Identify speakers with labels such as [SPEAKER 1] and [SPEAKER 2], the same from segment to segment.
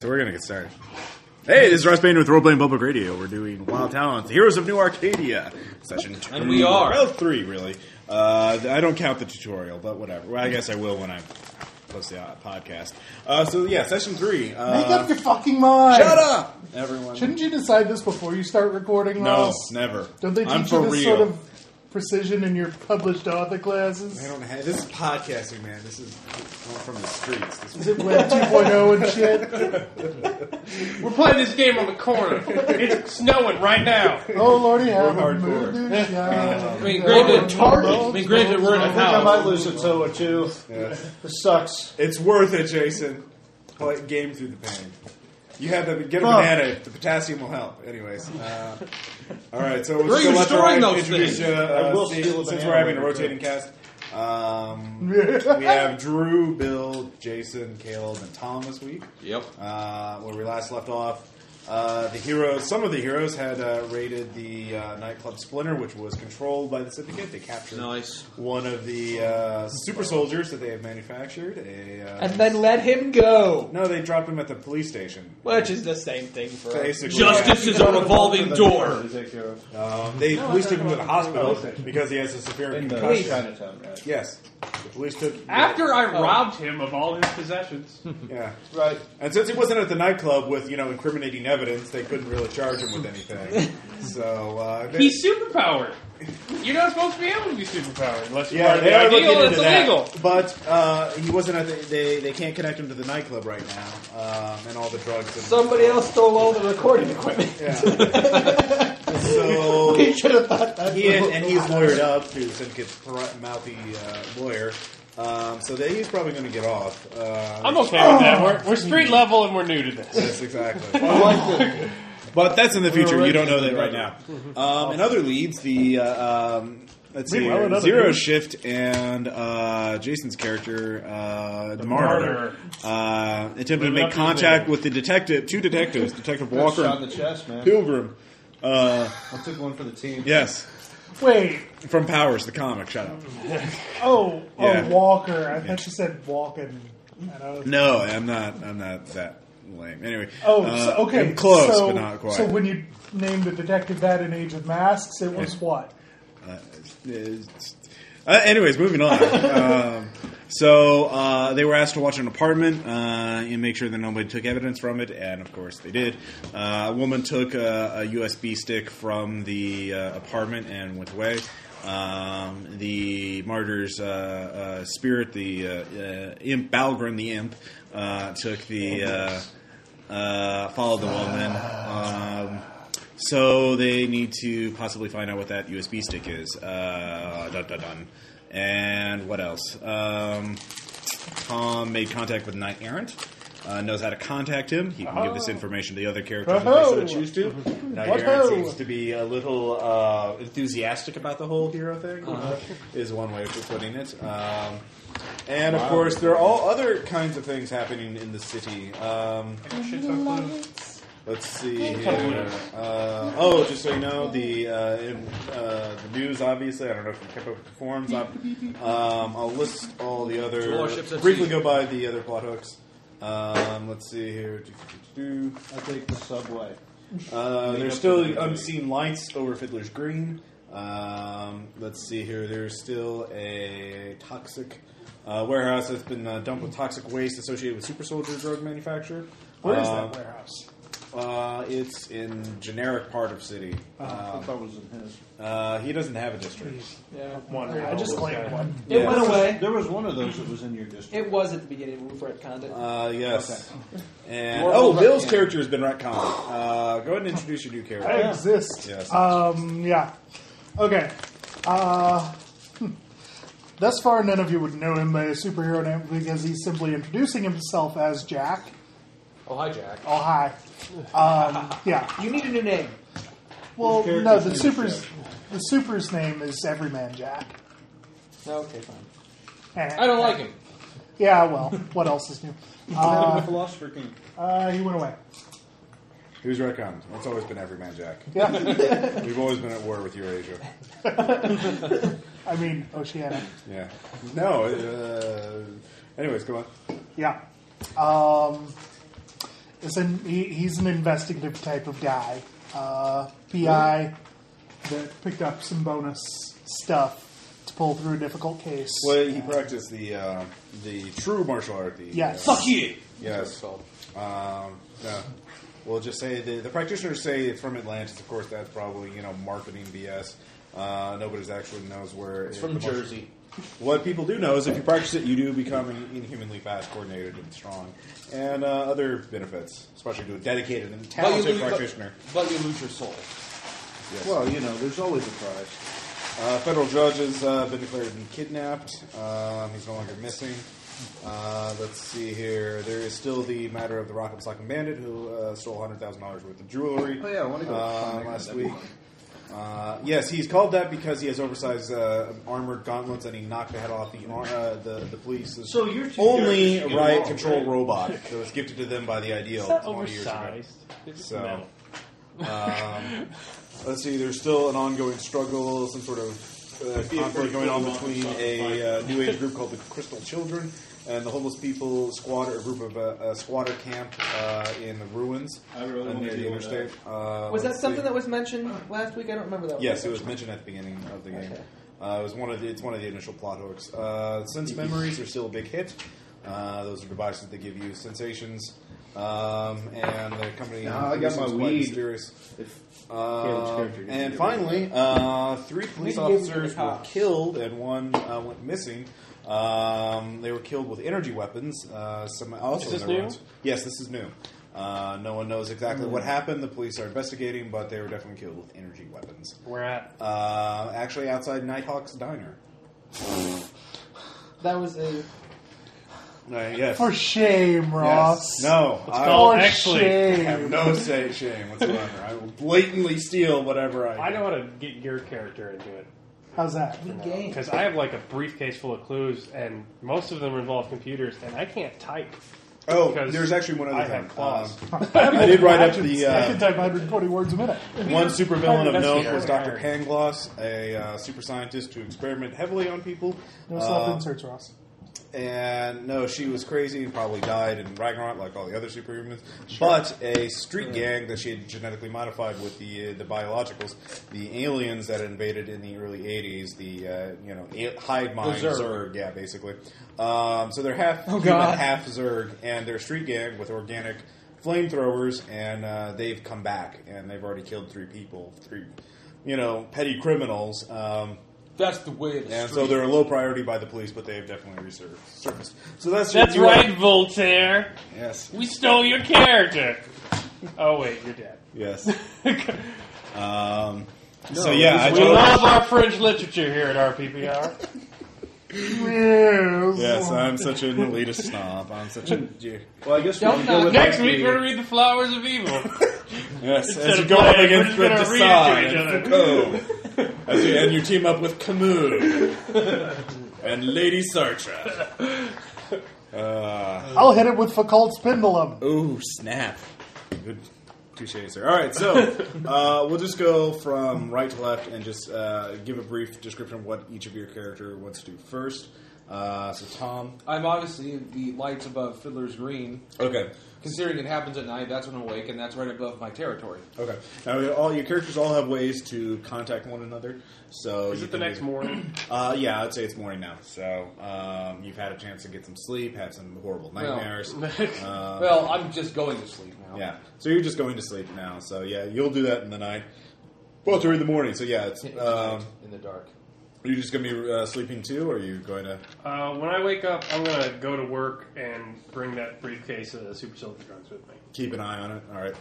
[SPEAKER 1] So we're gonna get started. Hey, this is Russ Payne with Role Playing Public Radio. We're doing Wild Talents, Heroes of New Arcadia, session two.
[SPEAKER 2] And we are.
[SPEAKER 1] Well, three, really. Uh, I don't count the tutorial, but whatever. Well, I guess I will when I post the uh, podcast. Uh, so, yeah, session three. Uh,
[SPEAKER 3] Make up your fucking mind.
[SPEAKER 1] shut up! Everyone.
[SPEAKER 3] Shouldn't you decide this before you start recording?
[SPEAKER 1] no,
[SPEAKER 3] Ross?
[SPEAKER 1] never.
[SPEAKER 3] Don't they teach
[SPEAKER 1] I'm
[SPEAKER 3] you
[SPEAKER 1] for
[SPEAKER 3] this
[SPEAKER 1] real.
[SPEAKER 3] sort of precision in your published author classes?
[SPEAKER 1] I don't have, this is podcasting, man. This is I'm from the streets. This
[SPEAKER 3] Is it Web 2.0 and shit?
[SPEAKER 2] We're playing this game on the corner. It's snowing right now.
[SPEAKER 3] Oh lordy, have
[SPEAKER 1] We're
[SPEAKER 3] a
[SPEAKER 1] hardcore.
[SPEAKER 3] mood shot.
[SPEAKER 2] I mean, granted, I
[SPEAKER 3] Retarded.
[SPEAKER 2] mean, granted, we're in a
[SPEAKER 4] I think I might
[SPEAKER 2] house.
[SPEAKER 4] lose a toe or two.
[SPEAKER 1] Yeah.
[SPEAKER 4] This sucks.
[SPEAKER 1] It's worth it, Jason. Play game through the pain. You have to get a
[SPEAKER 4] Fuck.
[SPEAKER 1] banana. The potassium will help. Anyways, uh, all right. So
[SPEAKER 2] Where are
[SPEAKER 1] we're
[SPEAKER 2] you
[SPEAKER 1] left to
[SPEAKER 2] storing
[SPEAKER 1] right.
[SPEAKER 2] those
[SPEAKER 1] Introduce
[SPEAKER 2] things?
[SPEAKER 1] you, uh,
[SPEAKER 4] I will
[SPEAKER 1] since-
[SPEAKER 4] steal a
[SPEAKER 1] since
[SPEAKER 4] banana
[SPEAKER 1] we're having a
[SPEAKER 4] later.
[SPEAKER 1] rotating cast. Um, we have Drew, Bill, Jason, Caleb, and Tom this week.
[SPEAKER 2] Yep.
[SPEAKER 1] Uh, where we last left off, uh, the heroes. Some of the heroes had uh, raided the uh, nightclub Splinter, which was controlled by the syndicate. They captured
[SPEAKER 2] Nice.
[SPEAKER 1] one of the uh, super soldiers that they have manufactured. A, uh,
[SPEAKER 5] and then let him go,
[SPEAKER 1] no, they dropped him at the police station.
[SPEAKER 5] which is the same thing for us.
[SPEAKER 1] Basically,
[SPEAKER 2] Justice is a revolving door.
[SPEAKER 4] To take care of.
[SPEAKER 1] Um, they police took him to the hospital
[SPEAKER 4] Oh, okay.
[SPEAKER 1] because he has a severe
[SPEAKER 4] In the
[SPEAKER 1] concussion.
[SPEAKER 4] Chinatown, right?
[SPEAKER 1] Yes, the police took.
[SPEAKER 5] Ah.
[SPEAKER 2] After I robbed him,
[SPEAKER 6] him of all his possessions.
[SPEAKER 1] yeah,
[SPEAKER 4] Right.
[SPEAKER 1] and since he wasn't at the nightclub with you know incriminating evidence, they couldn't really charge him with anything. so uh, they,
[SPEAKER 6] He's superpowered. You're not supposed to be able to be superpowered unless you're
[SPEAKER 1] yeah,
[SPEAKER 6] part of
[SPEAKER 1] they
[SPEAKER 6] the
[SPEAKER 1] are
[SPEAKER 6] ideal.
[SPEAKER 1] looking
[SPEAKER 6] It's
[SPEAKER 1] into that.
[SPEAKER 6] illegal.
[SPEAKER 1] But uh, he wasn't at the, they. They can't connect him to the nightclub right now, um, and all the drugs. And,
[SPEAKER 5] Somebody else stole all the recording equipment.
[SPEAKER 1] Yeah. so
[SPEAKER 5] He should have thought that.
[SPEAKER 1] He and, and he's lawyered up to Syndicate's thro- mouthy uh, lawyer. Um, so that he's probably going to get off. Uh,
[SPEAKER 6] I'm okay with that. We're, we're street level and we're new to this.
[SPEAKER 1] Yes, exactly. But that's in the future. You don't know that right now. Um, in other leads, the uh, um, let's see,
[SPEAKER 3] Meanwhile,
[SPEAKER 1] here,
[SPEAKER 3] another
[SPEAKER 1] Zero
[SPEAKER 3] lead.
[SPEAKER 1] Shift and uh, Jason's character, uh, the
[SPEAKER 6] Martyr.
[SPEAKER 1] Martyr, uh, attempted to make
[SPEAKER 6] up his
[SPEAKER 1] contact with the detective, two detectives, Detective Walker
[SPEAKER 4] Shot in the
[SPEAKER 1] and
[SPEAKER 4] chest, man.
[SPEAKER 1] Pilgrim. Uh,
[SPEAKER 4] I took one for the team.
[SPEAKER 1] yes,
[SPEAKER 3] Wait.
[SPEAKER 1] from Powers, the comic. Shut up.
[SPEAKER 3] Oh, oh,
[SPEAKER 1] Yeah.
[SPEAKER 3] Walker. I thought you said walking. And I was-
[SPEAKER 1] No, I'm not. I'm not that lame. Anyway.
[SPEAKER 3] Oh,
[SPEAKER 1] uh,
[SPEAKER 3] so, okay.
[SPEAKER 1] I'm close,
[SPEAKER 3] so,
[SPEAKER 1] but not quite.
[SPEAKER 3] So when you named the detective that in Age of Masks, it was
[SPEAKER 1] Yeah.
[SPEAKER 3] what?
[SPEAKER 1] Uh, it's- uh, anyways, moving on. um, so uh, they were asked to watch an apartment uh, and make sure that nobody took evidence from it, and of course they did. Uh, a woman took a, a USB stick from the uh, apartment and went away. Um, the martyr's uh, uh, spirit, the uh, uh, imp Balgrin, the imp, uh, took the uh, uh, followed the woman. Um, so they need to possibly find out what that USB stick is. Uh, dun, dun, dun. And what else? Um, Tom made contact with Knight Errant. Uh, knows how to contact him. He can give this information to the other characters
[SPEAKER 3] Whoa.
[SPEAKER 1] if they so choose to. Knight
[SPEAKER 3] Whoa.
[SPEAKER 1] Errant seems to be a little uh, enthusiastic about the whole hero thing. Is one way of putting it. Um, and of course, there are all other kinds of things happening in the city. Um, Let's see here. Uh, oh, just so you know, the uh, in, uh, the news, obviously. I don't know if you kept up with the forums. I've, um, I'll list all the other.
[SPEAKER 2] Warships at
[SPEAKER 1] briefly
[SPEAKER 2] sea.
[SPEAKER 1] go by the other plot hooks. Um, let's see here. Do, do, do, do.
[SPEAKER 4] I take the subway.
[SPEAKER 1] Uh, there's still unseen lights over Fiddler's Green. Um, let's see here. There's still a toxic uh, warehouse that's been uh, dumped with toxic waste associated with Super Soldier drug manufacturer.
[SPEAKER 3] Where is
[SPEAKER 1] Um,
[SPEAKER 3] that warehouse?
[SPEAKER 1] uh, it's in generic part of city.
[SPEAKER 4] I
[SPEAKER 1] Uh,
[SPEAKER 4] thought it was in his.
[SPEAKER 3] Uh-huh.
[SPEAKER 1] uh, he doesn't have a district.
[SPEAKER 5] Yeah.
[SPEAKER 3] I just claimed one.
[SPEAKER 5] It
[SPEAKER 1] Yeah.
[SPEAKER 5] went away.
[SPEAKER 4] There was one of those that was in your district.
[SPEAKER 5] It was at the beginning when we were at Condon.
[SPEAKER 1] Uh, yes. And
[SPEAKER 5] More
[SPEAKER 1] oh,
[SPEAKER 5] retcon.
[SPEAKER 1] Bill's character has been retconned. Uh, go ahead and introduce your new
[SPEAKER 3] I
[SPEAKER 1] character.
[SPEAKER 3] exist.
[SPEAKER 1] Yes.
[SPEAKER 3] Um, yeah. Okay. Uh, hmm. thus far, none of you would know him by a superhero name because he's simply introducing himself as Jack.
[SPEAKER 2] Oh, hi, Jack.
[SPEAKER 3] Oh, hi. Um, yeah.
[SPEAKER 5] you need a new name.
[SPEAKER 3] Well,
[SPEAKER 4] His character's
[SPEAKER 3] no, the
[SPEAKER 4] name is
[SPEAKER 3] super's
[SPEAKER 4] Jack.
[SPEAKER 3] the super's name is Everyman Jack.
[SPEAKER 5] Okay, fine.
[SPEAKER 3] Eh.
[SPEAKER 2] I don't like him.
[SPEAKER 3] Yeah. Well, what else is new?
[SPEAKER 4] That
[SPEAKER 3] Uh,
[SPEAKER 4] and the philosopher king.
[SPEAKER 3] uh, he went away.
[SPEAKER 1] He was retconned. That's always been Everyman Jack.
[SPEAKER 3] Yeah.
[SPEAKER 1] We've always been at war with Eurasia.
[SPEAKER 3] I mean, Oceania.
[SPEAKER 1] Yeah. No. Uh, anyways, go on.
[SPEAKER 3] Yeah. Um, It's an, he, he's an investigative type of guy. Uh, PI that picked up some bonus stuff to pull through a difficult case.
[SPEAKER 1] Well, he practiced the uh, the true martial art. The,
[SPEAKER 3] Yes.
[SPEAKER 1] uh,
[SPEAKER 3] Fuck
[SPEAKER 2] you!
[SPEAKER 1] Yes. Um, yeah. We'll just say the, the practitioners say it's from Atlantis. Of course, that's probably you know marketing BS. Uh, nobody's actually knows where it's
[SPEAKER 4] from Jersey.
[SPEAKER 1] What people do know is if you practice it, you do become in- inhumanly fast, coordinated, and strong, and uh, other benefits, especially to a dedicated and
[SPEAKER 4] But you
[SPEAKER 1] talented
[SPEAKER 4] lose-
[SPEAKER 1] practitioner.
[SPEAKER 4] But you lose your soul.
[SPEAKER 1] Yes.
[SPEAKER 4] Well, you know, there's always a price.
[SPEAKER 1] Uh, federal judge has uh, been declared kidnapped. Um, he's no longer missing. Uh, let's see here. There is still the matter of the Rock'em Sock'em Bandit who uh, stole hundred thousand dollars worth of jewelry.
[SPEAKER 4] Oh, yeah, I wanna go
[SPEAKER 1] uh,
[SPEAKER 4] find that
[SPEAKER 1] last
[SPEAKER 4] guy.
[SPEAKER 1] week. Uh, yes, he's called that because he has oversized uh, armored gauntlets and he knocked the head off the ar- uh, the, the police's
[SPEAKER 4] So you're too
[SPEAKER 1] only
[SPEAKER 4] nervous to get
[SPEAKER 1] riot
[SPEAKER 4] involved,
[SPEAKER 1] control
[SPEAKER 4] right?
[SPEAKER 1] robot that was gifted to them by the ideal
[SPEAKER 6] It's not
[SPEAKER 1] 20 years ago.
[SPEAKER 6] oversized. It's just
[SPEAKER 1] So-
[SPEAKER 6] metal.
[SPEAKER 1] Um, let's see, there's still an ongoing struggle, some sort of uh, conflict going on between a uh, new age group called the Crystal Children and the homeless people squatter, a group of uh, a squatter camp uh, in the ruins
[SPEAKER 4] I really
[SPEAKER 1] uh,
[SPEAKER 4] wanna
[SPEAKER 1] near the
[SPEAKER 4] deal with
[SPEAKER 1] interstate. Uh,
[SPEAKER 5] Was that
[SPEAKER 1] let's
[SPEAKER 5] something
[SPEAKER 1] see.
[SPEAKER 5] that was mentioned last week? I don't remember that.
[SPEAKER 1] Yes, it was mentioned at the beginning of the game.
[SPEAKER 5] Okay.
[SPEAKER 1] Uh, it was one of the, it's one of the initial plot hooks. Uh, sense memories are still a big hit. Uh, those are devices that give you sensations, um, and the company.
[SPEAKER 4] Nah, I got my
[SPEAKER 1] quite
[SPEAKER 4] weed.
[SPEAKER 1] Mysterious.
[SPEAKER 4] Caleb's
[SPEAKER 1] Uh,
[SPEAKER 4] character gets
[SPEAKER 1] and
[SPEAKER 4] to go
[SPEAKER 1] finally, uh, three police
[SPEAKER 5] We can give it to
[SPEAKER 1] officers
[SPEAKER 5] the
[SPEAKER 1] were
[SPEAKER 5] cops.
[SPEAKER 1] killed and one uh, went missing. Um, they were killed with energy weapons. Uh, some also
[SPEAKER 6] Is this
[SPEAKER 1] in the
[SPEAKER 6] new?
[SPEAKER 1] ruins. Yes, this is new. Uh, no one knows exactly what
[SPEAKER 6] Hmm.
[SPEAKER 1] happened. The police are investigating, but they were definitely killed with energy weapons.
[SPEAKER 6] We're at.
[SPEAKER 1] Uh, actually, outside Nighthawk's diner.
[SPEAKER 5] That was a.
[SPEAKER 1] Uh, yes.
[SPEAKER 3] For shame, Ross.
[SPEAKER 1] Yes. No. I
[SPEAKER 3] For
[SPEAKER 6] called- Actually,
[SPEAKER 1] have
[SPEAKER 3] shame.
[SPEAKER 1] no say shame whatsoever. I will blatantly steal whatever I.
[SPEAKER 6] I know how to get your character into it.
[SPEAKER 3] How's that?
[SPEAKER 5] Game.
[SPEAKER 6] Because I have like a briefcase full of clues, and most of them involve computers, and I can't type.
[SPEAKER 1] Oh,
[SPEAKER 6] Because
[SPEAKER 1] there's actually one other
[SPEAKER 6] I
[SPEAKER 1] thing.
[SPEAKER 6] have claws.
[SPEAKER 1] Um, I did write up the
[SPEAKER 3] I can
[SPEAKER 1] uh,
[SPEAKER 3] type 120 words a minute.
[SPEAKER 1] one supervillain of note was
[SPEAKER 6] That's
[SPEAKER 1] Dr. Pangloss, a uh, super scientist who experimented heavily on people.
[SPEAKER 3] No
[SPEAKER 1] Uh,
[SPEAKER 3] self inserts, Ross.
[SPEAKER 1] and no, she was crazy and probably died in Ragnarok like all the other superhumans. But a street gang that she had genetically modified with the uh, the biologicals, the aliens that invaded in the early '80s, the uh, you know a- hive mind
[SPEAKER 4] The
[SPEAKER 1] Zerg.
[SPEAKER 4] Zerg.
[SPEAKER 1] yeah, basically. Um, so they're half human,
[SPEAKER 5] God.
[SPEAKER 1] half Zerg, and they're a street gang with organic flamethrowers, and uh, they've come back and they've already killed three people, three you know petty criminals. Um,
[SPEAKER 4] That's the way of the
[SPEAKER 1] and
[SPEAKER 4] street.
[SPEAKER 1] so they're a low priority by the police, but they have definitely resurf- surfaced. So that's your
[SPEAKER 6] That's
[SPEAKER 1] you
[SPEAKER 6] right, Voltaire.
[SPEAKER 1] Yes.
[SPEAKER 6] We stole your character. Oh wait, you're dead.
[SPEAKER 1] Yes. Um, so
[SPEAKER 4] No,
[SPEAKER 1] yeah, I
[SPEAKER 6] we
[SPEAKER 1] totally,
[SPEAKER 6] love our French literature here at RPPR.
[SPEAKER 1] yes, I'm such an elitist snob. I'm such a Jew.
[SPEAKER 4] well, I guess we
[SPEAKER 5] Don't
[SPEAKER 4] can go
[SPEAKER 5] knock-
[SPEAKER 4] with
[SPEAKER 6] Next
[SPEAKER 4] like
[SPEAKER 6] week
[SPEAKER 4] the-
[SPEAKER 6] we're gonna read the Flowers of Evil.
[SPEAKER 1] Yes,
[SPEAKER 6] Instead
[SPEAKER 1] as you
[SPEAKER 6] of
[SPEAKER 1] go
[SPEAKER 6] playing,
[SPEAKER 1] up against
[SPEAKER 6] we're
[SPEAKER 1] the
[SPEAKER 6] just gonna read it to
[SPEAKER 1] Desaad and
[SPEAKER 6] each
[SPEAKER 1] Foucault, as you, and you team up with Camus and Lady Sartre. Uh,
[SPEAKER 3] I'll hit it with Foucault's pendulum.
[SPEAKER 1] ooh, snap! Good, touche, sir. All right, so uh, we'll just go from right to left and just uh, give a brief description of what each of your character wants to do first. Uh, so Tom,
[SPEAKER 4] I'm obviously the lights above Fiddler's Green.
[SPEAKER 1] okay.
[SPEAKER 4] Considering it happens at night, that's when I'm awake, and that's right above my territory.
[SPEAKER 1] Okay. Now, all your characters all have ways to contact one another. So
[SPEAKER 6] Is
[SPEAKER 1] you
[SPEAKER 6] it the
[SPEAKER 1] can
[SPEAKER 6] next
[SPEAKER 1] do-
[SPEAKER 6] morning?
[SPEAKER 1] Uh, yeah, I'd say it's morning now. So um, you've had a chance to get some sleep, have some horrible nightmares. um,
[SPEAKER 4] Well, I'm just going to sleep now.
[SPEAKER 1] yeah. So you're just going to sleep now. So yeah, you'll do that in the night. Well, during the morning. So yeah, it's.
[SPEAKER 4] In the
[SPEAKER 1] Um,
[SPEAKER 4] night, in the dark.
[SPEAKER 1] are you just going to be uh, sleeping too, or are you going to?
[SPEAKER 6] Uh, when I wake up, I'm gonna go to work and bring that briefcase of the super soldier drugs with me
[SPEAKER 1] Keep an eye on it. All right.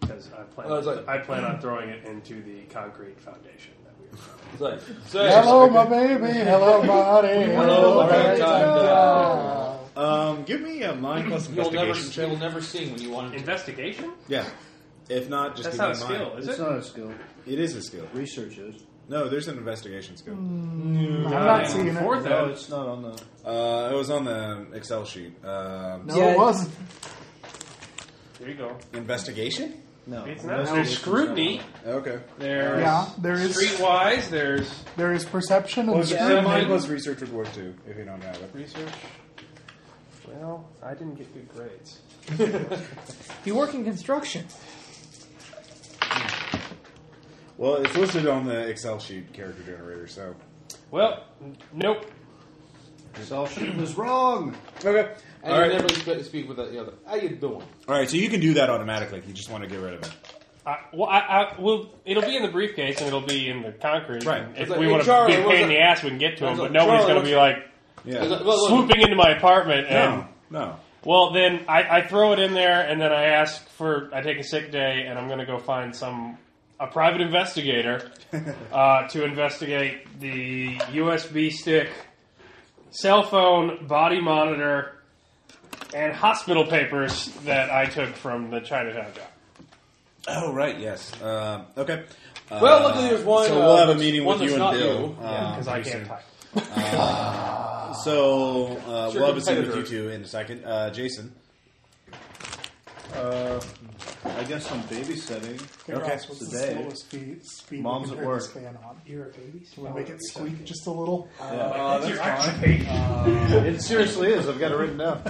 [SPEAKER 6] because Oh, I hmm. plan
[SPEAKER 4] I was like-
[SPEAKER 6] I plan on throwing it into the concrete foundation that we were. From.
[SPEAKER 4] It's like,
[SPEAKER 3] Hello, my baby. Hello, my honey.
[SPEAKER 4] Hello,
[SPEAKER 3] my
[SPEAKER 4] right
[SPEAKER 3] love.
[SPEAKER 1] Um, give me a mind plus
[SPEAKER 4] you'll never,
[SPEAKER 1] investigation check.
[SPEAKER 4] you'll never sing when you want to.
[SPEAKER 6] Investigation?
[SPEAKER 1] Yeah. If not, just
[SPEAKER 6] That's
[SPEAKER 1] give
[SPEAKER 6] not a
[SPEAKER 1] me a mind.
[SPEAKER 6] skill, is
[SPEAKER 4] It's
[SPEAKER 6] it?
[SPEAKER 4] not a skill.
[SPEAKER 1] It is a skill.
[SPEAKER 4] Research is.
[SPEAKER 1] No, there's an investigation skill.
[SPEAKER 4] Hmm.
[SPEAKER 3] I'm not seeing it.
[SPEAKER 6] Fourth
[SPEAKER 4] No,
[SPEAKER 6] no,
[SPEAKER 4] it's not on the.
[SPEAKER 1] Uh, it was on the Excel sheet. Um,
[SPEAKER 3] No,
[SPEAKER 5] Yeah.
[SPEAKER 3] it wasn't.
[SPEAKER 6] There you go.
[SPEAKER 1] Investigation?
[SPEAKER 4] No.
[SPEAKER 6] It's not.
[SPEAKER 4] No,
[SPEAKER 6] There's
[SPEAKER 4] it's
[SPEAKER 6] scrutiny.
[SPEAKER 1] Okay.
[SPEAKER 6] There's
[SPEAKER 3] Yeah, there is
[SPEAKER 6] streetwise. There's
[SPEAKER 3] there is perception and
[SPEAKER 1] Well,
[SPEAKER 3] there's
[SPEAKER 1] yeah, mine was research reward too, if you don't have it.
[SPEAKER 6] research. Well, I didn't get good grades.
[SPEAKER 7] You work in construction.
[SPEAKER 1] Well, it's listed on the Excel sheet character generator, so.
[SPEAKER 6] Well, n- nope.
[SPEAKER 4] So she was wrong.
[SPEAKER 1] Okay.
[SPEAKER 4] And
[SPEAKER 1] All right.
[SPEAKER 4] you never sp- speak with the other. How you doing?
[SPEAKER 1] All right, so you can do that automatically. You just want to get rid of it.
[SPEAKER 6] I, well, I, I will. It'll be in the briefcase and it'll be in the concrete.
[SPEAKER 1] Right.
[SPEAKER 6] and
[SPEAKER 4] It's
[SPEAKER 6] If
[SPEAKER 4] like,
[SPEAKER 6] we
[SPEAKER 4] hey,
[SPEAKER 6] want to
[SPEAKER 4] Charlie,
[SPEAKER 6] be a
[SPEAKER 4] what's
[SPEAKER 6] pain in
[SPEAKER 4] up?
[SPEAKER 6] the ass, we can get to them.
[SPEAKER 4] It's
[SPEAKER 6] But
[SPEAKER 4] like,
[SPEAKER 6] nobody's
[SPEAKER 4] Charlie,
[SPEAKER 6] going to be like
[SPEAKER 1] Yeah.
[SPEAKER 4] Look, look,
[SPEAKER 6] swooping into my apartment and.
[SPEAKER 1] No,
[SPEAKER 4] um,
[SPEAKER 1] no.
[SPEAKER 6] Well, then I, I throw it in there, and then I ask for I take a sick day, and I'm going to go find some a private investigator uh, to investigate the USB stick, cell phone, body monitor, and hospital papers that I took from the Chinatown job.
[SPEAKER 1] Oh, right, yes. Um okay. Uh,
[SPEAKER 4] Well, luckily there's one,
[SPEAKER 1] So
[SPEAKER 4] uh,
[SPEAKER 1] we'll have a
[SPEAKER 4] that's-
[SPEAKER 1] meeting
[SPEAKER 4] one
[SPEAKER 1] with you
[SPEAKER 4] that's
[SPEAKER 1] and
[SPEAKER 4] not
[SPEAKER 1] Bill.
[SPEAKER 4] you.
[SPEAKER 1] uh,
[SPEAKER 6] because I
[SPEAKER 1] pretty
[SPEAKER 6] can't
[SPEAKER 1] soon.
[SPEAKER 6] type.
[SPEAKER 1] So uh,
[SPEAKER 4] Sure,
[SPEAKER 1] we'll have a scene with you
[SPEAKER 4] competitors.
[SPEAKER 1] two in a second. Uh, Jason.
[SPEAKER 8] Uh, I guess I'm babysitting.
[SPEAKER 3] Congrats with
[SPEAKER 8] Today.
[SPEAKER 3] the slowest speed, speed
[SPEAKER 8] Mom's
[SPEAKER 3] we can
[SPEAKER 8] at
[SPEAKER 3] turn
[SPEAKER 8] work.
[SPEAKER 3] this fan on. Can we make it squeak just a little?
[SPEAKER 8] Uh, that's fine. Uh, it seriously is. I've got it written down.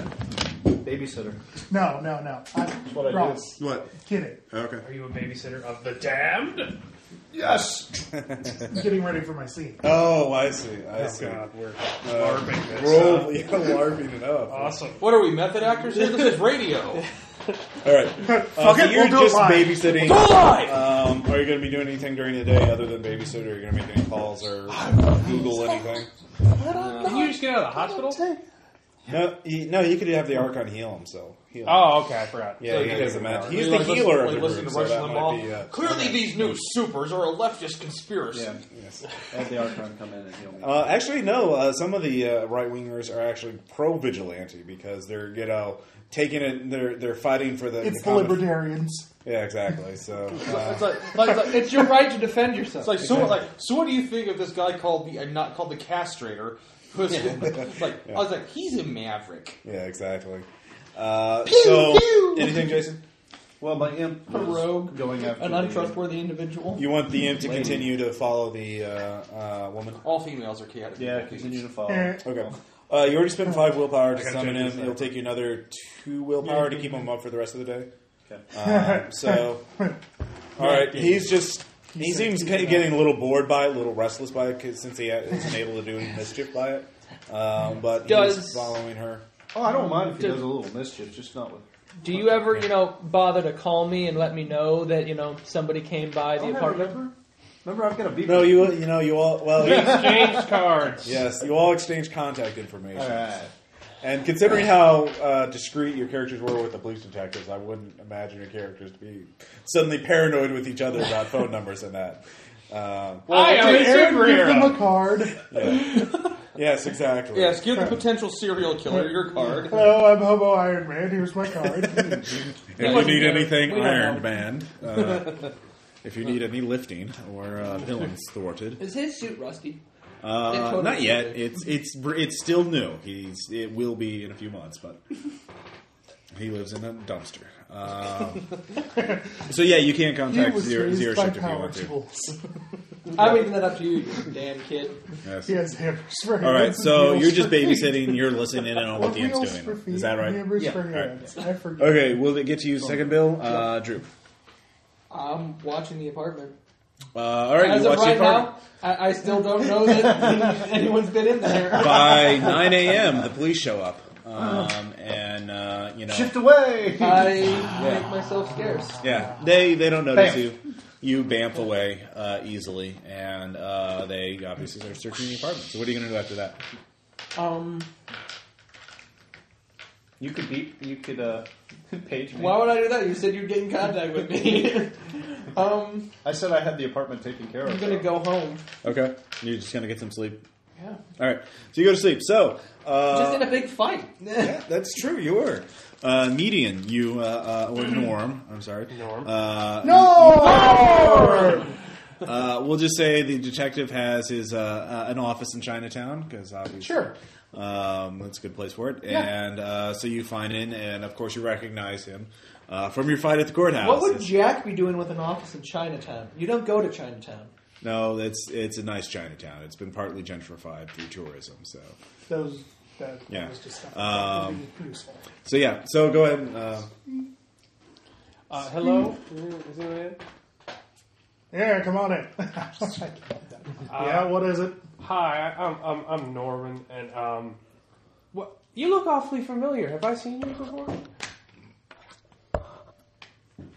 [SPEAKER 8] Babysitter.
[SPEAKER 3] No, no, no. I, That's
[SPEAKER 8] what I do.
[SPEAKER 3] Ross,
[SPEAKER 1] What?
[SPEAKER 3] get it.
[SPEAKER 1] Okay.
[SPEAKER 6] Are you a babysitter of the damned?
[SPEAKER 8] Yes.
[SPEAKER 3] Getting ready for my scene.
[SPEAKER 1] Oh, I see. I see.
[SPEAKER 6] we're
[SPEAKER 1] Uh,
[SPEAKER 6] LARPing this.
[SPEAKER 1] Roll,
[SPEAKER 6] up.
[SPEAKER 1] yeah, larping it up.
[SPEAKER 6] Awesome.
[SPEAKER 4] What are we, method actors here? This is radio.
[SPEAKER 1] All right. Uh, so
[SPEAKER 3] it,
[SPEAKER 1] you're
[SPEAKER 3] we'll do it
[SPEAKER 1] just
[SPEAKER 3] live.
[SPEAKER 1] babysitting.
[SPEAKER 4] live!
[SPEAKER 1] Um, are you going to be doing anything during the day other than babysit? Are you going to make any calls or Google anything?
[SPEAKER 6] Can you just get out of the hospital?
[SPEAKER 1] No, he, no. He could have the Archon heal himself. Heal.
[SPEAKER 6] Oh, okay, I forgot.
[SPEAKER 1] yeah, he has a match. He's
[SPEAKER 4] You
[SPEAKER 1] the
[SPEAKER 4] like listen-
[SPEAKER 1] healer of
[SPEAKER 4] like
[SPEAKER 1] the
[SPEAKER 4] listen
[SPEAKER 1] group,
[SPEAKER 4] to
[SPEAKER 1] so
[SPEAKER 4] Rush
[SPEAKER 1] that might
[SPEAKER 4] Limbaugh?
[SPEAKER 1] be. Uh,
[SPEAKER 4] Clearly, these new supers are a leftist conspiracy.
[SPEAKER 8] Yeah.
[SPEAKER 1] yes.
[SPEAKER 8] Have the Archon come in and heal me.
[SPEAKER 1] Uh, actually, no. Uh, some of the uh, right wingers are actually pro vigilante because they're you know taking it. They're they're fighting for the.
[SPEAKER 3] It's the
[SPEAKER 1] common-
[SPEAKER 3] libertarians.
[SPEAKER 1] Yeah, exactly. So uh,
[SPEAKER 4] It's like, like, like,
[SPEAKER 7] It's your right to defend yourself.
[SPEAKER 4] it's like, so, what- like, so what do you think of this guy called the, uh, not called the castrator? Who's like, I was like, he's a maverick.
[SPEAKER 1] yeah, exactly. Uh, so anything, Jason?
[SPEAKER 8] Well, my imp
[SPEAKER 7] A rogue.
[SPEAKER 8] rogue going after
[SPEAKER 7] An
[SPEAKER 8] the-
[SPEAKER 7] untrustworthy individual.
[SPEAKER 1] You want the imp to continue to follow the uh, uh, woman?
[SPEAKER 4] All females are chaotic.
[SPEAKER 8] Yeah,
[SPEAKER 4] evil
[SPEAKER 8] continue to
[SPEAKER 4] beings.
[SPEAKER 1] Oh.
[SPEAKER 8] follow.
[SPEAKER 3] Eh.
[SPEAKER 1] Okay. Uh, you already spent five willpower to
[SPEAKER 6] gotta
[SPEAKER 1] summon
[SPEAKER 6] check this
[SPEAKER 1] him.
[SPEAKER 6] out.
[SPEAKER 1] It'll take you another two willpower to keep him up for the rest of the day.
[SPEAKER 8] Okay.
[SPEAKER 1] Um, so, all right, he's just. He seems ca- getting a little bored by it, a little restless by it, 'cause since he ha- isn't able to do any mischief by it. Um, but he's
[SPEAKER 7] Does-
[SPEAKER 1] following her.
[SPEAKER 8] Oh, I don't mind if he
[SPEAKER 7] Did-
[SPEAKER 8] does a little mischief, just not with.
[SPEAKER 7] Do you ever, you know, bother to call me and let me know that, you know, somebody came by the
[SPEAKER 8] Oh, no,
[SPEAKER 7] apartment?
[SPEAKER 8] Remember? Remember, I've got a beep.
[SPEAKER 1] No, you you know you all well
[SPEAKER 6] We
[SPEAKER 1] you-
[SPEAKER 6] exchanged cards.
[SPEAKER 1] yes you all exchange contact information.
[SPEAKER 8] All right.
[SPEAKER 1] And considering how uh, discreet your characters were with the police detectives, I wouldn't imagine your characters to be suddenly paranoid with each other about phone numbers and that. Um,
[SPEAKER 6] Hi, I'm a
[SPEAKER 3] Give them a
[SPEAKER 6] superhero.
[SPEAKER 3] card.
[SPEAKER 1] yes, exactly.
[SPEAKER 4] Yes, give the potential serial killer your card.
[SPEAKER 3] Hello, I'm Hobo Iron Man. Here's my card.
[SPEAKER 1] If you
[SPEAKER 4] wasn't
[SPEAKER 1] need
[SPEAKER 4] there.
[SPEAKER 1] anything,
[SPEAKER 4] We don't
[SPEAKER 1] Iron
[SPEAKER 4] know.
[SPEAKER 1] Man. Uh, if you need any lifting or uh, villains thwarted,
[SPEAKER 5] Is his suit rusty?
[SPEAKER 1] uh,
[SPEAKER 5] totally
[SPEAKER 1] not yet.
[SPEAKER 5] is.
[SPEAKER 1] It's it's it's still new. He's it will be in a few months, but he lives in a dumpster. Um, so yeah, you can
[SPEAKER 3] He
[SPEAKER 1] contact
[SPEAKER 3] was
[SPEAKER 1] zero,
[SPEAKER 3] raised
[SPEAKER 1] zero
[SPEAKER 3] by
[SPEAKER 1] shift if you
[SPEAKER 3] power
[SPEAKER 1] want to.
[SPEAKER 3] tools.
[SPEAKER 7] I'm leaving that up to you, you damn kid.
[SPEAKER 1] Yes.
[SPEAKER 3] He has hammers for hands.
[SPEAKER 1] All right,
[SPEAKER 3] and
[SPEAKER 1] so
[SPEAKER 3] wheels
[SPEAKER 1] you're just
[SPEAKER 3] for feet.
[SPEAKER 1] babysitting. You're listening in on
[SPEAKER 3] Or
[SPEAKER 1] what the imp's
[SPEAKER 3] wheels for
[SPEAKER 1] doing.
[SPEAKER 3] feet
[SPEAKER 1] Is that
[SPEAKER 3] and
[SPEAKER 1] right?
[SPEAKER 3] Hammers
[SPEAKER 7] Yeah.
[SPEAKER 3] for
[SPEAKER 7] All
[SPEAKER 1] right.
[SPEAKER 3] hands. I forget.
[SPEAKER 1] Okay, will it get to you second, Bill? Uh, Drew.
[SPEAKER 7] I'm watching the apartment.
[SPEAKER 1] Uh, all right,
[SPEAKER 7] As
[SPEAKER 1] you
[SPEAKER 7] of
[SPEAKER 1] watch the
[SPEAKER 7] right
[SPEAKER 1] apartment.
[SPEAKER 7] now, I, I still don't know that anyone's been in there.
[SPEAKER 1] by 9 a.m. the police show up, um, and uh, you know,
[SPEAKER 8] Shift away.
[SPEAKER 7] I make myself scarce.
[SPEAKER 1] yeah, they they don't notice
[SPEAKER 8] Bamf.
[SPEAKER 1] you. You bamf away uh, easily, and uh, they obviously start searching the apartment. So what are you going to do after that?
[SPEAKER 7] Um,
[SPEAKER 8] You could beep. You could uh, page me.
[SPEAKER 7] why would I do that? You said you'd get in contact with me. um,
[SPEAKER 8] I said I had the apartment taken care of.
[SPEAKER 7] I'm gonna go home.
[SPEAKER 1] Okay, you're just going to get some sleep.
[SPEAKER 7] Yeah.
[SPEAKER 1] All right, so you go to sleep. So uh,
[SPEAKER 7] Just in a big fight.
[SPEAKER 1] yeah, that's true. You were uh, median. You uh, uh, or Norm? I'm sorry, Norm. Uh, Uh, we'll just say the detective has his uh, uh, an office in Chinatown because obviously
[SPEAKER 7] Sure.
[SPEAKER 1] um, that's a good place for it. And uh, so you find in, and of course you recognize him uh, from your fight at the courthouse.
[SPEAKER 7] What would Jack be doing with an office in Chinatown? You don't go to Chinatown.
[SPEAKER 1] no, it's it's a nice Chinatown. It's been partly gentrified through tourism. So
[SPEAKER 3] Those That, that
[SPEAKER 1] Yeah. Um,
[SPEAKER 3] was just stuff that would be useful.
[SPEAKER 1] So yeah. So go ahead. and, Uh,
[SPEAKER 6] Uh, hello? Is anyone in?
[SPEAKER 3] Yeah, come on in. yeah, what is it?
[SPEAKER 6] Hi, I'm, I'm, I'm Norman, and um, what, you look awfully familiar. Have I seen you before?
[SPEAKER 9] As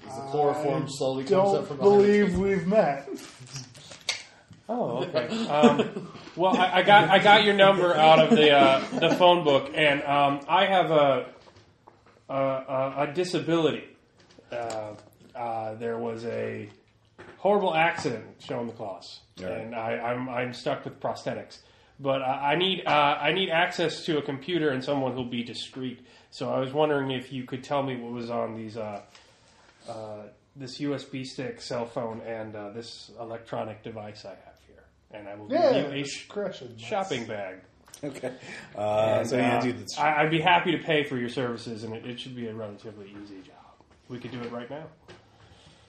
[SPEAKER 9] the chloroform slowly comes up
[SPEAKER 3] Don't
[SPEAKER 9] from
[SPEAKER 3] believe we've met.
[SPEAKER 6] Oh, okay. Um, well, I, I got I got your number out of the uh, the phone book, and um, I have a a, a, a disability. Uh, uh, there was a horrible accident shown the class, and I, I'm I'm stuck with prosthetics. But I, I need uh, I need access to a computer and someone who'll be discreet. So I was wondering if you could tell me what was on these. Uh, uh, this USB stick, cell phone, and uh, this electronic device I have here. And I will
[SPEAKER 3] Yeah,
[SPEAKER 6] give you a sh-
[SPEAKER 3] Gretchen.
[SPEAKER 6] shopping bag.
[SPEAKER 1] okay. Uh,
[SPEAKER 6] And,
[SPEAKER 1] so yeah,
[SPEAKER 6] uh,
[SPEAKER 1] do this.
[SPEAKER 6] I, I'd be happy to pay for your services, and it, it should be a relatively easy job. We could do it right now.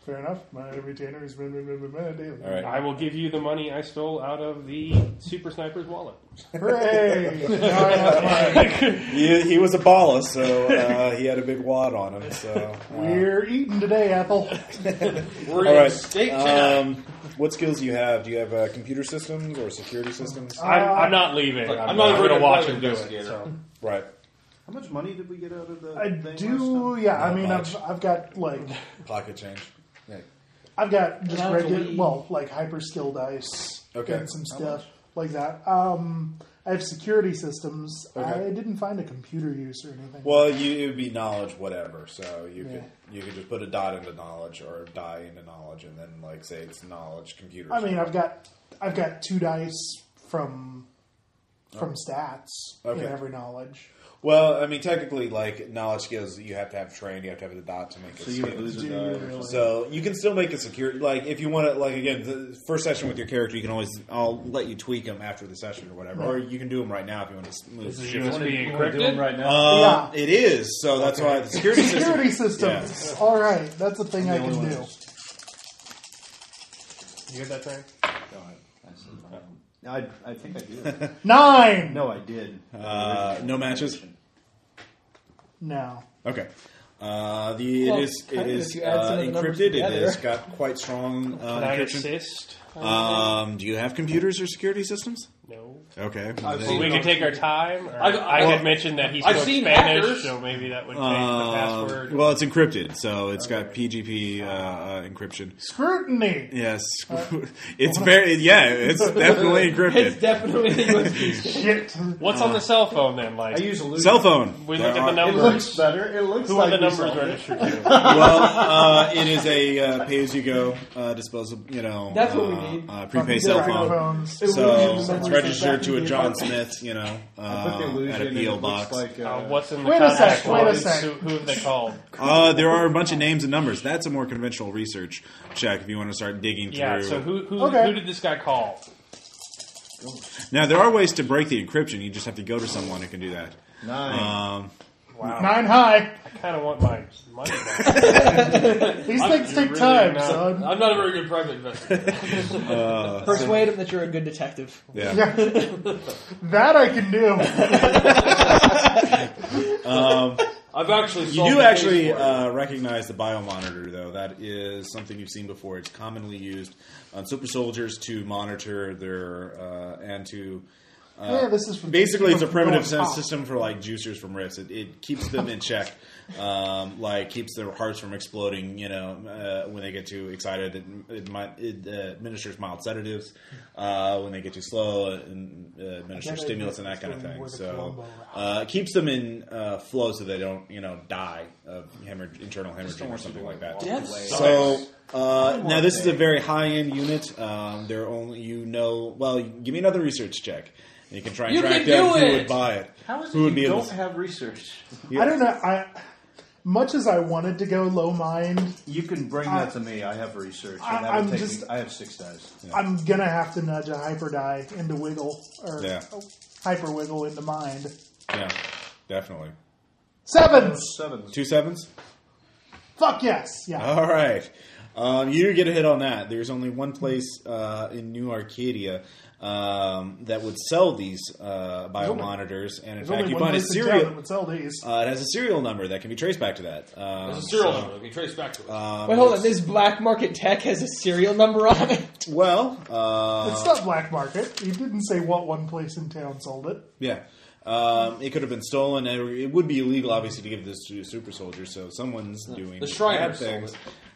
[SPEAKER 3] Fair enough. My retainer has been been- been- been- been daily.
[SPEAKER 1] All right.
[SPEAKER 6] I will give you the money I stole out of the Super Sniper's wallet.
[SPEAKER 3] Hooray! Now I have mine.
[SPEAKER 1] He, he was a baller, so uh, he had a big wad on him. So uh,
[SPEAKER 3] We're eating today, Apple.
[SPEAKER 4] We're
[SPEAKER 1] all
[SPEAKER 4] in
[SPEAKER 1] right.
[SPEAKER 4] state tonight.
[SPEAKER 1] Um, what skills do you have? Do you have uh, computer systems or security systems?
[SPEAKER 6] I'm, I'm not leaving.
[SPEAKER 4] Look,
[SPEAKER 6] I'm,
[SPEAKER 4] I'm not
[SPEAKER 6] not
[SPEAKER 4] even
[SPEAKER 6] going to
[SPEAKER 4] a
[SPEAKER 6] watch
[SPEAKER 4] private
[SPEAKER 6] him do it.
[SPEAKER 4] investigator.
[SPEAKER 6] So.
[SPEAKER 1] Right.
[SPEAKER 8] How much money did we get out of the
[SPEAKER 3] I
[SPEAKER 8] thing
[SPEAKER 3] do,
[SPEAKER 8] last
[SPEAKER 3] yeah. I
[SPEAKER 1] Not
[SPEAKER 3] mean,
[SPEAKER 1] much.
[SPEAKER 3] I've, I've got like,
[SPEAKER 1] Pocket change. Yeah.
[SPEAKER 3] I've got just
[SPEAKER 7] Not
[SPEAKER 3] regular,
[SPEAKER 7] really.
[SPEAKER 3] well, like hyper skill dice
[SPEAKER 1] Okay.
[SPEAKER 3] and some stuff like that. Um, I have security systems.
[SPEAKER 1] Okay.
[SPEAKER 3] I didn't find a computer use or anything.
[SPEAKER 1] Well, you it would be knowledge, whatever. So you
[SPEAKER 3] Yeah.
[SPEAKER 1] could you could just put a dot into knowledge or a die into knowledge, and then like say it's knowledge computer.
[SPEAKER 3] I mean, I've got I've got two dice from from stats
[SPEAKER 1] Oh. Okay.
[SPEAKER 3] in every knowledge.
[SPEAKER 1] well, I mean, technically, like knowledge skills, you have to have trained. You have to have the dot to make. So you
[SPEAKER 3] Do you really?
[SPEAKER 1] So you can still make a secure like if you want to like again the first session with your character you can always I'll let you tweak them after the session or whatever or you can do them right now if you want to move.
[SPEAKER 6] This is
[SPEAKER 1] ship.
[SPEAKER 8] month?
[SPEAKER 6] USB
[SPEAKER 8] You wanna do them
[SPEAKER 6] encrypted.
[SPEAKER 8] right now.
[SPEAKER 1] Um,
[SPEAKER 3] Yeah.
[SPEAKER 1] It is so that's why the security
[SPEAKER 3] Security
[SPEAKER 1] system.
[SPEAKER 3] systems. All right, that's a thing I
[SPEAKER 8] only
[SPEAKER 3] can
[SPEAKER 8] one
[SPEAKER 3] do.
[SPEAKER 8] that's-
[SPEAKER 6] You get that thing?
[SPEAKER 8] I see. I, I think I do.
[SPEAKER 3] Nine.
[SPEAKER 8] no, I did.
[SPEAKER 1] Uh, no matches.
[SPEAKER 3] No.
[SPEAKER 1] Okay. Uh, the
[SPEAKER 7] Well,
[SPEAKER 1] it is it
[SPEAKER 7] kind of
[SPEAKER 1] is
[SPEAKER 7] if you add
[SPEAKER 1] uh,
[SPEAKER 7] some of the numbers
[SPEAKER 1] encrypted. It
[SPEAKER 7] together.
[SPEAKER 1] has got quite strong uh,
[SPEAKER 6] Can I
[SPEAKER 1] encryption.
[SPEAKER 6] assist?
[SPEAKER 1] Um, do you have computers or security systems?
[SPEAKER 6] No.
[SPEAKER 1] Okay.
[SPEAKER 4] I've
[SPEAKER 6] Well,
[SPEAKER 4] seen
[SPEAKER 6] we could take our time. Or
[SPEAKER 4] I've-
[SPEAKER 6] I
[SPEAKER 4] well,
[SPEAKER 6] had mentioned that he spoke
[SPEAKER 4] I've seen
[SPEAKER 6] Spanish,
[SPEAKER 4] hackers.
[SPEAKER 6] so maybe that would change the
[SPEAKER 1] Uh,
[SPEAKER 6] password.
[SPEAKER 1] well, it's encrypted, so it's got PGP uh, uh, encryption.
[SPEAKER 3] Scrutiny.
[SPEAKER 1] Yes, it's very yeah. It's definitely
[SPEAKER 4] It's
[SPEAKER 1] encrypted.
[SPEAKER 4] definitely a USB stick.
[SPEAKER 3] Shit.
[SPEAKER 6] What's on the cell phone then? Like
[SPEAKER 8] I use a
[SPEAKER 1] Cell phone.
[SPEAKER 6] we
[SPEAKER 1] There
[SPEAKER 6] looked at the
[SPEAKER 1] are-
[SPEAKER 8] It
[SPEAKER 6] numbers.
[SPEAKER 8] looks better. It looks
[SPEAKER 6] Who
[SPEAKER 8] like
[SPEAKER 6] are the
[SPEAKER 8] we
[SPEAKER 6] numbers
[SPEAKER 8] solved it.
[SPEAKER 6] registered to?
[SPEAKER 1] Well, uh, it is a uh, pay-as-you-go uh, disposable. You know,
[SPEAKER 7] That's what we
[SPEAKER 1] uh,
[SPEAKER 7] need.
[SPEAKER 1] Uh, prepaid cell
[SPEAKER 3] Fucking
[SPEAKER 1] phone.
[SPEAKER 3] phones.
[SPEAKER 1] So
[SPEAKER 7] lose
[SPEAKER 1] it's
[SPEAKER 7] you.
[SPEAKER 1] registered to a John Smith, you know,
[SPEAKER 8] I put the
[SPEAKER 1] uh, at
[SPEAKER 8] illusion
[SPEAKER 1] a
[SPEAKER 8] and it
[SPEAKER 1] PO
[SPEAKER 8] looks
[SPEAKER 1] box.
[SPEAKER 8] like uh,
[SPEAKER 6] Uh, what's in the
[SPEAKER 3] Wait a sec,
[SPEAKER 6] contact
[SPEAKER 3] wait a
[SPEAKER 6] lines?
[SPEAKER 3] sec.
[SPEAKER 6] Who, who have they called?
[SPEAKER 1] Uh, there are a bunch of names and numbers. That's a more conventional research check if you want to start digging
[SPEAKER 6] Yeah.
[SPEAKER 1] through.
[SPEAKER 6] So who who,
[SPEAKER 3] Okay.
[SPEAKER 6] who did this guy call?
[SPEAKER 1] now there are ways to break the encryption. You just have to go to someone who can do that.
[SPEAKER 8] nine.
[SPEAKER 1] Um,
[SPEAKER 6] Wow.
[SPEAKER 3] Nine high.
[SPEAKER 6] I kind of want my money back.
[SPEAKER 3] These things
[SPEAKER 6] You're
[SPEAKER 3] take
[SPEAKER 6] really
[SPEAKER 3] time,
[SPEAKER 6] not-
[SPEAKER 3] son.
[SPEAKER 4] I'm not a very good private investigator.
[SPEAKER 7] Persuade him that you're a good detective.
[SPEAKER 1] yeah.
[SPEAKER 3] Yeah. that I can do.
[SPEAKER 4] I've actually
[SPEAKER 1] You
[SPEAKER 4] solved
[SPEAKER 1] do
[SPEAKER 4] the case
[SPEAKER 1] actually
[SPEAKER 4] for it.
[SPEAKER 1] uh, recognize the biomonitor, though. That is something you've seen before. It's commonly used on super soldiers to monitor their uh, and to. Uh,
[SPEAKER 3] Yeah, this is for-
[SPEAKER 1] basically it's a
[SPEAKER 3] for
[SPEAKER 1] primitive
[SPEAKER 3] going
[SPEAKER 1] sense
[SPEAKER 3] pop.
[SPEAKER 1] system for like juicers from rifts. It, it keeps them in check, um, like keeps their hearts from exploding. You know, uh, when they get too excited, it, it, might, it uh, administers mild sedatives. Uh, when they get too slow, it uh, administers
[SPEAKER 3] Yeah,
[SPEAKER 1] stimulants
[SPEAKER 3] they-
[SPEAKER 1] and that kind of
[SPEAKER 3] they
[SPEAKER 1] thing.
[SPEAKER 3] were the
[SPEAKER 1] So
[SPEAKER 3] Columbo
[SPEAKER 1] uh, it keeps them in uh, flow so they don't, you know, die of hemorrhage, internal hemorrhage or something like that. So uh, now this is a very high end unit. Um, they're only you know. Well, give me another research check. And you can try and
[SPEAKER 4] You
[SPEAKER 1] track
[SPEAKER 4] can
[SPEAKER 1] down
[SPEAKER 4] do
[SPEAKER 1] who
[SPEAKER 4] it!
[SPEAKER 1] would buy it.
[SPEAKER 8] How is
[SPEAKER 1] who would
[SPEAKER 8] it
[SPEAKER 1] be
[SPEAKER 8] you
[SPEAKER 1] able
[SPEAKER 8] don't
[SPEAKER 1] to-
[SPEAKER 8] have research?
[SPEAKER 3] I don't know. I much as I wanted to go low mind,
[SPEAKER 8] You can bring
[SPEAKER 3] I-
[SPEAKER 8] that to me. I have research.
[SPEAKER 3] I-
[SPEAKER 8] and that would
[SPEAKER 3] I'm
[SPEAKER 8] take me-
[SPEAKER 3] just-
[SPEAKER 8] I have six dice.
[SPEAKER 3] I'm gonna have to nudge a hyper die into wiggle or
[SPEAKER 1] Yeah.
[SPEAKER 3] hyper wiggle into mind.
[SPEAKER 1] Yeah, definitely.
[SPEAKER 3] Sevens.
[SPEAKER 8] Sevens.
[SPEAKER 1] Two sevens.
[SPEAKER 3] Fuck yes. Yeah.
[SPEAKER 1] All right. Um, you get a hit on that. There's only one place uh, in New Arcadia um, that would sell these uh,
[SPEAKER 3] only-
[SPEAKER 1] biomonitors, and in
[SPEAKER 3] There's
[SPEAKER 1] fact,
[SPEAKER 3] only
[SPEAKER 1] you
[SPEAKER 3] one
[SPEAKER 1] find a
[SPEAKER 3] place in town
[SPEAKER 1] serial.
[SPEAKER 3] that would sell these.
[SPEAKER 1] Uh, it has a serial number that can be traced back to that. Um,
[SPEAKER 4] There's a serial
[SPEAKER 1] so-
[SPEAKER 4] number that we trace back to it.
[SPEAKER 5] Uh,
[SPEAKER 1] Um,
[SPEAKER 7] Wait, hold on. This black market tech has a serial number on it.
[SPEAKER 1] Well, uh,
[SPEAKER 3] it's not black market. He didn't say what one place in town sold it.
[SPEAKER 1] Yeah. Um, it could have been stolen. and It would be illegal, obviously, to give this to a super soldier, so someone's doing
[SPEAKER 4] the Shriners
[SPEAKER 1] bad
[SPEAKER 4] sold
[SPEAKER 1] things.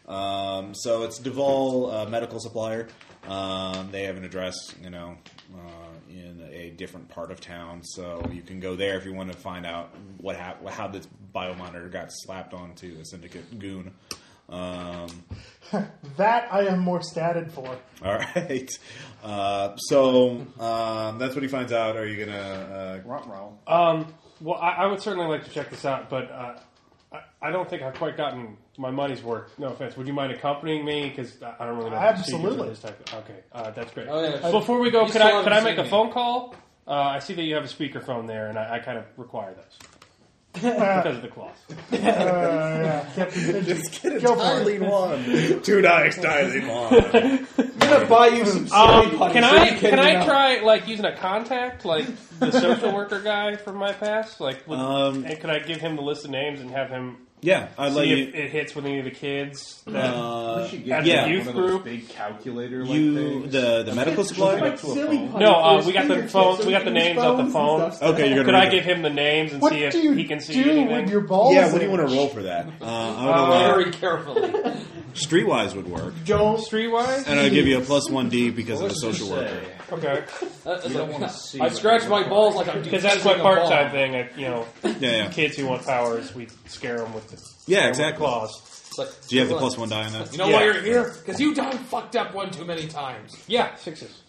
[SPEAKER 1] Um, so it's Duval uh, Medical Supplier. Um, they have an address, you know, uh, in a different part of town, so you can go there if you want to find out what hap- how this biomonitor got slapped onto a syndicate goon. Um,
[SPEAKER 3] That I am more statted for.
[SPEAKER 1] all right. Uh, so um, that's what he finds out. Are you gonna? Uh,
[SPEAKER 6] Um, well, I, I would certainly like to check this out, but uh, I, I don't think I've quite gotten my money's worth. No offense. Would you mind accompanying me? Because I I don't really know. the procedures of
[SPEAKER 3] Absolutely.
[SPEAKER 6] This type of, okay, uh, that's great.
[SPEAKER 4] Oh, yeah,
[SPEAKER 6] Uh, Before we go,
[SPEAKER 4] you
[SPEAKER 6] could
[SPEAKER 4] still
[SPEAKER 6] I could I
[SPEAKER 4] haven't
[SPEAKER 6] make
[SPEAKER 4] seen
[SPEAKER 6] a
[SPEAKER 4] me.
[SPEAKER 6] phone call? Uh, I see that you have a speakerphone there, and I, I kind of require those because of the clause.
[SPEAKER 3] Uh, yeah, Captain Fidget. Go for it.
[SPEAKER 1] Eileen one, two dice, Eileen one.
[SPEAKER 4] I'm gonna buy you some
[SPEAKER 6] Um, can I can I try like using a contact like the social worker guy from my past? Like, would,
[SPEAKER 1] Um,
[SPEAKER 6] and could I give him the list of names and have him
[SPEAKER 1] Yeah, I'd
[SPEAKER 6] see
[SPEAKER 1] let
[SPEAKER 6] if
[SPEAKER 1] you.
[SPEAKER 6] it hits with any of the kids? That,
[SPEAKER 1] Uh,
[SPEAKER 6] at
[SPEAKER 1] yeah.
[SPEAKER 6] the youth group.
[SPEAKER 8] big calculator like
[SPEAKER 1] you the the medical supply.
[SPEAKER 5] Like silly putty
[SPEAKER 6] No, uh,
[SPEAKER 5] for
[SPEAKER 6] we got the
[SPEAKER 5] fingertips
[SPEAKER 6] phones-
[SPEAKER 5] so
[SPEAKER 6] we got the
[SPEAKER 5] can
[SPEAKER 6] names
[SPEAKER 5] use
[SPEAKER 6] off the
[SPEAKER 5] phones
[SPEAKER 6] phone.
[SPEAKER 5] and stuff.
[SPEAKER 1] Okay, you're
[SPEAKER 6] could
[SPEAKER 1] gonna.
[SPEAKER 6] I
[SPEAKER 1] read
[SPEAKER 6] give him the names and
[SPEAKER 3] What
[SPEAKER 6] see if
[SPEAKER 3] do you
[SPEAKER 6] he can see
[SPEAKER 3] do
[SPEAKER 6] anything?
[SPEAKER 3] with your
[SPEAKER 1] it.
[SPEAKER 3] balls?
[SPEAKER 1] Yeah, what do you
[SPEAKER 3] in?
[SPEAKER 1] want to roll for that? Uh, I would allow-
[SPEAKER 4] very carefully.
[SPEAKER 1] Streetwise would work,
[SPEAKER 6] Don't streetwise.
[SPEAKER 1] and I'll give you a plus one D because of the social worker.
[SPEAKER 6] Okay,
[SPEAKER 4] That is
[SPEAKER 8] don't
[SPEAKER 4] a-
[SPEAKER 8] wanna see
[SPEAKER 4] I
[SPEAKER 8] what
[SPEAKER 4] scratch
[SPEAKER 8] it
[SPEAKER 4] my
[SPEAKER 8] looks
[SPEAKER 4] balls like I'm
[SPEAKER 6] because that's my
[SPEAKER 4] detaching a ball.
[SPEAKER 6] part-time thing. I, you know,
[SPEAKER 1] Yeah, yeah,
[SPEAKER 6] kids who want powers, we scare them with the
[SPEAKER 1] yeah, exactly.
[SPEAKER 6] claws.
[SPEAKER 4] It's like-
[SPEAKER 1] Do you have the plus one die on that?
[SPEAKER 4] You know why you're here? Because you died fucked up one too many times.
[SPEAKER 6] Yeah, sixes.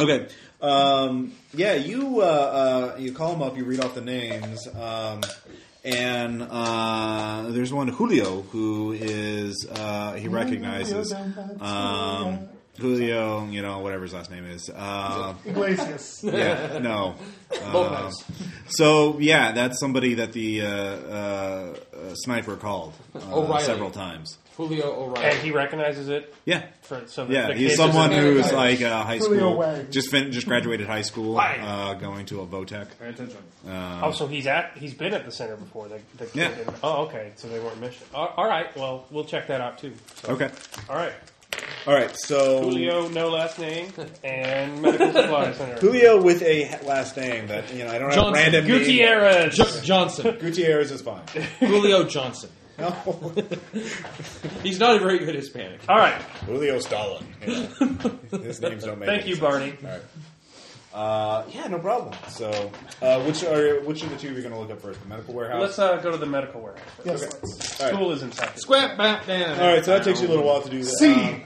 [SPEAKER 1] Okay. Um, yeah, you uh, uh, you call them up. You read off the names, um, and uh, there's one Julio who is uh, he recognizes
[SPEAKER 3] down by the
[SPEAKER 1] um, Julio. You know whatever his last name is. Uh,
[SPEAKER 3] Iglesias.
[SPEAKER 1] yeah, no. Uh,
[SPEAKER 4] Lopez.
[SPEAKER 1] so yeah, that's somebody that the uh, uh, uh, sniper called uh,
[SPEAKER 4] O'Reilly.
[SPEAKER 1] several times.
[SPEAKER 4] Julio O'Reilly.
[SPEAKER 6] And he recognizes it.
[SPEAKER 1] Yeah.
[SPEAKER 6] For, so that
[SPEAKER 1] Yeah,
[SPEAKER 6] the
[SPEAKER 1] he's
[SPEAKER 6] kids-
[SPEAKER 1] someone
[SPEAKER 4] just-
[SPEAKER 1] who's like uh, high
[SPEAKER 3] Julio
[SPEAKER 1] school,
[SPEAKER 3] Wang.
[SPEAKER 1] just fin- just graduated high school,
[SPEAKER 6] Wang.
[SPEAKER 1] uh, going to a Votech.
[SPEAKER 8] Pay attention.
[SPEAKER 6] Oh, so he's at he's been at the center before. The, the kid
[SPEAKER 1] Yeah.
[SPEAKER 6] in- oh, okay. So they weren't mission. Uh, all right. Well, we'll check that out too. So,
[SPEAKER 1] Okay,
[SPEAKER 6] All right.
[SPEAKER 1] all right. So
[SPEAKER 6] Julio, no last name, and medical supply center.
[SPEAKER 1] Julio with a ha- last name that you know I don't
[SPEAKER 4] Johnson.
[SPEAKER 1] have random. name.
[SPEAKER 6] Gutierrez.
[SPEAKER 4] Johnson.
[SPEAKER 1] Gutierrez is fine.
[SPEAKER 4] Julio Johnson. He's not a very good Hispanic.
[SPEAKER 6] All right.
[SPEAKER 1] Julio Stalin. Yeah. His names don't make.
[SPEAKER 6] Thank
[SPEAKER 1] any
[SPEAKER 6] you,
[SPEAKER 1] sense.
[SPEAKER 6] Barney.
[SPEAKER 1] All right. Uh, yeah, no problem. So, uh, which are which of the two are you going to look up first? The medical warehouse.
[SPEAKER 6] Let's uh, go to the medical warehouse. first.
[SPEAKER 3] Yes. let's-
[SPEAKER 1] All right.
[SPEAKER 6] School is in sight.
[SPEAKER 4] Squat back down.
[SPEAKER 1] All right, so that takes you a little while to do that.
[SPEAKER 3] See.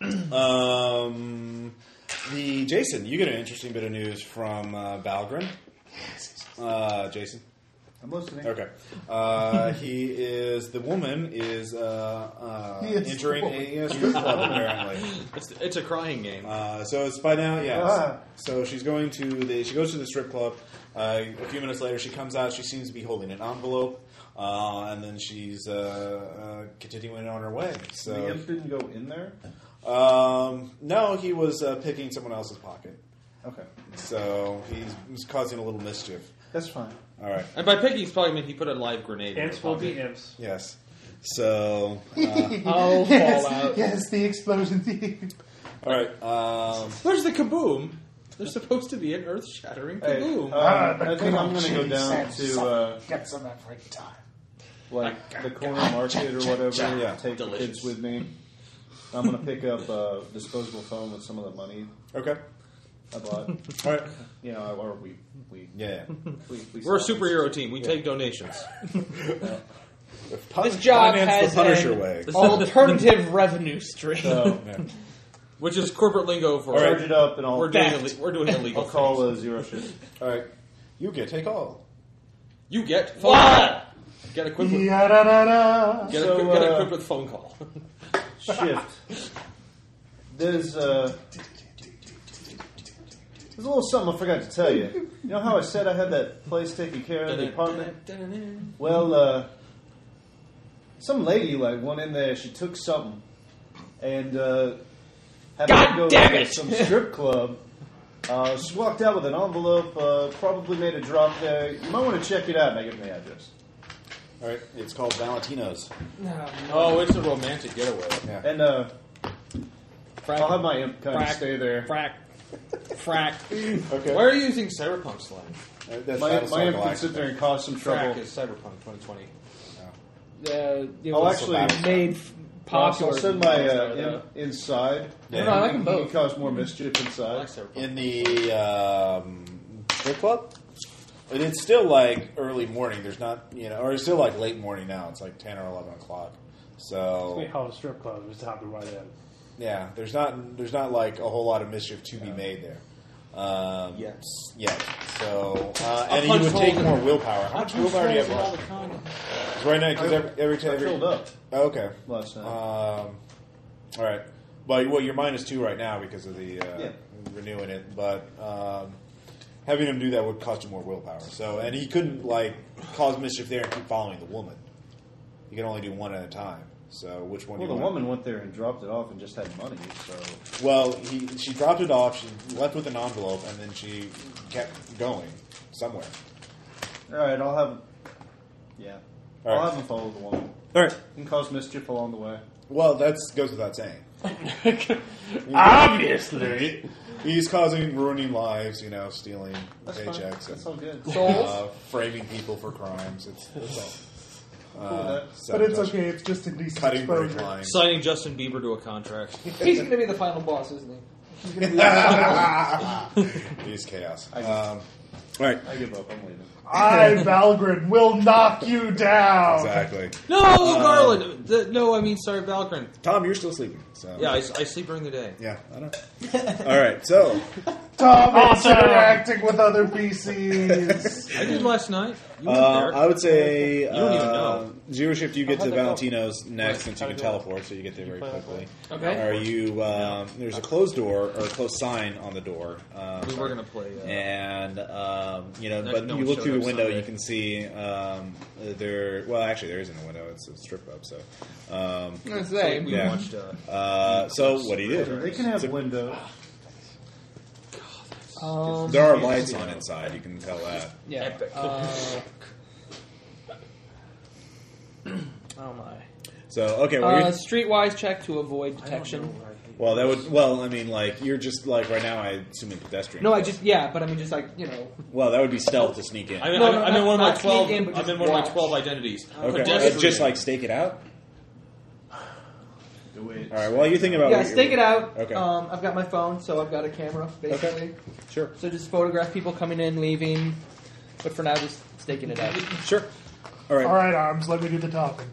[SPEAKER 1] Um, um, the Jason, you get an interesting bit of news from uh, Balgren. Uh, Jason.
[SPEAKER 8] I'm listening.
[SPEAKER 1] Okay. Uh, he is the woman is uh, uh,
[SPEAKER 3] He is the
[SPEAKER 1] entering
[SPEAKER 3] woman.
[SPEAKER 1] a, a strip club apparently.
[SPEAKER 9] It's, it's a crying game.
[SPEAKER 1] Uh, so it's by now, yeah.
[SPEAKER 3] Ah.
[SPEAKER 1] So she's going to the she goes to the strip club. Uh, a few minutes later, she comes out. She seems to be holding an envelope, uh, and then she's uh, uh, continuing on her way. So
[SPEAKER 8] The imp didn't go in there.
[SPEAKER 1] um, no, he was uh, picking someone else's pocket.
[SPEAKER 8] Okay,
[SPEAKER 1] So he's, he's causing a little mischief.
[SPEAKER 8] that's fine.
[SPEAKER 1] All right.
[SPEAKER 4] And by picking, he's probably meant he put a live grenade. in
[SPEAKER 6] Imps
[SPEAKER 4] her
[SPEAKER 6] will
[SPEAKER 4] pocket.
[SPEAKER 6] be imps.
[SPEAKER 1] Yes. So,
[SPEAKER 7] Oh,
[SPEAKER 3] yes,
[SPEAKER 7] Fallout.
[SPEAKER 3] yes, the explosion.
[SPEAKER 1] all right. Um,
[SPEAKER 4] Where's the kaboom? There's supposed to be an earth-shattering
[SPEAKER 8] Hey,
[SPEAKER 4] kaboom.
[SPEAKER 3] Ah,
[SPEAKER 8] um, I think I'm going to go down to uh,
[SPEAKER 3] Get some every time.
[SPEAKER 4] Oh
[SPEAKER 8] like the corner market or whatever.
[SPEAKER 1] Yeah.
[SPEAKER 8] Take the
[SPEAKER 4] Delicious.
[SPEAKER 8] kids with me. I'm going to pick up a disposable phone with some of the money
[SPEAKER 1] okay.
[SPEAKER 8] I bought.
[SPEAKER 1] All right.
[SPEAKER 8] You know, or we we,
[SPEAKER 1] Yeah.
[SPEAKER 8] we, we
[SPEAKER 4] We're a
[SPEAKER 8] sell.
[SPEAKER 4] superhero team. We take donations.
[SPEAKER 7] This job
[SPEAKER 1] Finance
[SPEAKER 7] has
[SPEAKER 1] the Punisher
[SPEAKER 7] an
[SPEAKER 1] way.
[SPEAKER 7] alternative revenue stream.
[SPEAKER 8] So
[SPEAKER 4] Which is corporate lingo for
[SPEAKER 1] All
[SPEAKER 8] charge it up and I'll,
[SPEAKER 4] we're doing
[SPEAKER 7] Fact.
[SPEAKER 4] ille- we're doing illegal.
[SPEAKER 8] I'll call a zero shift.
[SPEAKER 1] All right. You get take all.
[SPEAKER 4] You get phone
[SPEAKER 7] What?
[SPEAKER 4] call. Get equipped with,
[SPEAKER 3] Yeah-da-da-da.
[SPEAKER 4] get,
[SPEAKER 8] So,
[SPEAKER 4] equi- get
[SPEAKER 8] uh,
[SPEAKER 4] equipped with phone call.
[SPEAKER 8] Shift. There's uh, there's a little something I forgot to tell you. You know how I said I had that place taken care of, the apartment. Well, uh, some lady like went in there. She took something and uh, had
[SPEAKER 7] God
[SPEAKER 8] to go
[SPEAKER 7] damn
[SPEAKER 8] to
[SPEAKER 7] it!
[SPEAKER 8] some strip club. Uh, she walked out with an envelope. Uh, probably made a drop there. You might want to check it out. And I give her the address.
[SPEAKER 1] All right, it's called Valentino's.
[SPEAKER 4] Oh, it's a romantic getaway.
[SPEAKER 8] And uh,
[SPEAKER 4] Frack,
[SPEAKER 8] I'll have my imp kind
[SPEAKER 4] frack,
[SPEAKER 8] of stay there.
[SPEAKER 4] Frack. Frack.
[SPEAKER 1] Okay,
[SPEAKER 4] Why are you using cyberpunk slang?
[SPEAKER 1] Uh, that's
[SPEAKER 8] My,
[SPEAKER 1] Battlestar
[SPEAKER 8] my imp can
[SPEAKER 1] Galactica.
[SPEAKER 8] sit there and cause some
[SPEAKER 4] Frack
[SPEAKER 8] trouble.
[SPEAKER 4] is cyberpunk 2020.
[SPEAKER 7] Uh, it
[SPEAKER 8] I'll
[SPEAKER 7] was
[SPEAKER 8] actually
[SPEAKER 7] made f-
[SPEAKER 8] I'll
[SPEAKER 7] popular.
[SPEAKER 8] send my uh,
[SPEAKER 7] Sorry,
[SPEAKER 8] imp inside.
[SPEAKER 7] No, no, I like them
[SPEAKER 8] He can
[SPEAKER 7] both.
[SPEAKER 8] cause more mischief
[SPEAKER 4] I
[SPEAKER 8] inside.
[SPEAKER 4] like cyberpunk.
[SPEAKER 1] in the um, strip club. And it's still like early morning. There's not, you know, or it's still like late morning now. It's like ten or eleven o'clock.
[SPEAKER 6] We
[SPEAKER 1] So
[SPEAKER 6] call it a strip club. It's happened right in.
[SPEAKER 1] yeah, there's not there's not like a whole lot of mischief to be made there. Um,
[SPEAKER 4] Yes.
[SPEAKER 1] yeah. So uh, and you
[SPEAKER 4] punch
[SPEAKER 1] would take
[SPEAKER 4] holes in-
[SPEAKER 1] more willpower. How much willpower do you have
[SPEAKER 4] All the
[SPEAKER 1] left?
[SPEAKER 4] condoms.
[SPEAKER 1] 'Cause Right now, because every every time
[SPEAKER 8] I filled up
[SPEAKER 1] okay,
[SPEAKER 8] last night.
[SPEAKER 4] Uh,
[SPEAKER 1] Um, all right. Well, well, your minus two right now because of the uh,
[SPEAKER 8] Yeah.
[SPEAKER 1] renewing it, but um, having him do that would cost you more willpower. So, and he couldn't like cause mischief there and keep following the woman. You can only do one at a time. So, which one? do
[SPEAKER 8] well, the
[SPEAKER 1] you want?
[SPEAKER 8] woman went there and dropped it off and just had money. So
[SPEAKER 1] Well, he, she dropped it off. She left with an envelope, and then she kept going somewhere.
[SPEAKER 8] all right, I'll have. Yeah,
[SPEAKER 1] All
[SPEAKER 8] I'll
[SPEAKER 1] right.
[SPEAKER 8] have him follow the woman
[SPEAKER 1] All right.
[SPEAKER 8] and cause mischief along the way.
[SPEAKER 1] Well, that goes without saying.
[SPEAKER 6] Obviously.
[SPEAKER 1] He's causing ruining lives, you know, stealing
[SPEAKER 8] That's fine.
[SPEAKER 1] paychecks. and-
[SPEAKER 8] That's all good.
[SPEAKER 1] uh, framing people for crimes. It's, it's all.
[SPEAKER 8] Cool with
[SPEAKER 1] Uh,
[SPEAKER 8] that.
[SPEAKER 3] But it's
[SPEAKER 1] sabotage.
[SPEAKER 3] okay. It's just indecent
[SPEAKER 1] Cutting break
[SPEAKER 3] exposure.
[SPEAKER 1] lines.
[SPEAKER 4] Signing Justin Bieber to a contract.
[SPEAKER 5] He's going to be the final boss, isn't he?
[SPEAKER 1] It's chaos.
[SPEAKER 8] I-
[SPEAKER 1] Um, all right.
[SPEAKER 8] I give up. I'm leaving.
[SPEAKER 3] I, Valgrind, will knock you down.
[SPEAKER 1] Exactly.
[SPEAKER 4] No, Garland. The- no, I mean sorry, Valgrind.
[SPEAKER 1] Tom, you're still sleeping. So
[SPEAKER 4] Yeah, I, I sleep during the day.
[SPEAKER 1] Yeah, I know. All right. So
[SPEAKER 3] Tom is
[SPEAKER 6] Awesome.
[SPEAKER 3] interacting with other PCs.
[SPEAKER 4] I did last night. You
[SPEAKER 1] uh,
[SPEAKER 4] weren't there.
[SPEAKER 1] I would say
[SPEAKER 4] You don't even
[SPEAKER 1] uh,
[SPEAKER 4] know.
[SPEAKER 1] Zero shift. You get
[SPEAKER 4] How'd
[SPEAKER 1] to
[SPEAKER 4] that go?
[SPEAKER 1] Valentino's next, since you
[SPEAKER 6] how'd
[SPEAKER 1] can
[SPEAKER 6] it go?
[SPEAKER 1] teleport, so you get there very quickly.
[SPEAKER 7] Okay.
[SPEAKER 1] Are you? Um, there's a closed door or a closed sign on the door. Um,
[SPEAKER 4] we were gonna play. Uh,
[SPEAKER 1] and um, you know,
[SPEAKER 4] Next-
[SPEAKER 1] but
[SPEAKER 4] no
[SPEAKER 1] you
[SPEAKER 4] one
[SPEAKER 1] look
[SPEAKER 4] showed
[SPEAKER 1] through the
[SPEAKER 4] up
[SPEAKER 1] window,
[SPEAKER 4] Sunday.
[SPEAKER 1] you can see um, there. Well, actually, there isn't a window; it's a strip club. So, um,
[SPEAKER 5] I'm going to say.
[SPEAKER 4] we
[SPEAKER 1] yeah.
[SPEAKER 4] watched. Uh,
[SPEAKER 1] uh, so what do you do?
[SPEAKER 8] They can have windows.
[SPEAKER 7] Um,
[SPEAKER 1] There are lights on inside; you can tell that.
[SPEAKER 7] yeah.
[SPEAKER 4] Epic.
[SPEAKER 7] Uh, oh my.
[SPEAKER 1] So, okay, well,
[SPEAKER 7] Uh,
[SPEAKER 1] you're-
[SPEAKER 7] streetwise check to avoid detection.
[SPEAKER 1] well, that would. Well, I mean, like you're just like right now. I assume in pedestrian.
[SPEAKER 7] No, I just yeah, but I mean just like you know.
[SPEAKER 1] Well, that would be stealth to sneak in.
[SPEAKER 4] I'm,
[SPEAKER 7] No,
[SPEAKER 4] I'm,
[SPEAKER 7] no,
[SPEAKER 4] I'm in
[SPEAKER 7] not-
[SPEAKER 4] one of my
[SPEAKER 7] not sneak
[SPEAKER 4] twelve.
[SPEAKER 7] in, but
[SPEAKER 4] I'm
[SPEAKER 7] just
[SPEAKER 4] in one of my
[SPEAKER 7] watch.
[SPEAKER 4] twelve identities.
[SPEAKER 1] Okay,
[SPEAKER 4] Pedestrian.
[SPEAKER 1] just like stake it out.
[SPEAKER 8] Do it.
[SPEAKER 1] All right. Well, Oh, you think about
[SPEAKER 7] yeah,
[SPEAKER 1] what you're-
[SPEAKER 7] stake it out.
[SPEAKER 1] Okay.
[SPEAKER 7] Um, I've got my phone, so I've got a camera basically.
[SPEAKER 1] Sure.
[SPEAKER 7] So just photograph people coming in, leaving. But for now, just staking it out.
[SPEAKER 1] Sure. All right.
[SPEAKER 3] All right, arms. Let me do the talking.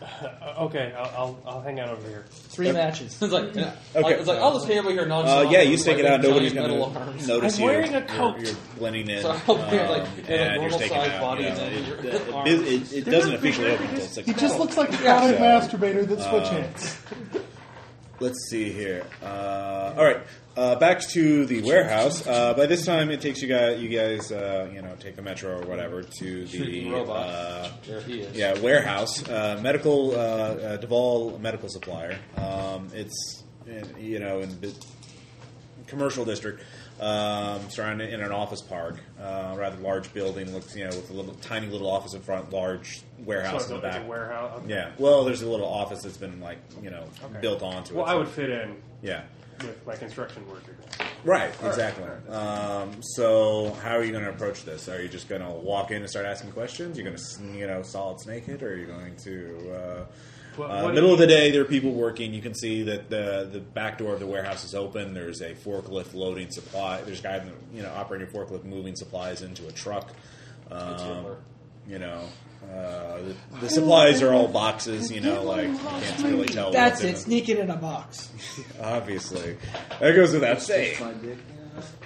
[SPEAKER 6] Uh, okay, I'll, I'll, I'll hang out over here.
[SPEAKER 7] Three matches.
[SPEAKER 4] It's like, yeah.
[SPEAKER 1] Okay.
[SPEAKER 4] It's like, oh, I'll just hang over here nonchalant.
[SPEAKER 1] Uh, yeah, you stake it
[SPEAKER 4] with
[SPEAKER 1] out. Nobody's
[SPEAKER 4] giant
[SPEAKER 1] going
[SPEAKER 4] metal
[SPEAKER 1] to
[SPEAKER 4] arms.
[SPEAKER 1] notice
[SPEAKER 6] I'm
[SPEAKER 1] you.
[SPEAKER 6] wearing a
[SPEAKER 1] You're-
[SPEAKER 6] coat.
[SPEAKER 1] You're, blending in.
[SPEAKER 4] So I'll be like-
[SPEAKER 1] um,
[SPEAKER 4] in
[SPEAKER 1] and
[SPEAKER 4] a
[SPEAKER 1] you're
[SPEAKER 4] normal
[SPEAKER 1] staking
[SPEAKER 4] sized
[SPEAKER 1] out,
[SPEAKER 4] body
[SPEAKER 1] you
[SPEAKER 4] and
[SPEAKER 1] know,
[SPEAKER 4] then your
[SPEAKER 1] it- it-
[SPEAKER 4] arms.
[SPEAKER 1] it- it- it doesn't officially open until six
[SPEAKER 3] He just
[SPEAKER 1] o'clock.
[SPEAKER 3] looks like a chronic
[SPEAKER 1] So,
[SPEAKER 3] masturbator that
[SPEAKER 1] Uh,
[SPEAKER 3] switch hands.
[SPEAKER 1] Let's see here. Uh, all right, uh, back to the warehouse. Uh, by this time, it takes you guys. You guys, uh, you know, take the metro or whatever to the
[SPEAKER 4] Robot.
[SPEAKER 1] uh,
[SPEAKER 4] There he is.
[SPEAKER 1] yeah warehouse uh, medical uh, uh, Duval medical supplier. Um, it's in- you know in the commercial district, um, surrounded in an office park, uh, rather large building. Looks you know with a little tiny little office in front, large warehouse in
[SPEAKER 6] So it's
[SPEAKER 1] the
[SPEAKER 6] a- it's
[SPEAKER 1] back.
[SPEAKER 6] a warehouse. okay.
[SPEAKER 1] Yeah. Well, there's a little office that's been like you know
[SPEAKER 6] Okay.
[SPEAKER 1] built onto
[SPEAKER 6] Well,
[SPEAKER 1] it.
[SPEAKER 6] I
[SPEAKER 1] so-
[SPEAKER 6] would fit in
[SPEAKER 1] Yeah.
[SPEAKER 6] with my construction worker.
[SPEAKER 1] Right. Exactly. Um, so, how are you going to approach this? Are you just going to walk in and start asking questions? You're going to you know solid snake it, or are you going to uh,
[SPEAKER 6] What-
[SPEAKER 1] uh,
[SPEAKER 6] what do
[SPEAKER 1] middle
[SPEAKER 6] you-
[SPEAKER 1] of the day? There are people working. You can see that the the back door of the warehouse is open. There's a forklift loading supply. There's a guy in the, you know operating a forklift moving supplies into a truck. Um,
[SPEAKER 4] Hitler.
[SPEAKER 1] you know. Uh, the, the supplies are all boxes, you know, like you can't really tell.
[SPEAKER 5] That's
[SPEAKER 1] what's in
[SPEAKER 5] it.
[SPEAKER 1] them.
[SPEAKER 5] Sneak it in a box.
[SPEAKER 1] Obviously, that goes without saying.
[SPEAKER 8] My dick.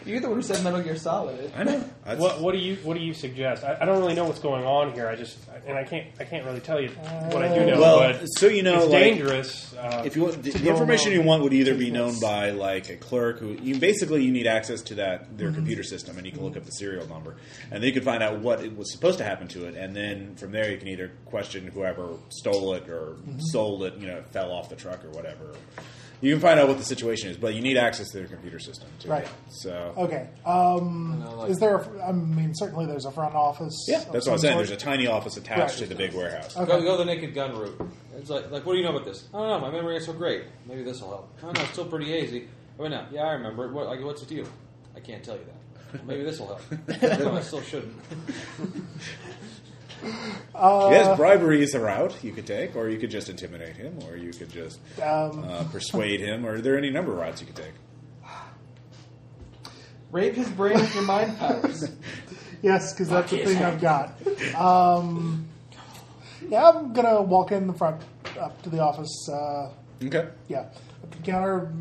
[SPEAKER 7] You're the one who said Metal Gear Solid.
[SPEAKER 1] I know. That's-
[SPEAKER 6] What, what do you What do you suggest? I, I don't really know what's going on here. I just and I can't I can't really tell you what I do know.
[SPEAKER 1] well,
[SPEAKER 6] but
[SPEAKER 1] so you know,
[SPEAKER 6] it's
[SPEAKER 1] like,
[SPEAKER 6] dangerous. Uh,
[SPEAKER 1] if you want the, the information you want would either be known by like a clerk who you basically you need access to that their computer system and you can look up the serial number and then you can find out what it was supposed to happen to it and then from there you can either question whoever stole it or sold it you know fell off the truck or whatever you can find out what the situation is but you need access to their computer system too.
[SPEAKER 3] Right.
[SPEAKER 1] so
[SPEAKER 3] Okay. Um,
[SPEAKER 9] You know, like-
[SPEAKER 3] is there? A, I mean, certainly there's a front office.
[SPEAKER 1] yeah
[SPEAKER 3] of
[SPEAKER 1] that's what i'm
[SPEAKER 3] some
[SPEAKER 1] saying
[SPEAKER 3] sort.
[SPEAKER 1] there's a tiny office attached
[SPEAKER 3] Right.
[SPEAKER 1] to the big warehouse
[SPEAKER 3] Okay.
[SPEAKER 4] Go, go the naked gun route. It's like, like, what do you know about this? I don't know. My memory is so great. Maybe this will help. I don't know. It's still pretty hazy. I mean, no, yeah, I remember it. What, like, what's it to you? I can't tell you that. Well, maybe this will help. no, I still shouldn't.
[SPEAKER 3] Uh,
[SPEAKER 1] yes bribery is a route you could take or you could just intimidate him or you could just
[SPEAKER 3] Um,
[SPEAKER 1] uh, persuade him, or are there any number of routes you could take?
[SPEAKER 5] Rape his brain with your mind powers.
[SPEAKER 3] yes, because that's the thing I've got. Um, yeah, I'm gonna walk in the front up to the office. Uh,
[SPEAKER 1] Okay.
[SPEAKER 3] yeah, up to the counter.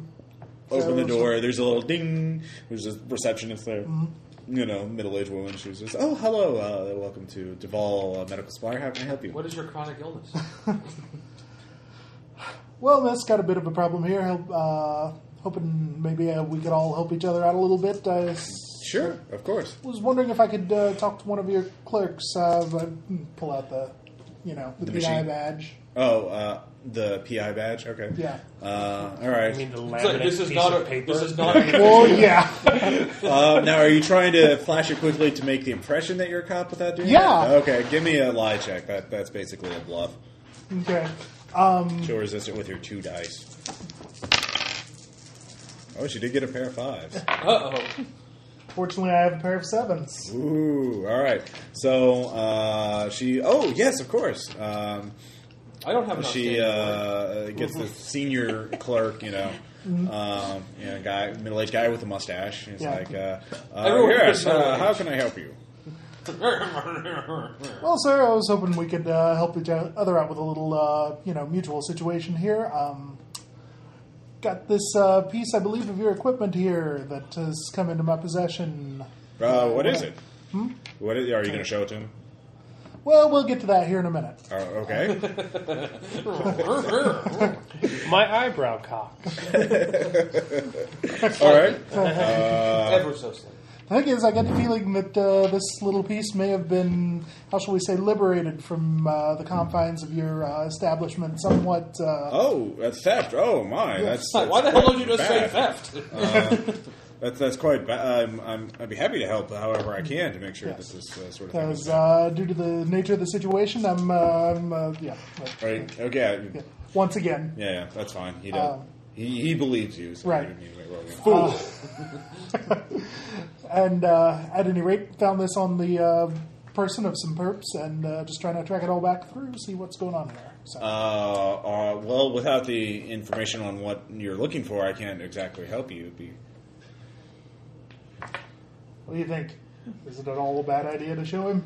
[SPEAKER 1] Open the
[SPEAKER 3] Go-
[SPEAKER 1] door. There's a little ding. There's a receptionist there.
[SPEAKER 3] Mm-hmm.
[SPEAKER 1] You know, middle-aged woman. She was just, "Oh, hello. Uh, welcome to Duval uh, Medical Supply. How can I help you?"
[SPEAKER 4] What is your chronic illness?
[SPEAKER 3] Well, Miss, got a bit of a problem here. Help, uh, hoping maybe uh, we could all help each other out a little bit. I s-
[SPEAKER 1] Sure, of course.
[SPEAKER 3] was wondering if I could uh, talk to one of your clerks. Uh, but- hmm, pull out the, you know, the,
[SPEAKER 1] The
[SPEAKER 3] PI
[SPEAKER 1] machine?
[SPEAKER 3] badge.
[SPEAKER 1] Oh, uh, the PI badge. Okay.
[SPEAKER 3] Yeah.
[SPEAKER 1] Uh, all
[SPEAKER 6] I
[SPEAKER 1] right.
[SPEAKER 6] mean, the
[SPEAKER 4] It's like,
[SPEAKER 6] laminate
[SPEAKER 4] this is
[SPEAKER 6] piece
[SPEAKER 4] not
[SPEAKER 6] of
[SPEAKER 4] a.
[SPEAKER 6] paper.
[SPEAKER 4] This is not. A,
[SPEAKER 3] Well, Oh, yeah.
[SPEAKER 1] Uh, now, are you trying to flash it quickly to make the impression that you're a cop without doing
[SPEAKER 3] Yeah.
[SPEAKER 1] that? Okay. Give me a lie check. That that's basically a bluff.
[SPEAKER 3] Okay.
[SPEAKER 1] She'll resist it with your two dice. Oh, she did get a pair of fives.
[SPEAKER 4] uh oh.
[SPEAKER 3] Fortunately, I have a pair of sevens.
[SPEAKER 1] Ooh, all right. So uh, she. Oh, yes, of course. Um,
[SPEAKER 4] I don't have an
[SPEAKER 1] she
[SPEAKER 4] outstanding
[SPEAKER 1] uh, gets the senior clerk. You know. Um, you know, guy, middle-aged guy with a mustache. He's
[SPEAKER 3] Yeah.
[SPEAKER 1] like, uh, uh,
[SPEAKER 4] Everyone
[SPEAKER 1] "Yes,
[SPEAKER 4] is
[SPEAKER 1] uh,
[SPEAKER 4] middle-aged.
[SPEAKER 1] how can I help you?"
[SPEAKER 3] Well, sir, I was hoping we could uh, help each other out with a little, uh, you know, mutual situation here. Um, got this uh, piece, I believe, of your equipment here that has come into my possession.
[SPEAKER 1] Uh, what is it? What is, are you going to show it to him?
[SPEAKER 3] Well, we'll get to that here in a minute.
[SPEAKER 1] Uh, okay.
[SPEAKER 6] My eyebrow cock.
[SPEAKER 1] All right.
[SPEAKER 4] ever so slightly.
[SPEAKER 3] The thing is, I get the feeling that uh, this little piece may have been, how shall we say, liberated from uh, the confines of your uh, establishment somewhat. Uh,
[SPEAKER 1] Oh, a theft. Oh my, that's,
[SPEAKER 4] Like,
[SPEAKER 1] that's
[SPEAKER 4] why the hell
[SPEAKER 1] quite
[SPEAKER 4] don't you just say
[SPEAKER 1] bad. Um,
[SPEAKER 4] theft?
[SPEAKER 1] That's that's quite bad. I'm, I'm I'd be happy to help however I can to make sure
[SPEAKER 3] Yes.
[SPEAKER 1] that this uh, sort of thing.
[SPEAKER 3] Because
[SPEAKER 1] Is
[SPEAKER 3] uh, due to the nature of the situation, I'm, uh, I'm uh, yeah. but-
[SPEAKER 1] right. Okay. I-
[SPEAKER 3] yeah. Once again,
[SPEAKER 1] Yeah, yeah, that's fine. He does.
[SPEAKER 3] Um,
[SPEAKER 1] he, he believes you. So You
[SPEAKER 3] right.
[SPEAKER 1] don't need to make roll again.
[SPEAKER 3] and uh, at any rate, found this on the uh, person of some perps, and uh, just trying to track it all back through, see what's going on here. So,
[SPEAKER 1] Uh, uh, well, without the information on what you're looking for, I can't exactly help you. Be,
[SPEAKER 3] what do you think? Is it at all a bad idea to show him?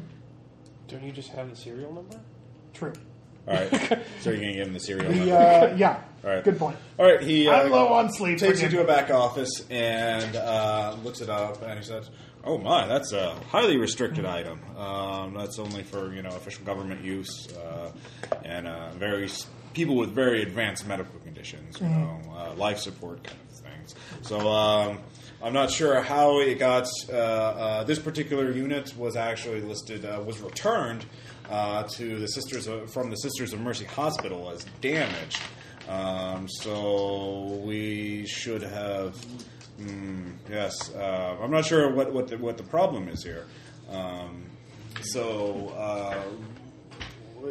[SPEAKER 6] Don't you just have the serial number?
[SPEAKER 3] True.
[SPEAKER 1] all right. so you're gonna give him the serial
[SPEAKER 3] The,
[SPEAKER 1] number.
[SPEAKER 3] uh, yeah.
[SPEAKER 1] All right.
[SPEAKER 3] Good point.
[SPEAKER 1] All right. He uh,
[SPEAKER 3] I'm low on sleep.
[SPEAKER 1] takes you
[SPEAKER 3] forgive
[SPEAKER 1] to a
[SPEAKER 3] me.
[SPEAKER 1] back office and uh, looks it up, and he says, "Oh my, that's a highly restricted
[SPEAKER 3] Mm-hmm.
[SPEAKER 1] item. Um, that's only for you know official government use uh, and uh, very s- people with very advanced medical conditions, you
[SPEAKER 3] Mm-hmm.
[SPEAKER 1] know, uh, life support kind of things. So um, I'm not sure how it got. Uh, uh, this particular unit was actually listed uh, was returned." Uh, to the sisters of, from the Sisters of Mercy Hospital as damaged, um, so we should have. Mm, yes, uh, I'm not sure what what the, what the problem is here. Um, so uh,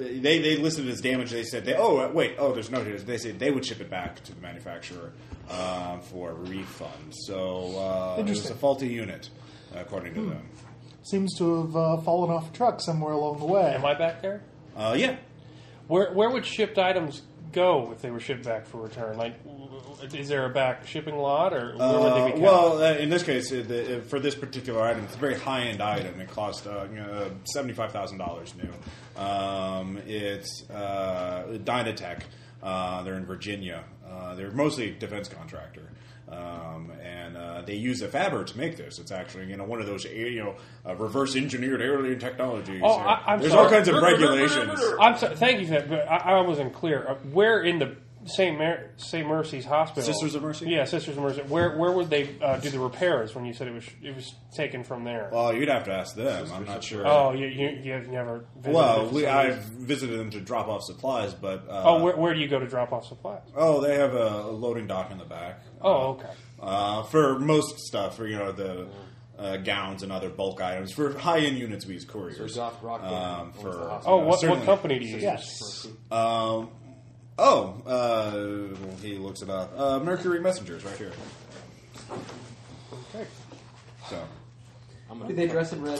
[SPEAKER 1] they they listed it as damage. They said they oh wait oh there's no here. They said they would ship it back to the manufacturer uh, for a refund. So uh, it was a
[SPEAKER 3] Interesting.
[SPEAKER 1] faulty unit, according to them.
[SPEAKER 3] Seems to have uh, fallen off a truck somewhere along the way.
[SPEAKER 6] Am I back there?
[SPEAKER 1] Uh, yeah,
[SPEAKER 6] Where Where would shipped items go if they were shipped back for return? Like, w- w- is there a back shipping lot, or where would they
[SPEAKER 1] Uh,
[SPEAKER 6] be? Kept?
[SPEAKER 1] well, uh, in this case, uh, the, uh, for this particular item, it's a very high-end item. It cost uh, you know, seventy-five thousand dollars new. Um, it's uh, Dynatech. Uh, they're in Virginia. Uh, Uh, they're mostly a defense contractor. Um, and uh, they use a fabber to make this. It's actually you know one of those you know uh, reverse engineered alien technologies.
[SPEAKER 6] Oh, I- I'm
[SPEAKER 1] There's
[SPEAKER 6] sorry.
[SPEAKER 1] all kinds of regulations.
[SPEAKER 6] I'm sorry, thank you for that, but I, I wasn't clear. Uh, where in the St. Mar- St. Mercy's Hospital?
[SPEAKER 1] Sisters of Mercy?
[SPEAKER 6] Yeah, Sisters of Mercy. Where where would they uh, do the repairs when you said it was it was taken from there?
[SPEAKER 1] Well, you'd have to ask them. I'm not sure.
[SPEAKER 6] oh, you, you you've never. Visited
[SPEAKER 1] well,
[SPEAKER 6] the
[SPEAKER 1] we,
[SPEAKER 6] facilities?
[SPEAKER 1] I've visited them to drop off supplies, but uh,
[SPEAKER 6] Oh, where, where do you go to drop off supplies?
[SPEAKER 1] oh, they have a, a loading dock in the back. Uh,
[SPEAKER 6] Oh, okay.
[SPEAKER 1] uh, for most stuff, for you know the uh, gowns and other bulk items. For high end units, we use couriers.
[SPEAKER 9] So Doc Rock
[SPEAKER 1] um,
[SPEAKER 9] owns the
[SPEAKER 1] for
[SPEAKER 9] hospital.
[SPEAKER 6] Oh,
[SPEAKER 1] uh,
[SPEAKER 6] what, what
[SPEAKER 1] certainly-
[SPEAKER 6] company do you use?
[SPEAKER 3] Yes.
[SPEAKER 1] Um, oh, uh, he looks it up. Uh, Mercury Messengers, right here. So,
[SPEAKER 5] Did they dress in red?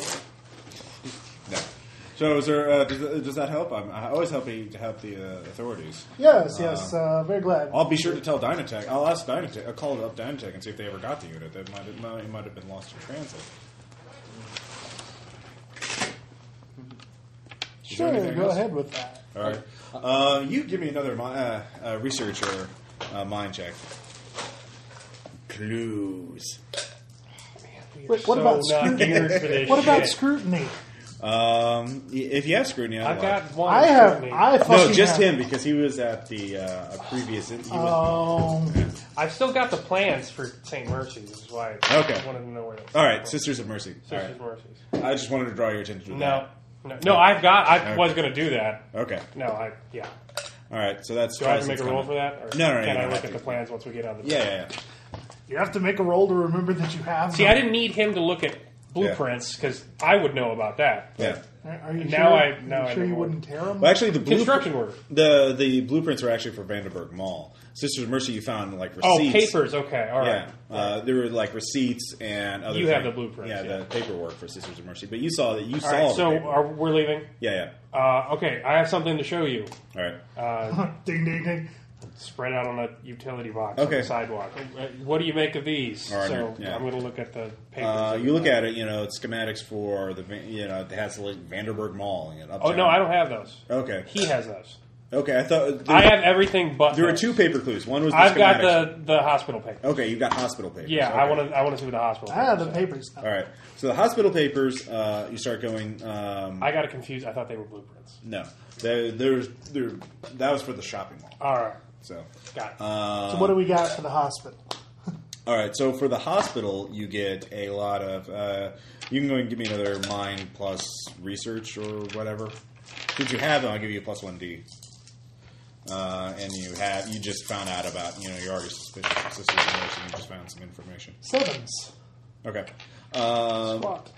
[SPEAKER 1] yeah. So, is there? Uh, does, does that help? I'm, I always help to help the uh, authorities.
[SPEAKER 3] Yes, yes. Uh, very glad.
[SPEAKER 1] I'll be sure to tell Dynatech. I'll ask Dynatech. I'll call up Dynatech and see if they ever got the unit. That might it might, it might have been lost in transit. Is there
[SPEAKER 3] Sure,
[SPEAKER 1] anything
[SPEAKER 3] go
[SPEAKER 1] else?
[SPEAKER 3] ahead with that.
[SPEAKER 1] All right. Uh, you give me another mi- uh, uh, researcher uh, mind check. Clues.
[SPEAKER 3] Wait, what
[SPEAKER 6] so
[SPEAKER 3] about
[SPEAKER 6] not
[SPEAKER 3] scrutiny?
[SPEAKER 6] geared for this
[SPEAKER 3] What about
[SPEAKER 6] shit.
[SPEAKER 3] scrutiny?
[SPEAKER 1] Um, y- if you have scrutiny, I'll
[SPEAKER 6] I've
[SPEAKER 1] allow it.
[SPEAKER 6] got one.
[SPEAKER 3] I have.
[SPEAKER 6] scrutiny.
[SPEAKER 3] I fucking
[SPEAKER 1] No, just
[SPEAKER 3] have-
[SPEAKER 1] him because he was at the uh, a previous. He was,
[SPEAKER 6] Uh,
[SPEAKER 3] Um,
[SPEAKER 6] I've still got the plans for St. Mercy's. Is why I
[SPEAKER 1] Okay.
[SPEAKER 6] wanted to know where. That
[SPEAKER 1] all right, Sisters of Mercy. All
[SPEAKER 6] Sisters
[SPEAKER 1] right.
[SPEAKER 6] of Mercy's.
[SPEAKER 1] I just wanted to draw your attention to
[SPEAKER 6] No, no, no. I've got. I
[SPEAKER 1] Okay.
[SPEAKER 6] was going to do that.
[SPEAKER 1] that. Okay.
[SPEAKER 6] No, I yeah.
[SPEAKER 1] All right. So that's.
[SPEAKER 6] Do I have to
[SPEAKER 1] twice
[SPEAKER 6] make a
[SPEAKER 1] that's
[SPEAKER 6] roll
[SPEAKER 1] coming.
[SPEAKER 6] for that? Or
[SPEAKER 1] No, no, no,
[SPEAKER 6] Can
[SPEAKER 1] you
[SPEAKER 6] I
[SPEAKER 1] don't
[SPEAKER 6] look
[SPEAKER 1] have
[SPEAKER 6] at
[SPEAKER 1] to.
[SPEAKER 6] the plans once we get out of the?
[SPEAKER 1] Yeah, yeah, yeah.
[SPEAKER 3] you have to make a roll to remember that you have.
[SPEAKER 6] See,
[SPEAKER 3] them.
[SPEAKER 6] I didn't need him to look at blueprints because I would know about that.
[SPEAKER 1] Yeah.
[SPEAKER 3] Are are you
[SPEAKER 6] Now
[SPEAKER 3] sure?
[SPEAKER 6] I- now
[SPEAKER 3] Are you
[SPEAKER 6] I
[SPEAKER 3] sure
[SPEAKER 6] know
[SPEAKER 3] you
[SPEAKER 6] what-
[SPEAKER 3] wouldn't tear them?
[SPEAKER 1] Well, actually, the
[SPEAKER 6] Construction
[SPEAKER 1] blueprint-
[SPEAKER 6] work.
[SPEAKER 1] The the blueprints were actually for Vanderburgh Mall. Sisters of Mercy, you found like
[SPEAKER 6] Oh,
[SPEAKER 1] receipts.
[SPEAKER 6] papers. Okay, all right.
[SPEAKER 1] Yeah, uh, there were like receipts and other.
[SPEAKER 6] You have
[SPEAKER 1] thing-
[SPEAKER 6] the blueprints,
[SPEAKER 1] Yeah,
[SPEAKER 6] yeah.
[SPEAKER 1] the paperwork for Sisters of Mercy. But you saw that you saw.
[SPEAKER 6] All right.
[SPEAKER 1] the
[SPEAKER 6] So
[SPEAKER 1] paperwork.
[SPEAKER 6] are, we're leaving.
[SPEAKER 1] yeah,
[SPEAKER 6] Uh, okay, I have something to show you.
[SPEAKER 1] yeah. All right.
[SPEAKER 3] ding ding ding.
[SPEAKER 6] Spread out on a utility box on
[SPEAKER 1] Okay.
[SPEAKER 6] the sidewalk. Uh, What do you make of these?
[SPEAKER 1] All right,
[SPEAKER 6] so
[SPEAKER 1] yeah.
[SPEAKER 6] I'm going to look at the papers.
[SPEAKER 1] Uh, you look at it, you know, it's schematics for the, Van- you know, it has like Vanderburgh Mall. You know,
[SPEAKER 6] oh no, I don't have those.
[SPEAKER 1] Okay.
[SPEAKER 6] He has those.
[SPEAKER 1] Okay, I thought there,
[SPEAKER 6] I have everything but.
[SPEAKER 1] there were
[SPEAKER 6] those.
[SPEAKER 1] two paper clues. One was the
[SPEAKER 6] I've got
[SPEAKER 1] schematics.
[SPEAKER 6] the the hospital paper.
[SPEAKER 1] Okay, you got hospital papers.
[SPEAKER 6] Yeah,
[SPEAKER 1] okay.
[SPEAKER 6] I want to. I want to see what the hospital.
[SPEAKER 3] Ah,
[SPEAKER 6] papers
[SPEAKER 3] the
[SPEAKER 6] are.
[SPEAKER 3] papers.
[SPEAKER 1] All right, so the hospital papers, uh, you start going. Um,
[SPEAKER 6] I got it confused. I thought they were blueprints.
[SPEAKER 1] no, there, there's there. That was for the shopping mall.
[SPEAKER 6] All right,
[SPEAKER 1] So,
[SPEAKER 6] got it.
[SPEAKER 1] Um,
[SPEAKER 3] So what do we got for the hospital?
[SPEAKER 1] all right. So for the hospital, you get a lot of. Uh, you can go and give me another mind plus research or whatever. Since you have them, I'll give you a plus one D. Uh, and you have you just found out about you know you're already suspicious of sisters and nurse, and you just found some information.
[SPEAKER 3] Sevens.
[SPEAKER 1] Okay. Um,
[SPEAKER 3] What?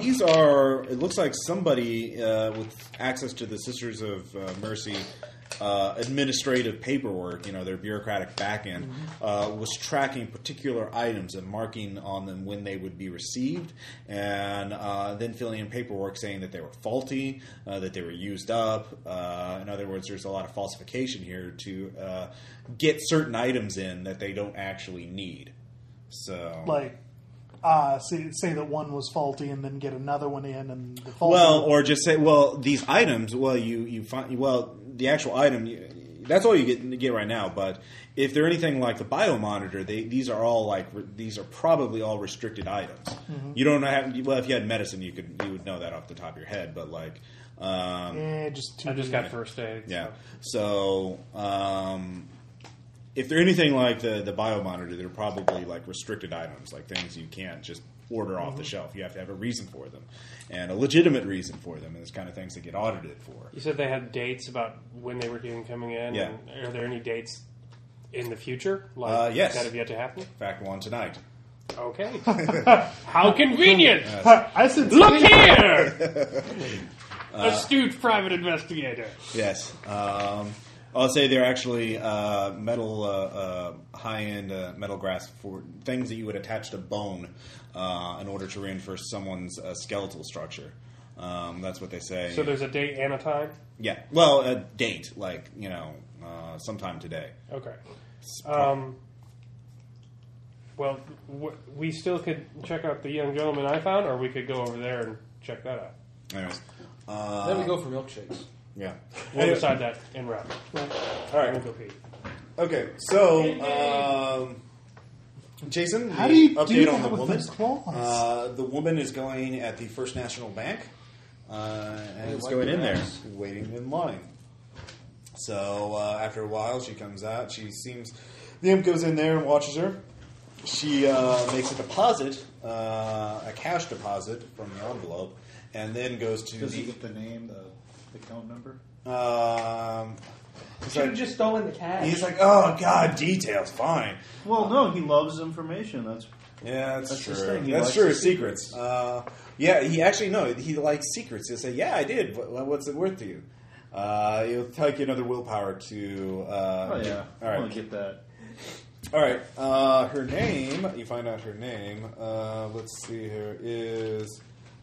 [SPEAKER 1] These are. It looks like somebody uh, with access to the Sisters of uh, Mercy uh, administrative paperwork, you know, their bureaucratic back end, uh, was tracking particular items and marking on them when they would be received, and uh, then filling in paperwork saying that they were faulty, uh, that they were used up. Uh, in other words, there's a lot of falsification here to uh, get certain items in that they don't actually need. So,
[SPEAKER 3] Like, uh, say, say that one was faulty and then get another one in and the faulty.
[SPEAKER 1] Well, or just say, well, these items. Well, you you find well the actual item. You, that's all you get you get right now. But if they're anything like the biomonitor, they these are all like re- these are probably all restricted items. You don't have well if you had medicine, you could you would know that off the top of your head. But like, um,
[SPEAKER 3] eh, just two.
[SPEAKER 6] I just got first aid. so-
[SPEAKER 1] yeah. So um, if they're anything like the the biomonitor, they're probably like restricted items, like things you can't just order off the shelf. You have to have a reason for them, and a legitimate reason for them, and those kind of things that get audited for.
[SPEAKER 6] You said they had dates about when they were doing coming in.
[SPEAKER 1] Yeah.
[SPEAKER 6] And are there any dates in the future? Like
[SPEAKER 1] Uh, yes.
[SPEAKER 6] that have yet to happen.
[SPEAKER 1] In fact, one tonight.
[SPEAKER 6] Okay. How convenient.
[SPEAKER 3] Ha, I said
[SPEAKER 6] Look here,
[SPEAKER 1] Uh,
[SPEAKER 6] astute private investigator.
[SPEAKER 1] Yes. Um, I'll say they're actually uh, metal, uh, uh, high-end uh, metal grasp for things that you would attach to bone uh, in order to reinforce someone's uh, skeletal structure. Um, that's what they say.
[SPEAKER 6] So there's a date and a time.
[SPEAKER 1] Yeah. Well, a date, like, you know, uh, sometime today.
[SPEAKER 6] Okay. Um, well, w- we still could check out the young gentleman I found, or we could go over there and check that out.
[SPEAKER 1] Anyways.
[SPEAKER 4] Oh,
[SPEAKER 9] Then we go for milkshakes.
[SPEAKER 1] Yeah.
[SPEAKER 6] We'll decide that in route.
[SPEAKER 1] All right.
[SPEAKER 6] We'll go pee.
[SPEAKER 1] Okay, so um, Jason,
[SPEAKER 3] How
[SPEAKER 1] the
[SPEAKER 3] do you
[SPEAKER 1] update
[SPEAKER 3] do
[SPEAKER 1] on
[SPEAKER 3] that
[SPEAKER 1] the
[SPEAKER 3] with
[SPEAKER 1] woman.
[SPEAKER 3] those claws?
[SPEAKER 1] Uh, the woman is going at the First National Bank, uh, and
[SPEAKER 4] Hey,
[SPEAKER 1] is
[SPEAKER 4] wipe
[SPEAKER 1] going
[SPEAKER 4] your
[SPEAKER 1] in there,
[SPEAKER 4] ass.
[SPEAKER 1] waiting in line. So uh, after a while, she comes out. She seems the imp goes in there and watches her. She uh, makes a deposit, uh, a cash deposit from the envelope, and then goes to
[SPEAKER 8] Does he
[SPEAKER 1] the.
[SPEAKER 8] get the name, the account number?
[SPEAKER 1] Um, he's
[SPEAKER 7] Should have
[SPEAKER 1] like,
[SPEAKER 7] just stolen the cash.
[SPEAKER 1] he's like, oh god, details, fine.
[SPEAKER 8] Well, no, he loves information. That's
[SPEAKER 1] Yeah, that's,
[SPEAKER 8] That's
[SPEAKER 1] true.
[SPEAKER 8] his thing. He
[SPEAKER 1] That's
[SPEAKER 8] likes
[SPEAKER 1] true.
[SPEAKER 8] his
[SPEAKER 1] Secrets. Uh, yeah, he actually no. He likes secrets. He'll say, "Yeah, I did. What, what's it worth to you?" Uh, it'll take you another willpower to. Uh,
[SPEAKER 8] oh yeah.
[SPEAKER 1] All
[SPEAKER 8] I want
[SPEAKER 1] right.
[SPEAKER 8] to get that.
[SPEAKER 1] All right. Uh, her name. You find out her name. Uh, let's see. Here is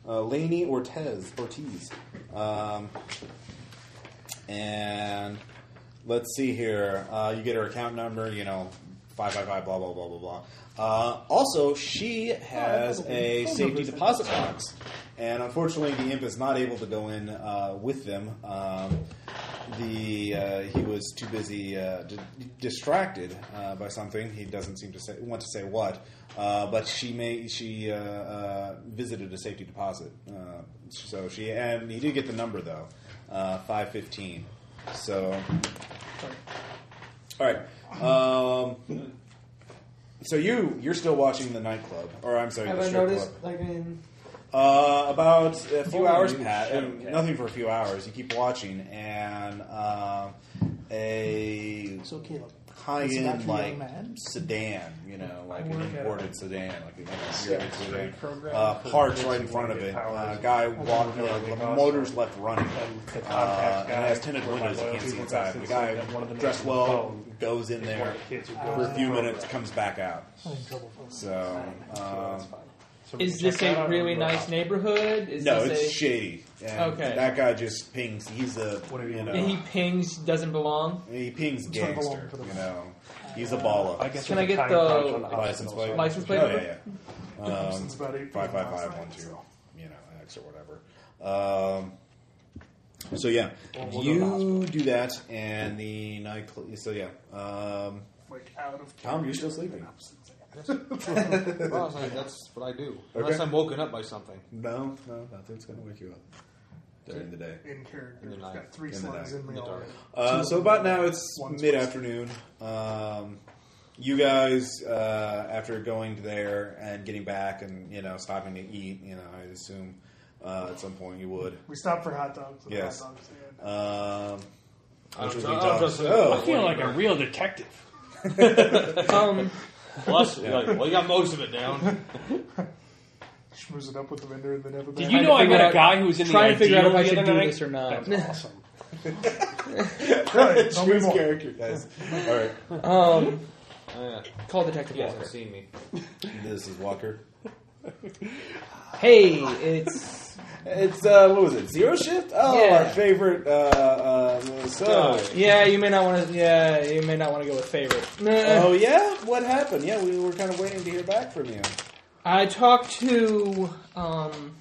[SPEAKER 1] uh, Lainey Ortez. Ortiz. Um, and let's see here. Uh, you get her account number. You know, five five five. Blah blah blah blah blah. Uh, also, she has a safety deposit box, and unfortunately, the imp is not able to go in uh, with them. Um, the uh, he was too busy uh, d- distracted uh, by something. He doesn't seem to say, want to say what. Uh, but she may she uh, uh, visited a safety deposit. Uh, so she and he did get the number though, uh, five fifteen. So all right. Um, so you you're still watching the nightclub, or I'm sorry,
[SPEAKER 7] Have
[SPEAKER 1] the
[SPEAKER 7] I
[SPEAKER 1] strip
[SPEAKER 7] noticed?
[SPEAKER 1] club.
[SPEAKER 7] Like, in,
[SPEAKER 1] Uh, about a few
[SPEAKER 6] Holy
[SPEAKER 1] hours
[SPEAKER 6] shit,
[SPEAKER 1] pass, and
[SPEAKER 6] okay.
[SPEAKER 1] nothing for a few hours. You keep watching, and um a
[SPEAKER 3] So Caleb, It's about
[SPEAKER 1] high-end
[SPEAKER 3] the young
[SPEAKER 1] like
[SPEAKER 3] man.
[SPEAKER 1] sedan, you know, like an
[SPEAKER 7] work at-
[SPEAKER 1] imported sedan, like an imported sedan,
[SPEAKER 6] program
[SPEAKER 1] uh,
[SPEAKER 6] for
[SPEAKER 1] parked
[SPEAKER 6] kids
[SPEAKER 1] right in
[SPEAKER 6] who
[SPEAKER 1] front of
[SPEAKER 6] wanna get
[SPEAKER 1] it.
[SPEAKER 6] powers.
[SPEAKER 1] Uh, guy walked,
[SPEAKER 6] know
[SPEAKER 1] uh,
[SPEAKER 6] what
[SPEAKER 1] the
[SPEAKER 6] they cost.
[SPEAKER 1] motor's left running,
[SPEAKER 6] the contacts
[SPEAKER 1] uh, and it
[SPEAKER 6] guy
[SPEAKER 1] has tinted
[SPEAKER 6] for my
[SPEAKER 1] windows. You can't
[SPEAKER 6] loyalty
[SPEAKER 1] see
[SPEAKER 6] with
[SPEAKER 1] inside.
[SPEAKER 6] us
[SPEAKER 1] The
[SPEAKER 6] is
[SPEAKER 1] guy
[SPEAKER 6] that one of the
[SPEAKER 1] dressed
[SPEAKER 6] men on the
[SPEAKER 1] well
[SPEAKER 6] phone
[SPEAKER 1] goes in
[SPEAKER 6] One of
[SPEAKER 1] there
[SPEAKER 6] the kids who
[SPEAKER 1] for
[SPEAKER 6] goes
[SPEAKER 7] Uh,
[SPEAKER 1] a few
[SPEAKER 6] to the
[SPEAKER 1] minutes,
[SPEAKER 6] program.
[SPEAKER 1] comes back out.
[SPEAKER 3] I'm in trouble for this.
[SPEAKER 1] So. Um,
[SPEAKER 6] So we
[SPEAKER 7] is
[SPEAKER 6] can
[SPEAKER 7] this
[SPEAKER 6] check that
[SPEAKER 7] a
[SPEAKER 6] out
[SPEAKER 7] really
[SPEAKER 6] and go
[SPEAKER 7] nice
[SPEAKER 6] out.
[SPEAKER 7] neighborhood? Is
[SPEAKER 1] No,
[SPEAKER 7] this
[SPEAKER 1] it's
[SPEAKER 7] a,
[SPEAKER 1] shady. And
[SPEAKER 7] Okay.
[SPEAKER 1] That guy just pings. He's a you know
[SPEAKER 7] and he pings doesn't belong.
[SPEAKER 1] he pings
[SPEAKER 3] Sort of a long
[SPEAKER 1] gangster.
[SPEAKER 3] put up.
[SPEAKER 1] You know, he's a baller.
[SPEAKER 6] I guess
[SPEAKER 7] Can I
[SPEAKER 6] it's a
[SPEAKER 7] get
[SPEAKER 6] time
[SPEAKER 7] the
[SPEAKER 6] crunch on house
[SPEAKER 1] license
[SPEAKER 6] also.
[SPEAKER 1] plate.
[SPEAKER 7] License plate
[SPEAKER 1] Oh,
[SPEAKER 7] number?
[SPEAKER 1] yeah, yeah. Um,
[SPEAKER 3] Since about 8
[SPEAKER 1] five five
[SPEAKER 3] last
[SPEAKER 1] five
[SPEAKER 3] night,
[SPEAKER 1] one two.
[SPEAKER 3] so.
[SPEAKER 1] You know, X or whatever. Um, so yeah,
[SPEAKER 6] we'll go to the
[SPEAKER 1] you do that, and the night. cl- So yeah, um,
[SPEAKER 3] Like out of
[SPEAKER 1] Tom, you're still sleeping.
[SPEAKER 4] Well, I was like, that's what I do.
[SPEAKER 1] Okay.
[SPEAKER 4] Unless I'm woken up by something.
[SPEAKER 1] No, no, nothing's gonna wake you up during the day.
[SPEAKER 3] in character.
[SPEAKER 4] In the
[SPEAKER 3] I've
[SPEAKER 4] night.
[SPEAKER 3] got three
[SPEAKER 1] In the
[SPEAKER 3] slugs
[SPEAKER 1] night.
[SPEAKER 3] in
[SPEAKER 4] In
[SPEAKER 3] me
[SPEAKER 4] the dark.
[SPEAKER 3] already.
[SPEAKER 1] Uh, so about now it's
[SPEAKER 3] One's
[SPEAKER 1] mid afternoon. Um, you guys, uh, after going there and getting back, and you know stopping to eat, you know I assume uh, at some point you would.
[SPEAKER 3] We stopped for hot dogs. and
[SPEAKER 1] Yes.
[SPEAKER 3] Hot dogs stand.
[SPEAKER 1] Um,
[SPEAKER 4] I
[SPEAKER 1] which
[SPEAKER 4] don't
[SPEAKER 1] would be
[SPEAKER 4] know.
[SPEAKER 1] tough.
[SPEAKER 4] I don't trust
[SPEAKER 1] Oh.
[SPEAKER 4] it.
[SPEAKER 6] I feel like a real detective.
[SPEAKER 7] Um,
[SPEAKER 4] Plus, you're like, well, you got most of it down.
[SPEAKER 3] Schmooze it up with the vendor and then have a
[SPEAKER 6] Did
[SPEAKER 3] bad-
[SPEAKER 6] you
[SPEAKER 7] to
[SPEAKER 6] know I
[SPEAKER 7] figure
[SPEAKER 6] met a
[SPEAKER 7] out-
[SPEAKER 6] guy who was in the
[SPEAKER 7] trying to figure out
[SPEAKER 6] Ideal
[SPEAKER 7] if I
[SPEAKER 6] the
[SPEAKER 7] should
[SPEAKER 6] other
[SPEAKER 7] do
[SPEAKER 6] night?
[SPEAKER 7] this or not.
[SPEAKER 6] That's awesome.
[SPEAKER 3] Right, tell me
[SPEAKER 1] Choose
[SPEAKER 3] more.
[SPEAKER 1] character, guys. All right,
[SPEAKER 7] um,
[SPEAKER 4] Oh, Yeah.
[SPEAKER 7] call Detective
[SPEAKER 4] You guys
[SPEAKER 7] Walker.
[SPEAKER 4] have seen me.
[SPEAKER 1] this is Walker.
[SPEAKER 7] Hey, it's
[SPEAKER 1] It's uh, what was it? Zero shift. Oh, our
[SPEAKER 7] Yeah.
[SPEAKER 1] favorite. Uh, uh, so.
[SPEAKER 4] Guy.
[SPEAKER 7] yeah. You may not want to. Yeah, you may not want to go with favorite. Um,
[SPEAKER 1] Oh yeah, what happened? Yeah, we were kind of waiting to hear back from you.
[SPEAKER 7] I talked to um,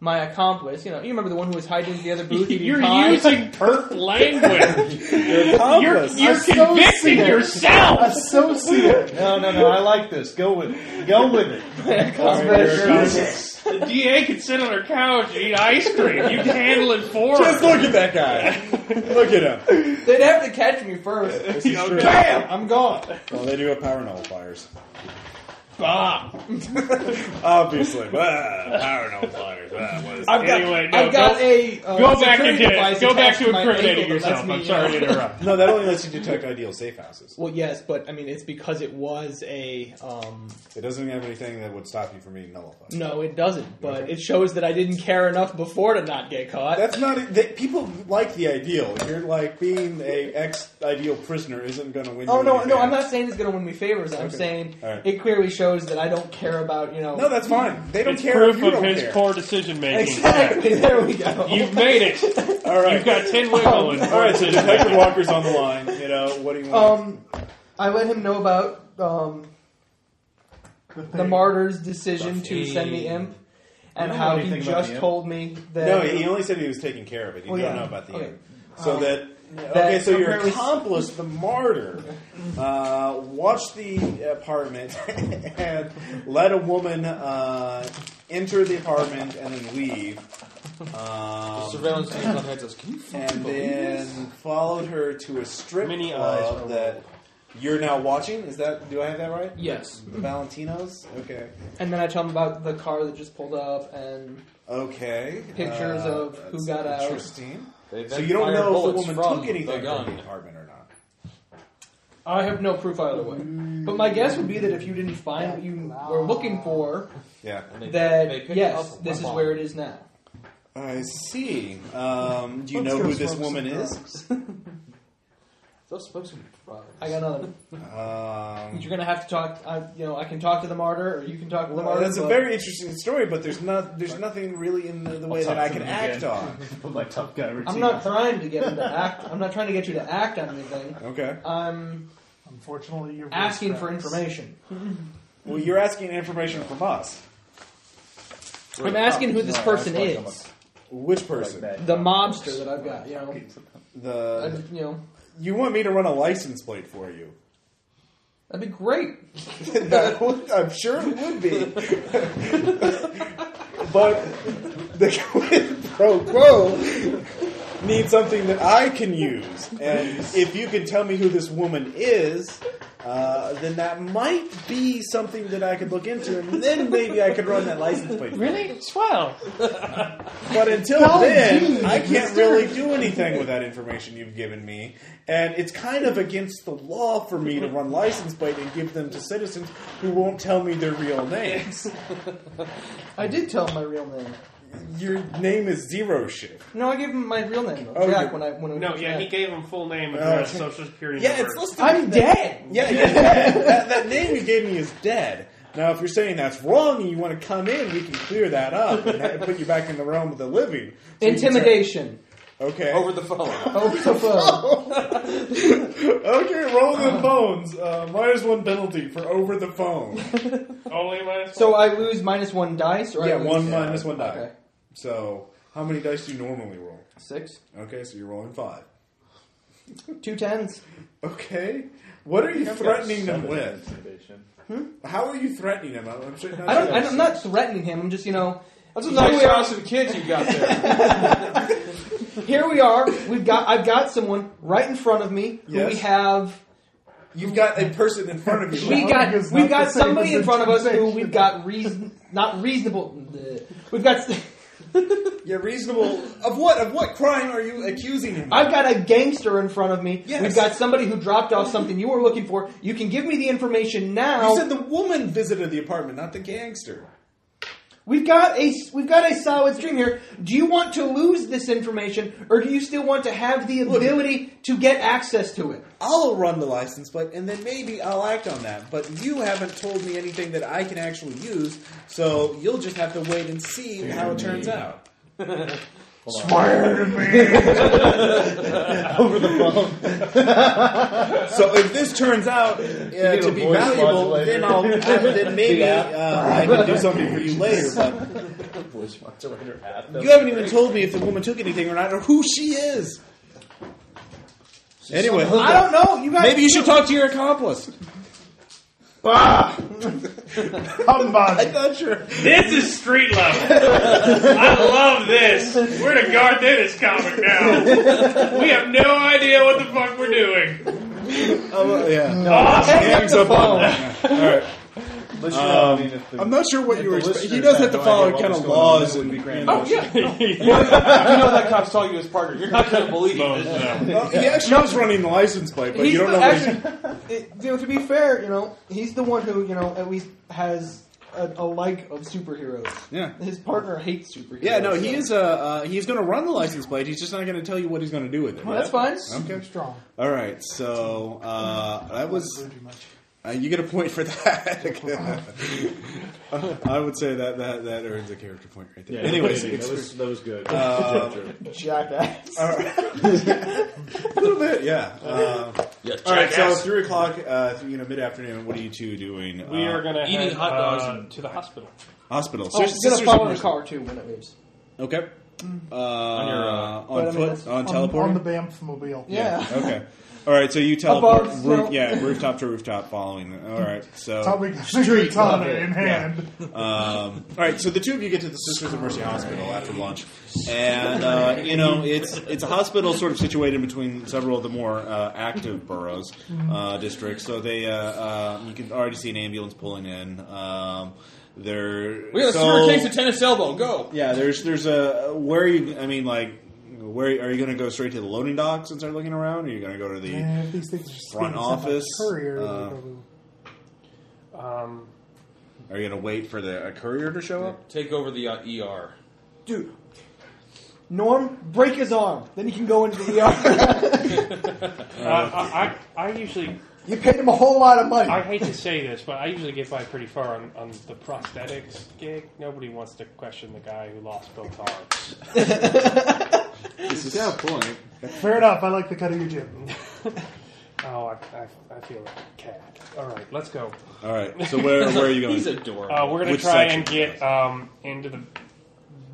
[SPEAKER 7] my accomplice. You know, you remember the one who was hiding in the other booth eating
[SPEAKER 6] You're
[SPEAKER 7] pie?
[SPEAKER 6] using perf language. you're
[SPEAKER 1] Accomplice.
[SPEAKER 6] you're convicting
[SPEAKER 3] Associate.
[SPEAKER 6] yourself.
[SPEAKER 3] Associate.
[SPEAKER 8] No, no, no. I like this. Go with it. Go with it.
[SPEAKER 6] The DA can sit on her couch and eat ice cream. You can handle it for
[SPEAKER 1] Just
[SPEAKER 6] her.
[SPEAKER 1] look at that guy. look at him.
[SPEAKER 7] They'd have to catch me first.
[SPEAKER 1] This is true.
[SPEAKER 6] Bam!
[SPEAKER 7] I'm gone.
[SPEAKER 1] Well, they do have power nullifiers.
[SPEAKER 6] Bah.
[SPEAKER 1] Obviously. Ah, power nullifiers. That was.
[SPEAKER 7] I've got,
[SPEAKER 6] Anyway, no,
[SPEAKER 7] I've got
[SPEAKER 6] go-
[SPEAKER 7] a uh,
[SPEAKER 6] Go back
[SPEAKER 7] security
[SPEAKER 6] and get
[SPEAKER 7] device
[SPEAKER 6] it. Go back
[SPEAKER 7] attached
[SPEAKER 6] to
[SPEAKER 7] my
[SPEAKER 6] incriminating
[SPEAKER 7] ankle that lets
[SPEAKER 6] yourself.
[SPEAKER 7] me,
[SPEAKER 6] I'm sorry to
[SPEAKER 7] uh,
[SPEAKER 6] interrupt.
[SPEAKER 1] No, that only lets you detect ideal safe houses.
[SPEAKER 7] Well, yes, but I mean, it's because it was a. Um,
[SPEAKER 1] It doesn't have anything that would stop you from being nullified.
[SPEAKER 7] no, it doesn't. But it shows that I didn't care enough before to not get caught.
[SPEAKER 1] That's not. it- That, people like the ideal. You're like being a ex ideal prisoner isn't going to win.
[SPEAKER 7] Oh
[SPEAKER 1] you
[SPEAKER 7] no,
[SPEAKER 1] anything.
[SPEAKER 7] no, I'm not saying it's going to win me favors. I'm
[SPEAKER 1] Okay.
[SPEAKER 7] saying
[SPEAKER 1] All right.
[SPEAKER 7] it clearly shows that I don't care about you know.
[SPEAKER 1] No, that's fine. They don't
[SPEAKER 6] It's
[SPEAKER 1] care.
[SPEAKER 6] proof
[SPEAKER 1] if you
[SPEAKER 6] of
[SPEAKER 1] don't
[SPEAKER 6] his
[SPEAKER 1] care.
[SPEAKER 6] poor decision making.
[SPEAKER 7] exactly. There we go.
[SPEAKER 6] You've made it.
[SPEAKER 1] All right.
[SPEAKER 6] You've got ten wiggle and
[SPEAKER 1] All
[SPEAKER 6] poor
[SPEAKER 1] right. So
[SPEAKER 6] decision
[SPEAKER 1] Detective
[SPEAKER 6] making.
[SPEAKER 1] Walker's on the line. You know what do you want?
[SPEAKER 7] Um, I let him know about um, the martyr's decision to send me imp, and
[SPEAKER 8] know
[SPEAKER 7] how he
[SPEAKER 8] anything about the
[SPEAKER 7] just
[SPEAKER 8] imp.
[SPEAKER 7] told me that.
[SPEAKER 1] no, he only said he was taking care of it. He
[SPEAKER 7] Well,
[SPEAKER 1] don't
[SPEAKER 7] yeah.
[SPEAKER 1] know about the
[SPEAKER 7] Okay.
[SPEAKER 1] end. So
[SPEAKER 7] Um,
[SPEAKER 1] that Okay, so your
[SPEAKER 5] apparently-
[SPEAKER 1] accomplice, the martyr, uh, watched the apartment and let a woman uh, enter the apartment and then leave.
[SPEAKER 4] The
[SPEAKER 1] Um,
[SPEAKER 4] surveillance team on heads says, "Can you fucking
[SPEAKER 1] and
[SPEAKER 4] believe
[SPEAKER 1] then
[SPEAKER 4] this?"
[SPEAKER 1] followed her to a strip
[SPEAKER 6] Many eyes
[SPEAKER 1] club
[SPEAKER 6] are
[SPEAKER 1] that you're now watching. Is that do I have that right?
[SPEAKER 5] Yes.
[SPEAKER 1] The Valentino's. Okay.
[SPEAKER 5] And then I tell them about the car that just pulled up and
[SPEAKER 1] Okay.
[SPEAKER 5] Pictures
[SPEAKER 1] Uh,
[SPEAKER 5] of who
[SPEAKER 1] that's
[SPEAKER 5] got out.
[SPEAKER 1] Interesting.
[SPEAKER 4] They
[SPEAKER 1] So
[SPEAKER 4] then
[SPEAKER 1] you don't
[SPEAKER 4] fired
[SPEAKER 1] know if the
[SPEAKER 4] bullets
[SPEAKER 1] woman
[SPEAKER 4] from
[SPEAKER 1] took anything
[SPEAKER 4] the
[SPEAKER 1] from
[SPEAKER 4] gun.
[SPEAKER 1] the apartment or not.
[SPEAKER 5] I have no proof either way. But my guess would be that if you didn't find what you were looking for,
[SPEAKER 1] Yeah.
[SPEAKER 4] And they- they
[SPEAKER 5] that
[SPEAKER 4] picked
[SPEAKER 5] yes,
[SPEAKER 4] up a
[SPEAKER 5] this is
[SPEAKER 4] weapon.
[SPEAKER 5] where it is now.
[SPEAKER 1] I see. Um, do you
[SPEAKER 3] Let's
[SPEAKER 1] know
[SPEAKER 3] go
[SPEAKER 1] who this
[SPEAKER 3] smoke
[SPEAKER 1] woman
[SPEAKER 3] some
[SPEAKER 1] is?
[SPEAKER 3] drugs.
[SPEAKER 4] Those folks are drugs.
[SPEAKER 5] I got another.
[SPEAKER 1] Um,
[SPEAKER 5] You're gonna have to talk. I, you know, I can talk to the martyr, or you can talk to the
[SPEAKER 1] well,
[SPEAKER 5] martyr.
[SPEAKER 1] that's a
[SPEAKER 5] but-
[SPEAKER 1] very interesting story, but there's not there's nothing really in the, the way that I can act on.
[SPEAKER 8] Put my tough guy routine.
[SPEAKER 5] I'm not trying to get him to act. I'm not trying to get you to act on anything.
[SPEAKER 1] Okay.
[SPEAKER 5] I'm
[SPEAKER 3] Unfortunately, you're
[SPEAKER 5] asking for information.
[SPEAKER 1] Well, you're asking information from us.
[SPEAKER 5] I'm asking who this
[SPEAKER 8] No,
[SPEAKER 5] person
[SPEAKER 8] that's like I'm
[SPEAKER 5] is.
[SPEAKER 1] Which
[SPEAKER 8] Like
[SPEAKER 1] person?
[SPEAKER 8] that.
[SPEAKER 5] The mobster that I've got. You know, I,
[SPEAKER 1] The
[SPEAKER 5] just- you know,
[SPEAKER 1] you want me to run a license plate for you?
[SPEAKER 5] that'd be great.
[SPEAKER 1] that would, I'm sure it would be. but the quid pro quo needs something that I can use. And if you can tell me who this woman is, uh, then that might be something that I could look into, and then maybe I could run that license plate.
[SPEAKER 6] Really? Swell.
[SPEAKER 1] But until then, I can't really do anything with that information you've given me. And it's kind of against the law for me to run license plate and give them to citizens who won't tell me their real names.
[SPEAKER 5] I did tell him my real name.
[SPEAKER 1] Your name is Zero Shift.
[SPEAKER 5] No, I gave him my real name.
[SPEAKER 1] Oh,
[SPEAKER 5] Though, Jack.
[SPEAKER 1] you-
[SPEAKER 5] When I when I
[SPEAKER 6] No, yeah, he gave him full name, address, social security
[SPEAKER 1] Uh, Yeah,
[SPEAKER 6] number.
[SPEAKER 1] it's listed.
[SPEAKER 5] I'm dead.
[SPEAKER 1] Yeah, yeah, that, that, that name you gave me is dead. Now, if you're saying that's wrong and you want to come in, we can clear that up and ha- put you back in the realm of the living. So you can start-
[SPEAKER 5] Intimidation Oh,
[SPEAKER 1] Okay.
[SPEAKER 4] over the phone.
[SPEAKER 5] over the phone.
[SPEAKER 1] Okay, roll the phones. Uh, minus one penalty for over the phone.
[SPEAKER 6] Only my
[SPEAKER 5] So I lose minus one dice, or I
[SPEAKER 1] Yeah,
[SPEAKER 5] lose-
[SPEAKER 1] one minus one die.
[SPEAKER 5] Okay.
[SPEAKER 1] So, how many dice do you normally roll?
[SPEAKER 5] six,
[SPEAKER 1] Okay, so you're rolling five.
[SPEAKER 5] two tens.
[SPEAKER 1] Okay, what are you
[SPEAKER 8] I've got
[SPEAKER 1] threatening them
[SPEAKER 8] seven
[SPEAKER 1] with?
[SPEAKER 8] intimidation.
[SPEAKER 1] How are you threatening them? I'm, I'm sure not
[SPEAKER 5] I don't.
[SPEAKER 1] sure.
[SPEAKER 5] I don't- I'm not threatening him. I'm just you know.
[SPEAKER 4] That's
[SPEAKER 5] another
[SPEAKER 4] another
[SPEAKER 5] way-
[SPEAKER 4] shot some kids you got there.
[SPEAKER 5] Here we are. We've got. I've got someone right in front of me. Who
[SPEAKER 1] Yes.
[SPEAKER 5] we have.
[SPEAKER 1] You've got a person in front of you.
[SPEAKER 5] We
[SPEAKER 1] How-
[SPEAKER 5] got.
[SPEAKER 3] is
[SPEAKER 5] We've
[SPEAKER 3] not the
[SPEAKER 5] got
[SPEAKER 3] same
[SPEAKER 5] somebody
[SPEAKER 3] as
[SPEAKER 5] in front of us who
[SPEAKER 3] intimidation.
[SPEAKER 5] we've got reason. Not reasonable. bleh. We've got. s-
[SPEAKER 1] You're reasonable. Of what? Of what crime are you accusing him?
[SPEAKER 5] I've
[SPEAKER 1] of?
[SPEAKER 5] got a gangster in front of me.
[SPEAKER 1] Yes.
[SPEAKER 5] We've got somebody who dropped off something you were looking for. You can give me the information now.
[SPEAKER 1] You said the woman visited the apartment, not the gangster.
[SPEAKER 5] We've got a we've got a solid stream here. Do you want to lose this information, or do you still want to have the ability to get access to it?
[SPEAKER 1] I'll run the license plate, and then maybe I'll act on that. But you haven't told me anything that I can actually use, so you'll just have to wait and see how it turns out.
[SPEAKER 8] Over the phone.
[SPEAKER 1] So if this turns out uh, to
[SPEAKER 8] a
[SPEAKER 1] be
[SPEAKER 8] voice
[SPEAKER 1] valuable,
[SPEAKER 8] modulator.
[SPEAKER 1] then I'll uh, then maybe
[SPEAKER 8] Yeah.
[SPEAKER 1] uh, I can do something for you later. But
[SPEAKER 8] Voice modulator app.
[SPEAKER 1] you haven't even told me if the woman took anything or not, or who she is. Anyway,
[SPEAKER 5] I don't know. You guys,
[SPEAKER 1] maybe you should talk to your accomplice. I'm
[SPEAKER 3] Humbug.
[SPEAKER 1] not sure.
[SPEAKER 6] This is street level. I love this. We're gonna guard through this comic now. We have no idea what the fuck we're doing.
[SPEAKER 1] Oh, yeah.
[SPEAKER 6] Awesome.
[SPEAKER 5] Hang up the phone.
[SPEAKER 1] All right.
[SPEAKER 8] But you know, I mean, if the,
[SPEAKER 1] I'm not sure what
[SPEAKER 8] if
[SPEAKER 1] you
[SPEAKER 8] the
[SPEAKER 1] were. Expect- he
[SPEAKER 8] listeners
[SPEAKER 1] does
[SPEAKER 8] had
[SPEAKER 1] have to
[SPEAKER 8] no
[SPEAKER 1] follow
[SPEAKER 8] idea what
[SPEAKER 1] kind
[SPEAKER 8] was
[SPEAKER 1] of
[SPEAKER 8] going on,
[SPEAKER 1] laws
[SPEAKER 8] it would
[SPEAKER 1] and.
[SPEAKER 8] be grand.
[SPEAKER 1] and-
[SPEAKER 4] you know that cop saw you as partner. You're not going to believe this.
[SPEAKER 1] Oh, he actually is running the license plate, but you
[SPEAKER 5] He's
[SPEAKER 1] don't
[SPEAKER 5] the-
[SPEAKER 1] know. what he's-
[SPEAKER 5] actually, it- you know, to be fair, you know, he's the one who, you know, at least has a, a like of superheroes.
[SPEAKER 1] Yeah.
[SPEAKER 5] His partner hates superheroes.
[SPEAKER 1] Yeah, no, he
[SPEAKER 5] so-
[SPEAKER 1] is. Uh, uh, he's going to run the license plate. He's just not going to tell you what he's going to do with it.
[SPEAKER 5] Well, that's fine.
[SPEAKER 1] Okay.
[SPEAKER 3] Strong.
[SPEAKER 1] All right. So uh, that was.
[SPEAKER 3] Grew too much.
[SPEAKER 1] Uh, you get a point for that. I would say that that that earns a character point right there.
[SPEAKER 8] Yeah,
[SPEAKER 1] Anyways,
[SPEAKER 8] that
[SPEAKER 1] it's-
[SPEAKER 8] was, that was good.
[SPEAKER 5] Jackass.
[SPEAKER 1] a little bit, yeah. Um, all right. So three o'clock, uh, th- you know, mid afternoon. What are you two doing?
[SPEAKER 6] We
[SPEAKER 1] Uh,
[SPEAKER 6] are gonna
[SPEAKER 4] Eating
[SPEAKER 6] head,
[SPEAKER 4] hot dogs
[SPEAKER 6] uh,
[SPEAKER 4] and-
[SPEAKER 6] to the hospital.
[SPEAKER 1] hospital.
[SPEAKER 5] Oh,
[SPEAKER 1] Sis-
[SPEAKER 5] he's gonna
[SPEAKER 1] sisters
[SPEAKER 5] follow
[SPEAKER 1] of
[SPEAKER 5] in the
[SPEAKER 1] mercy.
[SPEAKER 5] car too when it leaves.
[SPEAKER 1] Okay. Uh, on
[SPEAKER 4] your, uh,
[SPEAKER 1] on foot, on, teleport.
[SPEAKER 3] On the Banff mobile.
[SPEAKER 7] Yeah.
[SPEAKER 1] okay. All right, so you teleport,
[SPEAKER 7] Above,
[SPEAKER 1] roof,
[SPEAKER 7] so-
[SPEAKER 1] yeah, rooftop to rooftop, following. The, all right, so
[SPEAKER 3] That's how we got Street
[SPEAKER 9] level.
[SPEAKER 3] in hand.
[SPEAKER 1] Um, all right, so the two of you get to the Sisters of Mercy Hospital after lunch, and uh, you know it's it's a hospital sort of situated between several of the more uh, active boroughs uh, districts. So they uh, uh, you can already see an ambulance pulling in. Um, they're
[SPEAKER 4] We got a
[SPEAKER 1] so-
[SPEAKER 4] sewer case of tennis elbow. Go.
[SPEAKER 1] yeah, there's there's a where are you? I mean, like where are you going to go straight to the loading docks and start looking around? Or are you going to go to the?
[SPEAKER 3] Yeah, if these things are just
[SPEAKER 1] front
[SPEAKER 3] being sent by
[SPEAKER 1] office,
[SPEAKER 3] courier,
[SPEAKER 1] uh,
[SPEAKER 3] they probably-
[SPEAKER 6] Um,
[SPEAKER 1] Are you going to wait for the a courier to show up?
[SPEAKER 4] Take over the uh, ER.
[SPEAKER 7] Dude. Norm, break his arm. Then you can go into the ER.
[SPEAKER 6] uh, I, I, I usually,
[SPEAKER 7] you paid him a whole lot of money.
[SPEAKER 6] I hate to say this, but I usually get by pretty far on, on the prosthetics gig. Nobody wants to question the guy who lost both arms.
[SPEAKER 1] This is yeah, point.
[SPEAKER 3] Fair enough. I like the cut of your jib.
[SPEAKER 6] Oh, I, I, I feel like a cat. All right, let's go.
[SPEAKER 1] All right, so where where are you going?
[SPEAKER 4] He's adorable.
[SPEAKER 6] Uh, we're going
[SPEAKER 1] Which
[SPEAKER 6] to try
[SPEAKER 1] section?
[SPEAKER 6] and get um, into the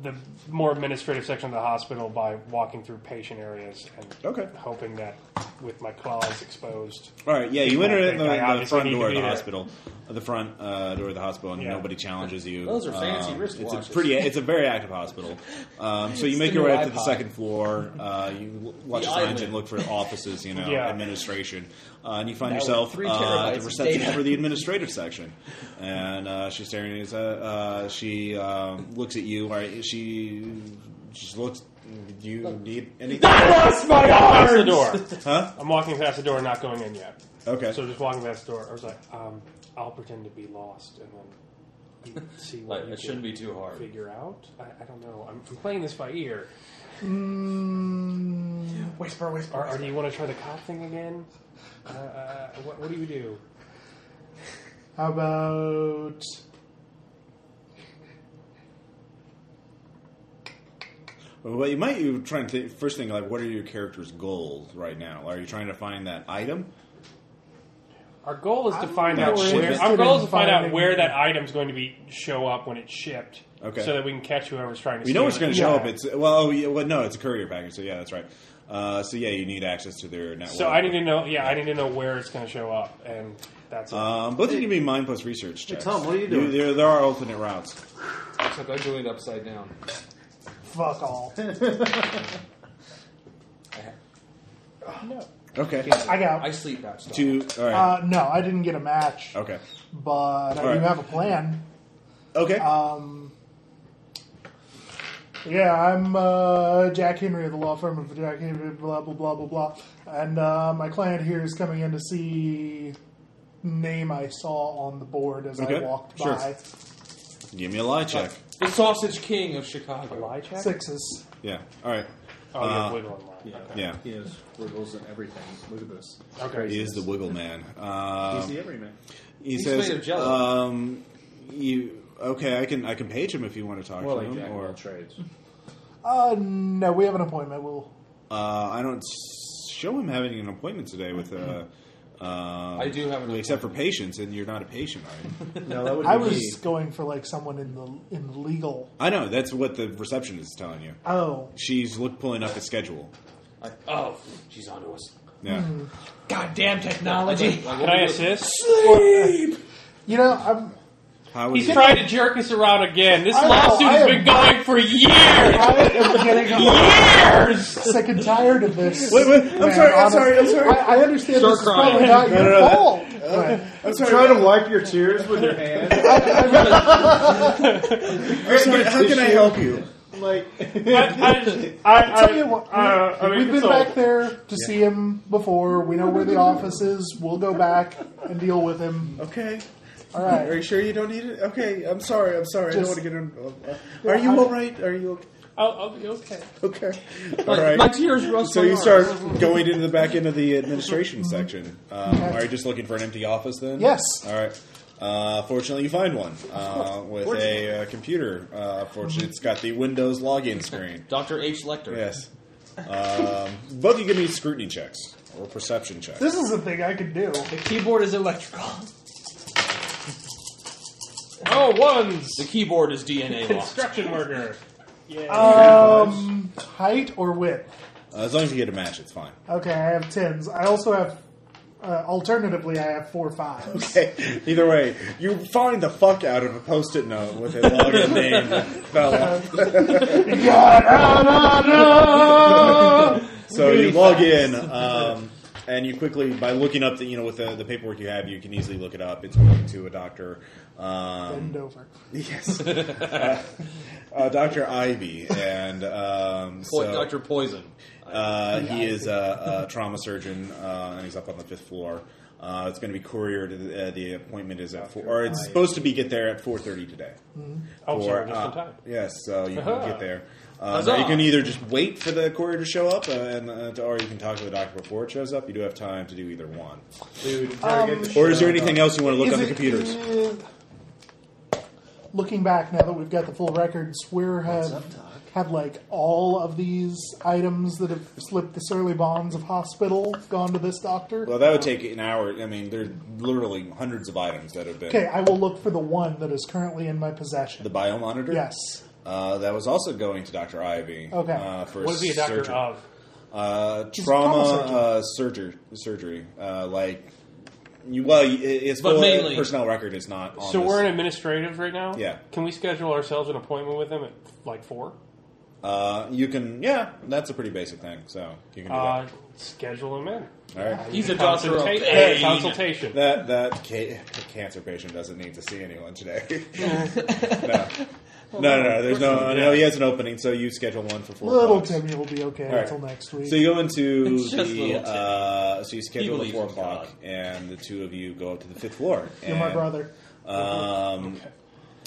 [SPEAKER 6] the more administrative section of the hospital by walking through patient areas and
[SPEAKER 1] Okay.
[SPEAKER 6] hoping that with my claws exposed.
[SPEAKER 1] All right, yeah, you
[SPEAKER 6] Well,
[SPEAKER 1] enter
[SPEAKER 6] I
[SPEAKER 1] in
[SPEAKER 6] think
[SPEAKER 1] the,
[SPEAKER 6] I
[SPEAKER 1] the
[SPEAKER 6] obviously
[SPEAKER 1] front
[SPEAKER 6] need to
[SPEAKER 1] door of
[SPEAKER 6] be
[SPEAKER 1] the
[SPEAKER 6] there.
[SPEAKER 1] hospital, uh, the front uh, door of the hospital, and
[SPEAKER 6] Yeah.
[SPEAKER 1] nobody challenges you. um,
[SPEAKER 4] Those are fancy
[SPEAKER 1] It's
[SPEAKER 4] wristwatches.
[SPEAKER 1] a pretty, it's a very active hospital. Um, so you make
[SPEAKER 5] the
[SPEAKER 1] your way
[SPEAKER 5] new
[SPEAKER 1] up to the
[SPEAKER 5] iPod.
[SPEAKER 1] second floor. Uh, you l- watch
[SPEAKER 4] The
[SPEAKER 1] the signs
[SPEAKER 4] island.
[SPEAKER 1] and look for offices, you know,
[SPEAKER 6] Yeah.
[SPEAKER 1] administration, uh, and you find
[SPEAKER 5] Now with
[SPEAKER 1] yourself
[SPEAKER 5] three
[SPEAKER 1] uh,
[SPEAKER 5] terabytes
[SPEAKER 1] at
[SPEAKER 5] of
[SPEAKER 1] the reception
[SPEAKER 5] data.
[SPEAKER 1] for the administrative section, and uh, she's staring. At, you, uh, uh, she um, looks at you. All right, she just looks. Do you need anything?
[SPEAKER 7] lost my
[SPEAKER 6] Past the
[SPEAKER 7] arm!
[SPEAKER 6] door.
[SPEAKER 1] Huh?
[SPEAKER 6] I'm walking past the door, not going in yet.
[SPEAKER 1] Okay.
[SPEAKER 6] So just walking past the door. I was like, um, I'll pretend to be lost and then you see what
[SPEAKER 4] Like,
[SPEAKER 6] you
[SPEAKER 4] it shouldn't
[SPEAKER 6] can
[SPEAKER 4] be too hard.
[SPEAKER 6] figure out. I, I don't know. I'm, I'm playing this by ear.
[SPEAKER 7] Whisper, whisper.
[SPEAKER 6] Or, or do you want to try the cop thing again? Uh, uh, what, what do you do?
[SPEAKER 3] How about
[SPEAKER 1] Well, you might you try and think first thing like what are your character's goals right now? Are you trying to find that item?
[SPEAKER 6] Our goal is to find
[SPEAKER 1] not
[SPEAKER 6] out where
[SPEAKER 1] interested
[SPEAKER 6] our goal
[SPEAKER 3] in
[SPEAKER 6] is to find out
[SPEAKER 3] finding-
[SPEAKER 6] where that item's going to be show up when it's shipped.
[SPEAKER 1] Okay.
[SPEAKER 6] So that we can catch whoever's trying to.
[SPEAKER 1] We know it's
[SPEAKER 6] steal
[SPEAKER 1] going
[SPEAKER 6] it.
[SPEAKER 1] to show
[SPEAKER 3] Yeah.
[SPEAKER 1] up. It's well, oh, yeah, well, no, it's a courier package. So yeah, that's right. Uh, so yeah, you need access to their network.
[SPEAKER 6] So I need to know. Yeah, I need to know where it's going to show up, and that's it.
[SPEAKER 1] Um, both of you can be mind plus research checks.
[SPEAKER 9] Tom, what are you doing?
[SPEAKER 1] there, there are alternate routes.
[SPEAKER 4] Except I'm doing it upside down.
[SPEAKER 3] fuck all?
[SPEAKER 1] Okay.
[SPEAKER 3] I got
[SPEAKER 4] I sleep that stuff.
[SPEAKER 1] To all right.
[SPEAKER 3] uh, no. I didn't get a match,
[SPEAKER 1] okay.
[SPEAKER 3] but I
[SPEAKER 1] All Oh. right.
[SPEAKER 3] do have a plan.
[SPEAKER 1] Okay.
[SPEAKER 3] Yeah, I'm uh, Jack Henry of the law firm of Jack Henry, blah, blah, blah, blah, blah. And uh, my client here is coming in to see name I saw on the board as
[SPEAKER 1] Okay,
[SPEAKER 3] I walked
[SPEAKER 1] sure.
[SPEAKER 3] by.
[SPEAKER 1] Give me a lie check.
[SPEAKER 4] The Sausage King of
[SPEAKER 6] A
[SPEAKER 4] Chicago.
[SPEAKER 6] lie check.
[SPEAKER 3] Sixes.
[SPEAKER 1] Yeah. All right.
[SPEAKER 6] Oh, you
[SPEAKER 1] Uh,
[SPEAKER 6] have wiggle in line. Okay.
[SPEAKER 1] Yeah.
[SPEAKER 9] He has wiggles and everything. Look at this.
[SPEAKER 6] Okay.
[SPEAKER 1] He is the Wiggle Man. Uh,
[SPEAKER 9] He's the everyman.
[SPEAKER 1] he
[SPEAKER 4] He's
[SPEAKER 1] says,
[SPEAKER 4] made of jello.
[SPEAKER 1] um, "You okay? I can I can page him if you want to talk
[SPEAKER 9] More
[SPEAKER 1] to
[SPEAKER 9] like
[SPEAKER 1] him,
[SPEAKER 9] Jack of
[SPEAKER 1] or
[SPEAKER 9] all trades.
[SPEAKER 3] Uh, no, we have an appointment. We'll.
[SPEAKER 1] Uh, I don't s- show him having an appointment today with. Uh, um,
[SPEAKER 4] I do have an
[SPEAKER 1] except for patients, and you're not a patient, are you?
[SPEAKER 9] No, that would be
[SPEAKER 3] I was
[SPEAKER 9] me.
[SPEAKER 3] going for like someone in the in legal.
[SPEAKER 1] I know that's what the receptionist is telling you.
[SPEAKER 3] Oh,
[SPEAKER 1] She's look pulling up a schedule.
[SPEAKER 4] I, oh, she's onto us.
[SPEAKER 1] Yeah,
[SPEAKER 7] Goddamn technology.
[SPEAKER 6] Can I assist?
[SPEAKER 3] you know, I'm.
[SPEAKER 1] How would
[SPEAKER 6] He's
[SPEAKER 1] you-
[SPEAKER 6] trying to jerk us around again. This
[SPEAKER 3] I know,
[SPEAKER 6] lawsuit
[SPEAKER 3] I
[SPEAKER 6] has
[SPEAKER 3] am-
[SPEAKER 6] been going for years.
[SPEAKER 3] I am getting
[SPEAKER 6] Years.
[SPEAKER 3] sick and tired of this.
[SPEAKER 1] Wait, wait, I'm
[SPEAKER 3] man,
[SPEAKER 1] sorry, I'm
[SPEAKER 3] honest-
[SPEAKER 1] sorry, I'm sorry.
[SPEAKER 3] I, I understand
[SPEAKER 4] Start
[SPEAKER 3] this is
[SPEAKER 4] crying.
[SPEAKER 3] probably not
[SPEAKER 1] No,
[SPEAKER 3] your
[SPEAKER 1] no, no,
[SPEAKER 3] fault. but-
[SPEAKER 1] I'm sorry.
[SPEAKER 8] Try to wipe your tears with your hand.
[SPEAKER 1] I'm sorry, How can I help you?
[SPEAKER 8] I'm like,
[SPEAKER 6] I, I, I,
[SPEAKER 3] Tell you what,
[SPEAKER 6] uh, I mean,
[SPEAKER 3] we've been
[SPEAKER 6] so-
[SPEAKER 3] back there to see him before. We know where the office is. We'll go back and deal with him.
[SPEAKER 1] Okay.
[SPEAKER 3] All
[SPEAKER 1] Are
[SPEAKER 3] right.
[SPEAKER 1] you sure you don't need it? Okay, I'm sorry. I'm sorry.
[SPEAKER 3] Just-
[SPEAKER 1] I don't want to get in. Uh, are you all right? Are you
[SPEAKER 6] I'll, I'll be okay.
[SPEAKER 1] okay? okay. All
[SPEAKER 4] My,
[SPEAKER 1] right.
[SPEAKER 4] my tears rust
[SPEAKER 1] so
[SPEAKER 4] my
[SPEAKER 1] you
[SPEAKER 4] arms.
[SPEAKER 1] start going into the back end of the administration section. Um, Are you just looking for an empty office then?
[SPEAKER 3] Yes.
[SPEAKER 1] All right. Uh, fortunately, you find one uh, with a uh, computer. Uh, fortunately, it's got the Windows login screen.
[SPEAKER 4] Dr. H. Lecter.
[SPEAKER 1] Yes. Um, both of you give me scrutiny checks or perception checks.
[SPEAKER 3] This is a thing I could do.
[SPEAKER 7] The keyboard is electrical.
[SPEAKER 6] Oh, ones.
[SPEAKER 4] The keyboard is DNA locked.
[SPEAKER 6] Construction worker.
[SPEAKER 3] Um, height or width?
[SPEAKER 1] Uh, as long as you get a match, it's fine.
[SPEAKER 3] Okay, I have tens. I also have. Uh, alternatively, I have four fives.
[SPEAKER 1] Okay. Either way, you find the fuck out of a post-it note with a login name that fell off. so you log in, um, and you quickly by looking up the you know with the, the paperwork you have, you can easily look it up. It's going to a doctor. Um,
[SPEAKER 3] Bend over.
[SPEAKER 1] yes, uh, uh, Doctor Ivy, and um,
[SPEAKER 4] Po-
[SPEAKER 1] so-
[SPEAKER 4] Dr. Poison.
[SPEAKER 1] uh,
[SPEAKER 6] Oh,
[SPEAKER 1] he is a, a trauma surgeon, uh, and he's up on the fifth floor. Uh, it's going to be couriered. Uh, the appointment is at four, or it's supposed to be get there at four thirty today.
[SPEAKER 6] Oh,
[SPEAKER 1] For,
[SPEAKER 6] sorry, just in
[SPEAKER 1] uh,
[SPEAKER 6] time. Uh-huh.
[SPEAKER 1] Yes, so you can
[SPEAKER 6] Aha.
[SPEAKER 1] get there. Uh, now you
[SPEAKER 4] Huzzah.
[SPEAKER 1] can either just wait for the courier to show up, uh, and uh, to- or you can talk to the doctor before it shows up. You do have time to do either one. Or is there anything else you want to look
[SPEAKER 3] Is
[SPEAKER 1] on the
[SPEAKER 3] it-
[SPEAKER 1] computers?
[SPEAKER 3] uh, looking back now that we've got the full records, Square have had like all of these items that have slipped the surly bonds of hospital gone to this doctor.
[SPEAKER 1] Well, that would take an hour. I mean, there's literally hundreds of items that have been.
[SPEAKER 3] Okay, I will look for the one that is currently in my
[SPEAKER 1] The
[SPEAKER 3] possession.
[SPEAKER 1] biomonitor?
[SPEAKER 3] Yes.
[SPEAKER 1] Uh, that was also going to Dr. Ivy.
[SPEAKER 3] Okay.
[SPEAKER 1] Uh, for
[SPEAKER 6] What is he a doctor
[SPEAKER 1] surgery.
[SPEAKER 6] of?
[SPEAKER 1] Uh,
[SPEAKER 3] He's a
[SPEAKER 1] trauma
[SPEAKER 3] trauma
[SPEAKER 1] uh, surgery. Surgery. Uh, like, you, well, you- it- it's
[SPEAKER 4] But
[SPEAKER 1] full- uh,
[SPEAKER 4] mainly-
[SPEAKER 1] personnel record is not on
[SPEAKER 6] So
[SPEAKER 1] this.
[SPEAKER 6] we're in administrative right now.
[SPEAKER 1] Yeah.
[SPEAKER 6] Can we schedule ourselves an appointment with him at like four?
[SPEAKER 1] Uh, you can, yeah, that's a pretty basic thing. So you can do
[SPEAKER 6] Uh, schedule him in.
[SPEAKER 1] that. All right.
[SPEAKER 4] He's a doctor of
[SPEAKER 6] Consulta-
[SPEAKER 4] pain.
[SPEAKER 6] consultation.
[SPEAKER 1] That that ca- cancer patient doesn't need to see anyone today. no. no, no, no. There's no. No, he has an opening, so you schedule one for four.
[SPEAKER 3] Little
[SPEAKER 1] o'clock.
[SPEAKER 3] Timmy will be okay
[SPEAKER 1] All right.
[SPEAKER 3] until next week.
[SPEAKER 1] So you go into
[SPEAKER 4] just
[SPEAKER 1] the
[SPEAKER 4] little Tim.
[SPEAKER 1] uh, so you schedule the
[SPEAKER 4] believes
[SPEAKER 1] four
[SPEAKER 4] in
[SPEAKER 1] o'clock,
[SPEAKER 4] God.
[SPEAKER 1] and the two of you go up to the fifth floor.
[SPEAKER 3] You're my
[SPEAKER 1] And,
[SPEAKER 3] brother.
[SPEAKER 1] Um,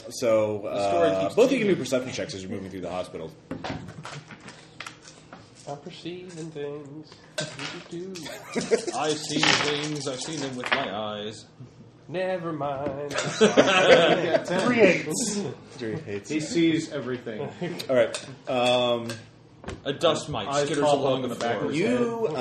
[SPEAKER 1] So
[SPEAKER 4] story
[SPEAKER 1] uh,
[SPEAKER 4] keeps
[SPEAKER 1] both of you can do perception checks as you're moving through the hospital.
[SPEAKER 6] I'm perceiving things. Do, do, do.
[SPEAKER 4] I see things. I've seen them with my eyes.
[SPEAKER 6] Never mind.
[SPEAKER 8] Yeah, ten.
[SPEAKER 3] Three eights.
[SPEAKER 9] He sees everything.
[SPEAKER 1] All right. Um,
[SPEAKER 4] A dust mite
[SPEAKER 9] Eyes
[SPEAKER 4] skitters
[SPEAKER 9] pop
[SPEAKER 4] along
[SPEAKER 9] up
[SPEAKER 4] the
[SPEAKER 9] in the back
[SPEAKER 4] floor.
[SPEAKER 9] of his
[SPEAKER 1] you uh,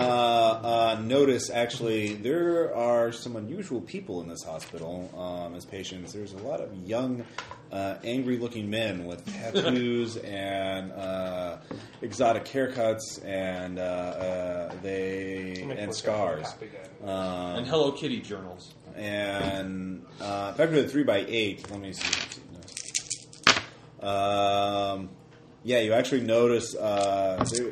[SPEAKER 1] uh, notice actually there are some unusual people in this hospital um, as patients. There's a lot of young, uh, angry-looking men with tattoos and uh, exotic haircuts, and uh, uh, they and scars. Um,
[SPEAKER 4] And Hello Kitty journals.
[SPEAKER 1] and uh, if I go to three by eight, let me see. No. Um, yeah, you actually notice uh, there-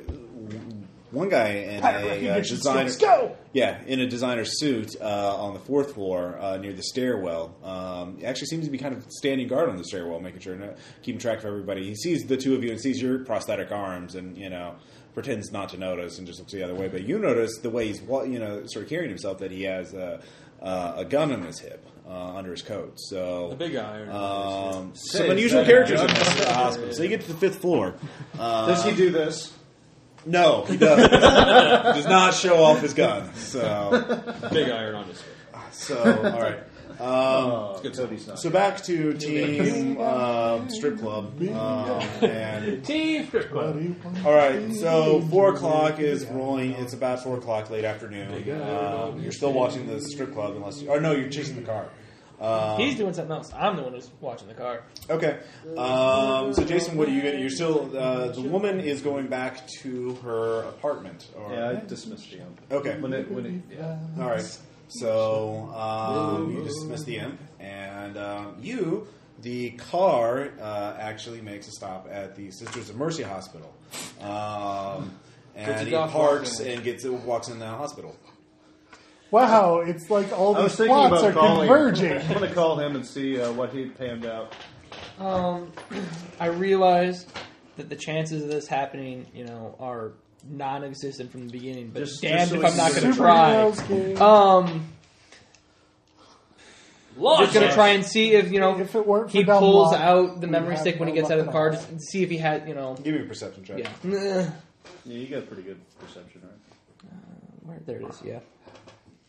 [SPEAKER 1] one guy in
[SPEAKER 3] Pattern
[SPEAKER 1] a uh,
[SPEAKER 3] recognition
[SPEAKER 1] designer.
[SPEAKER 3] skills, go!
[SPEAKER 1] Yeah, in a designer suit uh, on the fourth floor uh, near the stairwell. Um, he actually seems to be kind of standing guard on the stairwell, making sure, no, keeping track of everybody. He sees the two of you and sees your prosthetic arms, and you know pretends not to notice and just looks the other way. But you notice the way he's wa- you know sort of carrying himself that he has a, uh, a gun on his hip uh, under his coat. So
[SPEAKER 4] The big iron.
[SPEAKER 1] um, some
[SPEAKER 9] Say,
[SPEAKER 1] unusual
[SPEAKER 9] is that a
[SPEAKER 1] characters in
[SPEAKER 9] gun?
[SPEAKER 1] this hospital. So you get to the fifth floor.
[SPEAKER 9] Does he do this?
[SPEAKER 1] No, he doesn't. does not show off his gun. So,
[SPEAKER 4] big iron on his face.
[SPEAKER 1] so all right.
[SPEAKER 9] Oh,
[SPEAKER 4] good.
[SPEAKER 9] Cody's not.
[SPEAKER 1] So back to team um, strip club. Um, and
[SPEAKER 6] Team strip
[SPEAKER 3] What
[SPEAKER 6] club.
[SPEAKER 3] do you want?
[SPEAKER 1] all right, so four o'clock is rolling. It's about four o'clock late afternoon. Um, you're still watching the strip club unless you. Or no, you're chasing the car. Um,
[SPEAKER 5] He's doing something else. I'm the one who's watching the car.
[SPEAKER 1] Okay. Um, so Jason, what are you? Gonna, you're still. Uh, the woman is going back to her apartment. Or,
[SPEAKER 9] Yeah, I dismissed him.
[SPEAKER 1] Okay.
[SPEAKER 9] When it, when it, yeah.
[SPEAKER 1] All right. So um, you dismiss the imp, and um, you, the car, uh, actually makes a stop at the Sisters of Mercy Hospital, um, and he
[SPEAKER 4] doc
[SPEAKER 1] parks
[SPEAKER 4] walking.
[SPEAKER 1] and gets walks in the hospital.
[SPEAKER 3] Wow, it's like all
[SPEAKER 9] I was
[SPEAKER 3] these
[SPEAKER 9] thinking about
[SPEAKER 3] plots are
[SPEAKER 9] calling.
[SPEAKER 3] converging.
[SPEAKER 9] I'm going to call him and see uh, what he panned out.
[SPEAKER 5] Um, I realized that the chances of this happening, you know, are non-existent from the beginning. But
[SPEAKER 9] Just-
[SPEAKER 5] damned
[SPEAKER 9] just so
[SPEAKER 5] if I'm
[SPEAKER 9] it's
[SPEAKER 5] not going to
[SPEAKER 9] considered.
[SPEAKER 5] try.
[SPEAKER 3] Superheroes game.
[SPEAKER 5] Um,
[SPEAKER 4] Launch
[SPEAKER 5] just going
[SPEAKER 4] it!
[SPEAKER 5] to try and see if you know
[SPEAKER 3] If it weren't for
[SPEAKER 5] he
[SPEAKER 3] dumb
[SPEAKER 5] pulls
[SPEAKER 3] luck,
[SPEAKER 5] out the
[SPEAKER 3] we'd
[SPEAKER 5] memory
[SPEAKER 3] have
[SPEAKER 5] stick when he
[SPEAKER 3] no
[SPEAKER 5] gets out of
[SPEAKER 3] luck
[SPEAKER 5] the
[SPEAKER 3] at
[SPEAKER 5] car,
[SPEAKER 3] all.
[SPEAKER 5] just see if he had, you know,
[SPEAKER 1] Give me a perception check.
[SPEAKER 5] yeah. Nah.
[SPEAKER 9] Yeah, you got pretty good perception, right?
[SPEAKER 5] Where, there it is. Yeah.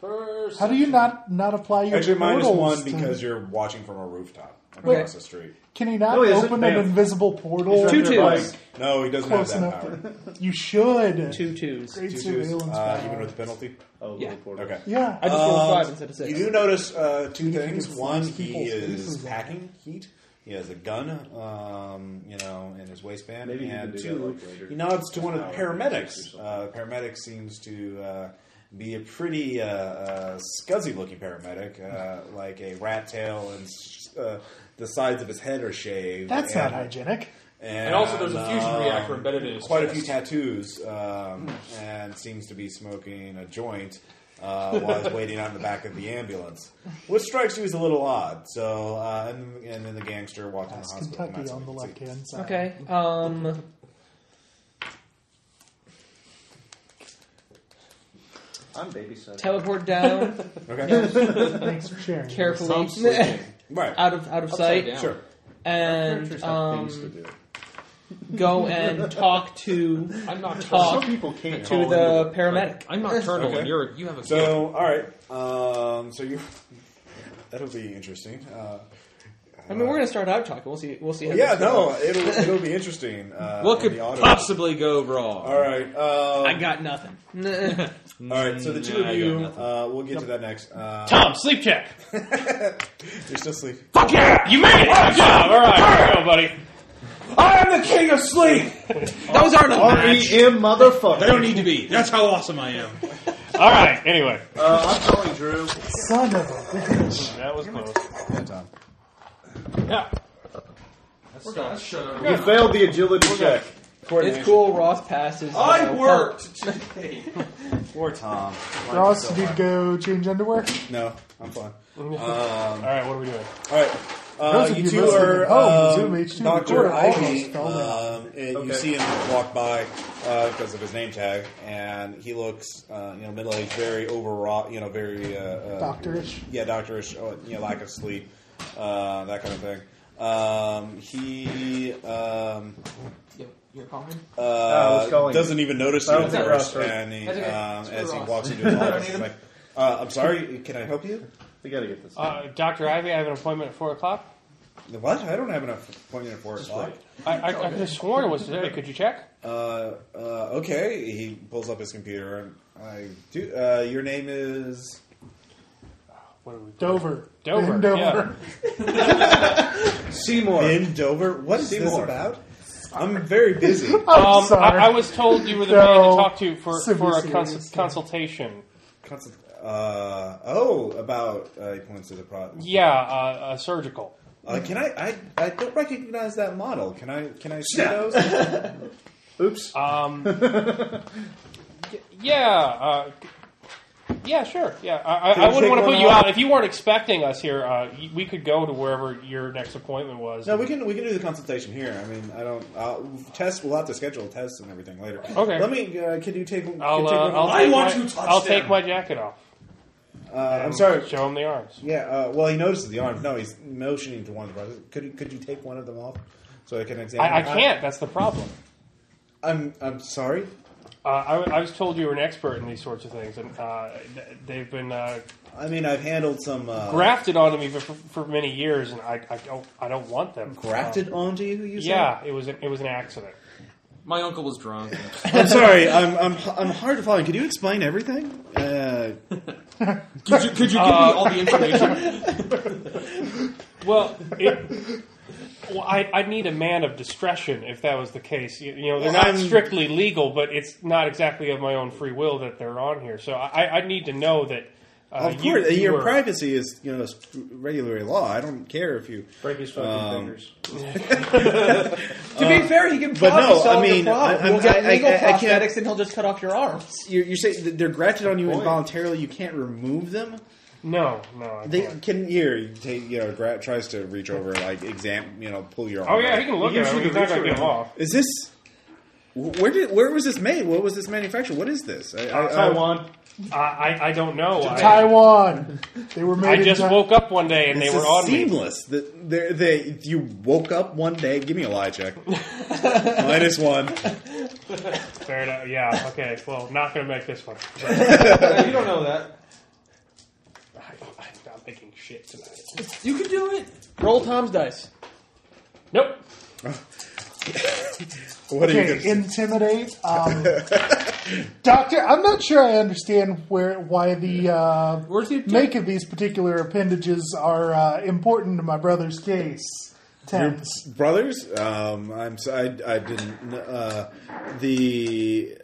[SPEAKER 4] First.
[SPEAKER 3] How do you not not apply your
[SPEAKER 1] Actually, minus
[SPEAKER 3] portals
[SPEAKER 1] one
[SPEAKER 3] to-
[SPEAKER 1] because you're watching from a rooftop
[SPEAKER 5] Okay.
[SPEAKER 1] across the street.
[SPEAKER 3] Can he not
[SPEAKER 9] No, he isn't.
[SPEAKER 3] open an
[SPEAKER 9] Bam.
[SPEAKER 3] invisible portal?
[SPEAKER 9] He's
[SPEAKER 5] Two
[SPEAKER 9] right there,
[SPEAKER 5] twos.
[SPEAKER 9] like,
[SPEAKER 1] No, he doesn't
[SPEAKER 3] Close
[SPEAKER 1] have that
[SPEAKER 3] enough.
[SPEAKER 1] power.
[SPEAKER 3] You should.
[SPEAKER 5] Two twos.
[SPEAKER 3] Great
[SPEAKER 1] Two twos,
[SPEAKER 3] surveillance.
[SPEAKER 1] uh,
[SPEAKER 3] power.
[SPEAKER 1] even with the penalty.
[SPEAKER 9] Oh,
[SPEAKER 5] Yeah.
[SPEAKER 9] little portal.
[SPEAKER 1] Okay.
[SPEAKER 3] yeah. uh,
[SPEAKER 5] I just rolled
[SPEAKER 1] Um,
[SPEAKER 5] five instead of six.
[SPEAKER 1] You do notice uh, two
[SPEAKER 3] You need to
[SPEAKER 1] things.
[SPEAKER 3] get
[SPEAKER 1] One,
[SPEAKER 3] six
[SPEAKER 1] he
[SPEAKER 3] people's
[SPEAKER 1] is
[SPEAKER 3] faces on.
[SPEAKER 1] packing heat, He has a gun, um, you know, in his waistband.
[SPEAKER 9] Maybe he can
[SPEAKER 1] and
[SPEAKER 9] do that,
[SPEAKER 1] two,
[SPEAKER 9] like, later.
[SPEAKER 1] he nods to one of the
[SPEAKER 9] Power
[SPEAKER 1] paramedics.
[SPEAKER 9] or
[SPEAKER 1] Uh, the paramedic seems to uh, be a pretty uh, uh, scuzzy-looking paramedic, uh, like a rat tail and s- uh, the sides of his head are shaved.
[SPEAKER 3] That's
[SPEAKER 1] and,
[SPEAKER 3] not hygienic.
[SPEAKER 1] And,
[SPEAKER 4] And also there's a fusion
[SPEAKER 1] um,
[SPEAKER 4] reactor embedded in his
[SPEAKER 1] Quite a
[SPEAKER 4] chest. Hmm.
[SPEAKER 1] few tattoos, um, and seems to be smoking a joint uh, while he's waiting on the back of the ambulance, which strikes you as a little odd. So, uh, and, and then the gangster walked in the
[SPEAKER 3] That's
[SPEAKER 1] hospital. and
[SPEAKER 3] Kentucky
[SPEAKER 1] that's
[SPEAKER 3] on the
[SPEAKER 1] what you
[SPEAKER 3] left
[SPEAKER 1] can see.
[SPEAKER 3] hand side.
[SPEAKER 5] Okay. Um.
[SPEAKER 9] I'm babysitting.
[SPEAKER 5] Teleport down
[SPEAKER 1] Okay,
[SPEAKER 3] Thanks for sharing.
[SPEAKER 5] carefully,
[SPEAKER 4] Some sleeping.
[SPEAKER 1] right,
[SPEAKER 4] Uh,
[SPEAKER 5] out of out of
[SPEAKER 4] Upside
[SPEAKER 5] sight,
[SPEAKER 4] down.
[SPEAKER 1] sure.
[SPEAKER 5] and um, go and talk to Talk.
[SPEAKER 4] I'm nocturnal.
[SPEAKER 9] Some people can't.
[SPEAKER 5] to the paramedic.
[SPEAKER 4] I'm nocturnal.
[SPEAKER 1] Okay.
[SPEAKER 4] and You're you have a
[SPEAKER 1] So, uh, all right. Um, so you. That'll be interesting. Uh,
[SPEAKER 5] I mean, we're gonna start out talking. We'll see. We'll see. How
[SPEAKER 1] yeah,
[SPEAKER 5] this goes.
[SPEAKER 1] no, it'll it'll be interesting. Uh,
[SPEAKER 4] what
[SPEAKER 1] in
[SPEAKER 4] could
[SPEAKER 1] the auto-
[SPEAKER 4] possibly go wrong?
[SPEAKER 1] All right. Um,
[SPEAKER 5] I got nothing.
[SPEAKER 1] All right, so the two
[SPEAKER 4] Nah, I
[SPEAKER 1] of
[SPEAKER 4] got
[SPEAKER 1] you,
[SPEAKER 4] nothing.
[SPEAKER 1] uh, we'll get to that next. Uh,
[SPEAKER 6] Tom, sleep check.
[SPEAKER 1] You're still sleeping.
[SPEAKER 6] Fuck yeah! You made it! Good job! Alright, here we go, buddy.
[SPEAKER 4] I am the king of sleep.
[SPEAKER 5] Those aren't
[SPEAKER 9] R
[SPEAKER 5] a
[SPEAKER 9] E M motherfucker.
[SPEAKER 4] I don't need to be.
[SPEAKER 2] That's how awesome I am.
[SPEAKER 6] Alright, anyway.
[SPEAKER 9] Uh, I'm calling Drew.
[SPEAKER 3] Son of a bitch.
[SPEAKER 6] That was close.
[SPEAKER 1] Yeah, Tom.
[SPEAKER 6] Yeah.
[SPEAKER 4] We're gonna shut up.
[SPEAKER 9] You failed the agility check.
[SPEAKER 5] It's cool. Ross passes.
[SPEAKER 4] I
[SPEAKER 5] uh,
[SPEAKER 4] worked today.
[SPEAKER 1] Poor Tom.
[SPEAKER 3] Ross, did you go change underwear?
[SPEAKER 1] No, I'm fine.
[SPEAKER 6] Alright, what are we doing?
[SPEAKER 1] All right. Uh,
[SPEAKER 3] Those of
[SPEAKER 1] you
[SPEAKER 3] you
[SPEAKER 1] two
[SPEAKER 3] listening
[SPEAKER 1] are
[SPEAKER 3] at home,
[SPEAKER 1] um,
[SPEAKER 3] Zoom H2
[SPEAKER 1] Dr.
[SPEAKER 3] recorder
[SPEAKER 1] Ivy.
[SPEAKER 3] almost fell down.
[SPEAKER 1] Um, and You see him walk by uh, because of his name tag, and he looks, uh, you know, middle aged, very overwrought, you know, very uh, uh,
[SPEAKER 3] Doctorish.
[SPEAKER 1] Yeah, doctorish, uh, you know, lack of sleep, uh, that kind of thing. Um, he um,
[SPEAKER 5] You're, you're calling.
[SPEAKER 1] uh,
[SPEAKER 9] what's going?
[SPEAKER 1] doesn't even notice you
[SPEAKER 9] Oh,
[SPEAKER 1] at
[SPEAKER 9] that's
[SPEAKER 1] first,
[SPEAKER 9] Ross, right.
[SPEAKER 1] and he,
[SPEAKER 5] That's okay.
[SPEAKER 1] um,
[SPEAKER 5] Screw
[SPEAKER 1] as he
[SPEAKER 5] Ross.
[SPEAKER 1] walks into his office, he's
[SPEAKER 5] him.
[SPEAKER 1] like, uh, "I'm sorry, can I help you?"
[SPEAKER 9] We gotta get this.
[SPEAKER 6] Uh, Dr. Ivy, I have an appointment at 4 o'clock.
[SPEAKER 1] What? I don't have enough appointment for it. Why?
[SPEAKER 6] I, I, I just sworn it was today. Could you check?
[SPEAKER 1] Uh, uh, okay. He pulls up his computer and I do. Uh, your name is.
[SPEAKER 6] What are we
[SPEAKER 3] Dover.
[SPEAKER 6] Dover,
[SPEAKER 3] In
[SPEAKER 6] yeah.
[SPEAKER 3] Dover.
[SPEAKER 9] Seymour.
[SPEAKER 1] In Dover. What is this
[SPEAKER 9] Seymour.
[SPEAKER 1] about? I'm very busy.
[SPEAKER 3] I'm
[SPEAKER 6] Um,
[SPEAKER 3] sorry.
[SPEAKER 6] I, I was told you were the
[SPEAKER 3] No.
[SPEAKER 6] man to talk to for,
[SPEAKER 3] Civil
[SPEAKER 6] for a
[SPEAKER 3] serious,
[SPEAKER 6] cons-
[SPEAKER 3] yeah.
[SPEAKER 6] consultation.
[SPEAKER 1] Constant, uh, oh, about uh, he points to the product.
[SPEAKER 6] Yeah, uh, a surgical.
[SPEAKER 1] Uh, can I, I? I don't recognize that model. Can I? Can I see those? Uh,
[SPEAKER 9] Oops.
[SPEAKER 3] uh,
[SPEAKER 6] Um, y- yeah, uh, yeah, sure. Yeah, I, I, I
[SPEAKER 1] take
[SPEAKER 6] wouldn't want to
[SPEAKER 1] one
[SPEAKER 6] put you
[SPEAKER 1] off?
[SPEAKER 6] out if you weren't expecting us here. Uh, y- we could go to wherever your next appointment was.
[SPEAKER 1] no, we can. We can do the consultation here. I mean, I don't. I'll, test. We'll have to schedule tests and everything later.
[SPEAKER 6] Okay.
[SPEAKER 1] Let me. Uh, can you take? Can
[SPEAKER 6] I'll,
[SPEAKER 1] you
[SPEAKER 6] uh,
[SPEAKER 1] take one
[SPEAKER 6] I'll,
[SPEAKER 1] off?
[SPEAKER 6] take
[SPEAKER 2] want
[SPEAKER 6] my,
[SPEAKER 2] you to touch
[SPEAKER 6] I'll
[SPEAKER 2] them.
[SPEAKER 6] take my jacket off.
[SPEAKER 1] Uh, I'm sorry.
[SPEAKER 6] Show him the arms.
[SPEAKER 1] Yeah, uh, well, he notices the arms. No, he's motioning to one of the brothers. Could could you take one of them off so I can examine?
[SPEAKER 6] I, I
[SPEAKER 1] it?
[SPEAKER 6] can't. That's the problem.
[SPEAKER 1] I, am I'm sorry.
[SPEAKER 6] Uh, I, I was told you were an expert in these sorts of things, and uh, th- they've been uh,
[SPEAKER 1] I mean, I've handled some uh,
[SPEAKER 6] grafted onto me for, for many years, and I, I don't I don't want them
[SPEAKER 1] grafted onto you. You said?
[SPEAKER 6] Yeah, it was it was an accident.
[SPEAKER 4] My uncle was drunk.
[SPEAKER 1] I'm sorry. I'm I'm I'm hard to follow. Could you explain everything? Uh,
[SPEAKER 4] could you could you give me all the information?
[SPEAKER 6] Well, it, well I, I'd need a man of discretion if that was the case. You, you know, they're
[SPEAKER 1] Well,
[SPEAKER 6] not
[SPEAKER 1] I'm-
[SPEAKER 6] strictly legal, but it's not exactly of my own free will that they're on here. So I, I need to know that. Uh,
[SPEAKER 1] of
[SPEAKER 6] you-
[SPEAKER 1] course,
[SPEAKER 6] you
[SPEAKER 1] your
[SPEAKER 6] were-
[SPEAKER 1] privacy is you know regulatory law. I don't care if you.
[SPEAKER 9] Break his fucking
[SPEAKER 1] Um,
[SPEAKER 9] fingers.
[SPEAKER 5] To be fair, he can
[SPEAKER 1] but
[SPEAKER 5] probably
[SPEAKER 1] no,
[SPEAKER 5] solve
[SPEAKER 1] I mean,
[SPEAKER 5] your problem.
[SPEAKER 1] I- I'm-
[SPEAKER 5] we'll get
[SPEAKER 1] I- I-
[SPEAKER 5] legal
[SPEAKER 1] I- I
[SPEAKER 5] prosthetics,
[SPEAKER 1] can't-
[SPEAKER 5] and he'll just cut off your arms.
[SPEAKER 1] You're, you're saying that they're grafted on you involuntarily. You can't remove them.
[SPEAKER 6] No, no. I
[SPEAKER 1] They
[SPEAKER 6] can't.
[SPEAKER 1] can. Here, take you know. Gra- tries to reach over, like exam. You know, pull your.
[SPEAKER 6] Oh
[SPEAKER 1] Arm
[SPEAKER 6] yeah,
[SPEAKER 1] out.
[SPEAKER 6] he can look
[SPEAKER 9] You
[SPEAKER 6] at
[SPEAKER 9] should
[SPEAKER 6] him. He's not going to
[SPEAKER 9] reach
[SPEAKER 6] get him
[SPEAKER 9] around.
[SPEAKER 6] off.
[SPEAKER 1] Is this wh- where did where was this made? What was this manufactured? What is this? I, uh, I,
[SPEAKER 9] Taiwan.
[SPEAKER 6] I, I, I don't know. I,
[SPEAKER 3] Taiwan. They were made
[SPEAKER 6] I
[SPEAKER 3] in
[SPEAKER 6] just
[SPEAKER 3] Ti-
[SPEAKER 6] woke up one day and
[SPEAKER 1] This
[SPEAKER 6] they were
[SPEAKER 1] is
[SPEAKER 6] on me.
[SPEAKER 1] seamless. The- They, they, you woke up one day. Give me a lie check. Minus one.
[SPEAKER 6] Fair enough. Yeah. Okay. Well, not going to make this one.
[SPEAKER 4] Uh, you don't know that.
[SPEAKER 6] I, I'm not making shit tonight.
[SPEAKER 5] You can do it. Roll Tom's dice.
[SPEAKER 6] Nope.
[SPEAKER 1] What are you?
[SPEAKER 3] Okay,
[SPEAKER 1] Gonna,
[SPEAKER 3] intimidate. Um, doctor, I'm not sure I understand where why the uh,
[SPEAKER 4] Where's the
[SPEAKER 3] make of these particular appendages are uh, important to my brother's case.
[SPEAKER 1] Your
[SPEAKER 3] Ten.
[SPEAKER 1] brothers? Um, I'm so- I, I didn't. Uh, the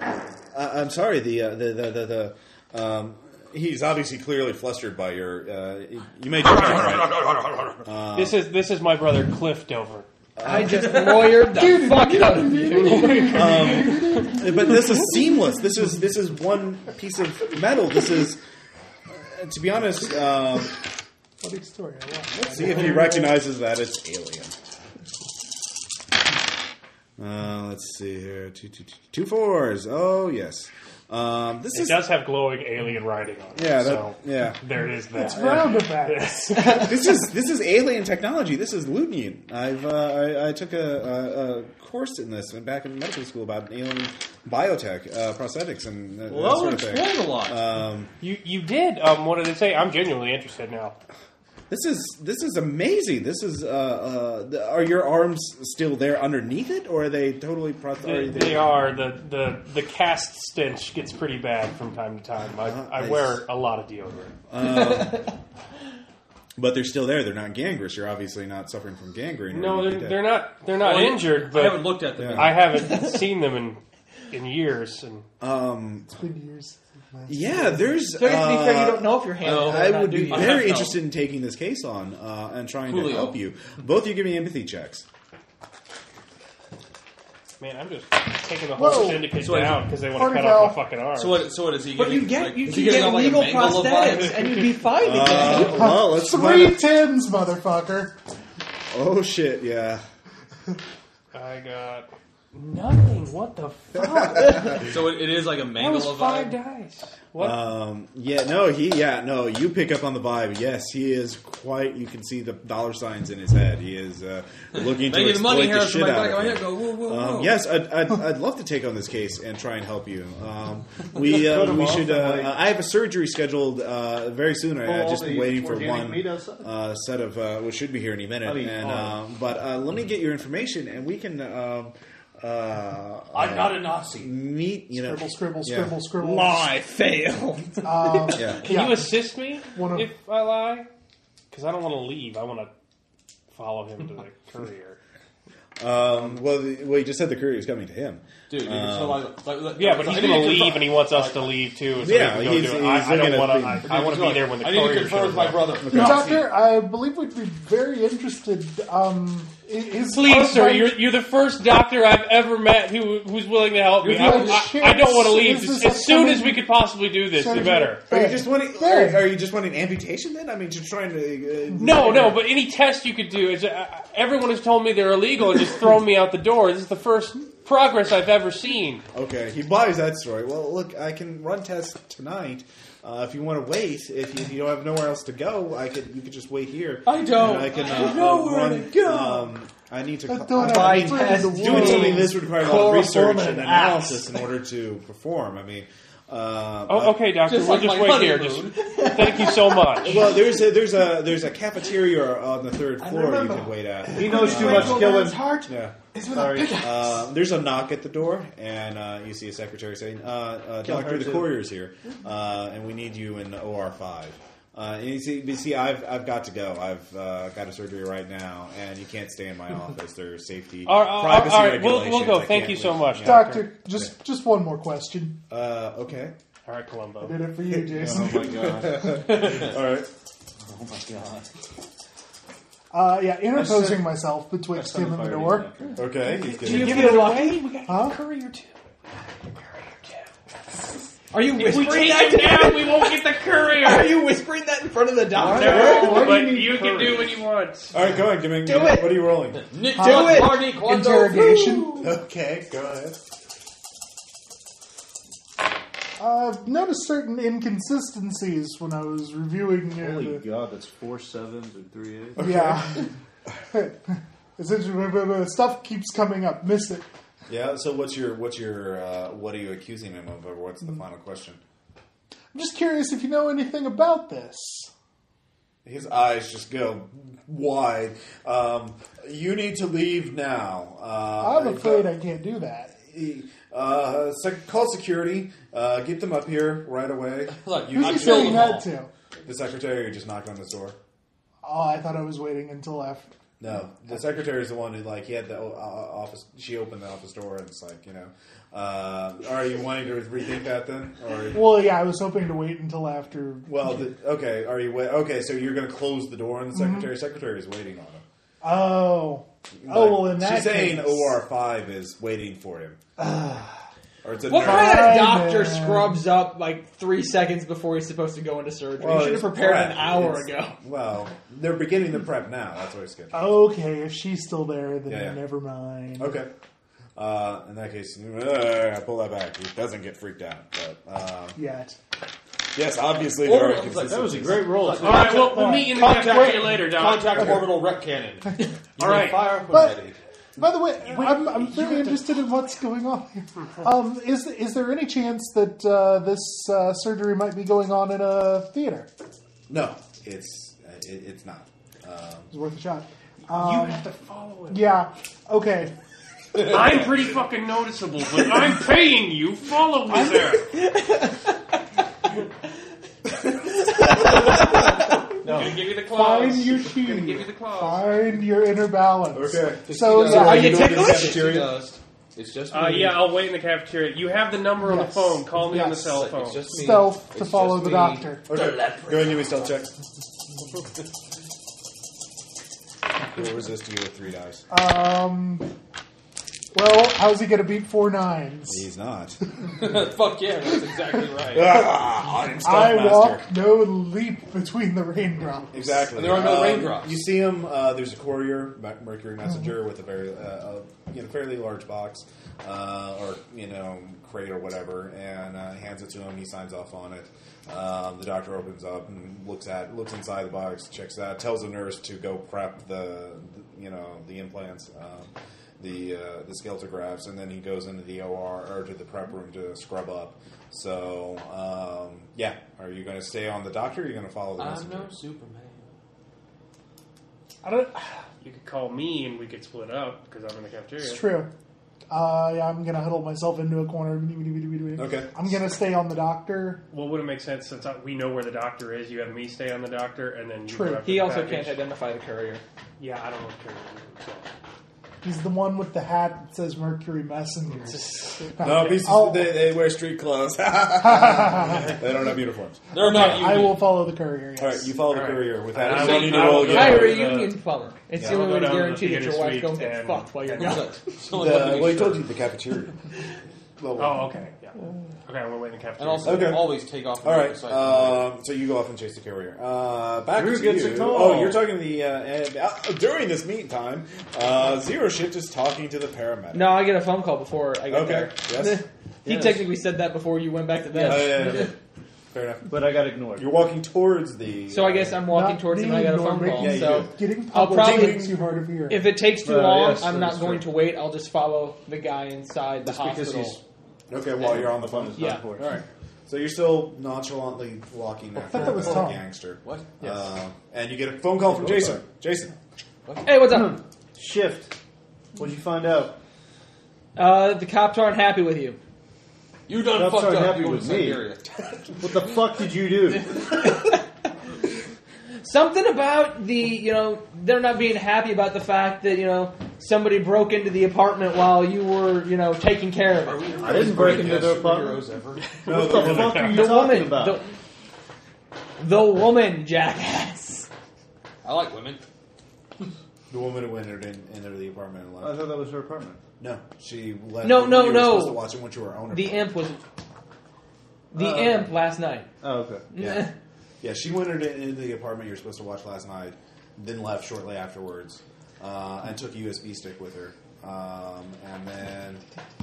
[SPEAKER 1] uh, I, I'm sorry. The uh, the the the. the um, He's obviously clearly flustered by your. Uh, you made your point, right?
[SPEAKER 6] this is this is my brother Cliff Dover.
[SPEAKER 5] I just lawyered the fuck out of you.
[SPEAKER 1] But this is seamless. This is this is one piece of metal. This is, uh, to be honest. Um,
[SPEAKER 3] What a story. I love.
[SPEAKER 1] See if he recognizes that as alien. Uh, let's see here. Two, two, two, two fours. Oh, yes. Um, this
[SPEAKER 6] It
[SPEAKER 1] is
[SPEAKER 6] does have glowing alien writing on it.
[SPEAKER 1] Yeah, that-
[SPEAKER 6] so
[SPEAKER 1] yeah.
[SPEAKER 6] There is that.
[SPEAKER 3] Roundabouts.
[SPEAKER 1] this is this is alien technology. This is Lunian. I've uh, I, I took a, a, a course in this back in medical school about alien biotech uh, prosthetics and that, that
[SPEAKER 4] Well,
[SPEAKER 1] sort of thing.
[SPEAKER 4] explain a lot.
[SPEAKER 1] Um,
[SPEAKER 6] You you did. Um, what did it say? I'm genuinely interested now.
[SPEAKER 1] this is this is amazing. This is uh, uh, the- are your arms still there underneath it, or are they totally
[SPEAKER 6] They,
[SPEAKER 1] prosthetic?
[SPEAKER 6] they are the, the the cast stench gets pretty bad from time to time. I,
[SPEAKER 1] Uh,
[SPEAKER 6] I
[SPEAKER 1] I s-
[SPEAKER 6] wear a lot of deodorant.
[SPEAKER 1] But they're still there. They're not gangrous. You're obviously not suffering from gangrene. or
[SPEAKER 6] No,
[SPEAKER 1] anything
[SPEAKER 6] they're,
[SPEAKER 1] like
[SPEAKER 6] they're
[SPEAKER 1] that.
[SPEAKER 6] not they're not
[SPEAKER 4] Well,
[SPEAKER 6] injured,
[SPEAKER 4] I
[SPEAKER 6] but
[SPEAKER 4] haven't looked at them.
[SPEAKER 1] Yeah.
[SPEAKER 6] I haven't seen them in in years. And
[SPEAKER 1] Um,
[SPEAKER 3] It's been years.
[SPEAKER 1] yeah, there's.
[SPEAKER 5] So I guess to be fair,
[SPEAKER 1] uh,
[SPEAKER 5] you don't know if you're handling
[SPEAKER 1] I
[SPEAKER 5] it or not,
[SPEAKER 1] would
[SPEAKER 5] do
[SPEAKER 1] be
[SPEAKER 5] you?
[SPEAKER 4] I don't know.
[SPEAKER 1] very interested in taking this case on uh, and trying to
[SPEAKER 4] Julio.
[SPEAKER 1] help you. Both you give me empathy checks.
[SPEAKER 6] man, I'm just taking the whole
[SPEAKER 3] Whoa.
[SPEAKER 6] syndicate
[SPEAKER 4] So I-
[SPEAKER 6] down because they want to cut
[SPEAKER 3] Portugal.
[SPEAKER 6] off my fucking arm.
[SPEAKER 4] So what? So what is he?
[SPEAKER 5] But
[SPEAKER 4] getting,
[SPEAKER 5] you get
[SPEAKER 4] like,
[SPEAKER 5] you
[SPEAKER 4] is
[SPEAKER 5] can
[SPEAKER 4] he getting
[SPEAKER 5] get
[SPEAKER 4] all, like, a
[SPEAKER 5] legal
[SPEAKER 4] mangle vibe?
[SPEAKER 5] prosthetics and you'd be fine with
[SPEAKER 1] Uh,
[SPEAKER 5] that.
[SPEAKER 1] well, let's
[SPEAKER 3] Three
[SPEAKER 1] find out-
[SPEAKER 3] tens, motherfucker.
[SPEAKER 1] Oh shit! Yeah,
[SPEAKER 6] I got nothing. What the fuck?
[SPEAKER 4] So it, it is like a
[SPEAKER 6] that was
[SPEAKER 4] mangle
[SPEAKER 6] five
[SPEAKER 4] vibe.
[SPEAKER 6] dice. What?
[SPEAKER 4] Uh,
[SPEAKER 1] um, yeah. No, he. Yeah, no. You pick up on the vibe. Yes, he is quite. You can see the dollar signs in his head. He is uh, looking to
[SPEAKER 4] Making
[SPEAKER 1] exploit
[SPEAKER 4] the money
[SPEAKER 1] the
[SPEAKER 4] hairs from
[SPEAKER 1] shit
[SPEAKER 4] my
[SPEAKER 1] out
[SPEAKER 4] back
[SPEAKER 1] of
[SPEAKER 4] of my
[SPEAKER 1] you.
[SPEAKER 4] head "Oh, go whoa whoa whoa.
[SPEAKER 1] Um, yes, I'd, I'd, I'd love to take on this case and try and help you. Um, we uh, we should. Uh, I have a surgery scheduled uh, very soon.
[SPEAKER 3] Oh,
[SPEAKER 1] I, I've just been waiting for one uh, set of uh, which should be here any minute. and, um, but uh, let me get your information, and we can. Um, uh,
[SPEAKER 6] I'm not a
[SPEAKER 1] uh,
[SPEAKER 6] Nazi.
[SPEAKER 1] meet. You know,
[SPEAKER 3] Scribble, scribble,
[SPEAKER 1] Yeah.
[SPEAKER 3] scribble, scribble.
[SPEAKER 5] Lie, fail.
[SPEAKER 3] Um,
[SPEAKER 1] Yeah.
[SPEAKER 6] Can you assist me
[SPEAKER 3] One of-
[SPEAKER 6] if I lie? Because I don't want to leave. I want to follow him to the courier.
[SPEAKER 1] Um, well, the, well, you just said the courier is coming to him.
[SPEAKER 4] dude. dude, so like, like, like,
[SPEAKER 6] Yeah, but
[SPEAKER 4] like,
[SPEAKER 6] he's
[SPEAKER 4] I
[SPEAKER 6] going to
[SPEAKER 4] need to
[SPEAKER 6] leave,
[SPEAKER 4] confront-
[SPEAKER 6] and he wants us to leave too. So
[SPEAKER 1] Yeah,
[SPEAKER 6] we can go
[SPEAKER 1] he's-
[SPEAKER 6] do it.
[SPEAKER 1] he's
[SPEAKER 6] I, I don't
[SPEAKER 1] looking
[SPEAKER 6] want
[SPEAKER 1] at
[SPEAKER 6] to.
[SPEAKER 1] the-
[SPEAKER 6] I, I want to be there when the
[SPEAKER 4] I need to
[SPEAKER 6] courier
[SPEAKER 4] confer
[SPEAKER 6] shows
[SPEAKER 4] with my
[SPEAKER 6] up.
[SPEAKER 4] brother.
[SPEAKER 3] Doctor, I believe we'd be very interested. Um, i- is
[SPEAKER 6] Please, sir,
[SPEAKER 3] are-
[SPEAKER 6] you're, you're the first doctor I've ever met who who's willing to help me.
[SPEAKER 3] You're
[SPEAKER 6] I,
[SPEAKER 3] the
[SPEAKER 6] I, I don't want to leave.
[SPEAKER 3] Is this
[SPEAKER 6] As soon as we
[SPEAKER 3] upcoming-
[SPEAKER 6] could possibly do this, the
[SPEAKER 3] Surgery.
[SPEAKER 6] better.
[SPEAKER 1] Are you just wanting?
[SPEAKER 3] There.
[SPEAKER 1] Are, are you just wanting amputation? Then I mean, just trying to. Uh,
[SPEAKER 6] No, no, but any test you could do is uh, everyone has told me they're illegal and just thrown me out the door. This is the first progress I've ever seen.
[SPEAKER 1] Okay, he buys that story. Well, look, I can run tests tonight. Uh, if you want to wait, if you, if you don't have nowhere else to go, I could. You could just wait here.
[SPEAKER 5] I don't.
[SPEAKER 1] And I can.
[SPEAKER 5] I
[SPEAKER 1] Uh,
[SPEAKER 5] have nowhere
[SPEAKER 1] uh, run,
[SPEAKER 5] to go.
[SPEAKER 1] Um, I need to.
[SPEAKER 3] I don't
[SPEAKER 1] I
[SPEAKER 3] have
[SPEAKER 1] mean,
[SPEAKER 3] a friend in the
[SPEAKER 5] tests,
[SPEAKER 1] doing
[SPEAKER 3] world.
[SPEAKER 1] something like this would require a lot of
[SPEAKER 5] Chloroform
[SPEAKER 1] research and
[SPEAKER 5] and
[SPEAKER 1] analysis in order to perform. I mean, uh,
[SPEAKER 6] Oh, okay, doctor,
[SPEAKER 4] Just
[SPEAKER 6] we'll
[SPEAKER 4] like
[SPEAKER 6] just
[SPEAKER 4] my
[SPEAKER 6] wait here. Just
[SPEAKER 4] honeymoon.
[SPEAKER 6] thank you so much.
[SPEAKER 1] Well, there's a there's a there's a cafeteria on the third floor you
[SPEAKER 7] remember.
[SPEAKER 1] can wait at.
[SPEAKER 9] He knows too much
[SPEAKER 7] Man's
[SPEAKER 9] killing. Oh
[SPEAKER 7] heart
[SPEAKER 1] Yeah.
[SPEAKER 7] is with
[SPEAKER 9] Sorry.
[SPEAKER 7] a pickaxe.
[SPEAKER 1] Uh, there's a knock at the door, and uh, you see a secretary saying, uh, uh, "Doctor, the courier's here,
[SPEAKER 6] Mm-hmm.
[SPEAKER 1] uh, and we need you in OR five. Uh, and you see, you see, I've I've got to go. I've uh, got a surgery right now, and you can't stay in my office. There's safety,
[SPEAKER 6] Mm-hmm. All right, all right,
[SPEAKER 1] privacy
[SPEAKER 6] all right, we'll- we'll
[SPEAKER 1] regulations.
[SPEAKER 6] go.
[SPEAKER 1] I
[SPEAKER 6] Thank
[SPEAKER 1] can't
[SPEAKER 6] you so
[SPEAKER 1] leave."
[SPEAKER 6] much,
[SPEAKER 1] Yeah.
[SPEAKER 3] Doctor, just just one more question.
[SPEAKER 1] Uh, okay.
[SPEAKER 6] All right, Columbo.
[SPEAKER 3] Did it for you,
[SPEAKER 6] Oh,
[SPEAKER 3] Jason.
[SPEAKER 9] my god.
[SPEAKER 1] All right.
[SPEAKER 3] Uh, yeah, interposing myself betwixt him and the door.
[SPEAKER 1] Okay. He's
[SPEAKER 5] Do you
[SPEAKER 1] getting.
[SPEAKER 5] give it away?
[SPEAKER 3] Huh?
[SPEAKER 5] Are you
[SPEAKER 6] If we
[SPEAKER 5] whispering
[SPEAKER 6] take
[SPEAKER 5] that?
[SPEAKER 6] him down, we won't get the courier.
[SPEAKER 5] Are you whispering that in front of the doctor?
[SPEAKER 6] No, but you can do what you want.
[SPEAKER 1] All right, go ahead. Give me.
[SPEAKER 5] Do it.
[SPEAKER 1] What are you rolling?
[SPEAKER 4] Nick
[SPEAKER 3] Do
[SPEAKER 4] Tuck,
[SPEAKER 5] it.
[SPEAKER 4] Marty Quando.
[SPEAKER 3] Interrogation.
[SPEAKER 1] Okay, go ahead.
[SPEAKER 3] I've Uh, noticed certain inconsistencies when I was reviewing uh,
[SPEAKER 9] Holy
[SPEAKER 3] the-
[SPEAKER 9] god, that's four sevens and three eights.
[SPEAKER 3] Yeah. Essentially, blah, blah, blah, stuff keeps coming up. Miss it.
[SPEAKER 1] Yeah. So what's your what's your uh, what are you accusing him of, or what's
[SPEAKER 6] Mm-hmm.
[SPEAKER 1] the final question?
[SPEAKER 3] I'm just curious if you know anything about this.
[SPEAKER 1] His eyes just go wide. Um, you need to leave now. Uh,
[SPEAKER 3] I'm afraid I can't do that.
[SPEAKER 1] Uh, sec- call security. Uh, get them up here right away.
[SPEAKER 4] Look,
[SPEAKER 1] You
[SPEAKER 3] Who's he
[SPEAKER 4] I
[SPEAKER 1] should-
[SPEAKER 4] killed
[SPEAKER 3] saying
[SPEAKER 4] them
[SPEAKER 3] that
[SPEAKER 4] all.
[SPEAKER 3] to?
[SPEAKER 1] the secretary just knocked on this door.
[SPEAKER 3] Oh, I thought I was waiting until after.
[SPEAKER 1] No, the secretary's the one who like he had the o- o- office. She opened the office door and it's like you know, uh, are you wanting to rethink that then? Or
[SPEAKER 3] Well, yeah, I was hoping to wait until after.
[SPEAKER 1] well, the, okay, are you wait? Okay, so you're going to close the door on the secretary.
[SPEAKER 3] Mm-hmm.
[SPEAKER 1] Secretary is waiting on him.
[SPEAKER 3] Oh,
[SPEAKER 1] Like,
[SPEAKER 3] oh well, in that
[SPEAKER 1] she's saying
[SPEAKER 3] case,
[SPEAKER 1] OR five is waiting for him. or it's a nurse.
[SPEAKER 5] What kind of
[SPEAKER 3] Right,
[SPEAKER 5] doctor
[SPEAKER 3] man.
[SPEAKER 5] scrubs up like three seconds before he's supposed to go into surgery?
[SPEAKER 1] Well,
[SPEAKER 5] you should
[SPEAKER 1] it's
[SPEAKER 5] have prepared an
[SPEAKER 1] prep.
[SPEAKER 5] hour
[SPEAKER 1] It's-
[SPEAKER 5] ago.
[SPEAKER 1] Well, they're beginning the prep now. That's what it's good.
[SPEAKER 3] Okay, if she's still there, then
[SPEAKER 1] Yeah, yeah.
[SPEAKER 3] never mind.
[SPEAKER 1] Okay. Uh, in that case, uh, pull that back. He doesn't get freaked out. But um,
[SPEAKER 3] Yet.
[SPEAKER 1] yes, obviously
[SPEAKER 4] Or-
[SPEAKER 1] there are
[SPEAKER 4] it's like,
[SPEAKER 8] That was a
[SPEAKER 1] consistencies.
[SPEAKER 8] great roll.
[SPEAKER 6] All right, well, we'll meet in the
[SPEAKER 4] Contact-
[SPEAKER 6] cafeteria later, Doc.
[SPEAKER 4] Contact orbital wreck cannon.
[SPEAKER 6] All right.
[SPEAKER 4] Fire when
[SPEAKER 3] But-
[SPEAKER 4] ready.
[SPEAKER 3] By the way, I'm, I'm very interested in what's going on here. Um, is is there any chance that uh, this uh, surgery might be going on in a theater?
[SPEAKER 1] No, it's uh, it, it's not. Um,
[SPEAKER 3] It's worth a shot. Um, you have to follow it. Yeah. Okay.
[SPEAKER 6] I'm pretty fucking noticeable, but I'm paying you. Follow me there.
[SPEAKER 2] I'm gonna give you the claws.
[SPEAKER 3] Find your
[SPEAKER 2] I'm gonna give you
[SPEAKER 3] shoes.
[SPEAKER 2] the claws.
[SPEAKER 3] Find your inner balance.
[SPEAKER 1] Okay.
[SPEAKER 3] So
[SPEAKER 4] Just-
[SPEAKER 3] yeah,
[SPEAKER 4] Are
[SPEAKER 3] I-
[SPEAKER 4] you
[SPEAKER 1] doing
[SPEAKER 4] ticklish?
[SPEAKER 1] the cafeteria?
[SPEAKER 4] It's just- It's just
[SPEAKER 6] Uh,
[SPEAKER 4] me.
[SPEAKER 6] yeah, I'll wait in the cafeteria. You have the number on the
[SPEAKER 3] Yes.
[SPEAKER 6] phone. Call me on the
[SPEAKER 3] Yes.
[SPEAKER 6] cell
[SPEAKER 4] It's
[SPEAKER 6] phone.
[SPEAKER 4] just me.
[SPEAKER 3] stealth to
[SPEAKER 4] It's
[SPEAKER 3] follow
[SPEAKER 4] just
[SPEAKER 3] the
[SPEAKER 4] me.
[SPEAKER 3] doctor.
[SPEAKER 1] Okay. Go ahead and give me a stealth check. We'll resist you with three dice.
[SPEAKER 3] Um. Well, how's he going to beat four nines?
[SPEAKER 1] He's not.
[SPEAKER 4] Fuck yeah, that's exactly right.
[SPEAKER 1] ah, I'm stealth
[SPEAKER 3] I
[SPEAKER 1] master.
[SPEAKER 3] walk no leap between the raindrops.
[SPEAKER 1] Exactly. Um,
[SPEAKER 4] And there are no raindrops.
[SPEAKER 1] You see him. Uh, there's a courier, Mer- Mercury Messenger, with a very, uh, a, you know, fairly large box uh, or you know crate or whatever, and uh, hands it to him. He signs off on it. Um, the doctor opens up and looks at, looks inside the box, checks it out, tells the nurse to go prep the, the you know, the implants. Um, the uh, the skeletal grafts, and then he goes into the OR or to the prep room to scrub up. So um, yeah, are you going to stay on the doctor? or Are you going to follow the
[SPEAKER 5] Uh,
[SPEAKER 4] I'm
[SPEAKER 1] messenger?
[SPEAKER 4] no Superman.
[SPEAKER 3] I don't.
[SPEAKER 6] You could call me and we could split up because I'm in the cafeteria.
[SPEAKER 3] It's true. Uh, yeah, I'm gonna huddle myself into a corner.
[SPEAKER 1] Okay.
[SPEAKER 3] I'm gonna stay on the doctor.
[SPEAKER 6] Well, would it make sense since I, we know where the doctor is? You have me stay on the doctor, and then you
[SPEAKER 3] True.
[SPEAKER 6] go after
[SPEAKER 5] He
[SPEAKER 6] the
[SPEAKER 5] also
[SPEAKER 6] package.
[SPEAKER 5] can't identify the courier.
[SPEAKER 6] Yeah, I don't know. If Terry is, so.
[SPEAKER 3] He's the one with the hat that says Mercury Messenger.
[SPEAKER 1] No, pieces,
[SPEAKER 3] I'll-
[SPEAKER 1] they, they wear street clothes. they don't have uniforms.
[SPEAKER 4] They're not
[SPEAKER 3] I
[SPEAKER 4] union.
[SPEAKER 3] will follow the courier. Yes.
[SPEAKER 1] All right, you follow the
[SPEAKER 6] All right.
[SPEAKER 1] courier with
[SPEAKER 6] I
[SPEAKER 1] that. You
[SPEAKER 6] will-
[SPEAKER 1] don't need to
[SPEAKER 6] I
[SPEAKER 1] roll
[SPEAKER 6] will go
[SPEAKER 1] again.
[SPEAKER 6] down
[SPEAKER 5] Hire a
[SPEAKER 6] to the-
[SPEAKER 5] union plumber.
[SPEAKER 6] uh,
[SPEAKER 5] It's
[SPEAKER 6] Yeah,
[SPEAKER 5] the
[SPEAKER 6] I'll go
[SPEAKER 5] only way to
[SPEAKER 6] down to the
[SPEAKER 5] guarantee that
[SPEAKER 6] theater
[SPEAKER 5] your wife
[SPEAKER 6] suite
[SPEAKER 5] don't get
[SPEAKER 6] and-
[SPEAKER 5] fucked while you're
[SPEAKER 6] and-
[SPEAKER 5] gone.
[SPEAKER 4] Someone let
[SPEAKER 1] The,
[SPEAKER 4] me
[SPEAKER 1] well, he
[SPEAKER 4] sure.
[SPEAKER 1] told you the cafeteria. Level
[SPEAKER 6] Oh, okay. Yeah. Okay, I'm gonna wait in the
[SPEAKER 4] And
[SPEAKER 6] cafeteria.
[SPEAKER 4] also,
[SPEAKER 1] Okay.
[SPEAKER 4] always take off. the
[SPEAKER 1] All right,
[SPEAKER 4] motorcycle.
[SPEAKER 1] um, so you go off and chase the courier. Uh, back
[SPEAKER 8] Drew
[SPEAKER 1] to
[SPEAKER 8] gets
[SPEAKER 1] you.
[SPEAKER 8] a call.
[SPEAKER 1] Oh, you're talking to the uh, and- uh, during this meantime, uh, Zero Shift is talking to the paramedic.
[SPEAKER 5] No, I get a phone call before I get
[SPEAKER 1] Okay.
[SPEAKER 5] there.
[SPEAKER 1] Yes.
[SPEAKER 5] he
[SPEAKER 8] Yes.
[SPEAKER 5] technically said that before you went back to bed.
[SPEAKER 1] Oh, yeah, yeah, yeah. Fair enough.
[SPEAKER 8] But I got ignored.
[SPEAKER 1] You're walking towards the.
[SPEAKER 5] So I guess I'm walking
[SPEAKER 3] Not
[SPEAKER 5] towards him
[SPEAKER 3] me,
[SPEAKER 5] and I got a
[SPEAKER 3] nor
[SPEAKER 5] phone
[SPEAKER 3] Ricky.
[SPEAKER 5] call.
[SPEAKER 1] Yeah, you do.
[SPEAKER 5] so
[SPEAKER 1] Uh,
[SPEAKER 3] Getting
[SPEAKER 5] I'll
[SPEAKER 3] public
[SPEAKER 5] probably-
[SPEAKER 3] makes you hard of hearing.
[SPEAKER 5] if it takes too
[SPEAKER 8] Well,
[SPEAKER 5] long,
[SPEAKER 8] yes,
[SPEAKER 5] I'm
[SPEAKER 8] that
[SPEAKER 5] not
[SPEAKER 8] is
[SPEAKER 5] going
[SPEAKER 8] true.
[SPEAKER 5] to wait. I'll just follow the guy inside the
[SPEAKER 8] because
[SPEAKER 5] hospital.
[SPEAKER 8] he's-
[SPEAKER 1] Okay, while you're on the phone.
[SPEAKER 5] Yeah.
[SPEAKER 1] All right. So you're still nonchalantly walking after
[SPEAKER 3] thought
[SPEAKER 1] the
[SPEAKER 3] that was Tom.
[SPEAKER 1] gangster.
[SPEAKER 4] What?
[SPEAKER 1] Uh, and you get a phone call from Jason. Jason.
[SPEAKER 5] Hey, what's up?
[SPEAKER 8] Shift. What'd you find out?
[SPEAKER 5] Uh, the cops aren't happy with you.
[SPEAKER 4] You done
[SPEAKER 8] Cops
[SPEAKER 4] fucked
[SPEAKER 8] aren't
[SPEAKER 4] up.
[SPEAKER 8] happy
[SPEAKER 4] you go to
[SPEAKER 8] with me.
[SPEAKER 4] Siberia.
[SPEAKER 8] What the fuck did you do?
[SPEAKER 5] Something about the, you know, they're not being happy about the fact that, you know, somebody broke into the apartment while you were, you know, taking care of it.
[SPEAKER 8] I didn't break into their
[SPEAKER 4] Superheroes
[SPEAKER 8] apartment.
[SPEAKER 4] ever.
[SPEAKER 1] No,
[SPEAKER 8] What the fuck are you
[SPEAKER 5] The
[SPEAKER 8] talking
[SPEAKER 5] woman.
[SPEAKER 8] about?
[SPEAKER 5] The, the woman, jackass.
[SPEAKER 4] I like women.
[SPEAKER 1] The woman who entered, in, entered the apartment and
[SPEAKER 8] I
[SPEAKER 1] left.
[SPEAKER 8] thought that was her apartment.
[SPEAKER 1] No, she left.
[SPEAKER 5] No, no,
[SPEAKER 1] you were
[SPEAKER 5] no.
[SPEAKER 1] supposed to watch it when you were owner.
[SPEAKER 5] The imp was. The
[SPEAKER 8] Oh, okay.
[SPEAKER 5] imp last night.
[SPEAKER 8] Oh, okay.
[SPEAKER 1] Yeah. yeah, she entered in- into the apartment you were supposed to watch last night, then left shortly afterwards, uh, and took a USB stick with her. Um, and then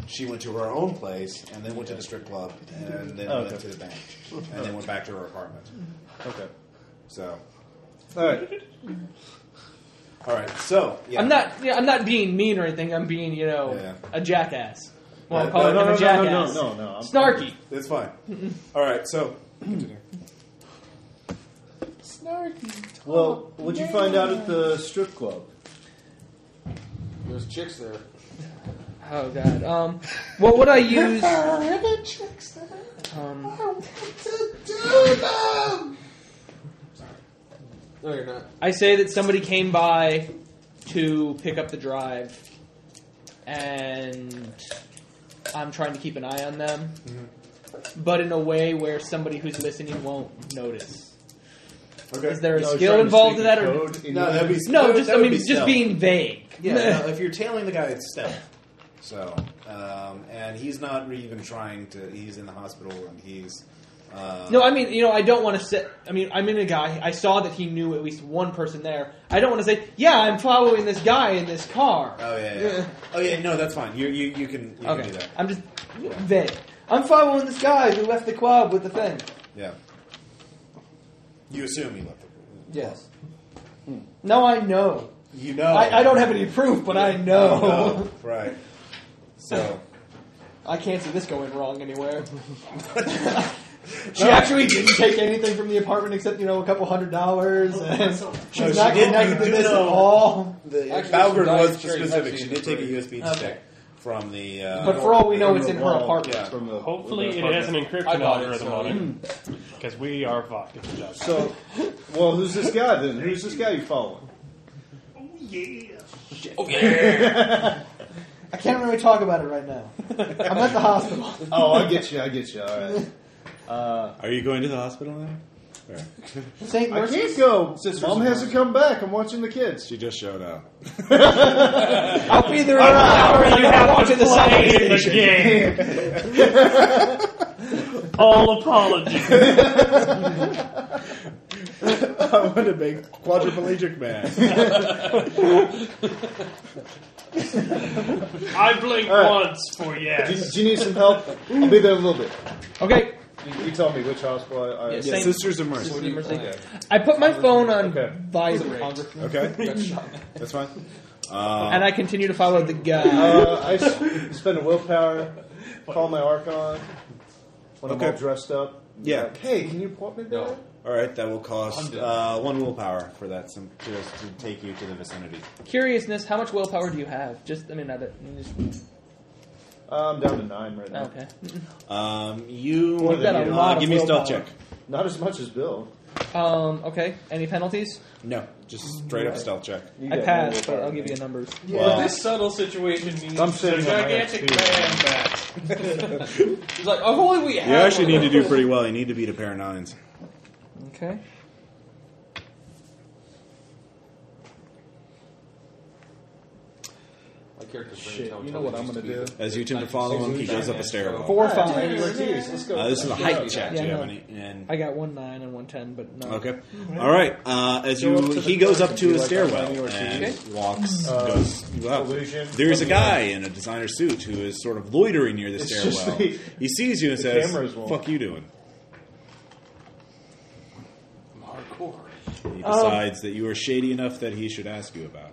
[SPEAKER 1] she went to her own place, and then went to the strip club, and then
[SPEAKER 8] Oh,
[SPEAKER 1] went
[SPEAKER 8] okay.
[SPEAKER 1] to the bank, and then went back to her apartment.
[SPEAKER 8] Okay.
[SPEAKER 1] So,
[SPEAKER 8] All right.
[SPEAKER 1] all right, so yeah,
[SPEAKER 5] I'm not. Yeah, I'm not being mean or anything. I'm being, you know,
[SPEAKER 1] Yeah.
[SPEAKER 5] a jackass. Well,
[SPEAKER 1] No,
[SPEAKER 5] I'm calling
[SPEAKER 8] no,
[SPEAKER 5] him
[SPEAKER 8] no,
[SPEAKER 5] a
[SPEAKER 8] no,
[SPEAKER 5] jackass.
[SPEAKER 8] no, no, no, no, I'm-
[SPEAKER 5] Snarky.
[SPEAKER 1] It's fine. all right, so continue.
[SPEAKER 3] Snarky. talk.
[SPEAKER 8] Well, what'd you find out at the strip club?
[SPEAKER 4] There's chicks there.
[SPEAKER 5] Oh god. Um. What would I use?
[SPEAKER 3] Ribbon tricks.
[SPEAKER 5] Um.
[SPEAKER 3] I want to do them.
[SPEAKER 4] No, you're not.
[SPEAKER 5] I say that somebody came by to pick up the drive, and I'm trying to keep an eye on them,
[SPEAKER 1] Mm-hmm.
[SPEAKER 5] but in a way where somebody who's listening won't notice.
[SPEAKER 8] Okay.
[SPEAKER 5] Is there a skill involved in that, or
[SPEAKER 1] No, that'd be
[SPEAKER 5] no?
[SPEAKER 1] that
[SPEAKER 5] Just
[SPEAKER 1] would
[SPEAKER 5] I mean,
[SPEAKER 1] be
[SPEAKER 5] just
[SPEAKER 1] stealth.
[SPEAKER 5] being vague.
[SPEAKER 1] Yeah, no, if you're tailing the guy, it's stealth. So, um, and he's not re- even trying to. He's in the hospital, and he's. Uh,
[SPEAKER 5] No, I mean, you know, I don't want to say. I mean, I'm in a guy. I saw that he knew at least one person there. I don't want to say, yeah, I'm following this guy in this car.
[SPEAKER 1] Oh yeah, yeah. Oh yeah. No, that's fine. You you you can you can do
[SPEAKER 5] Okay,
[SPEAKER 1] that.
[SPEAKER 5] I'm just vague. I'm following this guy who left the club with the thing.
[SPEAKER 1] Yeah. You assume he left. The,
[SPEAKER 5] Yes. No, I know.
[SPEAKER 1] you know.
[SPEAKER 5] I, I don't have any proof, but I know.
[SPEAKER 1] No, right. So.
[SPEAKER 5] I can't see this going wrong anywhere. she actually didn't take anything from the apartment except you know a couple hundred dollars, and
[SPEAKER 1] No,
[SPEAKER 5] she's
[SPEAKER 1] she
[SPEAKER 5] not
[SPEAKER 1] didn't.
[SPEAKER 5] connected
[SPEAKER 1] You
[SPEAKER 5] to
[SPEAKER 1] do
[SPEAKER 5] this at
[SPEAKER 1] know.
[SPEAKER 5] all.
[SPEAKER 1] The
[SPEAKER 4] Actually,
[SPEAKER 1] Balgard
[SPEAKER 4] she died
[SPEAKER 1] was
[SPEAKER 4] of cherry
[SPEAKER 1] specific.
[SPEAKER 4] Pepsi
[SPEAKER 1] She
[SPEAKER 4] in the
[SPEAKER 1] did take a
[SPEAKER 4] brain.
[SPEAKER 1] USB
[SPEAKER 5] Okay.
[SPEAKER 1] stick from the. Uh,
[SPEAKER 5] But for all we know,
[SPEAKER 8] From
[SPEAKER 5] it's
[SPEAKER 8] the
[SPEAKER 5] in her
[SPEAKER 8] wall,
[SPEAKER 5] apartment.
[SPEAKER 1] yeah.
[SPEAKER 8] From the,
[SPEAKER 6] Hopefully,
[SPEAKER 8] from
[SPEAKER 6] it
[SPEAKER 8] the
[SPEAKER 6] has an
[SPEAKER 8] apartment.
[SPEAKER 6] encryption
[SPEAKER 4] I bought it,
[SPEAKER 6] algorithm
[SPEAKER 4] so-
[SPEAKER 6] on it because we are vodka.
[SPEAKER 8] So, well, who's this guy then? Who's this guy you following?
[SPEAKER 5] I can't really talk about it right now. I'm at the hospital.
[SPEAKER 8] Oh, I get you. I get you. All right.
[SPEAKER 1] Are you going to the hospital now? Or-
[SPEAKER 5] St.
[SPEAKER 8] I can't
[SPEAKER 5] Mercy's.
[SPEAKER 8] go. Mom hasn't come back. I'm watching the kids.
[SPEAKER 1] She just showed up.
[SPEAKER 5] I'll be there in an hour. and
[SPEAKER 6] You
[SPEAKER 5] I'm gonna
[SPEAKER 6] have
[SPEAKER 5] walk to
[SPEAKER 6] to
[SPEAKER 5] the subway
[SPEAKER 6] play the
[SPEAKER 5] station.
[SPEAKER 6] game. All apologies.
[SPEAKER 1] I want to make quadriplegic man.
[SPEAKER 6] I blinked
[SPEAKER 8] All right.
[SPEAKER 6] once for
[SPEAKER 8] Do you,
[SPEAKER 6] yes.
[SPEAKER 8] do you need some help? I'll be there in a little bit.
[SPEAKER 5] Okay.
[SPEAKER 8] You, you tell me which hospital. I, I,
[SPEAKER 5] Yes.
[SPEAKER 1] Yeah,
[SPEAKER 5] Saint-
[SPEAKER 1] Sisters of Mercy.
[SPEAKER 5] St. Mercy.
[SPEAKER 8] Okay.
[SPEAKER 5] I put my phone on
[SPEAKER 8] Okay.
[SPEAKER 5] vibrate,
[SPEAKER 1] Okay, that's fine.
[SPEAKER 5] and I continue to follow the guy.
[SPEAKER 8] Uh, I s- spend a willpower, call my Archon when I'm
[SPEAKER 1] Okay.
[SPEAKER 8] all dressed up.
[SPEAKER 1] Yeah.
[SPEAKER 8] Like, hey, can you point me there?
[SPEAKER 4] No.
[SPEAKER 1] All right, that will cost uh, one willpower for that some, to, to take you to the vicinity.
[SPEAKER 5] Curiousness, how much willpower do you have? Just, I mean, I don't- just- oh,
[SPEAKER 8] Uh, I'm down to nine right now.
[SPEAKER 5] okay.
[SPEAKER 1] Um, you
[SPEAKER 8] You've got a
[SPEAKER 1] uh,
[SPEAKER 5] lot of
[SPEAKER 1] give me a stealth
[SPEAKER 5] willpower.
[SPEAKER 1] check.
[SPEAKER 8] Not as much as Bill.
[SPEAKER 5] Um, okay. Any penalties?
[SPEAKER 1] No, just straight up stealth check.
[SPEAKER 8] You
[SPEAKER 5] I
[SPEAKER 8] got
[SPEAKER 5] passed,
[SPEAKER 8] more
[SPEAKER 5] but I'll
[SPEAKER 8] willpower
[SPEAKER 5] give
[SPEAKER 8] than
[SPEAKER 5] you the numbers.
[SPEAKER 1] Well,
[SPEAKER 10] this subtle situation means
[SPEAKER 8] I'm
[SPEAKER 10] a
[SPEAKER 8] sitting on my
[SPEAKER 10] gigantic
[SPEAKER 8] XP.
[SPEAKER 10] man back.
[SPEAKER 4] He's like, oh, if only we had.
[SPEAKER 1] you actually
[SPEAKER 4] one
[SPEAKER 1] need
[SPEAKER 4] of
[SPEAKER 1] to
[SPEAKER 4] those."
[SPEAKER 1] do pretty well. You need to beat a pair of nines.
[SPEAKER 5] Okay.
[SPEAKER 4] My character's brain
[SPEAKER 8] Shit,
[SPEAKER 4] tell-
[SPEAKER 8] you know
[SPEAKER 4] tell
[SPEAKER 8] what
[SPEAKER 4] me
[SPEAKER 8] I'm
[SPEAKER 4] used
[SPEAKER 8] gonna
[SPEAKER 4] to
[SPEAKER 8] do?
[SPEAKER 4] be.
[SPEAKER 1] As you attempt to follow him, he goes up a stairwell.
[SPEAKER 5] Four
[SPEAKER 8] me.
[SPEAKER 5] or
[SPEAKER 8] Ah,
[SPEAKER 5] five.
[SPEAKER 8] dude, we're dudes, Let's go.
[SPEAKER 1] Uh, this is a height check. Do you
[SPEAKER 5] Yeah,
[SPEAKER 1] have
[SPEAKER 5] no.
[SPEAKER 1] any? And
[SPEAKER 5] I got one nine and one ten, but no.
[SPEAKER 1] Okay. All right. Uh, as you,
[SPEAKER 8] Go up to the
[SPEAKER 1] he goes
[SPEAKER 8] front
[SPEAKER 1] up
[SPEAKER 8] and
[SPEAKER 1] to a
[SPEAKER 8] do like
[SPEAKER 1] stairwell
[SPEAKER 8] Antonio Ortiz.
[SPEAKER 1] and
[SPEAKER 5] Okay.
[SPEAKER 1] walks. goes up.
[SPEAKER 8] illusion.
[SPEAKER 1] There's a
[SPEAKER 8] Illusion.
[SPEAKER 1] guy in a designer suit who is sort of loitering near the
[SPEAKER 8] It's just
[SPEAKER 1] stairwell.
[SPEAKER 8] the-
[SPEAKER 1] he sees you and
[SPEAKER 8] the
[SPEAKER 1] says,
[SPEAKER 8] cameras won't.
[SPEAKER 1] "Fuck you doing."
[SPEAKER 4] I'm hardcore.
[SPEAKER 1] He decides that you are shady enough that he should ask you about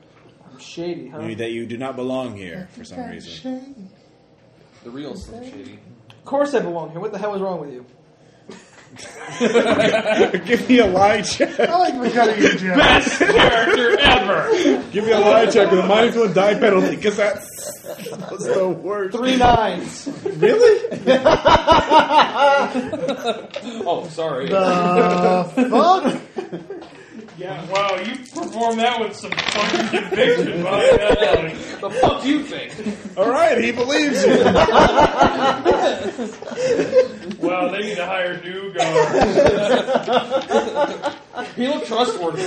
[SPEAKER 5] I'm shady, huh?
[SPEAKER 1] I mean, that you do not belong here for some reason.
[SPEAKER 4] The real Slim Shady.
[SPEAKER 5] Of course I belong here. What the hell is wrong with you?
[SPEAKER 1] Give me a lie check.
[SPEAKER 3] I like the cut of your jib.
[SPEAKER 6] Best character ever.
[SPEAKER 1] Give me a lie check with a minus one die penalty because that's that's the worst.
[SPEAKER 5] Three nines.
[SPEAKER 1] Really?
[SPEAKER 4] Oh, sorry.
[SPEAKER 3] Uh, fuck.
[SPEAKER 6] Yeah. Wow, you performed that with some fucking conviction. buddy.
[SPEAKER 4] the fuck you think?
[SPEAKER 1] All right. He believes you.
[SPEAKER 6] Wow, they need to hire new guards.
[SPEAKER 4] He looked trustworthy.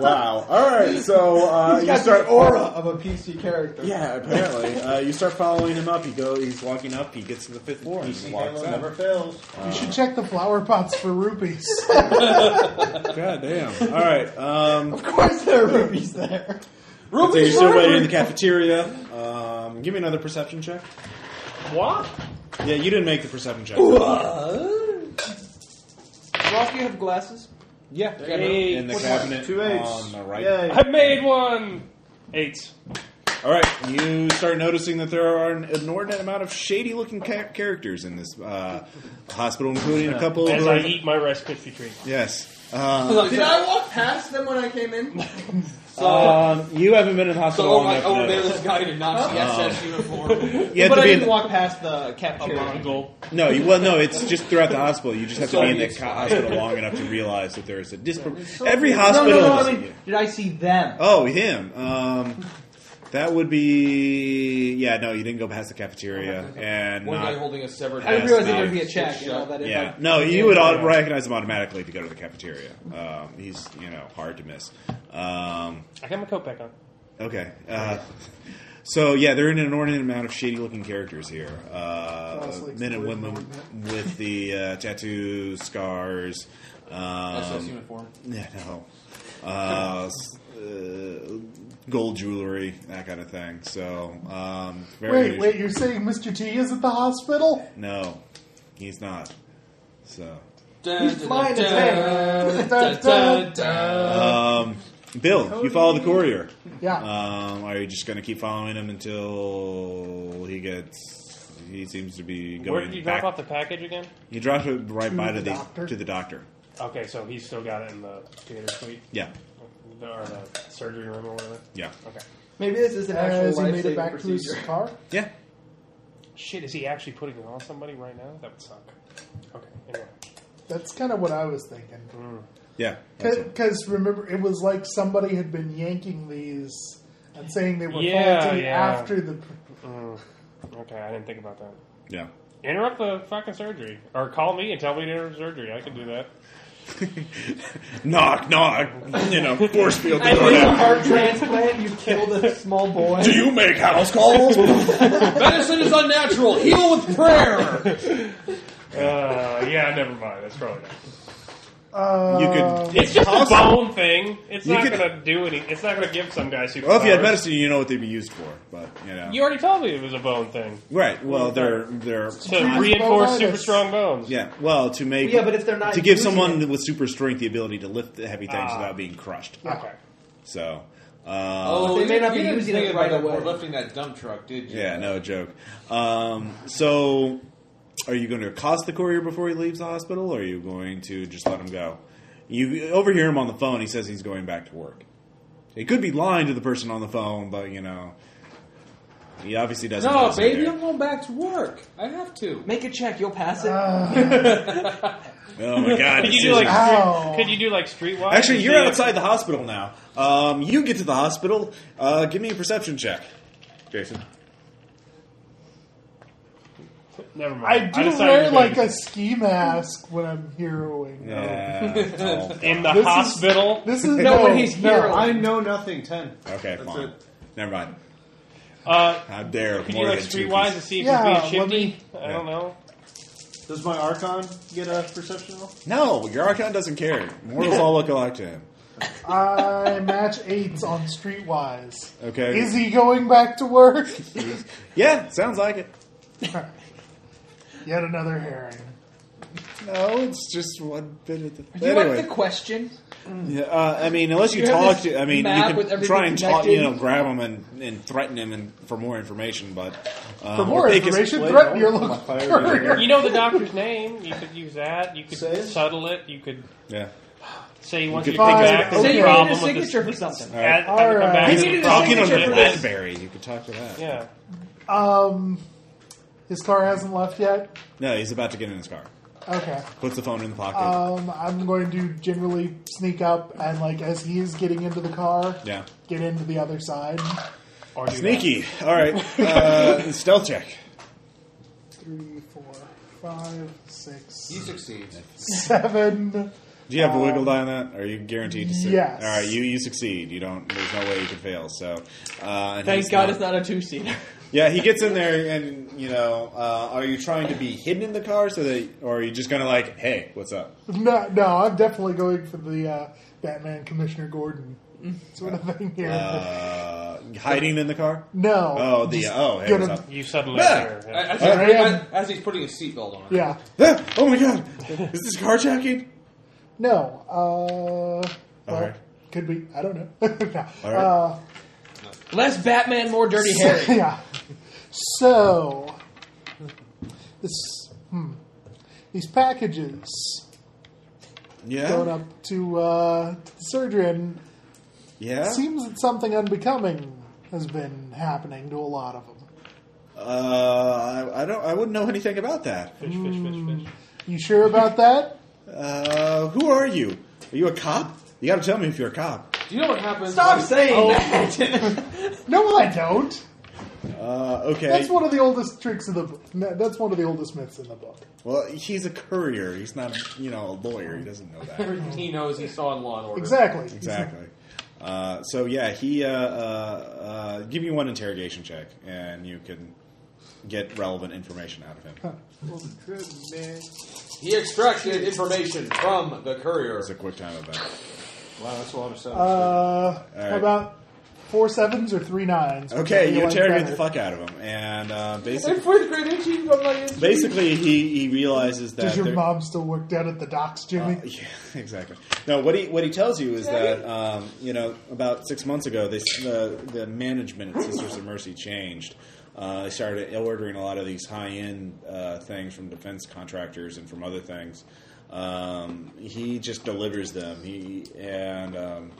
[SPEAKER 1] Wow. All right. So uh, you
[SPEAKER 5] got
[SPEAKER 1] start
[SPEAKER 5] the aura of a PC character.
[SPEAKER 1] Yeah, apparently. uh, you start following him up. He go. He's walking up. He gets to the fifth floor and
[SPEAKER 8] See,
[SPEAKER 1] walks
[SPEAKER 8] Halo
[SPEAKER 1] out.
[SPEAKER 8] never fails.
[SPEAKER 1] Uh,
[SPEAKER 3] You should check the flower pots for rupees.
[SPEAKER 1] God damn. All right. Um,
[SPEAKER 5] Of course there are rubies there.
[SPEAKER 1] so you're still waiting in the cafeteria. Um, give me another perception check.
[SPEAKER 6] What?
[SPEAKER 1] Yeah, you didn't make the perception check.
[SPEAKER 5] Ross, do you have glasses?
[SPEAKER 1] Yeah.
[SPEAKER 6] Eight.
[SPEAKER 1] In the cabinet
[SPEAKER 8] Two eights.
[SPEAKER 1] on the right.
[SPEAKER 8] Yay.
[SPEAKER 6] I made one. Eight.
[SPEAKER 1] All right. You start noticing that there are an inordinate amount of shady-looking ca- characters in this uh, hospital, including a couple.
[SPEAKER 6] As
[SPEAKER 1] who
[SPEAKER 6] I
[SPEAKER 1] are-
[SPEAKER 6] eat my rice crispy treat.
[SPEAKER 1] Yes. Uh,
[SPEAKER 4] Like,
[SPEAKER 11] Did I walk past them when I came in?
[SPEAKER 4] So,
[SPEAKER 5] Um, you haven't been in the
[SPEAKER 4] so
[SPEAKER 5] hospital
[SPEAKER 4] I'm
[SPEAKER 5] long
[SPEAKER 4] like,
[SPEAKER 5] enough.
[SPEAKER 4] over
[SPEAKER 5] to
[SPEAKER 4] there,
[SPEAKER 5] know.
[SPEAKER 4] this guy did not see SS uniform.
[SPEAKER 1] You have
[SPEAKER 7] but
[SPEAKER 1] to
[SPEAKER 7] I
[SPEAKER 1] be
[SPEAKER 7] didn't
[SPEAKER 1] in-
[SPEAKER 7] walk past the cafeteria.
[SPEAKER 4] Goal.
[SPEAKER 1] No, you, well, no. It's just throughout the hospital. You just have to
[SPEAKER 4] So
[SPEAKER 1] be in the
[SPEAKER 4] it's
[SPEAKER 1] co-
[SPEAKER 4] fine.
[SPEAKER 1] hospital long enough to realize that there is a dispro. Every
[SPEAKER 7] No,
[SPEAKER 1] hospital.
[SPEAKER 7] no, no.
[SPEAKER 1] has
[SPEAKER 7] I
[SPEAKER 1] a-
[SPEAKER 7] mean, did I see them?
[SPEAKER 1] oh, him. Um, that would be. Yeah, no. You didn't go past the
[SPEAKER 7] Oh
[SPEAKER 1] cafeteria and
[SPEAKER 4] One guy
[SPEAKER 1] not.
[SPEAKER 4] holding a severed
[SPEAKER 7] I didn't
[SPEAKER 1] yes,
[SPEAKER 7] realize that
[SPEAKER 1] no.
[SPEAKER 7] there'd be a check and all that. if
[SPEAKER 1] Yeah,
[SPEAKER 7] I-
[SPEAKER 1] no. You would all recognize him automatically if you go to the cafeteria. Um, he's you know hard to miss. Um,
[SPEAKER 6] I got my coat back on.
[SPEAKER 1] Okay. Uh, so yeah, they're in an inordinate amount of shady-looking characters here. Uh,
[SPEAKER 3] Sounds like
[SPEAKER 1] men and
[SPEAKER 3] some
[SPEAKER 1] women with the uh, tattoo scars.
[SPEAKER 4] SS
[SPEAKER 1] Um,
[SPEAKER 4] uniform.
[SPEAKER 1] yeah, no. Uh, s- uh, gold jewelry, that kind of thing. So um, very
[SPEAKER 3] Wait, wait, you're saying Mr. T is at the hospital?
[SPEAKER 1] No, he's not. So
[SPEAKER 7] He's flying his head.
[SPEAKER 1] um, Bill, you follow the courier.
[SPEAKER 3] Yeah.
[SPEAKER 5] Uh,
[SPEAKER 1] Um, are you just going to keep following him until he gets? He seems to be going
[SPEAKER 6] Where did you drop
[SPEAKER 1] back.
[SPEAKER 6] off the package again?
[SPEAKER 1] He dropped it right by to
[SPEAKER 3] the
[SPEAKER 1] the
[SPEAKER 3] doctor?
[SPEAKER 1] to the doctor.
[SPEAKER 6] Okay, so he's still got it in the theater suite
[SPEAKER 1] Yeah,
[SPEAKER 6] or the uh, surgery room or whatever.
[SPEAKER 1] yeah,
[SPEAKER 6] Okay.
[SPEAKER 7] Maybe this is an actual
[SPEAKER 3] Has he made
[SPEAKER 7] life-saving
[SPEAKER 3] it back to his
[SPEAKER 7] procedure.
[SPEAKER 3] car?
[SPEAKER 1] yeah.
[SPEAKER 6] Shit, is he actually putting it on somebody right now? That would suck. Okay. Anyway.
[SPEAKER 3] That's kind of what I was thinking.
[SPEAKER 1] Yeah, that's it.
[SPEAKER 3] Because remember, it was like somebody had been yanking these and saying they were
[SPEAKER 6] Yeah,
[SPEAKER 3] faulty
[SPEAKER 6] yeah.
[SPEAKER 3] after the.
[SPEAKER 6] Okay, I didn't think about that.
[SPEAKER 1] yeah.
[SPEAKER 6] Interrupt the fucking surgery, or call me and tell me to interrupt surgery. I can do that.
[SPEAKER 1] Knock, knock. You know, force field the
[SPEAKER 7] I
[SPEAKER 1] door
[SPEAKER 7] think a
[SPEAKER 1] down.
[SPEAKER 7] heart transplant, you killed a small boy.
[SPEAKER 1] Do you make house calls?
[SPEAKER 4] Medicine is unnatural. Heal with prayer.
[SPEAKER 6] Uh, yeah, never mind. That's probably not.
[SPEAKER 3] Uh,
[SPEAKER 1] you
[SPEAKER 7] Um,
[SPEAKER 1] could.
[SPEAKER 6] It's just a
[SPEAKER 1] possible.
[SPEAKER 6] bone thing. It's
[SPEAKER 1] You
[SPEAKER 6] not
[SPEAKER 1] could-
[SPEAKER 6] gonna do any. It's not gonna give some guy super.
[SPEAKER 1] Well, if you had medicine, you know what they'd be used for. But you know,
[SPEAKER 6] you already told me it was a bone thing
[SPEAKER 1] right? Well, they're they're
[SPEAKER 6] to reinforce
[SPEAKER 3] bonitis.
[SPEAKER 6] super strong bones.
[SPEAKER 1] yeah. Well, to make
[SPEAKER 7] Yeah, but if they're not
[SPEAKER 1] to give
[SPEAKER 7] using
[SPEAKER 1] someone
[SPEAKER 7] it-
[SPEAKER 1] with super strength the ability to lift the heavy things
[SPEAKER 6] Ah.
[SPEAKER 1] without being crushed.
[SPEAKER 6] Okay.
[SPEAKER 1] So. Uh,
[SPEAKER 4] Oh,
[SPEAKER 7] They may
[SPEAKER 4] you-
[SPEAKER 7] not be
[SPEAKER 4] you didn't
[SPEAKER 7] using
[SPEAKER 4] think
[SPEAKER 7] it
[SPEAKER 4] about
[SPEAKER 7] right
[SPEAKER 4] that
[SPEAKER 7] away.
[SPEAKER 4] before Lifting that dump truck, did you?
[SPEAKER 1] Yeah, no joke. Um, so, are you going to accost the courier before he leaves the hospital, or are you going to just let him go? You overhear him on the phone. He says he's going back to work. He could be lying to the person on the phone, but you know, he obviously doesn't.
[SPEAKER 4] No,
[SPEAKER 1] listen
[SPEAKER 4] baby,
[SPEAKER 1] there.
[SPEAKER 4] I'm going back to work. I have to.
[SPEAKER 7] Make a check, you'll pass it.
[SPEAKER 1] Oh my god!
[SPEAKER 6] Could you do
[SPEAKER 1] decisions.
[SPEAKER 6] like?
[SPEAKER 3] Ow.
[SPEAKER 6] Street, could you do like streetwise?
[SPEAKER 1] Actually,
[SPEAKER 6] and
[SPEAKER 1] you're
[SPEAKER 6] see if-
[SPEAKER 1] outside the hospital now. Um, you get to the hospital. Uh, give me a perception check, Jason.
[SPEAKER 6] Never
[SPEAKER 3] I
[SPEAKER 6] mind.
[SPEAKER 3] do
[SPEAKER 6] decided
[SPEAKER 3] wear
[SPEAKER 6] to go
[SPEAKER 3] like
[SPEAKER 6] to-
[SPEAKER 3] a ski mask when I'm heroing. though.
[SPEAKER 1] Yeah. Uh, Oh.
[SPEAKER 6] in the
[SPEAKER 3] This is-
[SPEAKER 6] hospital.
[SPEAKER 3] This is
[SPEAKER 7] No,
[SPEAKER 3] no,
[SPEAKER 7] when he's
[SPEAKER 3] no.
[SPEAKER 7] hero.
[SPEAKER 8] I know nothing. Ten.
[SPEAKER 1] Okay,
[SPEAKER 8] That's
[SPEAKER 1] fine.
[SPEAKER 8] it.
[SPEAKER 1] Never mind.
[SPEAKER 6] uh,
[SPEAKER 1] How dare
[SPEAKER 6] could
[SPEAKER 1] more
[SPEAKER 6] you like
[SPEAKER 1] than two
[SPEAKER 6] streetwise
[SPEAKER 1] pieces.
[SPEAKER 6] and see if
[SPEAKER 3] Yeah,
[SPEAKER 6] he's being
[SPEAKER 3] let
[SPEAKER 6] shifty?
[SPEAKER 3] me-
[SPEAKER 6] I don't know.
[SPEAKER 8] Does my Archon get a perception roll?
[SPEAKER 1] No, your Archon doesn't care. Mortals all look alike to him.
[SPEAKER 3] I match eights on Streetwise.
[SPEAKER 1] Okay.
[SPEAKER 3] Is he going back to work?
[SPEAKER 1] yeah, sounds like it.
[SPEAKER 3] Yet another herring.
[SPEAKER 1] No, it's just one bit of the.
[SPEAKER 7] Do you
[SPEAKER 1] anyway,
[SPEAKER 7] want the question?
[SPEAKER 1] Yeah, uh, I mean, unless you,
[SPEAKER 7] You have
[SPEAKER 1] talk
[SPEAKER 7] this
[SPEAKER 1] to, I mean,
[SPEAKER 7] map
[SPEAKER 1] you
[SPEAKER 7] with
[SPEAKER 1] can
[SPEAKER 7] everything
[SPEAKER 1] try and talk,
[SPEAKER 7] connected.
[SPEAKER 1] you know, grab him and, and threaten him and for more information. But um,
[SPEAKER 3] For more
[SPEAKER 1] or take his-
[SPEAKER 3] information,
[SPEAKER 8] plate
[SPEAKER 1] Oh,
[SPEAKER 3] threaten
[SPEAKER 8] home
[SPEAKER 3] your
[SPEAKER 8] on
[SPEAKER 3] local
[SPEAKER 8] fire
[SPEAKER 3] courier.
[SPEAKER 6] You know the doctor's name. You could use that. You could
[SPEAKER 8] Say it.
[SPEAKER 6] settle it. You could
[SPEAKER 1] yeah.
[SPEAKER 6] say you want
[SPEAKER 1] could
[SPEAKER 6] you to come
[SPEAKER 3] find-
[SPEAKER 6] back. There's
[SPEAKER 3] Say
[SPEAKER 6] a
[SPEAKER 3] you
[SPEAKER 6] problem
[SPEAKER 7] needed a
[SPEAKER 6] with this-
[SPEAKER 7] signature for something.
[SPEAKER 1] All
[SPEAKER 6] Add-
[SPEAKER 1] right.
[SPEAKER 6] have it come
[SPEAKER 3] Alright.
[SPEAKER 6] back
[SPEAKER 3] He
[SPEAKER 6] as a
[SPEAKER 7] needed a
[SPEAKER 6] problem.
[SPEAKER 1] Talking on
[SPEAKER 7] signature for this.
[SPEAKER 1] BlackBerry, you could talk to that.
[SPEAKER 6] Yeah.
[SPEAKER 3] Um, his car hasn't left yet.
[SPEAKER 1] No, he's about to get in his car.
[SPEAKER 3] Okay.
[SPEAKER 1] Puts the phone in the pocket.
[SPEAKER 7] Uh,
[SPEAKER 3] Um, I'm going to generally sneak up and, like, as he is getting into the car,
[SPEAKER 1] yeah.
[SPEAKER 3] get into the other side.
[SPEAKER 6] Or do that.
[SPEAKER 1] Sneaky. All right. Uh, stealth check.
[SPEAKER 3] Three, four, five, six,
[SPEAKER 4] He succeeds.
[SPEAKER 3] seven.
[SPEAKER 1] Do you have a wiggle die on that? Are you guaranteed to succeed?
[SPEAKER 3] Um, yes.
[SPEAKER 1] All right, you, you succeed. You don't. There's no way you can fail. So, uh, and
[SPEAKER 7] Thank
[SPEAKER 1] he's
[SPEAKER 7] God it's not a two seater.
[SPEAKER 1] Yeah, he gets in there, and you know, uh, are you trying to be hidden in the car so that, or are you just gonna like, hey, what's up?
[SPEAKER 3] No, no, I'm definitely going for the uh, Batman Commissioner Gordon sort of thing here.
[SPEAKER 1] Uh, hiding in the car?
[SPEAKER 3] no.
[SPEAKER 1] Oh, the
[SPEAKER 3] Just
[SPEAKER 1] oh, hey,
[SPEAKER 3] gonna-
[SPEAKER 1] what's up?
[SPEAKER 6] You suddenly
[SPEAKER 1] Yeah.
[SPEAKER 6] appear,
[SPEAKER 4] I-
[SPEAKER 6] yeah.
[SPEAKER 4] As,
[SPEAKER 1] All
[SPEAKER 3] right.
[SPEAKER 4] as- as he's putting his seatbelt on.
[SPEAKER 3] Yeah.
[SPEAKER 1] Ah, oh my god, is this carjacking?
[SPEAKER 3] No. Uh, well,
[SPEAKER 1] right.
[SPEAKER 3] Could be. I don't know. No.
[SPEAKER 1] All right.
[SPEAKER 3] uh,
[SPEAKER 7] Less Batman, more Dirty Harry.
[SPEAKER 3] yeah. So, this, hmm, these packages
[SPEAKER 1] Yeah.
[SPEAKER 3] going up to, uh, to the surgery, and
[SPEAKER 1] Yeah.
[SPEAKER 3] Seems that something unbecoming has been happening to a lot of them.
[SPEAKER 1] Uh, I, I don't. I wouldn't know anything about that.
[SPEAKER 6] Fish, fish, fish, fish.
[SPEAKER 3] You sure about that?
[SPEAKER 1] Uh, who are you? Are you a cop? You got to tell me if you're a cop.
[SPEAKER 4] Do you know what happens?
[SPEAKER 7] Stop saying
[SPEAKER 3] Oh.
[SPEAKER 7] that.
[SPEAKER 3] No, I don't.
[SPEAKER 1] Uh, okay.
[SPEAKER 3] That's one of the oldest tricks in the book. No, That's one of the oldest myths in the book.
[SPEAKER 1] well, he's a courier. He's not, you know, a lawyer. He doesn't know that.
[SPEAKER 4] Everything he knows, he saw in Law and Order.
[SPEAKER 3] Exactly.
[SPEAKER 1] exactly. Uh, so yeah, he uh, uh, uh, give me one interrogation check, and you can get relevant information out of him.
[SPEAKER 4] He extracted information from the courier.
[SPEAKER 1] It's a quick time event.
[SPEAKER 8] Wow, that's a lot of sound.
[SPEAKER 3] Uh,
[SPEAKER 1] right.
[SPEAKER 3] how about four sevens or three nines?
[SPEAKER 1] Okay, you
[SPEAKER 3] Whichever one
[SPEAKER 1] interrogate
[SPEAKER 3] better.
[SPEAKER 1] the fuck out of him, and uh,
[SPEAKER 4] In
[SPEAKER 1] basically,
[SPEAKER 4] fourth grade, didn't you go like this?
[SPEAKER 1] basically he, he realizes that
[SPEAKER 3] Does your
[SPEAKER 1] there-
[SPEAKER 3] mom still work down at the docks, Jimmy?
[SPEAKER 1] Uh, yeah, exactly. No, what he what he tells you is that um, you know about six months ago, this the the management at Sisters of Mercy changed. Uh, they started ordering a lot of these high end uh, things from defense contractors and from other things. Um, he just delivers them. He and um,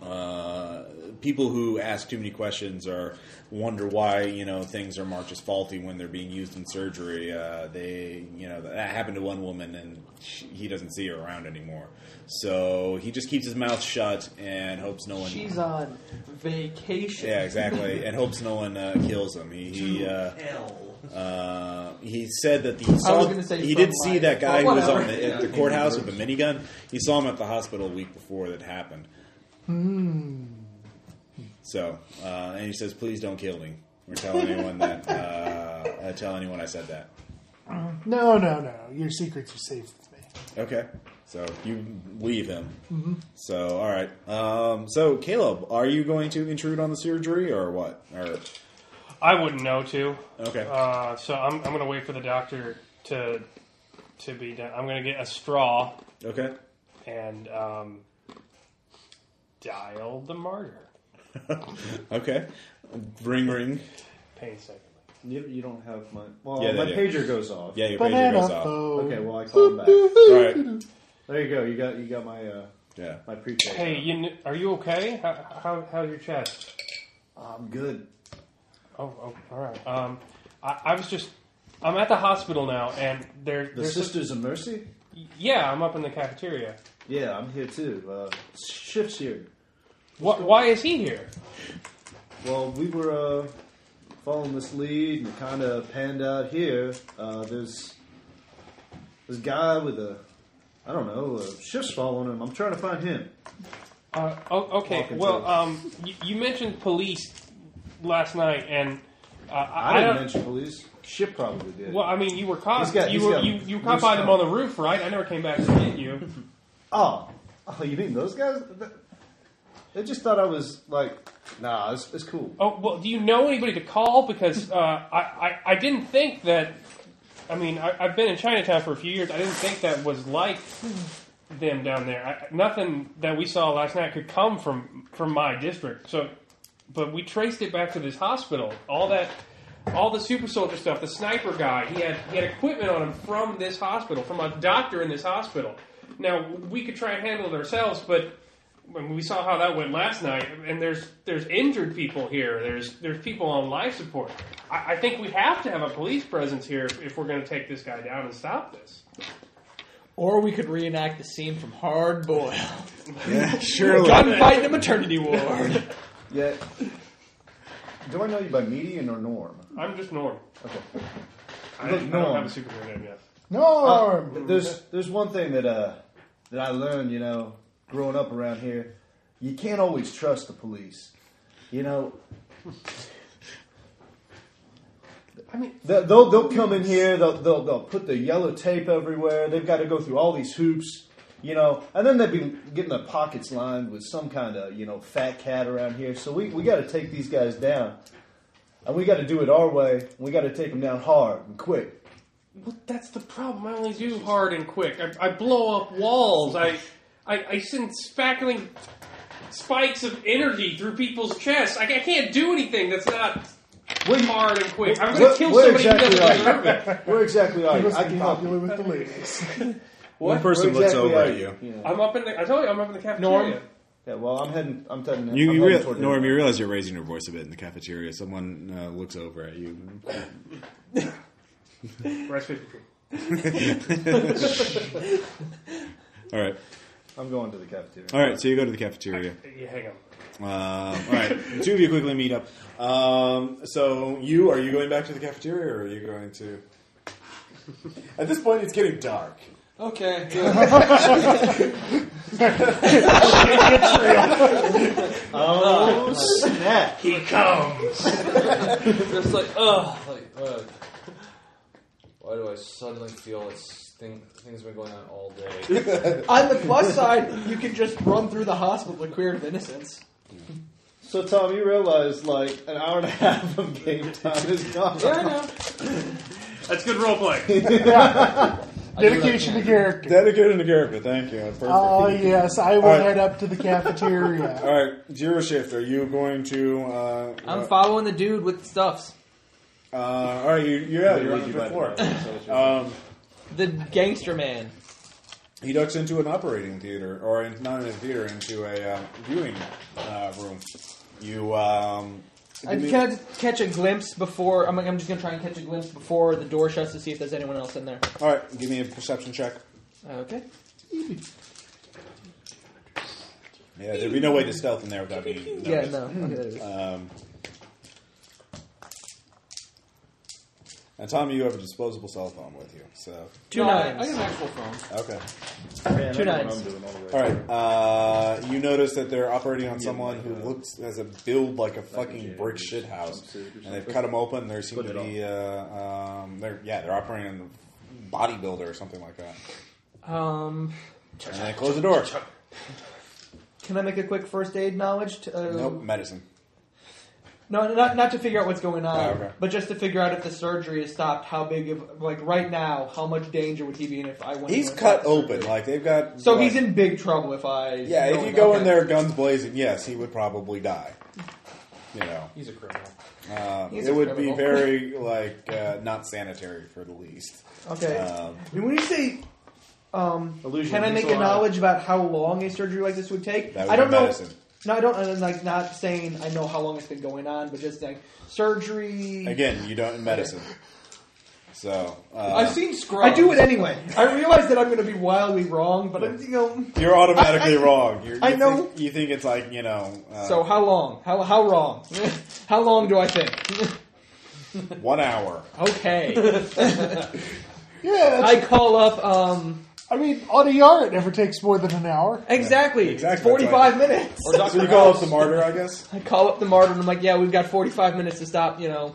[SPEAKER 1] uh, people who ask too many questions or wonder why you know things are marked as faulty when they're being used in surgery. Uh, they you know that happened to one woman and she, he doesn't see her around anymore. So he just keeps his mouth shut and hopes no one.
[SPEAKER 5] She's on vacation.
[SPEAKER 1] yeah, exactly, and hopes no one uh, kills him. He he, uh,
[SPEAKER 5] Hell.
[SPEAKER 1] uh, he said that he saw
[SPEAKER 5] gonna say
[SPEAKER 1] he did
[SPEAKER 5] frontline.
[SPEAKER 1] see that guy
[SPEAKER 5] Well,
[SPEAKER 1] who was on
[SPEAKER 5] whatever.
[SPEAKER 1] the, at the courthouse with the minigun. He saw him at the hospital a week before that happened.
[SPEAKER 5] Hmm.
[SPEAKER 1] So, uh, and he says, "Please don't kill me." Or tell anyone that. Uh, uh, tell anyone I said that.
[SPEAKER 3] No, no, no. Your secrets are safe with me.
[SPEAKER 1] Okay. So you leave him.
[SPEAKER 5] Mm-hmm.
[SPEAKER 1] So all right. Um, so Caleb, are you going to intrude on the surgery or what? Or
[SPEAKER 6] I wouldn't know to.
[SPEAKER 1] okay.
[SPEAKER 6] Uh, so I'm, I'm going to wait for the doctor to to be done. I'm going to get a straw
[SPEAKER 1] okay.
[SPEAKER 6] and um, dial the martyr.
[SPEAKER 1] Okay. Ring ring.
[SPEAKER 6] Painstakingly.
[SPEAKER 8] You, you don't have my. Well,
[SPEAKER 1] Yeah,
[SPEAKER 8] my
[SPEAKER 1] they do.
[SPEAKER 8] pager goes off.
[SPEAKER 1] Yeah, your pager
[SPEAKER 3] Banana
[SPEAKER 1] goes off.
[SPEAKER 3] phone.
[SPEAKER 8] Okay, well I call him back.
[SPEAKER 1] All right.
[SPEAKER 8] There you go. You got you got my uh,
[SPEAKER 1] Yeah.
[SPEAKER 8] my prequel.
[SPEAKER 6] Hey, you, kn- are you okay? How, how, how's your chest?
[SPEAKER 8] I'm good.
[SPEAKER 6] Oh, oh all right. Um, I, I was just. I'm at the hospital now, and there,
[SPEAKER 8] The
[SPEAKER 6] there's.
[SPEAKER 8] Sisters of Mercy.
[SPEAKER 6] yeah, I'm up in the cafeteria.
[SPEAKER 8] Yeah, I'm here too. Uh, shifts here.
[SPEAKER 6] Wh- why is he here?
[SPEAKER 8] Well, we were uh, following this lead and kind of panned out here. Uh, there's this guy with a, I don't know, a shifts following him. I'm trying to find him.
[SPEAKER 6] Uh, o- okay.
[SPEAKER 8] Walk into
[SPEAKER 6] Well,
[SPEAKER 8] it.
[SPEAKER 6] um, you, you mentioned police last night, and uh, I,
[SPEAKER 8] I,
[SPEAKER 6] I
[SPEAKER 8] didn't
[SPEAKER 6] don't-
[SPEAKER 8] mention police. Ship probably did.
[SPEAKER 6] Well, I mean, you were
[SPEAKER 8] He's
[SPEAKER 6] caught.
[SPEAKER 8] got-
[SPEAKER 6] you
[SPEAKER 8] he's
[SPEAKER 6] were
[SPEAKER 8] got
[SPEAKER 6] you, you caught
[SPEAKER 8] loose
[SPEAKER 6] by them
[SPEAKER 8] tongue.
[SPEAKER 6] on the roof, right? I never came back to get you.
[SPEAKER 8] oh, oh, you mean those guys? They just thought I was like, nah, it's, it's cool.
[SPEAKER 6] Oh well, do you know anybody to call? Because uh, I, I I didn't think that. I mean, I, I've been in Chinatown for a few years. I didn't think that was like them down there. I, nothing that we saw last night could come from from my district. So, but we traced it back to this hospital. All that. All the super soldier stuff, the sniper guy, he had he had equipment on him from this hospital, from a doctor in this hospital. Now we could try and handle it ourselves, but when we saw how that went last night, and there's there's injured people here. There's there's people on life support. I, I think we have to have a police presence here if, if we're going to take this guy down and stop this.
[SPEAKER 5] Or we could reenact the scene from Hard Boiled.
[SPEAKER 1] Yeah, surely.
[SPEAKER 5] Gunfight in a maternity ward.
[SPEAKER 8] Yeah. Do I know you by median or norm?
[SPEAKER 6] I'm just Norm.
[SPEAKER 8] Okay.
[SPEAKER 6] I,
[SPEAKER 8] Look,
[SPEAKER 6] I
[SPEAKER 8] Norm.
[SPEAKER 6] don't have a superhero name yet.
[SPEAKER 8] Uh,
[SPEAKER 3] Norm.
[SPEAKER 8] there's there's one thing that uh that I learned, you know, growing up around here. You can't always trust the police. You know,
[SPEAKER 6] I mean,
[SPEAKER 8] they- they'll they'll come in here. They'll they'll, they'll put the yellow tape everywhere. They've got to go through all these hoops. You know, and then they'd be getting their pockets lined with some kind of you know fat cat around here. So we we got to take these guys down, and we got to do it our way. We got to take them down hard and quick.
[SPEAKER 6] well, that's the problem. I only do hard and quick. I, I blow up walls. I, I I send spackling spikes of energy through people's chests. I, I can't do anything that's not hard and quick. I'm going
[SPEAKER 8] We're-
[SPEAKER 6] to kill
[SPEAKER 8] we're
[SPEAKER 6] somebody who
[SPEAKER 8] exactly
[SPEAKER 6] doesn't deserve
[SPEAKER 8] right.
[SPEAKER 6] it.
[SPEAKER 8] We're exactly
[SPEAKER 3] He
[SPEAKER 8] right.
[SPEAKER 3] was
[SPEAKER 8] I can help you.
[SPEAKER 3] popular with the ladies.
[SPEAKER 1] One person
[SPEAKER 8] We're
[SPEAKER 1] looks
[SPEAKER 8] exactly
[SPEAKER 1] over at
[SPEAKER 8] right.
[SPEAKER 1] you.
[SPEAKER 8] know.
[SPEAKER 6] I'm up in the. I told you, I'm up in the cafeteria.
[SPEAKER 5] Norm,
[SPEAKER 8] Yeah, well, I'm heading. I'm heading.
[SPEAKER 1] You,
[SPEAKER 8] I'm
[SPEAKER 1] you
[SPEAKER 8] heading
[SPEAKER 1] real,
[SPEAKER 8] toward
[SPEAKER 1] Norm,
[SPEAKER 8] the-
[SPEAKER 1] you realize you're raising your voice a bit in the cafeteria. Someone uh, looks over at you.
[SPEAKER 6] Rice 53.
[SPEAKER 1] All right,
[SPEAKER 8] I'm going to the cafeteria.
[SPEAKER 1] all right. So you go to the cafeteria.
[SPEAKER 6] Yeah, hang on.
[SPEAKER 1] Um, all right, the two of you quickly meet up. Um, so you are you going back to the cafeteria, or are you going to? At this point, it's getting dark.
[SPEAKER 4] Okay. Good.
[SPEAKER 8] Oh snap!
[SPEAKER 6] He comes.
[SPEAKER 4] Just like, ugh. Like, uh, why do I suddenly feel it's thing, things have been going on all day?
[SPEAKER 5] On the plus side, you can just run through the hospital to clear of innocence.
[SPEAKER 8] So Tom, you realize like an hour and a half of game time is gone.
[SPEAKER 4] yeah, I know.
[SPEAKER 6] That's good role play.
[SPEAKER 3] Dedication to character.
[SPEAKER 1] Dedicated to character. Thank you. Perfect.
[SPEAKER 3] Oh, yes, I will
[SPEAKER 1] All right.
[SPEAKER 3] head up to the cafeteria.
[SPEAKER 1] all right, zero shift. Are you going to? Uh,
[SPEAKER 5] I'm
[SPEAKER 1] uh,
[SPEAKER 5] following the dude with the stuffs.
[SPEAKER 1] uh, all right, you, yeah, you're on the fifth floor. Um,
[SPEAKER 5] The gangster man.
[SPEAKER 1] he ducks into an operating theater, or in, not in a theater, into a um, viewing uh, room. You, um,
[SPEAKER 5] I
[SPEAKER 1] give me-
[SPEAKER 5] can I just catch a glimpse before. I'm, I'm just gonna try and catch a glimpse before the door shuts to see if there's anyone else in there.
[SPEAKER 1] all right, give me a perception check.
[SPEAKER 5] Okay.
[SPEAKER 1] Yeah, there'd be no way to stealth in there without being
[SPEAKER 5] Yeah.
[SPEAKER 1] noticed.
[SPEAKER 5] No. Okay, there it is.
[SPEAKER 1] Um, and Tommy, you have a disposable cell phone with you, so
[SPEAKER 5] Two
[SPEAKER 4] No, I, I
[SPEAKER 5] nines.
[SPEAKER 4] got an actual phone.
[SPEAKER 1] okay.
[SPEAKER 8] Man,
[SPEAKER 5] Two
[SPEAKER 8] I don't know what
[SPEAKER 5] nines.
[SPEAKER 8] I'm doing all the way.
[SPEAKER 1] All right, uh, you notice that they're operating on someone who looks has a build like a fucking brick shit house, and they've cut them open. There seem to be, uh, um, they're yeah, they're operating on a bodybuilder or something like that.
[SPEAKER 5] Um,
[SPEAKER 1] And they close the door.
[SPEAKER 5] can I make a quick first aid knowledge? To, uh,
[SPEAKER 1] Nope, medicine.
[SPEAKER 5] No, not not to figure out what's going on,
[SPEAKER 1] Oh, okay.
[SPEAKER 5] but just to figure out if the surgery is stopped. How big of like right now? How much danger would he be in if I went?
[SPEAKER 1] He's
[SPEAKER 5] in
[SPEAKER 1] cut
[SPEAKER 5] without the
[SPEAKER 1] open.
[SPEAKER 5] surgery?
[SPEAKER 1] Like they've got.
[SPEAKER 5] So
[SPEAKER 1] like-
[SPEAKER 5] he's in big trouble if I.
[SPEAKER 1] Yeah, if
[SPEAKER 5] no,
[SPEAKER 1] you go
[SPEAKER 5] okay.
[SPEAKER 1] in there guns blazing, yes, he would probably die. You know,
[SPEAKER 4] He's a criminal.
[SPEAKER 1] um,
[SPEAKER 5] He's
[SPEAKER 1] it would
[SPEAKER 5] incredible.
[SPEAKER 1] be very like uh, not sanitary for the least.
[SPEAKER 5] Okay.
[SPEAKER 1] Um,
[SPEAKER 5] And when you say, um,
[SPEAKER 8] Illusion,
[SPEAKER 5] can I
[SPEAKER 8] he's
[SPEAKER 5] make a
[SPEAKER 8] alive.
[SPEAKER 5] knowledge about how long a surgery like this would take?
[SPEAKER 1] That would
[SPEAKER 5] I don't
[SPEAKER 1] be
[SPEAKER 5] know.
[SPEAKER 1] medicine.
[SPEAKER 5] No, I don't. I'm like not saying I know how long it's been going on, but just like surgery.
[SPEAKER 1] again, you don't in medicine. So
[SPEAKER 4] I've
[SPEAKER 1] uh,
[SPEAKER 4] seen Scrubs.
[SPEAKER 5] I do it anyway. I realize that I'm going to be wildly wrong, but I'm, you know.
[SPEAKER 1] you're automatically wrong. You're, you
[SPEAKER 5] I know.
[SPEAKER 1] Think, you think it's like you know, uh,
[SPEAKER 5] So how long? How how wrong? how long do I think?
[SPEAKER 1] one hour.
[SPEAKER 5] Okay.
[SPEAKER 3] Yeah,
[SPEAKER 5] I call up. Um,
[SPEAKER 3] I mean, on a yard, it never takes more than an hour.
[SPEAKER 5] exactly.
[SPEAKER 1] exactly.
[SPEAKER 5] Forty-five minutes.
[SPEAKER 4] Or Dr.
[SPEAKER 1] So you call up
[SPEAKER 4] House.
[SPEAKER 1] the martyr, I guess.
[SPEAKER 5] I call up the martyr and I'm like, "Yeah, we've got forty-five minutes to stop." You know,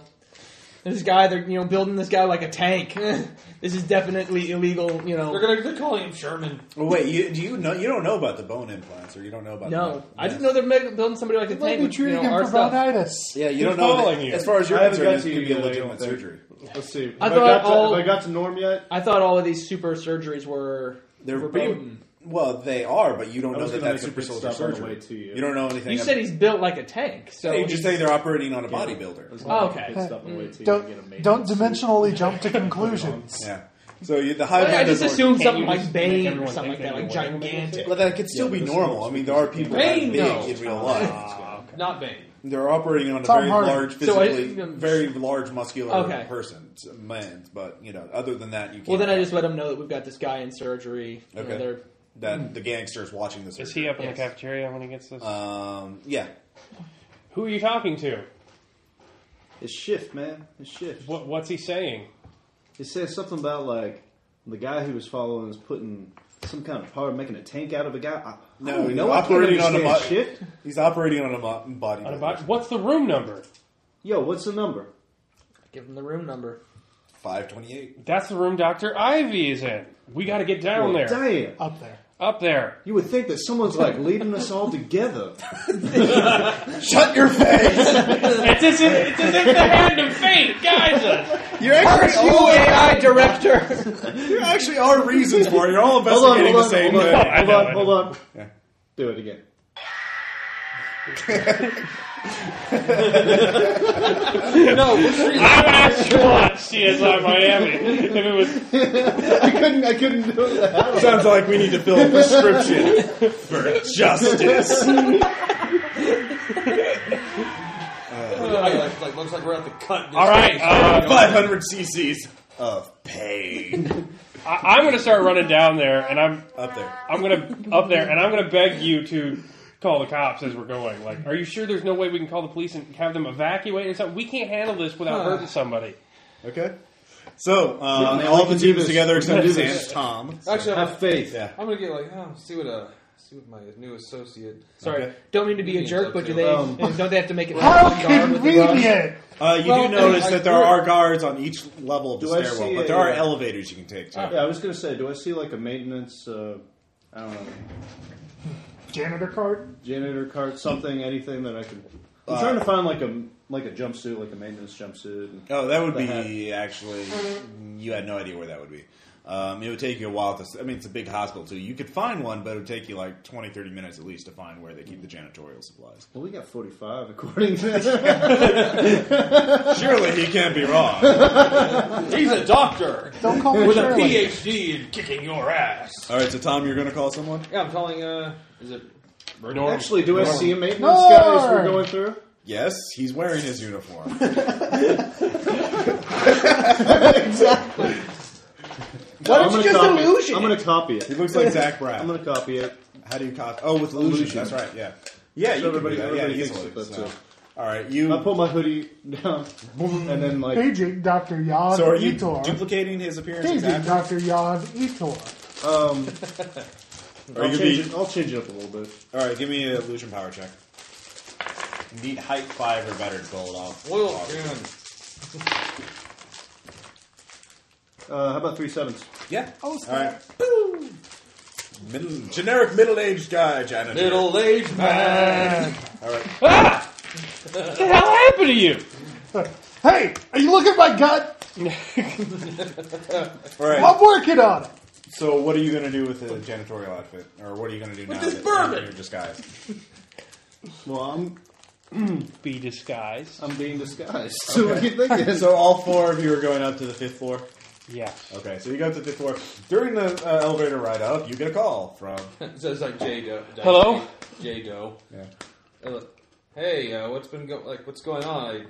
[SPEAKER 5] this guy, they're you know building this guy like a tank. this is definitely illegal. You know.
[SPEAKER 4] They're gonna they're calling him Sherman.
[SPEAKER 1] Well, wait, you, do you know? You don't know about the bone implants, or you don't know about
[SPEAKER 5] no,
[SPEAKER 1] The
[SPEAKER 5] I just know they're making, building somebody like a
[SPEAKER 3] It might
[SPEAKER 5] tank.
[SPEAKER 3] be
[SPEAKER 5] With, you
[SPEAKER 3] treating
[SPEAKER 5] know,
[SPEAKER 3] him
[SPEAKER 5] our
[SPEAKER 3] for
[SPEAKER 5] stuff.
[SPEAKER 3] bonitis.
[SPEAKER 1] yeah, you don't know.
[SPEAKER 6] following
[SPEAKER 1] That,
[SPEAKER 6] you.
[SPEAKER 1] As far as you're
[SPEAKER 8] I haven't
[SPEAKER 1] concerned,
[SPEAKER 8] got
[SPEAKER 1] this
[SPEAKER 8] to
[SPEAKER 1] could
[SPEAKER 8] you
[SPEAKER 1] be a
[SPEAKER 8] yet, I don't
[SPEAKER 1] legitimate
[SPEAKER 8] think.
[SPEAKER 1] surgery.
[SPEAKER 8] Let's see. Have
[SPEAKER 5] I
[SPEAKER 8] I,
[SPEAKER 5] thought
[SPEAKER 8] got to,
[SPEAKER 5] all-
[SPEAKER 8] have I got to Norm yet?
[SPEAKER 5] I thought all of these super surgeries were
[SPEAKER 1] They're
[SPEAKER 5] verboten.
[SPEAKER 1] Well, they are, but you don't
[SPEAKER 8] I
[SPEAKER 1] know
[SPEAKER 8] was
[SPEAKER 1] that
[SPEAKER 8] gonna
[SPEAKER 1] that's
[SPEAKER 8] make
[SPEAKER 1] super
[SPEAKER 8] a pit
[SPEAKER 1] soldier
[SPEAKER 8] stop on the
[SPEAKER 1] surgery.
[SPEAKER 8] way to you.
[SPEAKER 1] don't know anything.
[SPEAKER 5] You said he's built like a tank, so
[SPEAKER 1] you just say they're operating on a
[SPEAKER 8] I was
[SPEAKER 1] bodybuilder.
[SPEAKER 8] gonna
[SPEAKER 5] Oh, okay.
[SPEAKER 8] make a pit stop on the way to you and get a
[SPEAKER 3] Don't
[SPEAKER 8] maintenance
[SPEAKER 3] don't
[SPEAKER 8] suit.
[SPEAKER 3] dimensionally jump to conclusions.
[SPEAKER 1] Yeah. So you, the high.
[SPEAKER 5] I, I
[SPEAKER 1] one
[SPEAKER 5] just
[SPEAKER 1] doesn't-
[SPEAKER 5] assumed
[SPEAKER 6] Can't
[SPEAKER 5] something
[SPEAKER 6] you
[SPEAKER 5] like
[SPEAKER 6] just
[SPEAKER 5] Bane
[SPEAKER 6] make
[SPEAKER 5] or
[SPEAKER 6] everyone
[SPEAKER 5] something like that,
[SPEAKER 6] think
[SPEAKER 5] like
[SPEAKER 6] they were
[SPEAKER 5] gigantic.
[SPEAKER 1] Well, that could still be normal. I mean, there are people that are
[SPEAKER 4] Bane,
[SPEAKER 1] big
[SPEAKER 4] no.
[SPEAKER 1] in real life. Ah,
[SPEAKER 4] Not Bane.
[SPEAKER 1] They're operating on a
[SPEAKER 3] Tom
[SPEAKER 1] very
[SPEAKER 3] Hardy.
[SPEAKER 1] large,
[SPEAKER 5] So I-
[SPEAKER 1] physically very large muscular
[SPEAKER 5] Okay.
[SPEAKER 1] person, s- man. But you know, other than that, you can't.
[SPEAKER 5] Well, then I just let him know that we've got this guy in surgery. You know,
[SPEAKER 1] Okay.
[SPEAKER 5] they're-
[SPEAKER 1] that the gangster's watching this.
[SPEAKER 6] Is he up in the cafeteria when he gets this?
[SPEAKER 1] Um, yeah.
[SPEAKER 6] Who are you talking to?
[SPEAKER 9] It's shift, man. It's shift.
[SPEAKER 6] What, what's he saying?
[SPEAKER 9] It says something about like the guy who was following is putting some kind of power, making a tank out of a guy. I,
[SPEAKER 1] No,
[SPEAKER 9] I don't
[SPEAKER 1] he's
[SPEAKER 9] know. I can't
[SPEAKER 1] operating on a
[SPEAKER 9] understand
[SPEAKER 1] mu-
[SPEAKER 9] shit.
[SPEAKER 1] He's operating on a mo- bodybuilder.
[SPEAKER 6] On a bo- What's the room number?
[SPEAKER 9] Yo, what's the number?
[SPEAKER 5] give him the room number.
[SPEAKER 1] Five twenty-eight.
[SPEAKER 6] That's the room Dr. Ivy is in. We got to get down
[SPEAKER 9] Well,
[SPEAKER 6] there.
[SPEAKER 9] Damn.
[SPEAKER 3] Up there.
[SPEAKER 6] Up there.
[SPEAKER 9] You would think that someone's like leading us all together.
[SPEAKER 1] Shut your face!
[SPEAKER 6] It's as if, it's as if the hand of fate guides us.
[SPEAKER 1] You're actually all-
[SPEAKER 5] AI Oh, director.
[SPEAKER 1] There actually are reasons for it. You're all
[SPEAKER 9] Hold on,
[SPEAKER 1] investigating
[SPEAKER 9] hold
[SPEAKER 1] the
[SPEAKER 9] on,
[SPEAKER 1] same
[SPEAKER 9] hold on,
[SPEAKER 1] thing.
[SPEAKER 6] I
[SPEAKER 9] hold
[SPEAKER 6] know,
[SPEAKER 9] on,
[SPEAKER 6] I
[SPEAKER 9] hold on.
[SPEAKER 1] Yeah.
[SPEAKER 9] Do it again.
[SPEAKER 4] No, we're treating
[SPEAKER 6] I would actually watch CSI Miami if it was
[SPEAKER 8] I couldn't. I couldn't do that.
[SPEAKER 1] Sounds like we need to fill a prescription for justice.
[SPEAKER 4] like, like, looks like we're at the cut.
[SPEAKER 6] all right. Uh,
[SPEAKER 1] 500 cc's of pain.
[SPEAKER 6] I, I'm going to start running down there, and I'm
[SPEAKER 1] Up there.
[SPEAKER 6] I'm going to up there, and I'm going to beg you to call the cops as we're going. Like, are you sure there's no way we can call the police and have them evacuate or something? We can't handle this without hurting somebody.
[SPEAKER 1] Okay. So, uh,
[SPEAKER 9] Man,
[SPEAKER 1] all
[SPEAKER 9] we
[SPEAKER 1] the
[SPEAKER 9] can do
[SPEAKER 1] teams
[SPEAKER 9] this.
[SPEAKER 1] together
[SPEAKER 9] We can
[SPEAKER 1] except
[SPEAKER 9] do
[SPEAKER 1] Sans
[SPEAKER 9] this.
[SPEAKER 1] Tom.
[SPEAKER 4] Actually, I'm,
[SPEAKER 9] Have faith.
[SPEAKER 1] Yeah.
[SPEAKER 4] I'm gonna get like, oh, see what uh, see what my new associate.
[SPEAKER 5] Sorry,
[SPEAKER 1] Okay.
[SPEAKER 5] don't mean to be a jerk, but do they?
[SPEAKER 9] Um,
[SPEAKER 5] don't they have to make it?
[SPEAKER 3] How
[SPEAKER 5] like a guard with a rod?
[SPEAKER 3] convenient!
[SPEAKER 1] Uh, you
[SPEAKER 4] Well,
[SPEAKER 1] do notice
[SPEAKER 4] I-
[SPEAKER 1] that there
[SPEAKER 4] I-
[SPEAKER 1] are guards on each level of the
[SPEAKER 9] Do I
[SPEAKER 1] stairwell,
[SPEAKER 9] see
[SPEAKER 1] but
[SPEAKER 9] a- Oh.
[SPEAKER 1] there are elevators you can take to.
[SPEAKER 9] Yeah, I was gonna say, do I see like a maintenance? Uh, I don't know,
[SPEAKER 3] Janitor card.
[SPEAKER 9] janitor cart, something, anything that I could. I'm trying to find like a like a jumpsuit, like a maintenance jumpsuit. And,
[SPEAKER 1] Oh, that would
[SPEAKER 9] The Mm-hmm.
[SPEAKER 1] be actually. You had no idea where that would be. Um, it would take you a while to. s- I mean, it's a big hospital, too. You could find one, but it would take you like 20, 30 minutes at least to find where they keep the janitorial supplies.
[SPEAKER 9] well, we got 45 according to this.
[SPEAKER 1] Surely he can't be wrong.
[SPEAKER 4] He's a doctor
[SPEAKER 3] Don't call me
[SPEAKER 4] with a
[SPEAKER 3] Shirley.
[SPEAKER 4] PhD in kicking your ass.
[SPEAKER 1] All right, so Tom, you're going to call someone?
[SPEAKER 4] Yeah, I'm calling. Uh, is it?
[SPEAKER 9] Actually, do I see a maintenance
[SPEAKER 3] Norm.
[SPEAKER 9] guy as we're going through?
[SPEAKER 1] Yes, he's wearing his uniform.
[SPEAKER 7] Why don't
[SPEAKER 9] I'm
[SPEAKER 7] you
[SPEAKER 9] gonna
[SPEAKER 7] just
[SPEAKER 9] copy-
[SPEAKER 7] illusion
[SPEAKER 9] I'm
[SPEAKER 7] it?
[SPEAKER 9] gonna copy
[SPEAKER 1] He
[SPEAKER 9] it.
[SPEAKER 1] looks like Zach
[SPEAKER 9] I'm
[SPEAKER 1] Braff.
[SPEAKER 9] gonna copy it.
[SPEAKER 1] How do you cop? Oh, with illusion.
[SPEAKER 9] Illusion.
[SPEAKER 1] That's right. Yeah. Yeah, you
[SPEAKER 9] So
[SPEAKER 1] can do
[SPEAKER 9] everybody-
[SPEAKER 1] that. Yeah,
[SPEAKER 9] everybody thinks
[SPEAKER 1] easily.
[SPEAKER 9] that's
[SPEAKER 1] so.
[SPEAKER 9] it.
[SPEAKER 1] All right, you.
[SPEAKER 9] I pull my hoodie down, and then like
[SPEAKER 3] Paging Dr. Yad
[SPEAKER 1] So are you
[SPEAKER 3] Etor.
[SPEAKER 1] duplicating his appearance?
[SPEAKER 3] Paging
[SPEAKER 1] Exactly?
[SPEAKER 3] Dr. Yad Etor.
[SPEAKER 9] um,
[SPEAKER 1] Or
[SPEAKER 9] I'll
[SPEAKER 1] you could
[SPEAKER 9] change,
[SPEAKER 1] be-
[SPEAKER 9] it, I'll change it up a little bit.
[SPEAKER 1] All right, give me an illusion power check. You Need height five or better to pull it off.
[SPEAKER 4] Oil
[SPEAKER 1] Off.
[SPEAKER 4] can.
[SPEAKER 9] Uh, how about three sevens?
[SPEAKER 1] Yeah. Oh, All right. Middle, generic middle-aged guy janitor.
[SPEAKER 4] Middle aged man.
[SPEAKER 1] All right.
[SPEAKER 6] Ah! What the hell happened to you?
[SPEAKER 3] Hey, are you looking at my gut?
[SPEAKER 1] All right.
[SPEAKER 3] I'm working on it.
[SPEAKER 1] So, what are you going to do with the janitorial outfit, or what are you going to do with now
[SPEAKER 4] this
[SPEAKER 1] that
[SPEAKER 4] bourbon!
[SPEAKER 1] you're in your disguise?
[SPEAKER 9] Well, I'm
[SPEAKER 6] Be disguised.
[SPEAKER 9] I'm being disguised. So what are you thinking?
[SPEAKER 1] so, all four of you are going up to the fifth floor.
[SPEAKER 6] Yeah.
[SPEAKER 1] Okay, so you go up to the fifth floor. During the uh, elevator ride up, you get a call from.
[SPEAKER 4] So it's like J Doe.
[SPEAKER 6] Hello?
[SPEAKER 4] J Doe.
[SPEAKER 1] Yeah.
[SPEAKER 4] Uh, look, Hey, uh, what's been go- like? What's going on?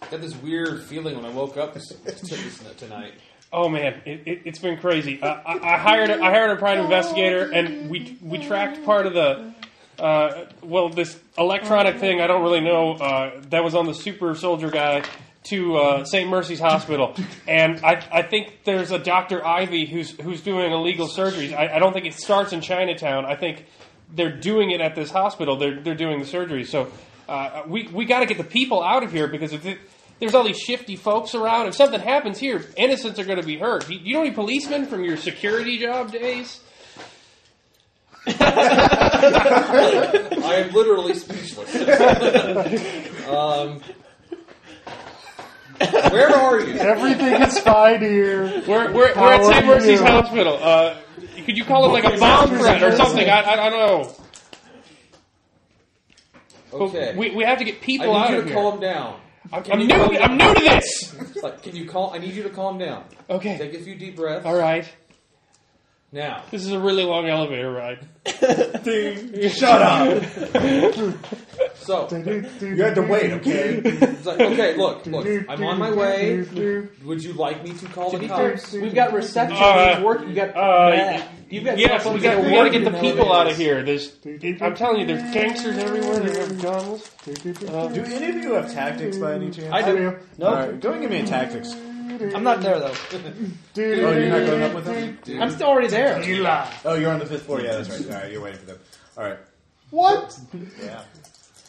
[SPEAKER 4] I got this weird feeling when I woke up this, this, this tonight.
[SPEAKER 6] Oh man, it, it, it's been crazy. Uh, I, I hired I hired a private investigator, and we we tracked part of the uh, well this electronic thing. I don't really know uh, that was on the super soldier guy to uh, St. Mercy's Hospital, and I, I think there's a Doctor Ivy who's who's doing illegal surgeries. I, I don't think it starts in Chinatown. I think they're doing it at this hospital. They're they're doing the surgery. So uh, we we got to get the people out of here because if it, there's all these shifty folks around, if something happens here, innocents are going to be hurt. You, you know any policemen from your security job days?
[SPEAKER 4] I am literally speechless. um, where are you?
[SPEAKER 3] Everything is fine here.
[SPEAKER 6] We're we're, we're at
[SPEAKER 3] How
[SPEAKER 6] St.
[SPEAKER 3] are
[SPEAKER 6] Mercy's
[SPEAKER 3] you?
[SPEAKER 6] Hospital. Uh, could you call it like a bomb threat or something? I, I, I don't know.
[SPEAKER 4] Okay.
[SPEAKER 6] We, we have to get
[SPEAKER 4] I
[SPEAKER 6] people
[SPEAKER 4] need
[SPEAKER 6] out
[SPEAKER 4] you
[SPEAKER 6] of
[SPEAKER 4] to
[SPEAKER 6] here.
[SPEAKER 4] calm down.
[SPEAKER 6] I'm,
[SPEAKER 4] Can
[SPEAKER 6] I'm
[SPEAKER 4] you
[SPEAKER 6] new.
[SPEAKER 4] calm
[SPEAKER 6] I'm new to this.
[SPEAKER 4] It's like, can you call? I need you to calm down.
[SPEAKER 6] Okay.
[SPEAKER 4] Take a few deep breaths.
[SPEAKER 6] All right.
[SPEAKER 4] Now,
[SPEAKER 6] This is a really long elevator ride.
[SPEAKER 1] Shut up!
[SPEAKER 4] so
[SPEAKER 1] You
[SPEAKER 3] You
[SPEAKER 1] had to wait, okay?
[SPEAKER 4] it's like, okay, look, look, I'm on my way. Would you like me to call
[SPEAKER 5] To be
[SPEAKER 4] the
[SPEAKER 5] fair,
[SPEAKER 4] cops?
[SPEAKER 5] we've got reception.
[SPEAKER 6] Uh,
[SPEAKER 5] we've work. You got.
[SPEAKER 6] uh,
[SPEAKER 5] that. You've got.
[SPEAKER 6] Yes, we
[SPEAKER 5] someone
[SPEAKER 6] got
[SPEAKER 5] to
[SPEAKER 6] we got to
[SPEAKER 5] work
[SPEAKER 6] get
[SPEAKER 5] in
[SPEAKER 6] the
[SPEAKER 5] the
[SPEAKER 6] people out of
[SPEAKER 5] elevators.
[SPEAKER 6] here. There's I'm telling you, there's gangsters everywhere. There's guns.
[SPEAKER 1] Do any of you have tactics by any chance?
[SPEAKER 3] I do.
[SPEAKER 1] No. go and give me a tactics.
[SPEAKER 5] I'm not there though.
[SPEAKER 1] Oh, you're not going up with them?
[SPEAKER 5] I'm still already there.
[SPEAKER 1] Oh, you're on the fifth floor. Yeah, that's right. All right, you're waiting for them. All right.
[SPEAKER 3] What?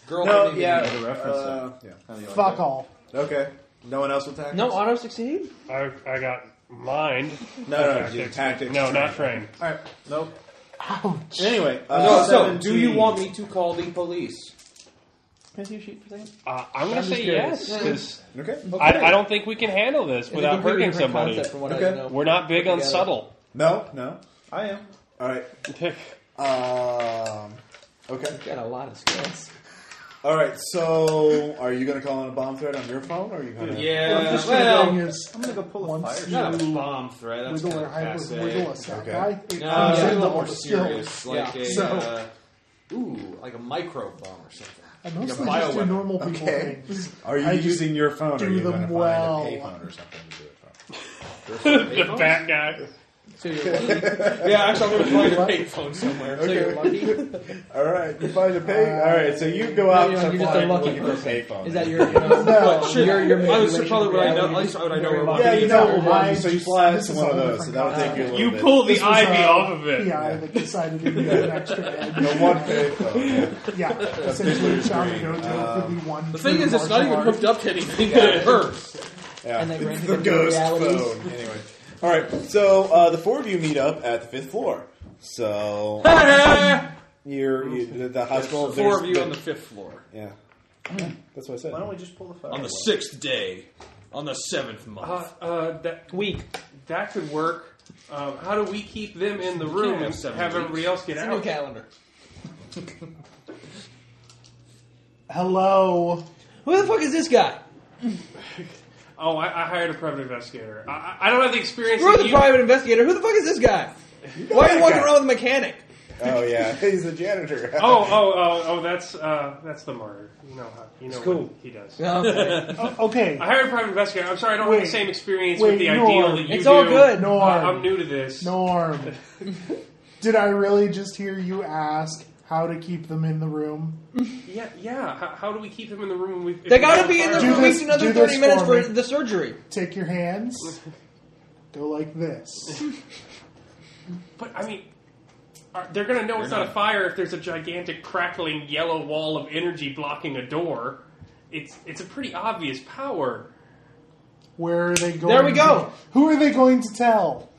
[SPEAKER 4] Girl, I
[SPEAKER 1] No,
[SPEAKER 4] need
[SPEAKER 1] yeah.
[SPEAKER 4] you.
[SPEAKER 1] Uh, yeah.
[SPEAKER 3] Fuck all.
[SPEAKER 1] Okay. No one else with tactics?
[SPEAKER 5] No auto succeed.
[SPEAKER 6] I I got mind.
[SPEAKER 1] No, no, no. you- Tactics.
[SPEAKER 6] No, not trained.
[SPEAKER 1] All right. Nope.
[SPEAKER 9] anyway, uh,
[SPEAKER 4] No, so do you
[SPEAKER 9] 17.
[SPEAKER 4] want me to call the police?
[SPEAKER 5] Can I see your sheet for a second?
[SPEAKER 6] Uh, I'm going to say yes because
[SPEAKER 1] Okay.
[SPEAKER 6] I, I don't think we can handle this
[SPEAKER 5] It's a
[SPEAKER 6] without
[SPEAKER 5] completely
[SPEAKER 6] hurting
[SPEAKER 5] different
[SPEAKER 6] somebody.
[SPEAKER 5] concept from what I
[SPEAKER 1] Okay.
[SPEAKER 5] know.
[SPEAKER 6] We're not big on
[SPEAKER 5] Together.
[SPEAKER 6] subtle.
[SPEAKER 1] No, no.
[SPEAKER 9] I am.
[SPEAKER 1] All right. Um. Okay.
[SPEAKER 5] Got a lot of skills.
[SPEAKER 1] All right, so are you going to call in a bomb threat on your phone, or are you going to?
[SPEAKER 4] Yeah,
[SPEAKER 3] I'm just gonna
[SPEAKER 4] well,
[SPEAKER 3] bring is
[SPEAKER 9] I'm gonna go pull a
[SPEAKER 3] once
[SPEAKER 9] fire.
[SPEAKER 4] not a
[SPEAKER 3] you
[SPEAKER 4] bomb threat. That's
[SPEAKER 3] wiggle
[SPEAKER 4] kind
[SPEAKER 3] or
[SPEAKER 4] of
[SPEAKER 3] high
[SPEAKER 4] passe.
[SPEAKER 3] wiggle us out,
[SPEAKER 1] Okay.
[SPEAKER 3] right? It
[SPEAKER 4] No,
[SPEAKER 3] comes
[SPEAKER 4] it's
[SPEAKER 3] in
[SPEAKER 4] a
[SPEAKER 3] the
[SPEAKER 4] little more
[SPEAKER 3] horse still.
[SPEAKER 4] serious, like
[SPEAKER 3] yeah.
[SPEAKER 4] a
[SPEAKER 3] so
[SPEAKER 4] uh, ooh, like a micro bomb or something.
[SPEAKER 3] I
[SPEAKER 4] Like a
[SPEAKER 3] mostly just do
[SPEAKER 4] bioweapon.
[SPEAKER 3] normal people
[SPEAKER 1] Okay.
[SPEAKER 3] things.
[SPEAKER 1] Are you
[SPEAKER 3] I just
[SPEAKER 1] using your phone, or are
[SPEAKER 3] do
[SPEAKER 1] you going to
[SPEAKER 3] them
[SPEAKER 1] find
[SPEAKER 3] well.
[SPEAKER 1] a pay phone or something to do it from?
[SPEAKER 6] the bat guy.
[SPEAKER 5] So you're lucky.
[SPEAKER 4] Yeah, actually, I'm going to find a payphone somewhere.
[SPEAKER 5] So you're lucky.
[SPEAKER 1] All right, you find a pay. all right, so you go out
[SPEAKER 5] you're-
[SPEAKER 1] to
[SPEAKER 5] you're just
[SPEAKER 1] find
[SPEAKER 5] a lucky
[SPEAKER 1] looking for a
[SPEAKER 5] person.
[SPEAKER 1] pay phone.
[SPEAKER 5] Is that your? You know,
[SPEAKER 3] No.
[SPEAKER 5] your- your
[SPEAKER 4] I was
[SPEAKER 5] manipulation
[SPEAKER 4] probably what I know.
[SPEAKER 5] reality?
[SPEAKER 4] At least I would I know
[SPEAKER 5] Very
[SPEAKER 4] where
[SPEAKER 5] lucky.
[SPEAKER 1] yeah,
[SPEAKER 4] one
[SPEAKER 1] you
[SPEAKER 4] is.
[SPEAKER 1] know
[SPEAKER 3] Well,
[SPEAKER 1] why.
[SPEAKER 3] this
[SPEAKER 1] So you
[SPEAKER 3] is-
[SPEAKER 1] fly out
[SPEAKER 3] this
[SPEAKER 1] to
[SPEAKER 3] is
[SPEAKER 1] one
[SPEAKER 3] a
[SPEAKER 1] of
[SPEAKER 3] whole
[SPEAKER 1] those, so that'll
[SPEAKER 3] different
[SPEAKER 1] take you a little
[SPEAKER 6] You
[SPEAKER 1] bit.
[SPEAKER 6] pull the
[SPEAKER 3] This was,
[SPEAKER 6] ivy
[SPEAKER 3] uh,
[SPEAKER 6] off of it.
[SPEAKER 3] The eye that decided to be an extra edge.
[SPEAKER 1] the one pay phone. yeah.
[SPEAKER 3] Yeah, essentially Shaman
[SPEAKER 1] green.
[SPEAKER 3] Gojo for the one.
[SPEAKER 4] The thing is, it's not even hooked up to anything. It hurts.
[SPEAKER 1] Yeah.
[SPEAKER 5] And they ran
[SPEAKER 1] the
[SPEAKER 5] into
[SPEAKER 1] ghost
[SPEAKER 5] realities.
[SPEAKER 1] phone. Anyway. All right. So uh, the four of you meet up at the fifth floor. So you're you, the, the hospital.
[SPEAKER 4] Four of
[SPEAKER 1] there's
[SPEAKER 4] you
[SPEAKER 1] the-
[SPEAKER 4] on the fifth floor.
[SPEAKER 1] Yeah. That's what I said.
[SPEAKER 9] Why don't we just pull the fire?
[SPEAKER 4] On the sixth day. On the seventh month.
[SPEAKER 6] Uh, uh, that
[SPEAKER 5] Weak.
[SPEAKER 6] that could work. Um, how do we keep them in the room and
[SPEAKER 4] seven
[SPEAKER 6] have everybody else get
[SPEAKER 5] It's a new
[SPEAKER 6] out?
[SPEAKER 5] calendar.
[SPEAKER 3] Hello.
[SPEAKER 5] Who the fuck is this guy?
[SPEAKER 6] Oh, I, I hired a private investigator. I- I, I don't have the experience.
[SPEAKER 5] You're
[SPEAKER 6] that
[SPEAKER 5] the
[SPEAKER 6] you-
[SPEAKER 5] private investigator. Who the fuck is this guy? Why are you walking around with a mechanic?
[SPEAKER 1] Oh yeah, he's the janitor.
[SPEAKER 6] Oh, oh, oh, oh! That's uh, that's the martyr. You know how you know
[SPEAKER 9] cool.
[SPEAKER 6] what he does.
[SPEAKER 5] Okay.
[SPEAKER 3] O- Oh, okay.
[SPEAKER 6] I hired a private investigator. I'm sorry, I don't
[SPEAKER 3] Wait.
[SPEAKER 6] have the same experience
[SPEAKER 3] Wait,
[SPEAKER 6] with the
[SPEAKER 3] you
[SPEAKER 6] ideal
[SPEAKER 3] are-
[SPEAKER 6] that you
[SPEAKER 5] It's
[SPEAKER 6] do.
[SPEAKER 5] all good.
[SPEAKER 6] I- I'm
[SPEAKER 3] Norm.
[SPEAKER 6] new to this.
[SPEAKER 3] Norm. Did I really just hear you ask how to keep them in the room?
[SPEAKER 6] Yeah, yeah. How, how do we keep them in the room? When we, if
[SPEAKER 5] They
[SPEAKER 6] we
[SPEAKER 5] gotta
[SPEAKER 6] have
[SPEAKER 5] be in the
[SPEAKER 6] fire-
[SPEAKER 3] Do
[SPEAKER 5] room at
[SPEAKER 3] this-
[SPEAKER 5] least another
[SPEAKER 3] do
[SPEAKER 5] 30
[SPEAKER 3] this
[SPEAKER 5] minutes
[SPEAKER 3] for
[SPEAKER 5] for
[SPEAKER 3] me.
[SPEAKER 5] the surgery.
[SPEAKER 3] Take your hands. Go like this.
[SPEAKER 6] But I mean, are, they're gonna know it's not, a fire if there's a gigantic crackling yellow wall of energy blocking a door. It's it's a pretty obvious power.
[SPEAKER 3] Where are they going?
[SPEAKER 5] There we go.
[SPEAKER 3] Who are they going to tell?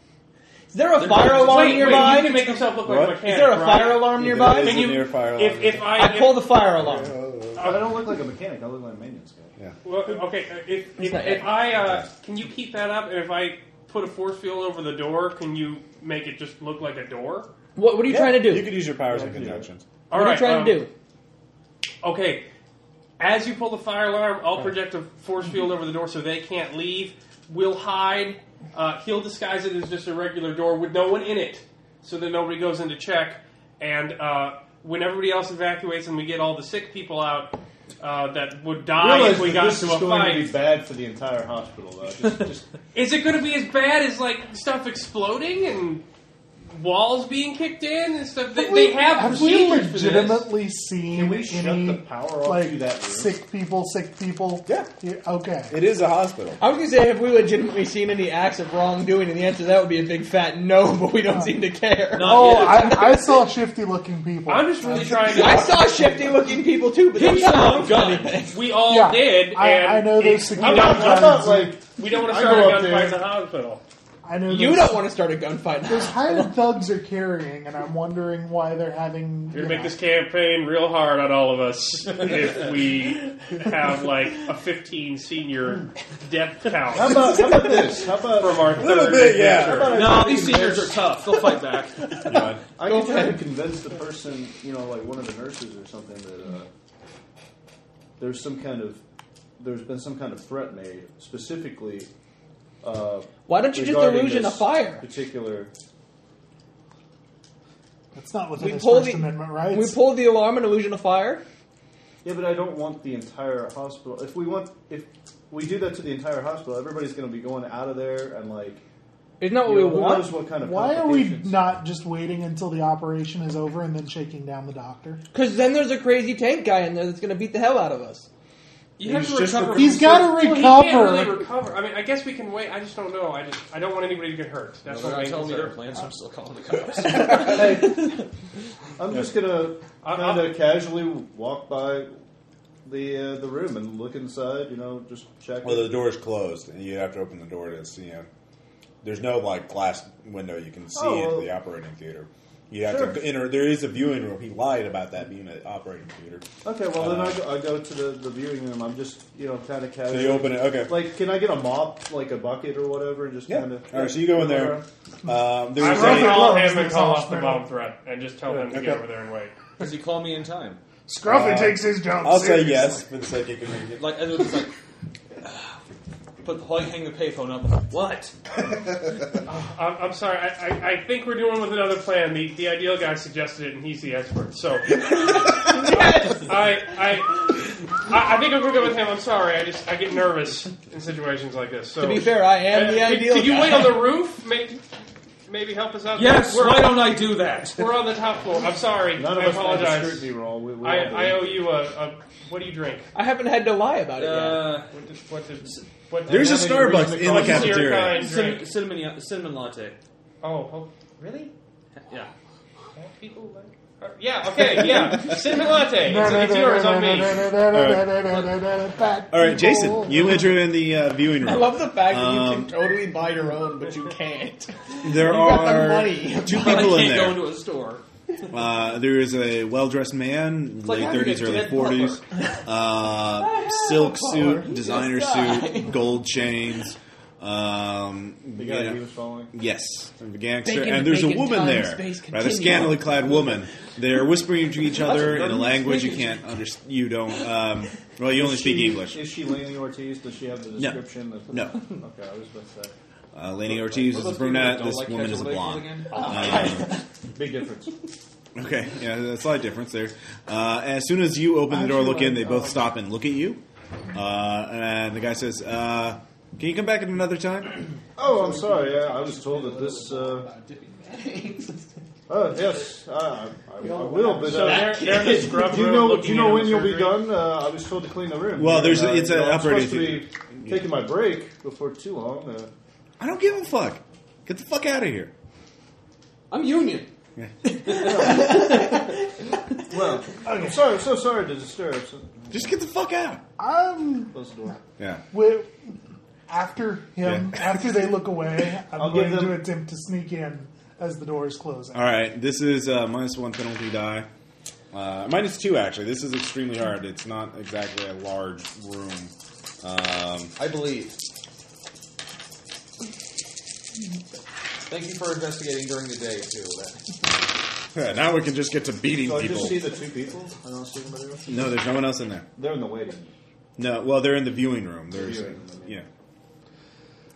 [SPEAKER 5] Is there a fire alarm
[SPEAKER 6] wait,
[SPEAKER 5] nearby?
[SPEAKER 6] Wait, you can make yourself look like
[SPEAKER 1] What?
[SPEAKER 6] a
[SPEAKER 1] Is
[SPEAKER 6] mechanic.
[SPEAKER 5] is there a
[SPEAKER 6] right?
[SPEAKER 5] fire alarm
[SPEAKER 1] There
[SPEAKER 5] nearby?
[SPEAKER 1] is
[SPEAKER 6] Can
[SPEAKER 1] a
[SPEAKER 6] you-
[SPEAKER 1] near fire alarm.
[SPEAKER 6] If, if I,
[SPEAKER 5] I
[SPEAKER 6] if-
[SPEAKER 5] pull the fire alarm.
[SPEAKER 9] I don't look like a mechanic. I look like a maintenance guy.
[SPEAKER 6] Well, okay, uh, if, if,
[SPEAKER 5] not
[SPEAKER 6] if
[SPEAKER 5] it.
[SPEAKER 6] I uh, can you keep that up, and if I put a force field over the door, can you make it just look like a door?
[SPEAKER 5] What, what are you trying to do?
[SPEAKER 1] You could use your powers in conjunction.
[SPEAKER 6] All
[SPEAKER 5] what are
[SPEAKER 6] right,
[SPEAKER 5] you trying
[SPEAKER 6] um,
[SPEAKER 5] to do?
[SPEAKER 6] Okay, as you pull the fire alarm, I'll project a force field over the door so they can't leave. We'll hide. Uh, he'll disguise it as just a regular door with no one in it, so that nobody goes in to check. And uh, when everybody else evacuates and we get all the sick people out uh, that would die if we
[SPEAKER 9] that
[SPEAKER 6] got
[SPEAKER 9] this
[SPEAKER 6] to
[SPEAKER 9] is
[SPEAKER 6] a
[SPEAKER 9] going
[SPEAKER 6] fight,
[SPEAKER 9] to be bad for the entire hospital, though. Just, just
[SPEAKER 6] Is it going to be as bad as like stuff exploding and walls being kicked in and stuff? They, they have,
[SPEAKER 3] Have we
[SPEAKER 6] procedures for this.
[SPEAKER 3] legitimately seen
[SPEAKER 9] Can we shut
[SPEAKER 3] any
[SPEAKER 9] the power off
[SPEAKER 3] like
[SPEAKER 9] to that room?
[SPEAKER 3] sick people? Sick people.
[SPEAKER 1] Yeah.
[SPEAKER 3] okay.
[SPEAKER 1] It is a hospital.
[SPEAKER 5] I was going to say, have we legitimately seen any acts of wrongdoing? And the answer to that would be a big fat no, but we don't seem to care.
[SPEAKER 3] oh, I, I saw shifty looking people.
[SPEAKER 6] I'm just really trying
[SPEAKER 5] I
[SPEAKER 6] to.
[SPEAKER 5] saw shifty looking people too, but they
[SPEAKER 6] He shot
[SPEAKER 5] shot
[SPEAKER 6] a gun. We all
[SPEAKER 3] Yeah,
[SPEAKER 6] did.
[SPEAKER 3] I-
[SPEAKER 6] and
[SPEAKER 3] I know
[SPEAKER 6] it's-
[SPEAKER 3] those
[SPEAKER 6] We
[SPEAKER 3] security
[SPEAKER 6] don't,
[SPEAKER 3] guards.
[SPEAKER 6] want-
[SPEAKER 3] I thought, like,
[SPEAKER 6] we don't want to
[SPEAKER 9] I
[SPEAKER 6] start
[SPEAKER 9] go
[SPEAKER 6] a
[SPEAKER 9] up
[SPEAKER 6] gunfight
[SPEAKER 9] there.
[SPEAKER 6] in the hospital.
[SPEAKER 3] I know
[SPEAKER 5] You
[SPEAKER 3] those-
[SPEAKER 5] don't want to start a gunfight now.
[SPEAKER 3] Those hired thugs are carrying, and I'm wondering why they're
[SPEAKER 6] We're
[SPEAKER 3] having. you
[SPEAKER 6] gonna make
[SPEAKER 3] know,
[SPEAKER 6] this campaign real hard on all of us if we have like a 15 senior death count
[SPEAKER 9] how,
[SPEAKER 6] from
[SPEAKER 9] about, how about this? How about
[SPEAKER 6] our
[SPEAKER 1] little
[SPEAKER 6] third
[SPEAKER 1] bit, yeah.
[SPEAKER 6] adventure.
[SPEAKER 4] No, these seniors are tough. They'll fight back.
[SPEAKER 9] I can try to convince the person, you know, like one of the nurses or something, that uh, there's some kind of there's been some kind of threat made specifically. Uh,
[SPEAKER 5] Why don't you just
[SPEAKER 9] regarding
[SPEAKER 5] illusion
[SPEAKER 9] this
[SPEAKER 5] a fire?
[SPEAKER 9] Particular.
[SPEAKER 3] That's not within
[SPEAKER 5] We
[SPEAKER 3] his
[SPEAKER 5] pull
[SPEAKER 3] First
[SPEAKER 5] the
[SPEAKER 3] Amendment
[SPEAKER 5] we
[SPEAKER 3] rights.
[SPEAKER 5] pull the alarm and illusion of fire.
[SPEAKER 9] Yeah, but I don't want the entire hospital. If we want, if we do that to the entire hospital, everybody's going to be going out of there and like.
[SPEAKER 5] Isn't that what
[SPEAKER 9] you
[SPEAKER 5] we
[SPEAKER 9] know, who
[SPEAKER 5] want?
[SPEAKER 9] knows what kind of
[SPEAKER 3] why are we
[SPEAKER 9] complications.
[SPEAKER 3] not just waiting until the operation is over and then shaking down the doctor?
[SPEAKER 5] Because then there's a crazy tank guy in there that's going to beat the hell out of us.
[SPEAKER 6] You have
[SPEAKER 1] He's
[SPEAKER 6] to
[SPEAKER 1] just
[SPEAKER 6] recover.
[SPEAKER 1] a-
[SPEAKER 3] He's
[SPEAKER 6] from-
[SPEAKER 3] gotta
[SPEAKER 6] Well, he
[SPEAKER 3] recover.
[SPEAKER 6] can't really recover. I mean, I guess we can wait. I just don't know. I just I don't want anybody to get hurt. That's
[SPEAKER 4] They're
[SPEAKER 6] what
[SPEAKER 4] not
[SPEAKER 6] I'm
[SPEAKER 4] telling me their
[SPEAKER 6] concerned.
[SPEAKER 4] plans. I'm still calling the cops.
[SPEAKER 9] I'm just gonna
[SPEAKER 6] I-
[SPEAKER 9] kind of casually walk by the uh, the room and look inside. You know, just check.
[SPEAKER 1] Well,
[SPEAKER 9] it.
[SPEAKER 1] the door is closed, and you have to open the door to see. You know, there's no like glass window you can see
[SPEAKER 9] Oh, well-
[SPEAKER 1] into the operating theater. You have
[SPEAKER 9] Sure.
[SPEAKER 1] to enter. There is a viewing room. He lied about that being an operating theater.
[SPEAKER 9] Okay, well then
[SPEAKER 1] Uh,
[SPEAKER 9] I go, I go to the, the viewing room. I'm just you know kind of
[SPEAKER 1] So
[SPEAKER 9] casually.
[SPEAKER 1] you open it. Okay.
[SPEAKER 9] Like, can I get a mop, like a bucket or whatever, and just
[SPEAKER 1] yeah.
[SPEAKER 9] kind of?
[SPEAKER 1] All right. So you go in there. Um,
[SPEAKER 6] I'm
[SPEAKER 1] there's
[SPEAKER 6] going to
[SPEAKER 1] a,
[SPEAKER 6] call
[SPEAKER 3] gloves,
[SPEAKER 6] him and
[SPEAKER 3] it's
[SPEAKER 6] call
[SPEAKER 3] all
[SPEAKER 6] off the
[SPEAKER 3] spread out.
[SPEAKER 6] bomb threat and just tell them to
[SPEAKER 1] okay.
[SPEAKER 6] get over there and wait.
[SPEAKER 4] Does he call me in time?
[SPEAKER 3] Scruffy
[SPEAKER 12] Uh,
[SPEAKER 3] takes his job.
[SPEAKER 12] I'll say
[SPEAKER 3] seriously.
[SPEAKER 12] yes for the sake of convenience.
[SPEAKER 4] Like, and it was like, put the like, hang the payphone up. What?
[SPEAKER 6] I'm, I'm sorry. I, I, I think we're doing with another plan. The the ideal guy suggested it, and he's the expert. So I, I I I think I'm gonna go with him. I'm sorry. I just I get nervous in situations like this. So
[SPEAKER 5] To be fair, I am
[SPEAKER 6] Uh,
[SPEAKER 5] the
[SPEAKER 6] could-
[SPEAKER 5] ideal.
[SPEAKER 6] Could you
[SPEAKER 5] guy.
[SPEAKER 6] wait on the roof? Maybe, maybe help us out.
[SPEAKER 4] Yes.
[SPEAKER 6] we're,
[SPEAKER 4] Why don't I do that?
[SPEAKER 6] we're on the top floor. I'm sorry.
[SPEAKER 9] None of
[SPEAKER 6] I
[SPEAKER 9] us had the
[SPEAKER 6] apologize.
[SPEAKER 9] scrutiny roll. We, we
[SPEAKER 6] I,
[SPEAKER 9] all
[SPEAKER 6] I
[SPEAKER 9] did.
[SPEAKER 6] owe you a, a. What do you drink?
[SPEAKER 5] I haven't had to lie about it yet.
[SPEAKER 4] Uh,
[SPEAKER 6] What did, what did, what did,
[SPEAKER 1] There's a
[SPEAKER 9] Having a reason
[SPEAKER 1] Starbucks
[SPEAKER 9] to call
[SPEAKER 1] in the
[SPEAKER 9] it
[SPEAKER 6] what's your
[SPEAKER 1] cafeteria.
[SPEAKER 6] kind
[SPEAKER 4] cinnamon,
[SPEAKER 6] drink?
[SPEAKER 4] cinnamon, cinnamon latte.
[SPEAKER 6] Oh, oh, really?
[SPEAKER 4] Yeah.
[SPEAKER 6] People like. uh, Yeah. Okay. Yeah. Cinnamon latte. It's, it's yours on me.
[SPEAKER 3] All
[SPEAKER 1] All right, Jason, you enter in the uh, viewing room.
[SPEAKER 5] Oh. I love the fact that you
[SPEAKER 1] Um,
[SPEAKER 5] can totally buy your own, but you can't.
[SPEAKER 1] There
[SPEAKER 5] You got the
[SPEAKER 1] are
[SPEAKER 5] money.
[SPEAKER 1] two
[SPEAKER 4] I
[SPEAKER 1] people in
[SPEAKER 4] can't go
[SPEAKER 1] there.
[SPEAKER 4] into a store.
[SPEAKER 1] Uh, there is a well-dressed man,
[SPEAKER 4] like
[SPEAKER 1] late
[SPEAKER 4] having a
[SPEAKER 1] 30s, early
[SPEAKER 4] dead
[SPEAKER 1] 40s, uh, silk
[SPEAKER 5] butler.
[SPEAKER 1] suit, designer
[SPEAKER 5] Just die.
[SPEAKER 1] suit, gold chains. Um,
[SPEAKER 9] The
[SPEAKER 1] you
[SPEAKER 9] guy
[SPEAKER 1] know.
[SPEAKER 9] he was following.
[SPEAKER 1] Yes, the gangster,
[SPEAKER 5] Bacon,
[SPEAKER 1] and there's a
[SPEAKER 5] bacon,
[SPEAKER 1] woman
[SPEAKER 5] time,
[SPEAKER 1] there,
[SPEAKER 5] space,
[SPEAKER 1] rather
[SPEAKER 5] continuum.
[SPEAKER 1] scantily clad woman. They're whispering to each other in a
[SPEAKER 4] government
[SPEAKER 1] language you
[SPEAKER 4] speaking.
[SPEAKER 1] can't understand. You don't. Um, well, you only speak English.
[SPEAKER 9] Is she Laney Ortiz? Does she have the
[SPEAKER 1] No.
[SPEAKER 9] description? That,
[SPEAKER 1] No.
[SPEAKER 9] Okay, I was about to say.
[SPEAKER 1] Uh, Laney Ortiz is
[SPEAKER 4] Those
[SPEAKER 1] a
[SPEAKER 4] people that
[SPEAKER 1] brunette.
[SPEAKER 4] don't
[SPEAKER 1] This
[SPEAKER 4] like
[SPEAKER 1] woman is
[SPEAKER 4] casual
[SPEAKER 1] a
[SPEAKER 4] bagels
[SPEAKER 1] blonde. Uh-huh. Um,
[SPEAKER 4] again?
[SPEAKER 9] Big difference.
[SPEAKER 1] Okay, yeah, there's a slight difference there. Uh, as soon as you open the door, look in, they both stop and look at you. Uh, and the guy says, uh, "Can you come back at another time?"
[SPEAKER 9] Oh, I'm sorry. Yeah, I was told that this. Uh, oh yes, uh, I, I will. But uh,
[SPEAKER 6] So they're, they're in the scrub
[SPEAKER 9] do you
[SPEAKER 6] room
[SPEAKER 9] know? Do
[SPEAKER 6] looking
[SPEAKER 9] you know
[SPEAKER 6] at
[SPEAKER 9] when you'll be
[SPEAKER 6] surgery.
[SPEAKER 9] done? Uh, I was told to clean the room.
[SPEAKER 1] Well, there's-
[SPEAKER 9] And, uh,
[SPEAKER 1] it's a
[SPEAKER 9] you know, I'm
[SPEAKER 1] operating
[SPEAKER 9] supposed to be taking my break before too long. Uh,
[SPEAKER 1] I don't give a fuck. Get the fuck out of here.
[SPEAKER 4] I'm union.
[SPEAKER 9] well, I'm sorry. I'm so sorry to disturb. So,
[SPEAKER 1] Just get the fuck out.
[SPEAKER 3] I'm
[SPEAKER 9] close the door.
[SPEAKER 1] Yeah.
[SPEAKER 3] with, after him. After they look away, I'm
[SPEAKER 9] I'll
[SPEAKER 3] going
[SPEAKER 9] give them-
[SPEAKER 3] to attempt to sneak in as the door is closing.
[SPEAKER 1] All right, this is uh, minus one penalty die. Uh, minus two, actually. This is extremely hard. It's not exactly a large room. Um,
[SPEAKER 4] I believe. Thank you for investigating during the day too.
[SPEAKER 1] now we can just get to beating
[SPEAKER 9] So I
[SPEAKER 1] people.
[SPEAKER 9] just see the two people. I don't see anybody else.
[SPEAKER 1] No, there's no one else in there.
[SPEAKER 9] They're in the waiting.
[SPEAKER 1] No, well, they're in the viewing room. There's
[SPEAKER 9] Viewing room, I mean.
[SPEAKER 1] yeah,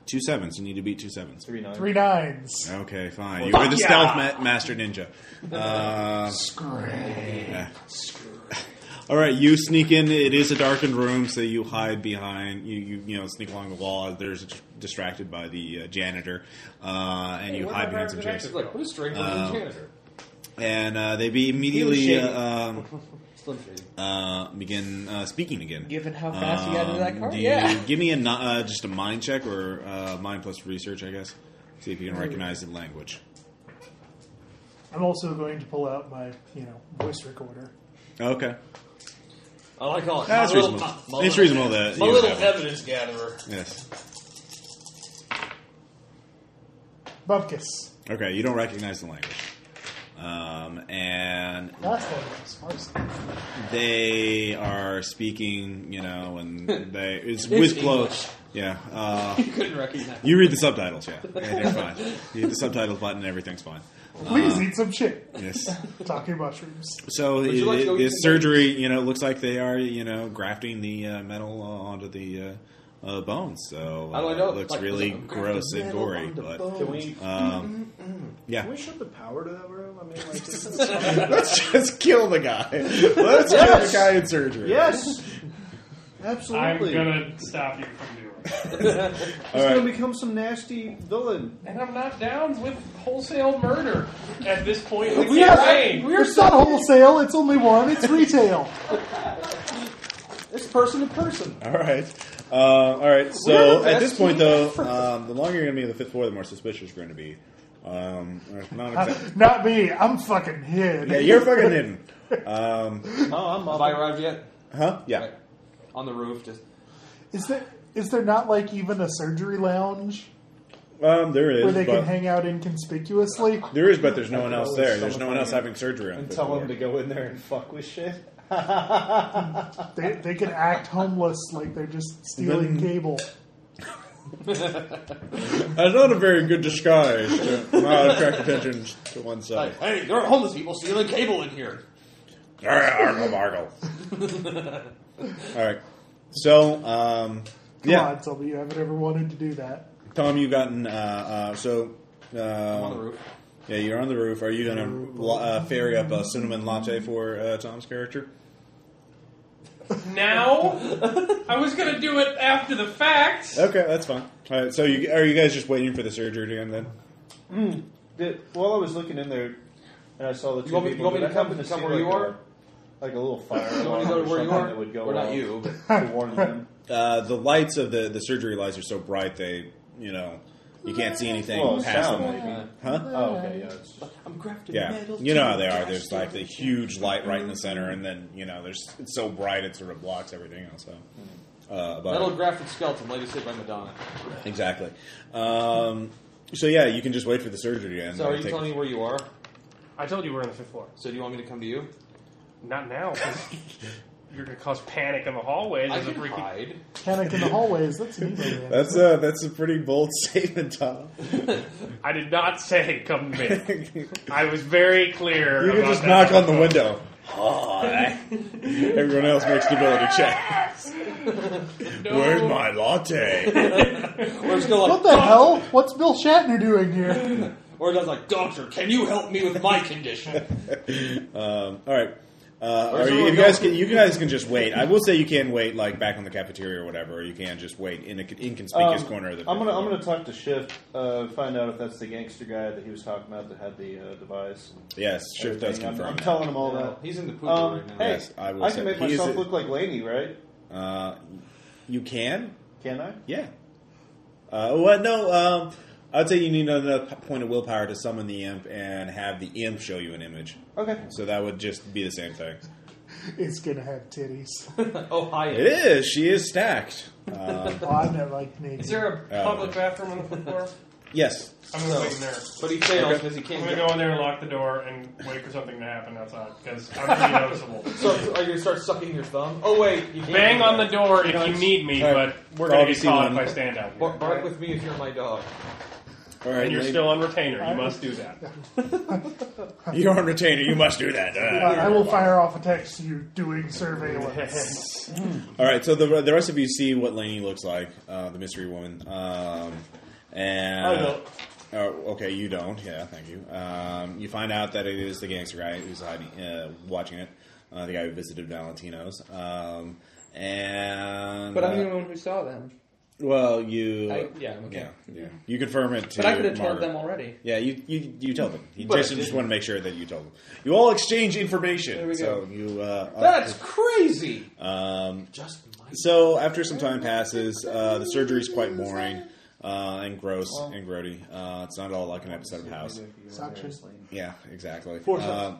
[SPEAKER 1] two sevens. You need to beat two sevens.
[SPEAKER 9] Three nine.
[SPEAKER 3] Three nines.
[SPEAKER 1] Okay, fine. You were the stealth ma- master ninja. Uh, yeah. All right, you sneak in. It is a darkened room, so you hide behind. You you, you know sneak along the wall. There's distracted by the uh, janitor, uh, and you
[SPEAKER 6] what
[SPEAKER 1] hide
[SPEAKER 6] about
[SPEAKER 1] behind
[SPEAKER 6] our
[SPEAKER 1] some
[SPEAKER 6] director?
[SPEAKER 1] chairs.
[SPEAKER 4] Look, what a strange
[SPEAKER 1] Uh,
[SPEAKER 4] looking janitor.
[SPEAKER 1] And uh, they be immediately
[SPEAKER 5] Slim
[SPEAKER 1] uh, um,
[SPEAKER 4] Slim Shady.
[SPEAKER 1] uh, begin uh, speaking again.
[SPEAKER 5] Given how fast you got into that
[SPEAKER 1] Um,
[SPEAKER 5] car,
[SPEAKER 1] do you-
[SPEAKER 5] yeah.
[SPEAKER 1] Give me a no- uh, just a mind check or uh, mind plus research, I guess. See if you can recognize the language.
[SPEAKER 3] I'm also going to pull out my, you know, voice recorder.
[SPEAKER 1] Okay.
[SPEAKER 4] I like all it.
[SPEAKER 1] That's
[SPEAKER 4] my little-
[SPEAKER 1] reasonable.
[SPEAKER 4] my- my
[SPEAKER 1] it's
[SPEAKER 4] little-
[SPEAKER 1] reasonable that
[SPEAKER 4] My
[SPEAKER 1] you
[SPEAKER 4] little
[SPEAKER 1] have it.
[SPEAKER 4] evidence gatherer.
[SPEAKER 1] Yes.
[SPEAKER 3] Bubkus.
[SPEAKER 1] Okay, you don't recognize the language. Um, and
[SPEAKER 3] That's what it was. Parson.
[SPEAKER 1] they are speaking, you know, and they it's with
[SPEAKER 4] English.
[SPEAKER 1] clothes. Yeah. Uh,
[SPEAKER 4] You couldn't recognize.
[SPEAKER 1] you read the subtitles, yeah. And they're fine. You hit the subtitle button and everything's fine.
[SPEAKER 3] Please eat some shit.
[SPEAKER 1] Yes.
[SPEAKER 3] Talking mushrooms.
[SPEAKER 1] So
[SPEAKER 4] you
[SPEAKER 1] it,
[SPEAKER 4] like to go
[SPEAKER 1] it-
[SPEAKER 4] eat
[SPEAKER 1] it's
[SPEAKER 4] some
[SPEAKER 1] surgery, you know, it looks like they are, you know, grafting the uh, metal uh, onto the uh, uh, bones. So uh,
[SPEAKER 4] How do I know?
[SPEAKER 1] it looks
[SPEAKER 4] Like,
[SPEAKER 1] really
[SPEAKER 4] I'm grafting
[SPEAKER 1] gross and
[SPEAKER 4] metal
[SPEAKER 1] gory.
[SPEAKER 4] onto
[SPEAKER 1] But
[SPEAKER 4] bones.
[SPEAKER 9] Can we?
[SPEAKER 1] um, yeah,
[SPEAKER 9] Can we shut the power to that room? I mean, like, this is-
[SPEAKER 1] let's just kill the guy. Let's kill the guy in surgery.
[SPEAKER 9] yes,
[SPEAKER 6] I'm
[SPEAKER 9] absolutely.
[SPEAKER 6] gonna stop you from doing. it.
[SPEAKER 9] He's
[SPEAKER 1] All
[SPEAKER 9] gonna become some nasty villain.
[SPEAKER 6] And I'm not down with wholesale murder at this point. in the
[SPEAKER 4] We have-
[SPEAKER 6] campaign.
[SPEAKER 4] we are
[SPEAKER 3] It's not wholesale, it's only one, it's retail.
[SPEAKER 4] It's person to person.
[SPEAKER 1] All right. Uh, all right.
[SPEAKER 4] We're
[SPEAKER 1] So
[SPEAKER 4] the
[SPEAKER 1] at this
[SPEAKER 4] best
[SPEAKER 1] point,
[SPEAKER 4] team
[SPEAKER 1] though, um, the longer you're going to be in the fifth floor, the more suspicious you're going to be. Um, not exactly.
[SPEAKER 3] Not me, I'm fucking hid.
[SPEAKER 1] yeah, you're fucking hidden.
[SPEAKER 9] Oh, I'm
[SPEAKER 4] Have I arrived yet?
[SPEAKER 1] Huh? Yeah.
[SPEAKER 4] Right. On the roof, just
[SPEAKER 3] Is there is there not like even a surgery lounge
[SPEAKER 1] Um, there is.
[SPEAKER 3] where they
[SPEAKER 1] but-
[SPEAKER 3] can hang out inconspicuously?
[SPEAKER 1] There is, but there's no one else
[SPEAKER 9] always
[SPEAKER 1] there.
[SPEAKER 9] tell
[SPEAKER 1] There's no one
[SPEAKER 9] them
[SPEAKER 1] else
[SPEAKER 9] to-
[SPEAKER 1] having surgery on
[SPEAKER 9] and
[SPEAKER 1] the
[SPEAKER 9] tell
[SPEAKER 1] floor.
[SPEAKER 9] him to go in there and fuck with shit.
[SPEAKER 3] They, they can act homeless like they're just stealing cable.
[SPEAKER 1] That's not a very good disguise to uh, not attract attention to oneself.
[SPEAKER 4] like, hey, there are homeless people stealing cable in here.
[SPEAKER 1] Argle, bargle. All right. So, um, yeah,
[SPEAKER 3] Come on, Sylvia, you haven't ever wanted to do that.
[SPEAKER 1] Tom, you've gotten uh, uh, so. Uh, I'm
[SPEAKER 4] on the roof.
[SPEAKER 1] Yeah, you're on the roof. Are you going to uh, ferry up a cinnamon latte for uh, Tom's character?
[SPEAKER 2] Now? I was gonna do it after the fact.
[SPEAKER 1] Okay, that's fine. All right, so you, are you guys just waiting for the surgery to end then?
[SPEAKER 4] Hmm.
[SPEAKER 8] Did, while I was looking in there, and I saw the two
[SPEAKER 4] want me- you
[SPEAKER 8] people.
[SPEAKER 4] want
[SPEAKER 8] did
[SPEAKER 4] me to
[SPEAKER 8] I
[SPEAKER 4] come-
[SPEAKER 8] happen to
[SPEAKER 4] come
[SPEAKER 8] see,
[SPEAKER 4] where you
[SPEAKER 8] like,
[SPEAKER 4] are?
[SPEAKER 8] A, like a little fire
[SPEAKER 4] You
[SPEAKER 8] alarm
[SPEAKER 4] want to go
[SPEAKER 8] or
[SPEAKER 4] to where you
[SPEAKER 8] something
[SPEAKER 4] are?
[SPEAKER 8] that would go
[SPEAKER 4] Or not
[SPEAKER 8] off
[SPEAKER 4] you, but
[SPEAKER 8] to warn them.
[SPEAKER 1] Uh, the lights of the, the surgery lights are so bright they, you know, you can't see anything
[SPEAKER 8] Well,
[SPEAKER 1] past
[SPEAKER 8] sound
[SPEAKER 1] them.
[SPEAKER 8] maybe.
[SPEAKER 1] Huh?
[SPEAKER 8] Oh, okay, yeah. It's just,
[SPEAKER 7] I'm grafting
[SPEAKER 1] Yeah,
[SPEAKER 7] metal
[SPEAKER 1] you know
[SPEAKER 7] to
[SPEAKER 1] how they are.
[SPEAKER 7] cast
[SPEAKER 1] There's like the
[SPEAKER 7] it.
[SPEAKER 1] huge light right in the center, and then you know, there's it's so bright it sort of blocks everything else. So, uh, above
[SPEAKER 4] metal
[SPEAKER 1] it.
[SPEAKER 4] grafted skeleton, latest hit by Madonna.
[SPEAKER 1] exactly. Um, so yeah, you can just wait for the surgery to end.
[SPEAKER 4] So are you
[SPEAKER 1] Take-
[SPEAKER 4] telling me where you are?
[SPEAKER 6] I told you we're on the fifth floor.
[SPEAKER 4] So do you want me to come to you?
[SPEAKER 6] Not now. 'cause you're gonna cause panic in the hallway.
[SPEAKER 4] I
[SPEAKER 6] There's a
[SPEAKER 4] can
[SPEAKER 6] freaking
[SPEAKER 4] hide.
[SPEAKER 3] Panic in the hallways. That's an email. man.
[SPEAKER 1] That's a that's a pretty bold statement, Tom.
[SPEAKER 6] I did not say come to me. I was very clear.
[SPEAKER 1] You
[SPEAKER 6] about
[SPEAKER 1] can just
[SPEAKER 6] that.
[SPEAKER 1] knock on the window. Hi. Everyone else makes stability checks. Where's my latte?
[SPEAKER 4] Or it's go
[SPEAKER 3] What
[SPEAKER 4] like,
[SPEAKER 3] the hell? What's Bill Shatner doing here?
[SPEAKER 4] or does like, doctor, can you help me with my condition?
[SPEAKER 1] Um, all right. Uh,
[SPEAKER 4] Where's
[SPEAKER 1] are you,
[SPEAKER 4] everyone
[SPEAKER 1] you guys
[SPEAKER 4] going?
[SPEAKER 1] can, you guys can just wait. I will say you can wait like back on the cafeteria or whatever. Or you can just wait in an inconspicuous
[SPEAKER 8] Um,
[SPEAKER 1] corner of the.
[SPEAKER 8] I'm gonna I'm gonna talk to Shift, uh, find out if that's the gangster guy that he was talking about that had the uh, device. and
[SPEAKER 1] Yes, sure does
[SPEAKER 8] everything. I'm-
[SPEAKER 1] confirm.
[SPEAKER 8] I'm,
[SPEAKER 1] that.
[SPEAKER 8] telling him all
[SPEAKER 4] No,
[SPEAKER 8] that.
[SPEAKER 4] he's in the pooper
[SPEAKER 8] Um,
[SPEAKER 4] right now.
[SPEAKER 8] hey,
[SPEAKER 1] Yes, I
[SPEAKER 8] I,
[SPEAKER 1] will say-
[SPEAKER 8] can make
[SPEAKER 1] he is
[SPEAKER 8] myself
[SPEAKER 1] a-
[SPEAKER 8] look like Laney, right?
[SPEAKER 1] Uh, you can,
[SPEAKER 8] Can I?
[SPEAKER 1] yeah. Uh, well, no. Um, I'd say you need another p- point of willpower to summon the imp and have the imp show you an image.
[SPEAKER 8] Okay.
[SPEAKER 1] So that would just be the same thing.
[SPEAKER 3] It's gonna have titties.
[SPEAKER 4] Oh, hi.
[SPEAKER 1] It is. She is stacked. Um,
[SPEAKER 3] Oh, I meant like naked.
[SPEAKER 2] Is there a
[SPEAKER 1] Oh.
[SPEAKER 2] public bathroom on the fifth floor?
[SPEAKER 1] yes.
[SPEAKER 6] I'm gonna wait in there.
[SPEAKER 4] But he fails
[SPEAKER 1] Okay.
[SPEAKER 4] because he
[SPEAKER 6] I'm
[SPEAKER 4] can't
[SPEAKER 6] gonna
[SPEAKER 4] go.
[SPEAKER 6] go in there and lock the door and wait for something to happen outside because I'm pretty noticeable.
[SPEAKER 4] So are you going to start sucking your thumb? Oh, wait. You can't
[SPEAKER 6] Bang
[SPEAKER 4] do
[SPEAKER 6] on the
[SPEAKER 4] that.
[SPEAKER 6] door if you need me,
[SPEAKER 1] All right.
[SPEAKER 6] but we're gonna get
[SPEAKER 1] Obviously
[SPEAKER 6] caught if
[SPEAKER 1] one.
[SPEAKER 6] I stand out.
[SPEAKER 4] Bark,
[SPEAKER 6] Here.
[SPEAKER 4] bark with me if you're my dog.
[SPEAKER 1] All right.
[SPEAKER 6] And you're
[SPEAKER 1] lady.
[SPEAKER 6] still on retainer. You must do that.
[SPEAKER 1] You're on retainer. You must do that.
[SPEAKER 3] Uh, I will fire off a text to you doing surveillance.
[SPEAKER 1] All right. So the the rest of you see what Lainey looks like, uh, the mystery woman. Um, and
[SPEAKER 6] I don't.
[SPEAKER 1] Oh, okay, you don't. Yeah, thank you. Um, you find out that it is the gangster guy who's hiding, uh, watching it. Uh, the guy who visited Valentino's. Um, and
[SPEAKER 5] But I'm the
[SPEAKER 1] uh,
[SPEAKER 5] only one who saw them.
[SPEAKER 1] well, you
[SPEAKER 5] I, yeah, I'm okay.
[SPEAKER 1] yeah yeah you confirm it. To
[SPEAKER 5] But I could have told
[SPEAKER 1] Margaret.
[SPEAKER 5] them already.
[SPEAKER 1] Yeah, you you, you tell them. You
[SPEAKER 4] But I
[SPEAKER 1] Jason just
[SPEAKER 4] didn't.
[SPEAKER 1] want to make sure that you told them. You all exchange information.
[SPEAKER 5] There we
[SPEAKER 1] So
[SPEAKER 5] go.
[SPEAKER 1] you uh,
[SPEAKER 4] That's crazy.
[SPEAKER 1] um,
[SPEAKER 4] Just my
[SPEAKER 1] so after some time passes, uh, the surgery is quite boring uh, and gross and grody. Uh, it's not at all like an episode of House.
[SPEAKER 3] Suction.
[SPEAKER 1] Yeah, exactly.
[SPEAKER 8] Force
[SPEAKER 1] Um,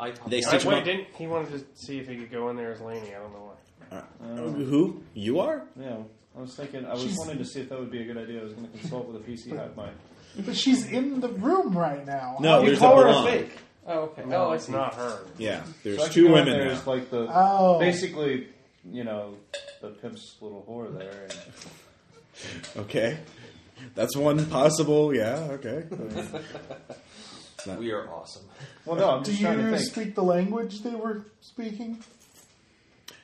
[SPEAKER 4] I,
[SPEAKER 1] They
[SPEAKER 6] I,
[SPEAKER 1] stitch him
[SPEAKER 6] wait,
[SPEAKER 1] up.
[SPEAKER 6] didn't he wanted to see if he could go in there as Laney? I don't know why.
[SPEAKER 1] who you are?
[SPEAKER 8] Yeah. I was thinking. I was
[SPEAKER 3] She's-
[SPEAKER 8] wanting to see if that would be a good idea. I was going to consult with a PC hive mind.
[SPEAKER 3] But she's in the room right now.
[SPEAKER 1] No,
[SPEAKER 5] You
[SPEAKER 1] there's
[SPEAKER 5] call
[SPEAKER 1] a
[SPEAKER 5] her a
[SPEAKER 1] blonde.
[SPEAKER 5] fake. Oh, okay. oh, I
[SPEAKER 6] It's
[SPEAKER 5] see.
[SPEAKER 6] not her.
[SPEAKER 1] Yeah,
[SPEAKER 8] So I
[SPEAKER 1] there's
[SPEAKER 8] could
[SPEAKER 1] two
[SPEAKER 8] go in
[SPEAKER 1] women
[SPEAKER 8] there
[SPEAKER 1] there.
[SPEAKER 8] as like the
[SPEAKER 3] Oh.
[SPEAKER 8] basically, you know, the pimp's little whore there. And,
[SPEAKER 1] Okay, that's one possible. Yeah, okay.
[SPEAKER 4] We are awesome.
[SPEAKER 8] well, no, I'm
[SPEAKER 3] Do
[SPEAKER 8] just trying to
[SPEAKER 3] you
[SPEAKER 8] think.
[SPEAKER 3] speak the language they were speaking?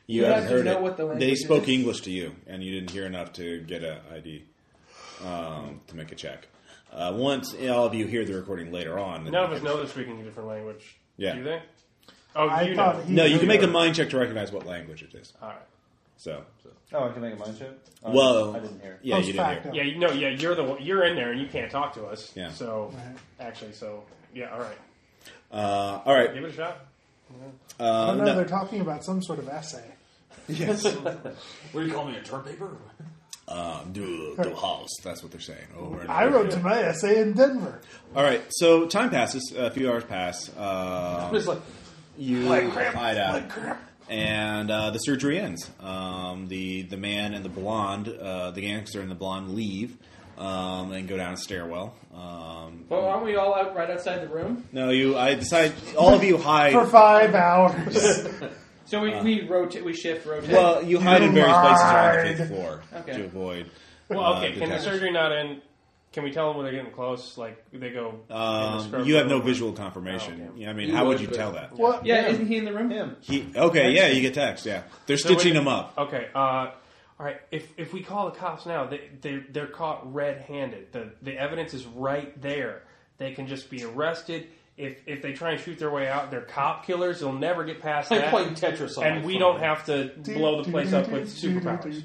[SPEAKER 1] You,
[SPEAKER 5] You
[SPEAKER 1] haven't
[SPEAKER 5] have to
[SPEAKER 1] heard
[SPEAKER 5] know
[SPEAKER 1] it.
[SPEAKER 5] what the language
[SPEAKER 1] they
[SPEAKER 5] is.
[SPEAKER 1] spoke English to you, and you didn't hear enough to get a ID um, to make a check. Uh, once all of you hear the recording later on, then
[SPEAKER 6] None
[SPEAKER 1] you
[SPEAKER 6] of us
[SPEAKER 1] can-
[SPEAKER 6] know they're speaking a different language.
[SPEAKER 1] Yeah.
[SPEAKER 6] Do they? Oh,
[SPEAKER 3] I
[SPEAKER 6] you know.
[SPEAKER 3] thought he
[SPEAKER 1] No, you can make a
[SPEAKER 3] them.
[SPEAKER 1] mind check to recognize what language it is.
[SPEAKER 6] All right.
[SPEAKER 1] So,
[SPEAKER 8] Oh, I can make a mind check. Oh,
[SPEAKER 1] well,
[SPEAKER 8] I didn't hear.
[SPEAKER 3] Oh,
[SPEAKER 1] Yeah, you didn't hear.
[SPEAKER 6] Yeah, you know, yeah, you're the one, you're in there and you can't talk to us.
[SPEAKER 1] Yeah.
[SPEAKER 6] So actually, so yeah, all right,
[SPEAKER 1] Uh, all right.
[SPEAKER 6] give it a shot.
[SPEAKER 1] Uh,
[SPEAKER 3] Oh, no,
[SPEAKER 1] no.
[SPEAKER 3] they're talking about some sort of essay.
[SPEAKER 4] What do you call me, a term paper?
[SPEAKER 1] Um, do do house. That's what they're saying. Over and over.
[SPEAKER 3] I wrote to my essay in Denver.
[SPEAKER 1] All right. So time passes. A few hours pass. Uh,
[SPEAKER 4] It's like,
[SPEAKER 1] you find out. And uh, the surgery ends. Um, the the man and the blonde, uh, the gangster and the blonde leave um, and go down a stairwell. Um,
[SPEAKER 5] Well, aren't we all out right outside the room?
[SPEAKER 1] no, you. I decide all of you hide.
[SPEAKER 3] For five hours.
[SPEAKER 5] So we, we rotate, we shift, rotate.
[SPEAKER 1] well, you hide in
[SPEAKER 3] You
[SPEAKER 1] various places around the
[SPEAKER 3] lied.
[SPEAKER 1] fifth floor
[SPEAKER 5] Okay.
[SPEAKER 1] to avoid.
[SPEAKER 6] Well,
[SPEAKER 1] uh,
[SPEAKER 6] okay. Can the
[SPEAKER 1] detectors.
[SPEAKER 6] surgery not end Can we tell them when they're getting close? Like they go. in the
[SPEAKER 1] Um,
[SPEAKER 6] scrub
[SPEAKER 1] you have
[SPEAKER 6] room
[SPEAKER 1] no
[SPEAKER 6] or-
[SPEAKER 1] visual confirmation.
[SPEAKER 6] Oh, okay.
[SPEAKER 1] yeah, I mean,
[SPEAKER 4] You
[SPEAKER 1] how would
[SPEAKER 4] would,
[SPEAKER 1] you
[SPEAKER 4] but-
[SPEAKER 1] tell that?
[SPEAKER 3] What?
[SPEAKER 5] Yeah, isn't he in the room?
[SPEAKER 8] Him.
[SPEAKER 1] He, okay, yeah, you get text. Yeah, they're
[SPEAKER 6] So wait a
[SPEAKER 1] stitching him
[SPEAKER 6] minute.
[SPEAKER 1] up.
[SPEAKER 6] Okay. Uh, all right. If if we call the cops now, they, they they're caught red-handed. The the evidence is right there. They can just be arrested. If if they try and shoot their way out, they're cop killers. They'll never get past
[SPEAKER 4] I'm
[SPEAKER 6] that.
[SPEAKER 4] playing Tetris on
[SPEAKER 6] and
[SPEAKER 4] my
[SPEAKER 6] we
[SPEAKER 4] phone.
[SPEAKER 6] don't have to blow the place up with superpowers.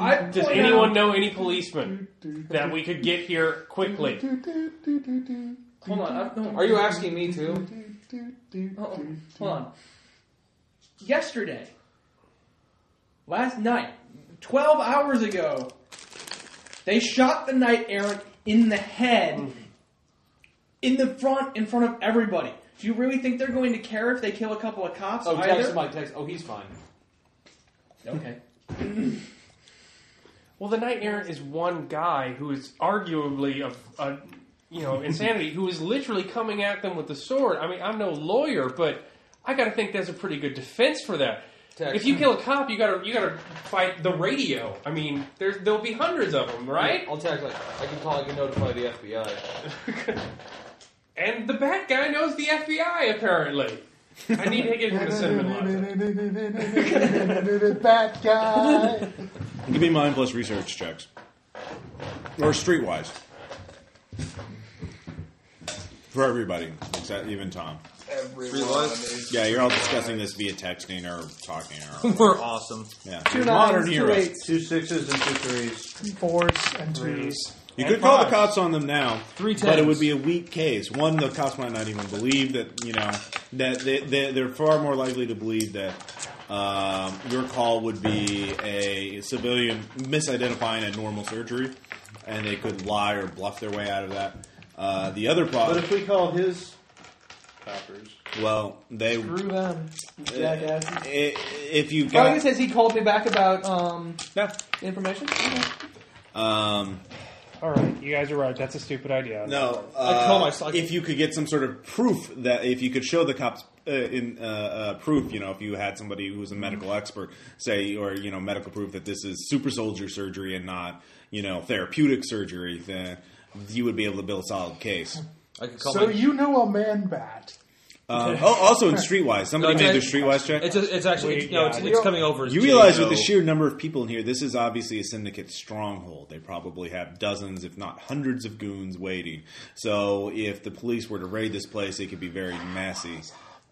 [SPEAKER 5] I-
[SPEAKER 6] Does anyone know any policeman that we could get here quickly?
[SPEAKER 5] Hold on. I, no,
[SPEAKER 4] Are you asking me to?
[SPEAKER 5] Oh, hold on. Yesterday, last night, 12 hours ago, they shot the knight errant in the head, in the front, in front of everybody. Do you really think they're going to care if they kill a couple of cops?
[SPEAKER 4] Oh, text
[SPEAKER 5] either?
[SPEAKER 4] my text. Oh, he's fine.
[SPEAKER 5] Okay.
[SPEAKER 6] Well, the knight errant is one guy who is arguably of a you know insanity who is literally coming at them with the sword. I mean, I'm no lawyer, but I got to think that's a pretty good defense for that.
[SPEAKER 4] Text.
[SPEAKER 6] If you kill a cop, you got to you got to fight the radio. I mean, there's there'll be hundreds of them, right?
[SPEAKER 4] I'll text. Like, I can call. I can notify the FBI.
[SPEAKER 6] And the bad guy knows the FBI apparently. I need to get him a cinnamon latte.
[SPEAKER 3] Bad guy.
[SPEAKER 1] Give me mine plus research checks or streetwise for everybody, except even Tom. Yeah, you're all discussing this via texting or talking. Or,
[SPEAKER 13] We're awesome.
[SPEAKER 1] yeah,
[SPEAKER 7] Two
[SPEAKER 1] modern
[SPEAKER 7] nines, two
[SPEAKER 1] era.
[SPEAKER 7] eights.
[SPEAKER 9] Two sixes and two threes.
[SPEAKER 3] Fours and twos.
[SPEAKER 1] You
[SPEAKER 6] And
[SPEAKER 1] could call the
[SPEAKER 6] fives.
[SPEAKER 1] cops on them now,
[SPEAKER 13] Three
[SPEAKER 1] but it
[SPEAKER 13] tens.
[SPEAKER 1] would be a weak case. One, the cops might not even believe that you know that they, they, they're far more likely to believe that um, your call would be a civilian misidentifying a normal surgery, and they could lie or bluff their way out of that. Uh, the other
[SPEAKER 9] But
[SPEAKER 1] problem,
[SPEAKER 9] if we call his coppers,
[SPEAKER 1] well, they
[SPEAKER 7] Screw them, you jackasses.
[SPEAKER 1] i- if you
[SPEAKER 7] Oh, I guess
[SPEAKER 1] got
[SPEAKER 7] has he called me back about um,
[SPEAKER 1] no,
[SPEAKER 7] information?
[SPEAKER 1] um,
[SPEAKER 6] All right, you guys are right. That's a stupid idea.
[SPEAKER 1] No,
[SPEAKER 13] I
[SPEAKER 1] uh,
[SPEAKER 13] tell myself-
[SPEAKER 1] if you could get some sort of proof that if you could show the cops uh, in uh, uh, proof, you know, if you had somebody who was a medical expert say, or you know, medical proof that this is super soldier surgery and not you know therapeutic surgery, then you would be able to build a solid case.
[SPEAKER 13] I can call
[SPEAKER 3] So
[SPEAKER 13] my-
[SPEAKER 3] you know a man bat.
[SPEAKER 1] Um, oh, also in Streetwise,
[SPEAKER 13] No,
[SPEAKER 1] somebody
[SPEAKER 13] it's-
[SPEAKER 1] made their Streetwise check.
[SPEAKER 13] It's, it's actually
[SPEAKER 6] Wait,
[SPEAKER 13] no. It's,
[SPEAKER 6] yeah.
[SPEAKER 13] it's coming over. as
[SPEAKER 1] you
[SPEAKER 13] J,
[SPEAKER 1] realize with
[SPEAKER 13] though.
[SPEAKER 1] the sheer number of people in here, this is obviously a syndicate stronghold. They probably have dozens, if not hundreds, of goons waiting. So if the police were to raid this place, it could be very messy.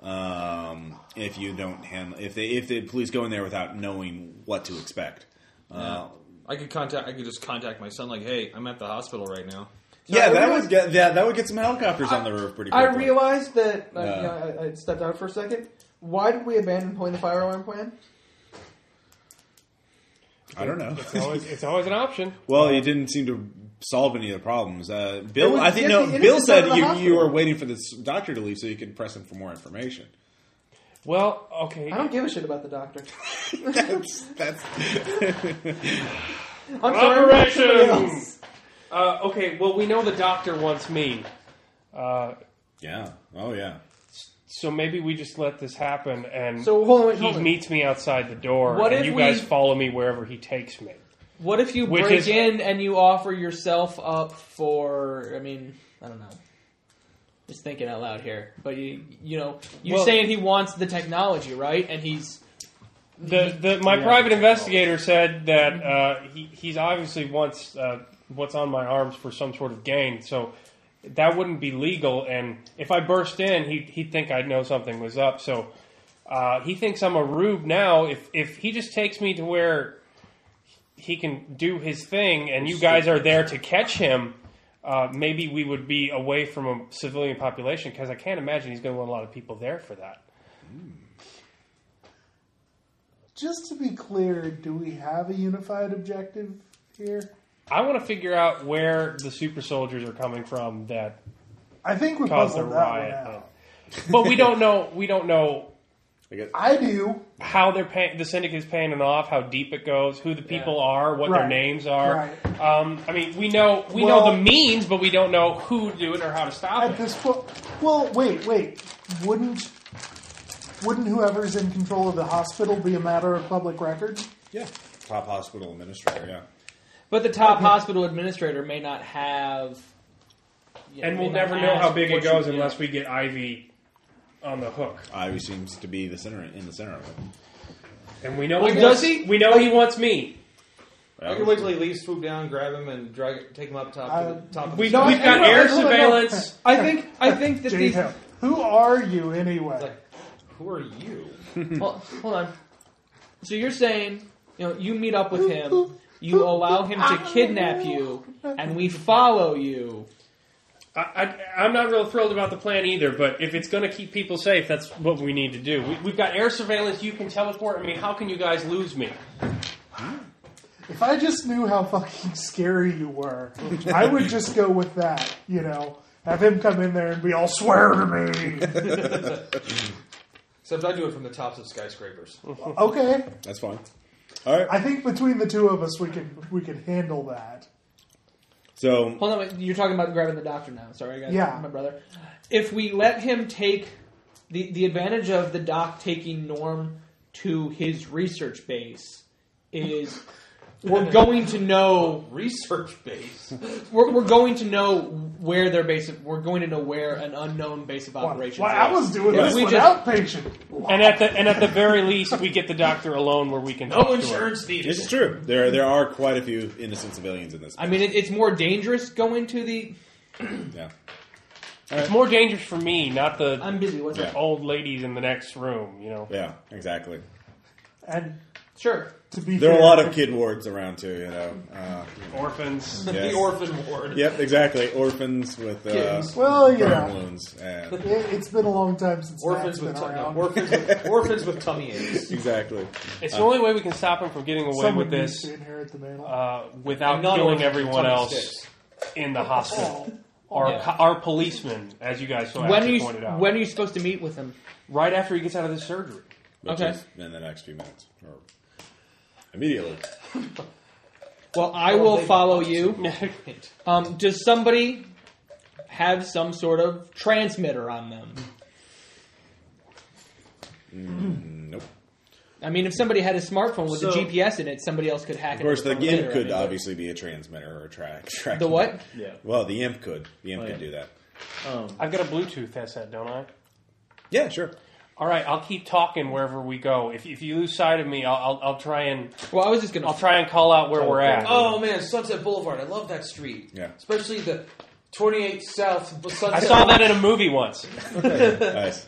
[SPEAKER 1] Um, if you don't handle, if they if the police go in there without knowing what to expect. Uh,
[SPEAKER 13] I could contact. I could just contact my son. Like, hey, I'm at the hospital right now.
[SPEAKER 1] yeah, that would get that that would get some helicopters on the roof pretty
[SPEAKER 7] I
[SPEAKER 1] quickly.
[SPEAKER 7] realized that uh,
[SPEAKER 1] No.
[SPEAKER 7] you know, I, I stepped out for a second. Why did we abandon pulling the fire alarm plan?
[SPEAKER 1] I don't know.
[SPEAKER 6] It's always, it's always an option.
[SPEAKER 1] Well, you didn't seem to solve any of the problems. Uh, Bill,
[SPEAKER 7] was
[SPEAKER 1] I think
[SPEAKER 7] get
[SPEAKER 1] no.
[SPEAKER 7] the
[SPEAKER 1] Bill
[SPEAKER 7] innocents out of
[SPEAKER 1] said
[SPEAKER 7] the
[SPEAKER 1] you, you
[SPEAKER 7] hospital.
[SPEAKER 1] were waiting for this doctor to leave so you could press him for more information.
[SPEAKER 6] Well, okay.
[SPEAKER 7] I don't give a shit about the doctor.
[SPEAKER 1] that's that's
[SPEAKER 7] I'm sorry. we're at somebody
[SPEAKER 6] Operation.
[SPEAKER 7] else.
[SPEAKER 6] Uh, okay, well, we know the doctor wants me, uh,
[SPEAKER 1] yeah. Oh yeah.
[SPEAKER 6] so maybe we just let this happen, and
[SPEAKER 7] So hold on, wait,
[SPEAKER 6] he
[SPEAKER 7] hold on.
[SPEAKER 6] meets me outside the door,
[SPEAKER 5] What
[SPEAKER 6] and
[SPEAKER 5] if
[SPEAKER 6] you
[SPEAKER 5] we-
[SPEAKER 6] guys follow me wherever he takes me.
[SPEAKER 5] What if you
[SPEAKER 6] Which
[SPEAKER 5] break
[SPEAKER 6] is-
[SPEAKER 5] in and you offer yourself up for? I mean, I don't know. Just thinking out loud here, but you you know you're
[SPEAKER 6] Well-
[SPEAKER 5] saying he wants the technology, right? And he's
[SPEAKER 6] The, the, my private investigator said that uh, he, he's obviously wants uh, what's on my arms for some sort of gain, so that wouldn't be legal. And if I burst in, he, he'd think I'd know something was up. So uh, he thinks I'm a rube now. If if he just takes me to where he can do his thing, and you guys are there to catch him. Uh, maybe we would be away from a civilian population because I can't imagine he's going to want a lot of people there for that.
[SPEAKER 3] Just to be clear, do we have a unified objective here?
[SPEAKER 6] I want to figure out where the super soldiers are coming from that
[SPEAKER 3] I think we
[SPEAKER 6] caused the
[SPEAKER 3] puzzled that one
[SPEAKER 6] riot.
[SPEAKER 3] out.
[SPEAKER 6] But we don't know. We don't know
[SPEAKER 1] I guess,
[SPEAKER 3] I do.
[SPEAKER 6] how they're paying. The syndicate's paying it off. How deep it goes. Who the people are. What
[SPEAKER 3] Right.
[SPEAKER 6] their names are.
[SPEAKER 3] Right.
[SPEAKER 6] Um, I mean, we know we
[SPEAKER 3] Well-
[SPEAKER 6] know the means, but we don't know who to do it or how to stop
[SPEAKER 3] At
[SPEAKER 6] it.
[SPEAKER 3] this point, well, wait, wait. Wouldn't wouldn't whoever's in control of the hospital be a matter of public record?
[SPEAKER 1] yeah. Top hospital administrator. Yeah.
[SPEAKER 5] But the top hospital administrator may not have. you
[SPEAKER 6] and
[SPEAKER 5] may
[SPEAKER 6] we'll
[SPEAKER 5] not
[SPEAKER 6] never know how
[SPEAKER 5] ask
[SPEAKER 6] big
[SPEAKER 5] what
[SPEAKER 6] it
[SPEAKER 5] you-
[SPEAKER 6] goes
[SPEAKER 5] yeah.
[SPEAKER 6] unless we get Ivy on the hook.
[SPEAKER 1] Ivy seems to be the center in the center of it.
[SPEAKER 6] And we know he
[SPEAKER 4] Wait, does
[SPEAKER 6] wants,
[SPEAKER 4] he?
[SPEAKER 6] We know he wants me.
[SPEAKER 4] I could wait till he leaves, swoop down, grab him, and drag, take him up top to the top. Of
[SPEAKER 6] We,
[SPEAKER 4] the
[SPEAKER 6] we've
[SPEAKER 4] stairs.
[SPEAKER 6] got
[SPEAKER 3] no,
[SPEAKER 6] air
[SPEAKER 3] no, no, no.
[SPEAKER 6] surveillance.
[SPEAKER 5] I think. I think that
[SPEAKER 3] Jane
[SPEAKER 5] these.
[SPEAKER 3] Hill. Who are you anyway?
[SPEAKER 4] Who are you?
[SPEAKER 5] Well, hold on. So you're saying, you know, you meet up with him, you allow him to kidnap you, and we follow you.
[SPEAKER 6] I, I, I'm not real thrilled about the plan either, but if it's going to keep people safe, that's what we need to do. We, we've got air surveillance. You can teleport. I mean, how can you guys lose me?
[SPEAKER 3] If I just knew how fucking scary you were, I would just go with that. You know, have him come in there and be all swear to me.
[SPEAKER 4] Except I do it from the tops of skyscrapers.
[SPEAKER 3] Okay,
[SPEAKER 1] That's fine. All right.
[SPEAKER 3] I think between the two of us, we could we could handle that.
[SPEAKER 1] So
[SPEAKER 5] Hold on, wait, you're talking about grabbing the doctor now. Sorry, I got
[SPEAKER 3] Yeah.
[SPEAKER 5] my brother. If we let him take the the advantage of the doc taking Norm to his research base is we're going to know
[SPEAKER 4] Research base.
[SPEAKER 5] we're, we're going to know where their base of, we're going to know where an unknown base of
[SPEAKER 3] Why,
[SPEAKER 5] operations
[SPEAKER 3] why I
[SPEAKER 5] is.
[SPEAKER 3] was doing
[SPEAKER 5] If
[SPEAKER 3] this
[SPEAKER 5] we
[SPEAKER 3] without patient.
[SPEAKER 6] And at the and at the very least, we get the doctor alone where we can. talk
[SPEAKER 1] Oh,
[SPEAKER 6] to
[SPEAKER 4] No
[SPEAKER 6] her.
[SPEAKER 4] insurance needed.
[SPEAKER 1] this is true. There there are quite a few innocent civilians in this.
[SPEAKER 5] I mean, it, it's more dangerous going to the.
[SPEAKER 1] yeah.
[SPEAKER 6] It's more dangerous for me, not the
[SPEAKER 5] I'm busy. What's
[SPEAKER 1] Yeah.
[SPEAKER 5] that?
[SPEAKER 6] old ladies in the next room. You know.
[SPEAKER 1] Yeah, exactly.
[SPEAKER 3] And
[SPEAKER 5] Sure.
[SPEAKER 3] to be
[SPEAKER 1] There are
[SPEAKER 3] fair,
[SPEAKER 1] a lot of kid wards around too, you know. Uh,
[SPEAKER 6] Orphans.
[SPEAKER 1] yes.
[SPEAKER 4] The orphan ward.
[SPEAKER 1] Yep, exactly. Orphans with uh,
[SPEAKER 5] Kids.
[SPEAKER 3] Well, you
[SPEAKER 1] burn
[SPEAKER 3] know.
[SPEAKER 1] wounds. And,
[SPEAKER 3] It, it's been a long time since
[SPEAKER 4] Orphans
[SPEAKER 3] Matt's
[SPEAKER 4] with,
[SPEAKER 3] been
[SPEAKER 4] tu- no,
[SPEAKER 3] around.
[SPEAKER 4] orphans with orphans with tummy aches.
[SPEAKER 1] exactly.
[SPEAKER 6] It's the only way we can stop him from getting away
[SPEAKER 3] Someone
[SPEAKER 6] with
[SPEAKER 3] needs
[SPEAKER 6] this
[SPEAKER 3] to inherit the mantle.
[SPEAKER 6] uh, without
[SPEAKER 4] Not
[SPEAKER 6] killing
[SPEAKER 4] orphans,
[SPEAKER 6] everyone
[SPEAKER 4] tummy
[SPEAKER 6] else
[SPEAKER 4] sticks.
[SPEAKER 6] in the hospital. Our,
[SPEAKER 5] Oh. Yeah.
[SPEAKER 6] our policemen, as you guys so
[SPEAKER 5] When are
[SPEAKER 6] aptly
[SPEAKER 5] you
[SPEAKER 6] pointed out,
[SPEAKER 5] when are you supposed to meet with him?
[SPEAKER 6] right after he gets out of this surgery.
[SPEAKER 1] Which
[SPEAKER 5] Okay.
[SPEAKER 1] is in the next few minutes. Or immediately.
[SPEAKER 5] Well, I will follow you. Um, does somebody have some sort of transmitter on them?
[SPEAKER 1] Mm, Nope.
[SPEAKER 5] I mean, if somebody had a smartphone with
[SPEAKER 8] So-
[SPEAKER 5] a GPS in it, somebody else could hack it.
[SPEAKER 1] Of course, the
[SPEAKER 5] from
[SPEAKER 1] imp
[SPEAKER 5] later, I
[SPEAKER 1] could
[SPEAKER 5] mean,
[SPEAKER 1] obviously be a transmitter or a track. track
[SPEAKER 5] The what?
[SPEAKER 8] Yeah.
[SPEAKER 1] Well, the imp could. The imp
[SPEAKER 8] Oh,
[SPEAKER 1] could
[SPEAKER 8] yeah.
[SPEAKER 1] do that.
[SPEAKER 8] Um,
[SPEAKER 6] I've got a Bluetooth headset, don't I?
[SPEAKER 1] Yeah, sure.
[SPEAKER 6] All right, I'll keep talking wherever we go. If, if you lose sight of me, I'll, I'll, I'll try and
[SPEAKER 5] Well, I was just gonna.
[SPEAKER 6] I'll try and call out where we're at.
[SPEAKER 4] Oh man, Sunset Boulevard. I love that street.
[SPEAKER 1] Yeah.
[SPEAKER 4] Especially the 28 South b- Sunset.
[SPEAKER 6] I saw that in a movie once.
[SPEAKER 1] Nice.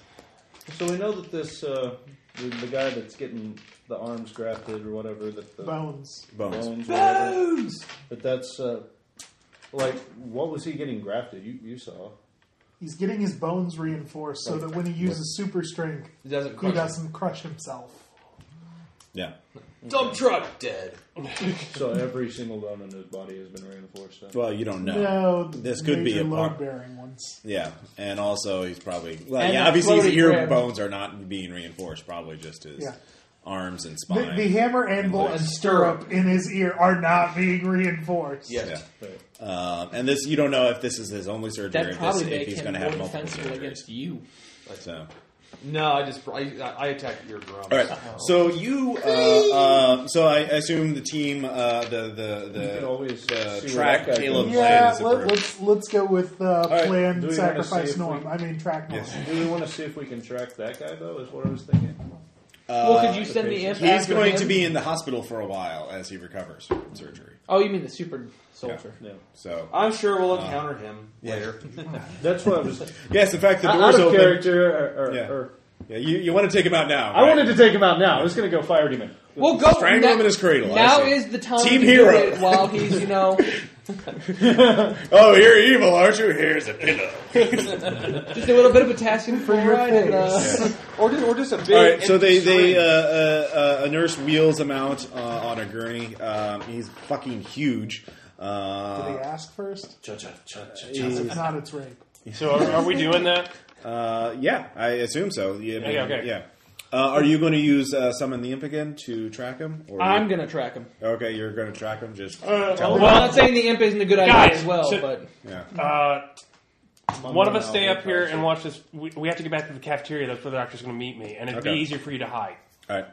[SPEAKER 8] so we know that this uh, the, the guy that's getting the arms grafted or whatever that the
[SPEAKER 3] Bones.
[SPEAKER 1] Bones.
[SPEAKER 8] bones, whatever, but that's uh, like what was he getting grafted? You you saw.
[SPEAKER 3] He's getting his bones reinforced so that when he uses super strength,
[SPEAKER 4] It doesn't
[SPEAKER 3] he
[SPEAKER 4] crush him.
[SPEAKER 3] doesn't crush himself.
[SPEAKER 1] Yeah.
[SPEAKER 4] Dump truck dead.
[SPEAKER 8] So every single bone in his body has been reinforced. Then.
[SPEAKER 1] Well, you don't know.
[SPEAKER 3] No, the
[SPEAKER 1] This could be
[SPEAKER 3] major
[SPEAKER 1] a part-
[SPEAKER 3] load bearing ones.
[SPEAKER 1] Yeah, and also he's probably well,
[SPEAKER 5] And
[SPEAKER 1] yeah.
[SPEAKER 5] the
[SPEAKER 1] Obviously, his
[SPEAKER 5] floating
[SPEAKER 1] ear
[SPEAKER 5] rib.
[SPEAKER 1] bones are not being reinforced. Probably just his
[SPEAKER 3] Yeah.
[SPEAKER 1] arms and
[SPEAKER 3] The,
[SPEAKER 1] spine.
[SPEAKER 3] the hammer, anvil,
[SPEAKER 1] And
[SPEAKER 3] and stirrup in his ear are not being reinforced.
[SPEAKER 1] yeah.
[SPEAKER 8] Right.
[SPEAKER 1] Um, and this, you don't know if this is his only surgery, or
[SPEAKER 5] that
[SPEAKER 1] if, this,
[SPEAKER 5] probably
[SPEAKER 1] if
[SPEAKER 5] make
[SPEAKER 1] he's
[SPEAKER 5] him
[SPEAKER 1] going to
[SPEAKER 5] more
[SPEAKER 1] have multiple
[SPEAKER 5] defensible
[SPEAKER 1] surgeries.
[SPEAKER 5] against you.
[SPEAKER 1] So,
[SPEAKER 4] No, I just I, I attacked your drum.
[SPEAKER 1] all right. So you, uh, uh, so I assume the team, uh, the the
[SPEAKER 8] You can
[SPEAKER 1] the,
[SPEAKER 8] always uh,
[SPEAKER 1] the
[SPEAKER 8] see
[SPEAKER 1] track
[SPEAKER 8] where that guy
[SPEAKER 1] Caleb
[SPEAKER 8] goes.
[SPEAKER 1] plan
[SPEAKER 3] Yeah,
[SPEAKER 1] is
[SPEAKER 3] let,
[SPEAKER 1] approved.
[SPEAKER 3] let's let's go with uh,
[SPEAKER 1] right,
[SPEAKER 3] plan
[SPEAKER 8] do we wanna see
[SPEAKER 3] sacrifice
[SPEAKER 8] if
[SPEAKER 3] norm.
[SPEAKER 8] we-
[SPEAKER 3] I mean track norm.
[SPEAKER 1] Yes.
[SPEAKER 8] Do we want to see if we can track that guy though? Is what I was thinking.
[SPEAKER 5] well, could you
[SPEAKER 8] the
[SPEAKER 5] send the
[SPEAKER 8] patient.
[SPEAKER 5] imp?
[SPEAKER 1] Uh, He's
[SPEAKER 5] after
[SPEAKER 1] going
[SPEAKER 5] him?
[SPEAKER 1] to be in the hospital for a while as he recovers from surgery.
[SPEAKER 5] Oh, you mean the super soldier?
[SPEAKER 8] Yeah,
[SPEAKER 1] So
[SPEAKER 4] I'm sure we'll
[SPEAKER 1] Uh,
[SPEAKER 4] encounter him later.
[SPEAKER 8] that's what I was.
[SPEAKER 1] yes, in fact, the
[SPEAKER 8] out
[SPEAKER 1] door's
[SPEAKER 8] of
[SPEAKER 1] open.
[SPEAKER 8] character, or, or,
[SPEAKER 1] Yeah.
[SPEAKER 8] or-
[SPEAKER 1] Yeah, you, you want to take him out now?
[SPEAKER 8] I wanted to take him out now. I was going to go fire demon.
[SPEAKER 5] Well, go
[SPEAKER 1] Strangle him in his cradle, I
[SPEAKER 5] Now
[SPEAKER 1] see.
[SPEAKER 5] is the time
[SPEAKER 1] Team
[SPEAKER 5] to
[SPEAKER 1] hero.
[SPEAKER 5] do it while he's you know.
[SPEAKER 1] Oh, you're evil, aren't you? Here's a pillow.
[SPEAKER 5] Just a little bit of potassium fluoride and uh,
[SPEAKER 4] Or just, or just a big.
[SPEAKER 1] All right, so they, they
[SPEAKER 4] string.
[SPEAKER 1] uh, uh, uh, a nurse wheels him out uh, on a gurney. Um, he's fucking huge.
[SPEAKER 3] Did he
[SPEAKER 1] Uh,
[SPEAKER 3] ask first?
[SPEAKER 1] he's-
[SPEAKER 3] If not, it's rape.
[SPEAKER 6] So are, are we doing that?
[SPEAKER 1] uh, yeah, I assume so. Yeah,
[SPEAKER 6] Okay, okay.
[SPEAKER 1] yeah. Uh, are you going to use uh, summon the imp again to track him? Or
[SPEAKER 5] I'm gonna track him.
[SPEAKER 1] okay, you're going to track him. Just
[SPEAKER 6] Uh,
[SPEAKER 5] Well, I'm not saying the imp isn't a good idea
[SPEAKER 6] Guys,
[SPEAKER 5] as well,
[SPEAKER 6] so-
[SPEAKER 5] but
[SPEAKER 1] yeah.
[SPEAKER 6] Uh, one of us stay
[SPEAKER 8] I'll
[SPEAKER 6] up here
[SPEAKER 8] try
[SPEAKER 6] and watch this. We, we have to get back to the cafeteria. That's where the doctor's going to meet me, and it'd
[SPEAKER 1] Okay.
[SPEAKER 6] be easier for you to hide.
[SPEAKER 1] All right.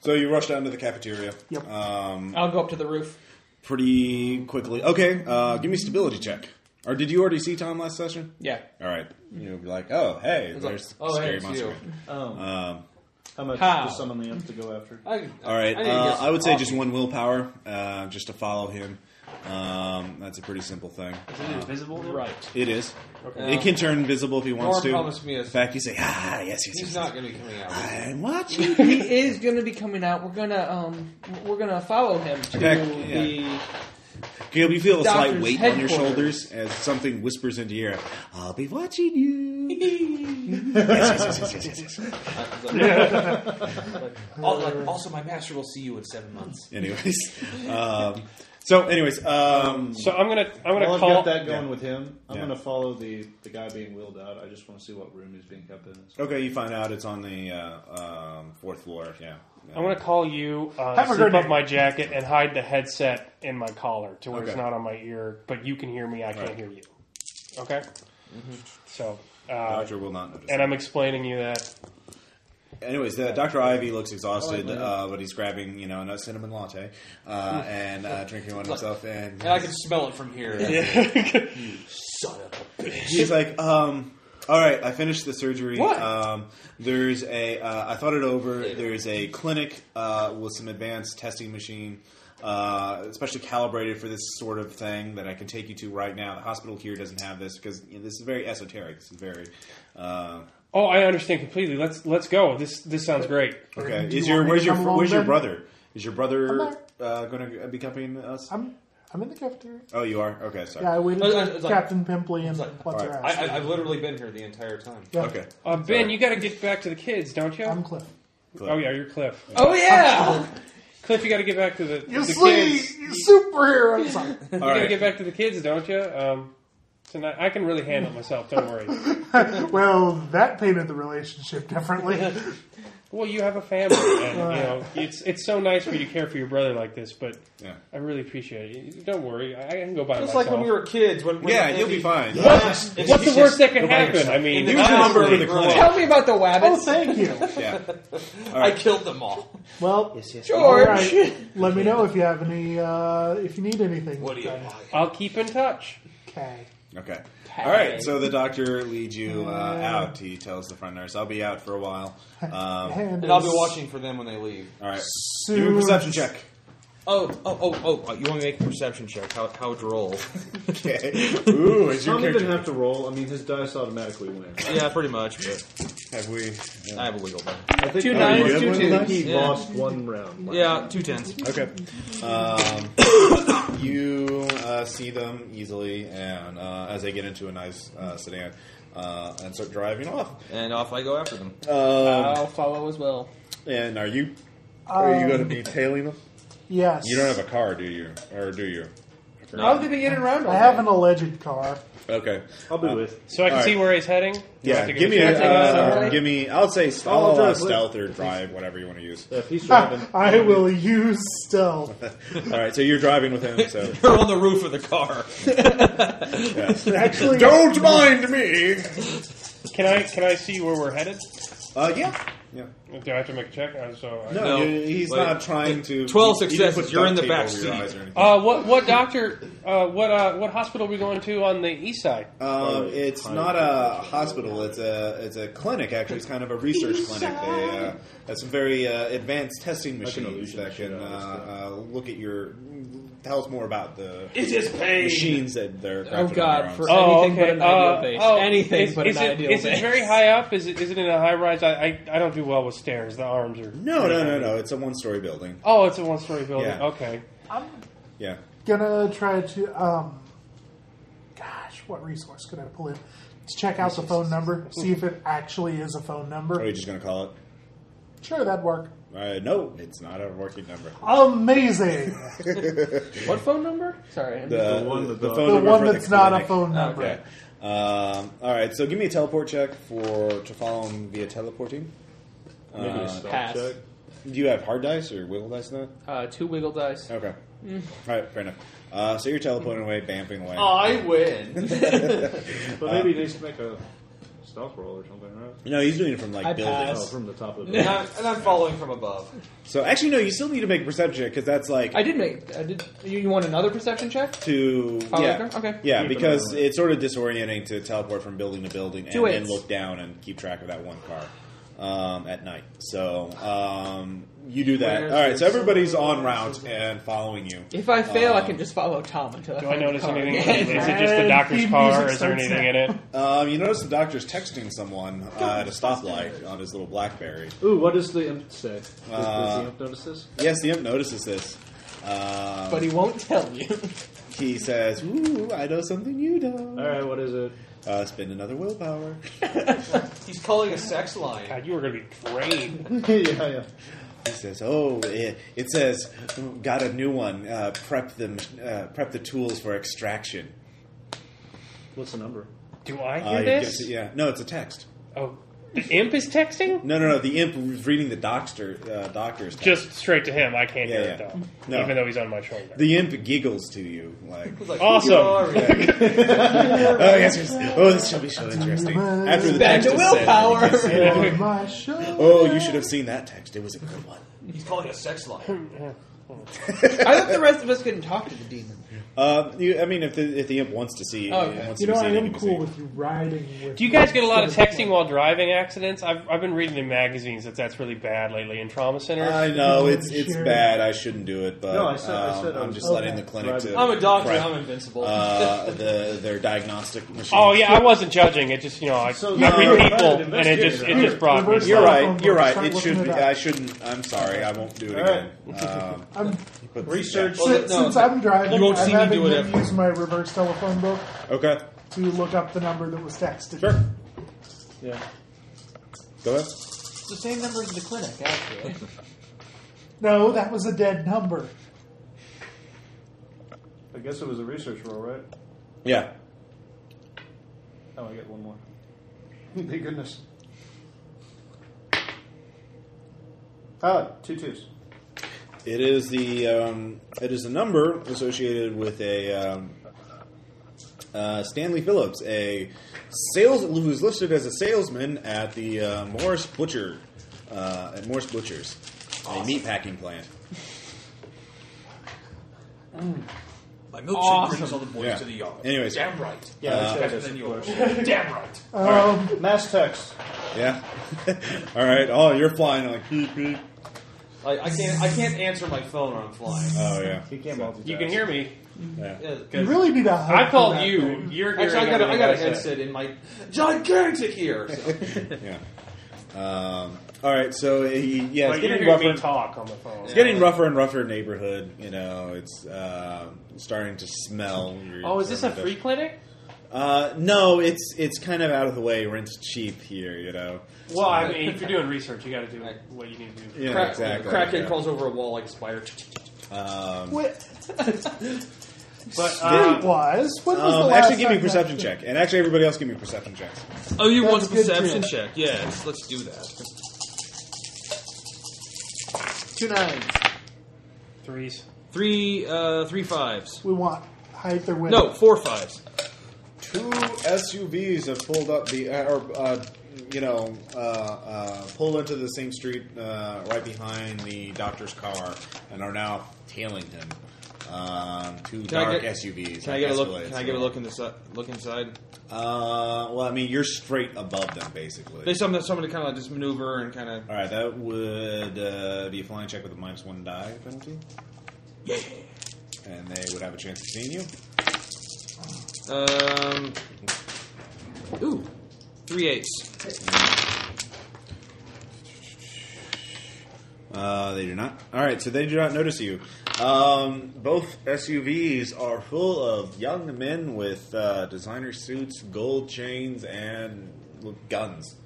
[SPEAKER 1] So you rush down to the cafeteria.
[SPEAKER 3] Yep.
[SPEAKER 1] Um,
[SPEAKER 5] I'll go up to the roof.
[SPEAKER 1] pretty quickly. Okay, uh, give me stability check. Or did you already see Tom last session?
[SPEAKER 5] Yeah.
[SPEAKER 1] All right. You'll be like, oh, hey, there's
[SPEAKER 4] oh,
[SPEAKER 1] scary
[SPEAKER 4] hey, it's
[SPEAKER 1] monster.
[SPEAKER 4] you.
[SPEAKER 1] Um,
[SPEAKER 8] How much
[SPEAKER 5] How?
[SPEAKER 8] does someone else to go after?
[SPEAKER 4] I,
[SPEAKER 1] all right.
[SPEAKER 4] I, need to
[SPEAKER 1] uh,
[SPEAKER 4] get some
[SPEAKER 1] I would say
[SPEAKER 4] coffee.
[SPEAKER 1] just one willpower, uh, just to follow him. Um, that's a pretty simple thing.
[SPEAKER 6] Is it invisible? now?
[SPEAKER 4] right.
[SPEAKER 1] It is.
[SPEAKER 4] Okay.
[SPEAKER 1] It can turn visible if he wants
[SPEAKER 4] Norm
[SPEAKER 1] to.
[SPEAKER 4] promised me a-
[SPEAKER 1] In fact, you say, ah, yes, yes,
[SPEAKER 4] He's
[SPEAKER 1] yes.
[SPEAKER 4] not going to be coming out.
[SPEAKER 1] I'm watching.
[SPEAKER 5] he is going to be coming out. We're gonna um, we're gonna follow him to
[SPEAKER 1] Okay, yeah.
[SPEAKER 5] the.
[SPEAKER 1] Caleb, you feel a slight
[SPEAKER 5] Doctor's
[SPEAKER 1] weight on your
[SPEAKER 5] headquarters.
[SPEAKER 1] shoulders as something whispers into your ear, I'll be watching you. yes, yes, yes, yes, yes, yes.
[SPEAKER 4] I- it's like- like, al- like, also, my master will see you in seven months.
[SPEAKER 1] Anyways, um, so anyways, um,
[SPEAKER 6] So I'm gonna I'm gonna
[SPEAKER 8] While I've
[SPEAKER 6] call.
[SPEAKER 8] got that going with him, I'm
[SPEAKER 1] Yeah.
[SPEAKER 8] going to follow the, the guy being wheeled out. I just want to see what room he's being kept in.
[SPEAKER 1] okay, you find out it's on the uh, um, fourth floor. Yeah,
[SPEAKER 6] I'm gonna call you. Uh,
[SPEAKER 3] Have a
[SPEAKER 6] zip
[SPEAKER 3] grenade.
[SPEAKER 6] up my jacket and hide the headset in my collar to where it's
[SPEAKER 1] Okay.
[SPEAKER 6] not on my ear, but you can hear me. I can't
[SPEAKER 1] Right.
[SPEAKER 6] hear you. Okay.
[SPEAKER 3] Mm-hmm.
[SPEAKER 6] So, uh,
[SPEAKER 1] Doctor will not notice.
[SPEAKER 6] and I'm explaining you that.
[SPEAKER 1] Anyways, the, Dr. Ivy looks exhausted, uh, but he's grabbing, you know, a cinnamon latte uh, and uh, drinking one himself. And,
[SPEAKER 4] And I can smell it from here. Son of a bitch.
[SPEAKER 1] he's like, um, all right, I finished the surgery.
[SPEAKER 5] What?
[SPEAKER 1] Um, there's a, uh, I thought it over. There's a clinic uh, with some advanced testing machine, uh, especially calibrated for this sort of thing that I can take you to right now. The hospital here doesn't have this because you know, this is very esoteric. This is very. Uh,
[SPEAKER 6] Oh, I understand completely. Let's let's go. This this sounds great.
[SPEAKER 1] okay.
[SPEAKER 3] Do
[SPEAKER 1] Is
[SPEAKER 3] you
[SPEAKER 1] your
[SPEAKER 3] want me
[SPEAKER 1] where's
[SPEAKER 3] to
[SPEAKER 1] your
[SPEAKER 3] come along
[SPEAKER 1] where's your
[SPEAKER 3] then?
[SPEAKER 1] brother? Is your
[SPEAKER 3] I'm
[SPEAKER 1] brother
[SPEAKER 3] not-
[SPEAKER 1] uh, going to be coming to us?
[SPEAKER 3] I'm I'm in the cafeteria.
[SPEAKER 1] Oh, you are. Okay, sorry.
[SPEAKER 3] Yeah, I waited
[SPEAKER 4] Oh,
[SPEAKER 3] for
[SPEAKER 4] it's like-
[SPEAKER 3] Captain Pimply and
[SPEAKER 4] like-
[SPEAKER 3] what's
[SPEAKER 1] all
[SPEAKER 3] her
[SPEAKER 1] right.
[SPEAKER 3] ass.
[SPEAKER 4] I, I, I've literally been here the entire time.
[SPEAKER 3] Yeah.
[SPEAKER 1] Okay.
[SPEAKER 6] Uh, ben, you got to get back to the kids, don't you?
[SPEAKER 3] I'm Cliff.
[SPEAKER 6] oh yeah, you're Cliff.
[SPEAKER 5] Oh yeah,
[SPEAKER 6] Cliff, you got to get back to the,
[SPEAKER 3] You
[SPEAKER 6] the
[SPEAKER 3] see,
[SPEAKER 6] kids.
[SPEAKER 3] you superhero. Sorry.
[SPEAKER 1] All
[SPEAKER 6] You got to
[SPEAKER 1] right.
[SPEAKER 6] get back to the kids, don't you? Um, tonight, I can really handle it myself. Don't worry.
[SPEAKER 3] well, that painted the relationship differently.
[SPEAKER 6] Well, you have a family, and you know it's it's so nice for you to care for your brother like this. But
[SPEAKER 1] Yeah.
[SPEAKER 6] I really appreciate it. You- Don't worry, I I can go by myself.
[SPEAKER 4] It's like when we were kids. When, when
[SPEAKER 1] Yeah,
[SPEAKER 4] when
[SPEAKER 1] you'll be
[SPEAKER 4] he-
[SPEAKER 1] fine.
[SPEAKER 4] If
[SPEAKER 6] What's
[SPEAKER 4] he
[SPEAKER 6] the worst
[SPEAKER 4] just-
[SPEAKER 6] that can happen? I mean,
[SPEAKER 1] He was a member of the
[SPEAKER 4] Honestly,
[SPEAKER 1] clinic.
[SPEAKER 5] tell me about the
[SPEAKER 3] oh,
[SPEAKER 5] wabbits,
[SPEAKER 3] thank you.
[SPEAKER 1] Yeah.
[SPEAKER 4] I killed them all.
[SPEAKER 3] Well, all
[SPEAKER 5] George.
[SPEAKER 3] right. Let me know if you have any. Uh, if you need anything.
[SPEAKER 4] What do you
[SPEAKER 3] Uh,
[SPEAKER 4] want?
[SPEAKER 6] I'll keep in touch.
[SPEAKER 3] Okay.
[SPEAKER 1] Okay. All right. So the doctor leads you uh, out. He tells the front nurse, "I'll be out for a while." Um,
[SPEAKER 3] And
[SPEAKER 4] And I'll be
[SPEAKER 3] as
[SPEAKER 4] watching for them when they leave.
[SPEAKER 1] all right.
[SPEAKER 3] soon-
[SPEAKER 1] Do a perception check.
[SPEAKER 4] Oh, oh, oh, oh! You want me to make a perception check? How, how would roll?
[SPEAKER 1] Okay. Ooh, is your
[SPEAKER 8] Tom didn't
[SPEAKER 1] character?
[SPEAKER 8] have to roll. I mean, his dice automatically win.
[SPEAKER 4] yeah, pretty much. But
[SPEAKER 1] Have we?
[SPEAKER 4] I have a legal one.
[SPEAKER 8] I think
[SPEAKER 5] Two
[SPEAKER 8] I
[SPEAKER 5] nines,
[SPEAKER 8] think
[SPEAKER 5] two
[SPEAKER 8] he
[SPEAKER 5] twos.
[SPEAKER 8] He
[SPEAKER 4] Yeah.
[SPEAKER 8] lost one round.
[SPEAKER 4] Yeah, two tens.
[SPEAKER 1] Okay. Um, you uh, see them easily, and uh, as they get into a nice uh, sedan uh, and start driving off.
[SPEAKER 4] And off I go after them.
[SPEAKER 1] Um,
[SPEAKER 5] I'll follow as well.
[SPEAKER 1] and are you? Are you going to be tailing them?
[SPEAKER 3] Yes.
[SPEAKER 1] You don't have a car, do you? Or do you?
[SPEAKER 5] How did we get around? all
[SPEAKER 3] I have
[SPEAKER 5] that?
[SPEAKER 3] an alleged car.
[SPEAKER 1] Okay.
[SPEAKER 8] I'll be with.
[SPEAKER 6] So I can
[SPEAKER 1] All right.
[SPEAKER 6] see where he's heading. You
[SPEAKER 1] Yeah,
[SPEAKER 6] have to
[SPEAKER 1] give me a
[SPEAKER 6] check.
[SPEAKER 1] uh,
[SPEAKER 5] Alright.
[SPEAKER 1] give me. I'll say st-
[SPEAKER 8] I'll
[SPEAKER 1] I'll, uh,
[SPEAKER 8] drive with-
[SPEAKER 1] stealth or drive, whatever you want to use.
[SPEAKER 8] Yeah, if he's driving.
[SPEAKER 3] I will use stealth.
[SPEAKER 1] All right, so you're driving with him. So
[SPEAKER 4] You're on the roof of the car.
[SPEAKER 3] Actually,
[SPEAKER 1] don't mind me.
[SPEAKER 6] Can I can I see where we're headed?
[SPEAKER 1] Uh, yeah, yeah.
[SPEAKER 6] Do I have to make a check? Uh, so I-
[SPEAKER 1] No,
[SPEAKER 4] No.
[SPEAKER 1] you- he's
[SPEAKER 4] Wait.
[SPEAKER 1] not trying to.
[SPEAKER 4] Twelve
[SPEAKER 1] he- he
[SPEAKER 4] successes.
[SPEAKER 1] didn't put
[SPEAKER 4] You're in
[SPEAKER 1] duct
[SPEAKER 4] the
[SPEAKER 1] tape
[SPEAKER 4] back
[SPEAKER 1] over your
[SPEAKER 4] seat.
[SPEAKER 1] eyes or anything.
[SPEAKER 6] Uh, what what doctor? Uh, what uh, what hospital are we going to on the east side?
[SPEAKER 1] Um, it's not a hospital. It's a it's a clinic. Actually, it's kind of a research clinic. They uh, have some very uh, advanced testing machines
[SPEAKER 8] illusion
[SPEAKER 1] that can
[SPEAKER 8] shit out of
[SPEAKER 1] uh, uh, look at your. Tell us more about the
[SPEAKER 6] It is pain.
[SPEAKER 1] machines that they're. crafted on
[SPEAKER 5] Oh
[SPEAKER 1] their
[SPEAKER 5] God,
[SPEAKER 1] own.
[SPEAKER 5] for
[SPEAKER 6] Oh,
[SPEAKER 5] anything
[SPEAKER 6] okay.
[SPEAKER 5] but an ideal
[SPEAKER 6] Uh,
[SPEAKER 5] base.
[SPEAKER 6] oh,
[SPEAKER 5] anything
[SPEAKER 6] is,
[SPEAKER 5] but
[SPEAKER 6] is
[SPEAKER 5] an
[SPEAKER 6] it,
[SPEAKER 5] ideal
[SPEAKER 6] is
[SPEAKER 5] base.
[SPEAKER 6] it very high up? Is it is it in a high rise? I, I, I don't do well with stairs. The arms are
[SPEAKER 1] No, no, no, no. It's a one-story building.
[SPEAKER 6] Oh, it's a one story building.
[SPEAKER 1] Yeah.
[SPEAKER 6] Okay.
[SPEAKER 1] Yeah.
[SPEAKER 3] gonna try to. Um, gosh, what resource could I pull in? Let's check out the phone number. See if it actually is a phone
[SPEAKER 1] Are you
[SPEAKER 3] number.
[SPEAKER 1] just going to call it?
[SPEAKER 3] Sure, that'd work.
[SPEAKER 1] Uh, no, it's not a working number.
[SPEAKER 3] Amazing.
[SPEAKER 5] What phone number? Sorry. I'm-
[SPEAKER 1] The,
[SPEAKER 8] one that-
[SPEAKER 1] phone
[SPEAKER 3] The
[SPEAKER 1] number
[SPEAKER 3] one
[SPEAKER 1] for
[SPEAKER 3] that's not a
[SPEAKER 1] clinic.
[SPEAKER 3] phone number.
[SPEAKER 1] Okay. Um, all right. So give me a teleport check for to follow him via teleporting.
[SPEAKER 8] Maybe a
[SPEAKER 1] Uh,
[SPEAKER 8] stealth
[SPEAKER 5] pass.
[SPEAKER 8] check.
[SPEAKER 1] do you have hard dice or wiggle dice? Now?
[SPEAKER 5] Uh, two wiggle dice.
[SPEAKER 1] Okay. All right. Fair enough. Uh, so you're teleporting away, bamping away.
[SPEAKER 2] I win.
[SPEAKER 8] But maybe he needs to make a
[SPEAKER 9] stealth roll or something, right?
[SPEAKER 1] No, he's doing it from like
[SPEAKER 9] I
[SPEAKER 1] buildings.
[SPEAKER 9] pass. Oh, from the top of the
[SPEAKER 4] and, I'm, and I'm following from above.
[SPEAKER 1] So actually, no, you still need to make a perception check because that's like
[SPEAKER 5] I did make. I did. You, you want another perception check?
[SPEAKER 1] to
[SPEAKER 5] Oh,
[SPEAKER 1] yeah,
[SPEAKER 5] okay, okay.
[SPEAKER 1] yeah,
[SPEAKER 9] Keep it
[SPEAKER 1] because
[SPEAKER 9] around.
[SPEAKER 1] it's sort of disorienting to teleport from building to building
[SPEAKER 5] Two
[SPEAKER 1] and then
[SPEAKER 5] eights.
[SPEAKER 1] look down and keep track of that one car um, at night. So um, you do that.
[SPEAKER 4] Where's
[SPEAKER 1] All right, so
[SPEAKER 4] this-
[SPEAKER 1] everybody's on route and following you.
[SPEAKER 5] If I fail, I
[SPEAKER 1] Um,
[SPEAKER 5] can just follow Tom until I
[SPEAKER 6] Do I
[SPEAKER 5] find the
[SPEAKER 6] notice
[SPEAKER 5] car
[SPEAKER 6] anything?
[SPEAKER 5] again.
[SPEAKER 6] Is it just the doctor's
[SPEAKER 3] Theme
[SPEAKER 6] car?
[SPEAKER 3] music
[SPEAKER 6] Is there
[SPEAKER 3] starts
[SPEAKER 6] anything in
[SPEAKER 3] now.
[SPEAKER 6] it?
[SPEAKER 1] Um, you notice the doctor's texting someone uh, at a stoplight on his little BlackBerry.
[SPEAKER 9] Ooh, what does the imp say? Does,
[SPEAKER 1] Uh,
[SPEAKER 9] does the imp notice this?
[SPEAKER 1] Yes, the imp notices this. Um,
[SPEAKER 5] But he won't tell you.
[SPEAKER 1] he says, "Ooh, I know something you don't."
[SPEAKER 9] All right, what is it?
[SPEAKER 1] Uh, spend another willpower.
[SPEAKER 4] He's calling a sex line.
[SPEAKER 6] God, you were going to be drained.
[SPEAKER 9] yeah, yeah.
[SPEAKER 1] He says, "Oh, it, it says, got a new one. Uh, prep them. Uh, prep the tools for extraction."
[SPEAKER 9] What's the number?
[SPEAKER 6] Do I
[SPEAKER 1] Uh,
[SPEAKER 6] hear
[SPEAKER 1] he
[SPEAKER 6] this?
[SPEAKER 1] gives it- yeah. No, it's a text.
[SPEAKER 6] Oh, the imp is texting.
[SPEAKER 1] No, no, no. The imp was reading the doctor. Uh, doctor's. Text.
[SPEAKER 6] Just straight to him. I can't
[SPEAKER 1] Yeah,
[SPEAKER 6] hear
[SPEAKER 1] yeah.
[SPEAKER 6] it though,
[SPEAKER 1] No.
[SPEAKER 6] even though he's on my shoulder.
[SPEAKER 1] the imp giggles to you like,
[SPEAKER 4] He's like,
[SPEAKER 6] Awesome.
[SPEAKER 4] "Who are you?"
[SPEAKER 1] "Oh yes, yes. oh this shall be so interesting." After the
[SPEAKER 5] Back
[SPEAKER 1] text
[SPEAKER 5] to
[SPEAKER 1] is said,
[SPEAKER 5] willpower.
[SPEAKER 1] he said,
[SPEAKER 3] For my show.
[SPEAKER 1] "Oh, you should have seen that text. It was a good one."
[SPEAKER 4] He's calling a sex line.
[SPEAKER 5] I thought the rest of us couldn't talk to the demon.
[SPEAKER 1] Uh, you, I mean, if the, if the imp wants to see,
[SPEAKER 5] Oh, okay.
[SPEAKER 1] wants
[SPEAKER 3] You
[SPEAKER 1] to
[SPEAKER 3] know,
[SPEAKER 1] be
[SPEAKER 3] I
[SPEAKER 1] seen, he
[SPEAKER 3] am
[SPEAKER 1] can
[SPEAKER 3] cool
[SPEAKER 1] see.
[SPEAKER 3] with you riding with.
[SPEAKER 6] Do you guys get a lot of
[SPEAKER 3] Let's go to
[SPEAKER 6] texting while driving accidents? I've, I've been reading in magazines that that's really bad lately in trauma centers.
[SPEAKER 1] I know it's it's
[SPEAKER 3] Sure.
[SPEAKER 1] bad. I shouldn't do it, but
[SPEAKER 9] No, I said- I
[SPEAKER 1] um,
[SPEAKER 9] said I
[SPEAKER 1] I'm
[SPEAKER 9] was-
[SPEAKER 1] just letting the clinic.
[SPEAKER 9] Right.
[SPEAKER 1] To
[SPEAKER 4] I'm a doctor.
[SPEAKER 1] prep,
[SPEAKER 4] I'm invincible.
[SPEAKER 1] uh, the their diagnostic machine.
[SPEAKER 6] oh yeah, I wasn't judging. It just you know I,
[SPEAKER 9] So
[SPEAKER 6] I
[SPEAKER 1] you're a
[SPEAKER 6] read people
[SPEAKER 9] private
[SPEAKER 6] and it just it
[SPEAKER 9] investigator.
[SPEAKER 6] just brought me.
[SPEAKER 3] Reverse
[SPEAKER 1] You're
[SPEAKER 6] some-
[SPEAKER 1] right. You're right.
[SPEAKER 3] Start
[SPEAKER 1] It
[SPEAKER 3] looking
[SPEAKER 1] should
[SPEAKER 3] it
[SPEAKER 1] be.
[SPEAKER 3] up.
[SPEAKER 1] I shouldn't. I'm sorry. I won't do it
[SPEAKER 9] All right.
[SPEAKER 1] again. Um,
[SPEAKER 3] I'm,
[SPEAKER 1] but-
[SPEAKER 9] Research.
[SPEAKER 4] Well,
[SPEAKER 3] since,
[SPEAKER 4] no,
[SPEAKER 3] since I'm driving,
[SPEAKER 4] you won't
[SPEAKER 3] I'm
[SPEAKER 4] see me
[SPEAKER 3] having
[SPEAKER 4] do it
[SPEAKER 3] him
[SPEAKER 4] ever.
[SPEAKER 3] use my reverse telephone book
[SPEAKER 1] yeah. Okay.
[SPEAKER 3] to look up the number that was texted.
[SPEAKER 1] Sure.
[SPEAKER 9] Yeah.
[SPEAKER 1] Go ahead.
[SPEAKER 5] It's the same number as the clinic, actually.
[SPEAKER 3] No, that was a dead number.
[SPEAKER 9] I guess it was a research roll, right?
[SPEAKER 1] Yeah.
[SPEAKER 9] Oh, I get one more. Thank goodness. Ah, two twos.
[SPEAKER 1] It is the um, it is a number associated with a um, uh, Stanley Phillips, a sales who's listed as a salesman at the uh, Morris Butcher uh, at Morris Butchers, a meat packing plant.
[SPEAKER 13] My milkshake
[SPEAKER 5] Awesome.
[SPEAKER 13] brings all the boys
[SPEAKER 1] Yeah.
[SPEAKER 13] to the yard.
[SPEAKER 1] Anyways.
[SPEAKER 13] damn right.
[SPEAKER 1] Yeah,
[SPEAKER 13] It's
[SPEAKER 1] Uh,
[SPEAKER 13] better than yours. damn right.
[SPEAKER 3] Um,
[SPEAKER 9] Mass text.
[SPEAKER 1] Yeah. All right. Oh, you're flying like beep beep.
[SPEAKER 4] Like, I can't. I can't answer my phone when I'm flying.
[SPEAKER 1] Oh yeah.
[SPEAKER 9] He can't multitask.
[SPEAKER 6] You can hear me.
[SPEAKER 1] yeah.
[SPEAKER 4] Yeah.
[SPEAKER 3] you really need a hug.
[SPEAKER 6] I
[SPEAKER 3] for
[SPEAKER 6] called
[SPEAKER 3] that
[SPEAKER 6] you.
[SPEAKER 3] thing.
[SPEAKER 6] You're hearing
[SPEAKER 4] Actually, I got, a, I
[SPEAKER 6] everything
[SPEAKER 4] got a
[SPEAKER 6] said.
[SPEAKER 4] headset in my gigantic ear. So.
[SPEAKER 1] Yeah. Um, all right. So he, yeah,
[SPEAKER 6] But
[SPEAKER 1] it's
[SPEAKER 6] you're
[SPEAKER 1] getting
[SPEAKER 6] hearing me
[SPEAKER 1] rougher.
[SPEAKER 6] talk on the phone.
[SPEAKER 1] It's getting rougher and rougher neighborhood. You know, it's uh, starting to smell. your-
[SPEAKER 6] Oh, is this a free clinic?
[SPEAKER 1] Uh, no, it's it's kind of out of the way. Rent's cheap here. You know.
[SPEAKER 6] Well, I mean, if you're doing research, you got to do what you need to do.
[SPEAKER 1] Yeah,
[SPEAKER 4] Crack,
[SPEAKER 1] exactly.
[SPEAKER 4] Crackhead
[SPEAKER 1] yeah.
[SPEAKER 4] crawls over a wall like a spider.
[SPEAKER 1] Um,
[SPEAKER 6] But
[SPEAKER 3] Date
[SPEAKER 6] uh,
[SPEAKER 3] wise, when was the
[SPEAKER 1] um,
[SPEAKER 3] last
[SPEAKER 1] actually, give me a
[SPEAKER 3] time
[SPEAKER 1] perception
[SPEAKER 3] that-
[SPEAKER 1] check, and actually, everybody else, give me perception checks.
[SPEAKER 13] Oh, you want a
[SPEAKER 3] good
[SPEAKER 13] perception
[SPEAKER 3] too.
[SPEAKER 13] check? Yeah, let's, let's do that.
[SPEAKER 5] Two nines.
[SPEAKER 6] threes.
[SPEAKER 13] Three, uh, three fives.
[SPEAKER 3] We want hide their window.
[SPEAKER 13] No, four fives.
[SPEAKER 1] Two SUVs have pulled up the, uh, or uh, you know, uh, uh, pulled into the same street uh, right behind the doctor's car, and are now tailing him. Um, two
[SPEAKER 13] Can I
[SPEAKER 1] dark
[SPEAKER 13] get-
[SPEAKER 1] SUVs.
[SPEAKER 13] Can I get a look?
[SPEAKER 1] Escalades.
[SPEAKER 13] Can I get a look in this? Look inside.
[SPEAKER 1] Uh, well, I mean, you're straight above them, basically.
[SPEAKER 13] There's something. Someone to kind of like just maneuver and kind of.
[SPEAKER 1] All right, that would uh, be a flying check with a minus one die penalty,
[SPEAKER 13] Yeah.
[SPEAKER 1] and they would have a chance of seeing you.
[SPEAKER 13] Um. Ooh, three eights.
[SPEAKER 1] Uh, they do not. All right, so they do not notice you. Um, both SUVs are full of young men with uh, designer suits, gold chains, and guns.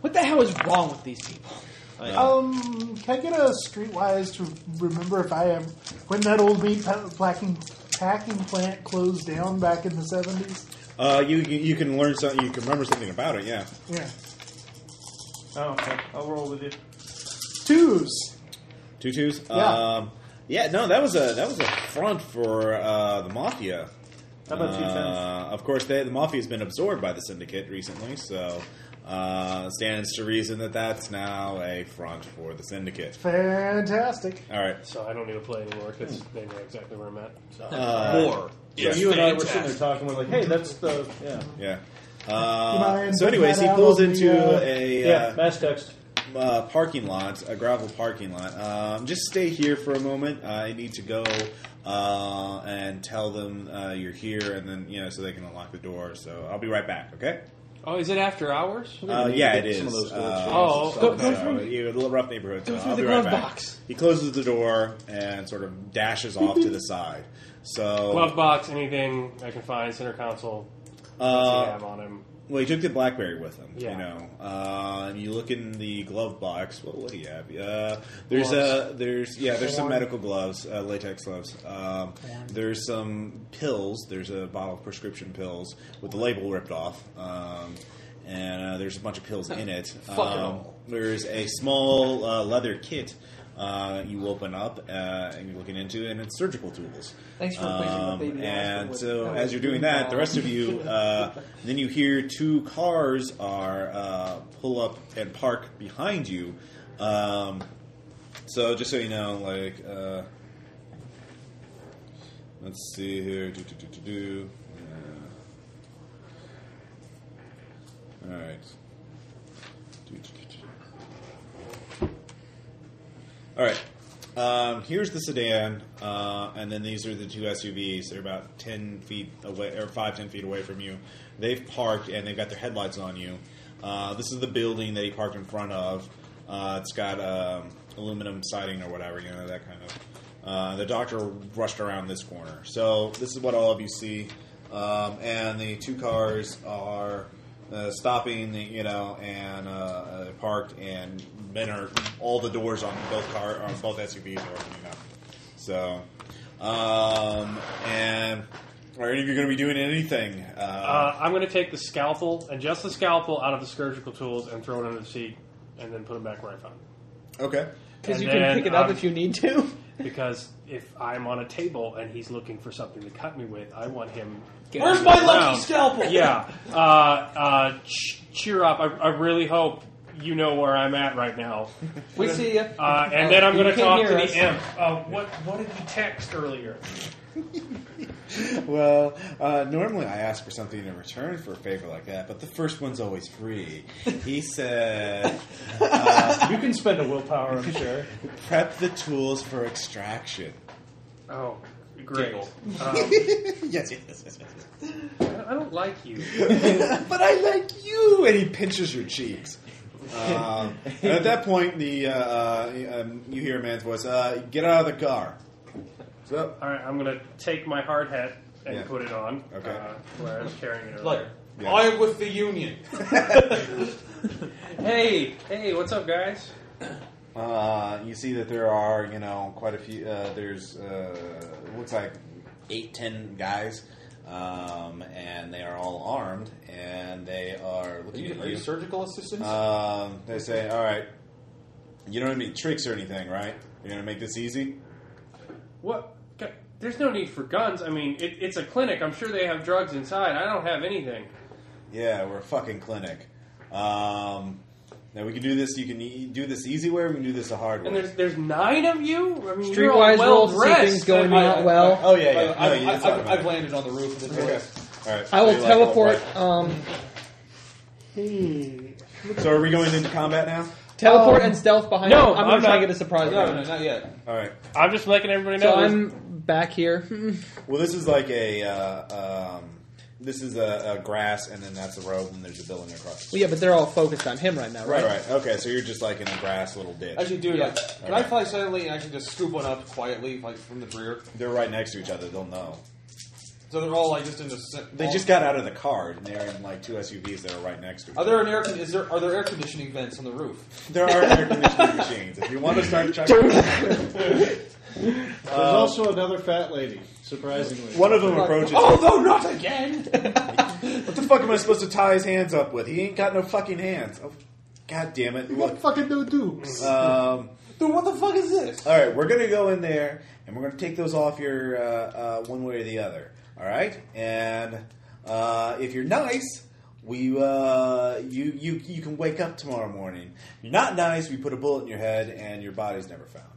[SPEAKER 5] What the hell is wrong with these people?
[SPEAKER 3] Um, can I get a streetwise to remember if I am when that old meat pa- packing packing plant closed down back in the seventies?
[SPEAKER 1] Uh, you you can learn something. You can remember something about it. Yeah.
[SPEAKER 3] Yeah,
[SPEAKER 9] Oh, okay. I'll roll with you.
[SPEAKER 3] twos.
[SPEAKER 1] Two twos.
[SPEAKER 3] Yeah.
[SPEAKER 1] Um, yeah. No, that was a that was a front for uh, the mafia.
[SPEAKER 8] How about two tens?
[SPEAKER 1] Uh, of course, they, the mafia has been absorbed by the syndicate recently, so uh, stands to reason that that's now a front for the syndicate.
[SPEAKER 3] Fantastic.
[SPEAKER 1] All right.
[SPEAKER 6] So I don't need to play anymore because they know exactly where I'm at.
[SPEAKER 1] Hmm. Uh, Yeah.
[SPEAKER 8] So you and I were sitting there talking. We're like, hey, that's the yeah.
[SPEAKER 1] Yeah.
[SPEAKER 8] Do you
[SPEAKER 1] Uh,
[SPEAKER 8] mind
[SPEAKER 1] so, anyways, he
[SPEAKER 8] putting that
[SPEAKER 1] pulls
[SPEAKER 8] out on
[SPEAKER 1] into
[SPEAKER 8] the, uh,
[SPEAKER 1] a
[SPEAKER 8] yeah,
[SPEAKER 1] uh,
[SPEAKER 8] mass text
[SPEAKER 1] uh, parking lot, a gravel parking lot. Um, just stay here for a moment. I need to go uh, and tell them uh, you're here, and then you know, so they can unlock the door. So I'll be right back. Okay.
[SPEAKER 6] Oh, is it after hours?
[SPEAKER 1] Uh, yeah, it is.
[SPEAKER 6] Some of those
[SPEAKER 1] Uh,
[SPEAKER 6] doors. Oh, go- go
[SPEAKER 1] so,
[SPEAKER 6] through-
[SPEAKER 1] you- the rough neighborhood.
[SPEAKER 6] go
[SPEAKER 1] so
[SPEAKER 6] through
[SPEAKER 1] I'll
[SPEAKER 6] the
[SPEAKER 1] be right
[SPEAKER 6] glove
[SPEAKER 1] back.
[SPEAKER 6] box.
[SPEAKER 1] He closes the door and sort of dashes off to the side. So
[SPEAKER 6] Glove box, anything I can find, center console. What's
[SPEAKER 1] Uh,
[SPEAKER 6] he have on him?
[SPEAKER 1] Well, he took the BlackBerry with him.
[SPEAKER 6] Yeah.
[SPEAKER 1] You know, uh, and you look in the glove box. What what do you have? Uh, there's
[SPEAKER 6] Gloves.
[SPEAKER 1] uh, there's yeah, there's some
[SPEAKER 6] Horn.
[SPEAKER 1] medical gloves, uh, latex gloves. Um, there's some pills. There's a bottle of prescription pills with the label ripped off. Um, and uh, there's a bunch of pills in it.
[SPEAKER 4] Fuck it
[SPEAKER 1] Um, there's a small uh, leather kit. Uh, you open up uh, and you're looking into, it, and it's surgical tools.
[SPEAKER 5] Thanks for replacing my baby Alistair
[SPEAKER 1] Um, And
[SPEAKER 5] with-
[SPEAKER 1] so,
[SPEAKER 5] that
[SPEAKER 1] as
[SPEAKER 5] was
[SPEAKER 1] you're doing that, the rest of you, uh, then you hear two cars are uh, pull up and park behind you. Um, so, just so you know, like, uh, let's see here. Do, do, do, do, do. Uh, all right. Do, do, do, do. All right. Um, here's the sedan, uh, and then these are the two SUVs. They're about ten feet away, or five, ten feet away from you. They've parked and they've got their headlights on you. Uh, this is the building that he parked in front of. Uh, it's got um, aluminum siding or whatever, you know, that kind of. Uh, the doctor rushed around this corner, so this is what all of you see. Um, and the two cars are uh, stopping, you know, and uh, uh, parked, and men are all the doors on both car on both SUVs are opening up. So, um, and are any of you going to be doing anything? Uh,
[SPEAKER 6] Uh, I'm going to take the scalpel and just the scalpel out of the surgical tools and throw it under the seat, and then put them back where I found them.
[SPEAKER 1] okay.
[SPEAKER 5] Because
[SPEAKER 6] And
[SPEAKER 5] you can
[SPEAKER 6] then,
[SPEAKER 5] pick it up
[SPEAKER 6] um,
[SPEAKER 5] if you need to.
[SPEAKER 6] Because if I'm on a table and he's looking for something to cut me with, I want him.
[SPEAKER 5] Get
[SPEAKER 6] on
[SPEAKER 5] Where's
[SPEAKER 6] the
[SPEAKER 5] my lucky
[SPEAKER 6] ground.
[SPEAKER 5] scalpel?
[SPEAKER 6] Yeah. Uh, uh, ch- cheer up. I, I really hope you know where I'm at right now.
[SPEAKER 5] We see ya.
[SPEAKER 6] Uh, and then I'm
[SPEAKER 5] You
[SPEAKER 6] going to
[SPEAKER 5] can't
[SPEAKER 6] talk to
[SPEAKER 5] hear
[SPEAKER 6] the
[SPEAKER 5] us.
[SPEAKER 6] imp. Uh, what What did he text earlier?
[SPEAKER 1] Well, uh, normally I ask for something in return for a favor like that, but the first one's always free. He said,
[SPEAKER 8] You can spend a willpower, I'm sure.
[SPEAKER 1] "Prep the tools for extraction."
[SPEAKER 6] Oh, great. Um,
[SPEAKER 13] Tickle.
[SPEAKER 6] I
[SPEAKER 1] Yes, yes, yes, yes, yes.
[SPEAKER 6] I don't like you.
[SPEAKER 1] but I like you. And he pinches your cheeks. Um, and at that point, the uh, uh, um, you hear a man's voice. Uh, Get out of the car. So
[SPEAKER 6] All right, I'm going to take my hard hat and
[SPEAKER 1] Yeah.
[SPEAKER 6] put it on.
[SPEAKER 1] Okay.
[SPEAKER 6] Uh, where I was carrying it
[SPEAKER 4] Like,
[SPEAKER 6] earlier.
[SPEAKER 1] Yeah.
[SPEAKER 4] I am with the union.
[SPEAKER 6] Hey, hey, what's up, guys?
[SPEAKER 1] uh, you see that there are you know quite a few. Uh, there's uh, looks like eight ten guys, um, and they are all armed, and they are
[SPEAKER 4] Are
[SPEAKER 1] looking
[SPEAKER 4] you,
[SPEAKER 1] at
[SPEAKER 4] are you
[SPEAKER 1] you.
[SPEAKER 4] surgical assistants?
[SPEAKER 1] Um, they say, "All right, you don't have any tricks or anything, right? You're gonna make this easy."
[SPEAKER 6] What? Gu- There's no need for guns. I mean, it, it's a clinic. I'm sure they have drugs inside. I don't have anything.
[SPEAKER 1] Yeah, we're a fucking clinic. Um, now we can do this. You can e- do this easy way. or We can do this the hard
[SPEAKER 6] And
[SPEAKER 1] way.
[SPEAKER 6] there's there's nine of you. I mean, you're all
[SPEAKER 5] Streetwise
[SPEAKER 6] well
[SPEAKER 5] roll to see
[SPEAKER 6] dressed.
[SPEAKER 5] things going
[SPEAKER 6] I-
[SPEAKER 5] not well.
[SPEAKER 1] Oh yeah, yeah.
[SPEAKER 4] I,
[SPEAKER 1] No, you-
[SPEAKER 4] I,
[SPEAKER 1] it's
[SPEAKER 4] I, Uh, I've,
[SPEAKER 1] automatic.
[SPEAKER 4] I've landed on the roof of the door.
[SPEAKER 1] Okay. All right.
[SPEAKER 5] I
[SPEAKER 1] So
[SPEAKER 5] will
[SPEAKER 1] you like all
[SPEAKER 5] teleport.
[SPEAKER 1] right.
[SPEAKER 5] Um,
[SPEAKER 3] Hey.
[SPEAKER 1] So are we going into combat now?
[SPEAKER 5] teleport
[SPEAKER 3] Um,
[SPEAKER 5] and stealth behind.
[SPEAKER 6] no,
[SPEAKER 5] him. I'm gonna
[SPEAKER 6] I'm
[SPEAKER 5] try and
[SPEAKER 6] not-
[SPEAKER 5] get a surprise.
[SPEAKER 4] No, no, not yet.
[SPEAKER 1] All right.
[SPEAKER 6] I'm just making everybody know.
[SPEAKER 5] So
[SPEAKER 6] there's-
[SPEAKER 5] I'm back here.
[SPEAKER 1] Well, this is like a. Uh, um, this is a, a grass, and then that's a road, and there's a building across.
[SPEAKER 5] Well, yeah, but they're all focused on him right now,
[SPEAKER 1] Right,
[SPEAKER 5] right?
[SPEAKER 1] right. Okay, so you're just like in a grass little ditch.
[SPEAKER 4] Actually, dude, like, can I
[SPEAKER 1] Okay.
[SPEAKER 4] fly silently and actually just scoop one up quietly, like from the rear?
[SPEAKER 1] They're right next to each other. They'll know.
[SPEAKER 4] So they're all like just in the. se-
[SPEAKER 1] They
[SPEAKER 4] all-
[SPEAKER 1] just got out of the car, and they're in like two SUVs that are right next to each
[SPEAKER 4] Are
[SPEAKER 1] other.
[SPEAKER 4] there an air? Con- is there are there air conditioning vents on the roof?
[SPEAKER 1] There are air conditioning machines. If you want to start checking,
[SPEAKER 8] There's also another fat lady. Surprisingly,
[SPEAKER 1] one of them approaches.
[SPEAKER 4] Oh no, not again!
[SPEAKER 1] Oh, What the fuck am I supposed to tie his hands up with? He ain't got no fucking hands. Oh, God damn it!
[SPEAKER 3] What
[SPEAKER 1] Look.
[SPEAKER 3] fucking do do?
[SPEAKER 1] Um,
[SPEAKER 4] Dude, what the fuck is this?
[SPEAKER 1] all right, we're gonna go in there, and we're gonna take those off your uh, uh, one way or the other. All right, and uh, if you're nice, we uh, you you you can wake up tomorrow morning. If you're not nice, we put a bullet in your head, and your body's never found.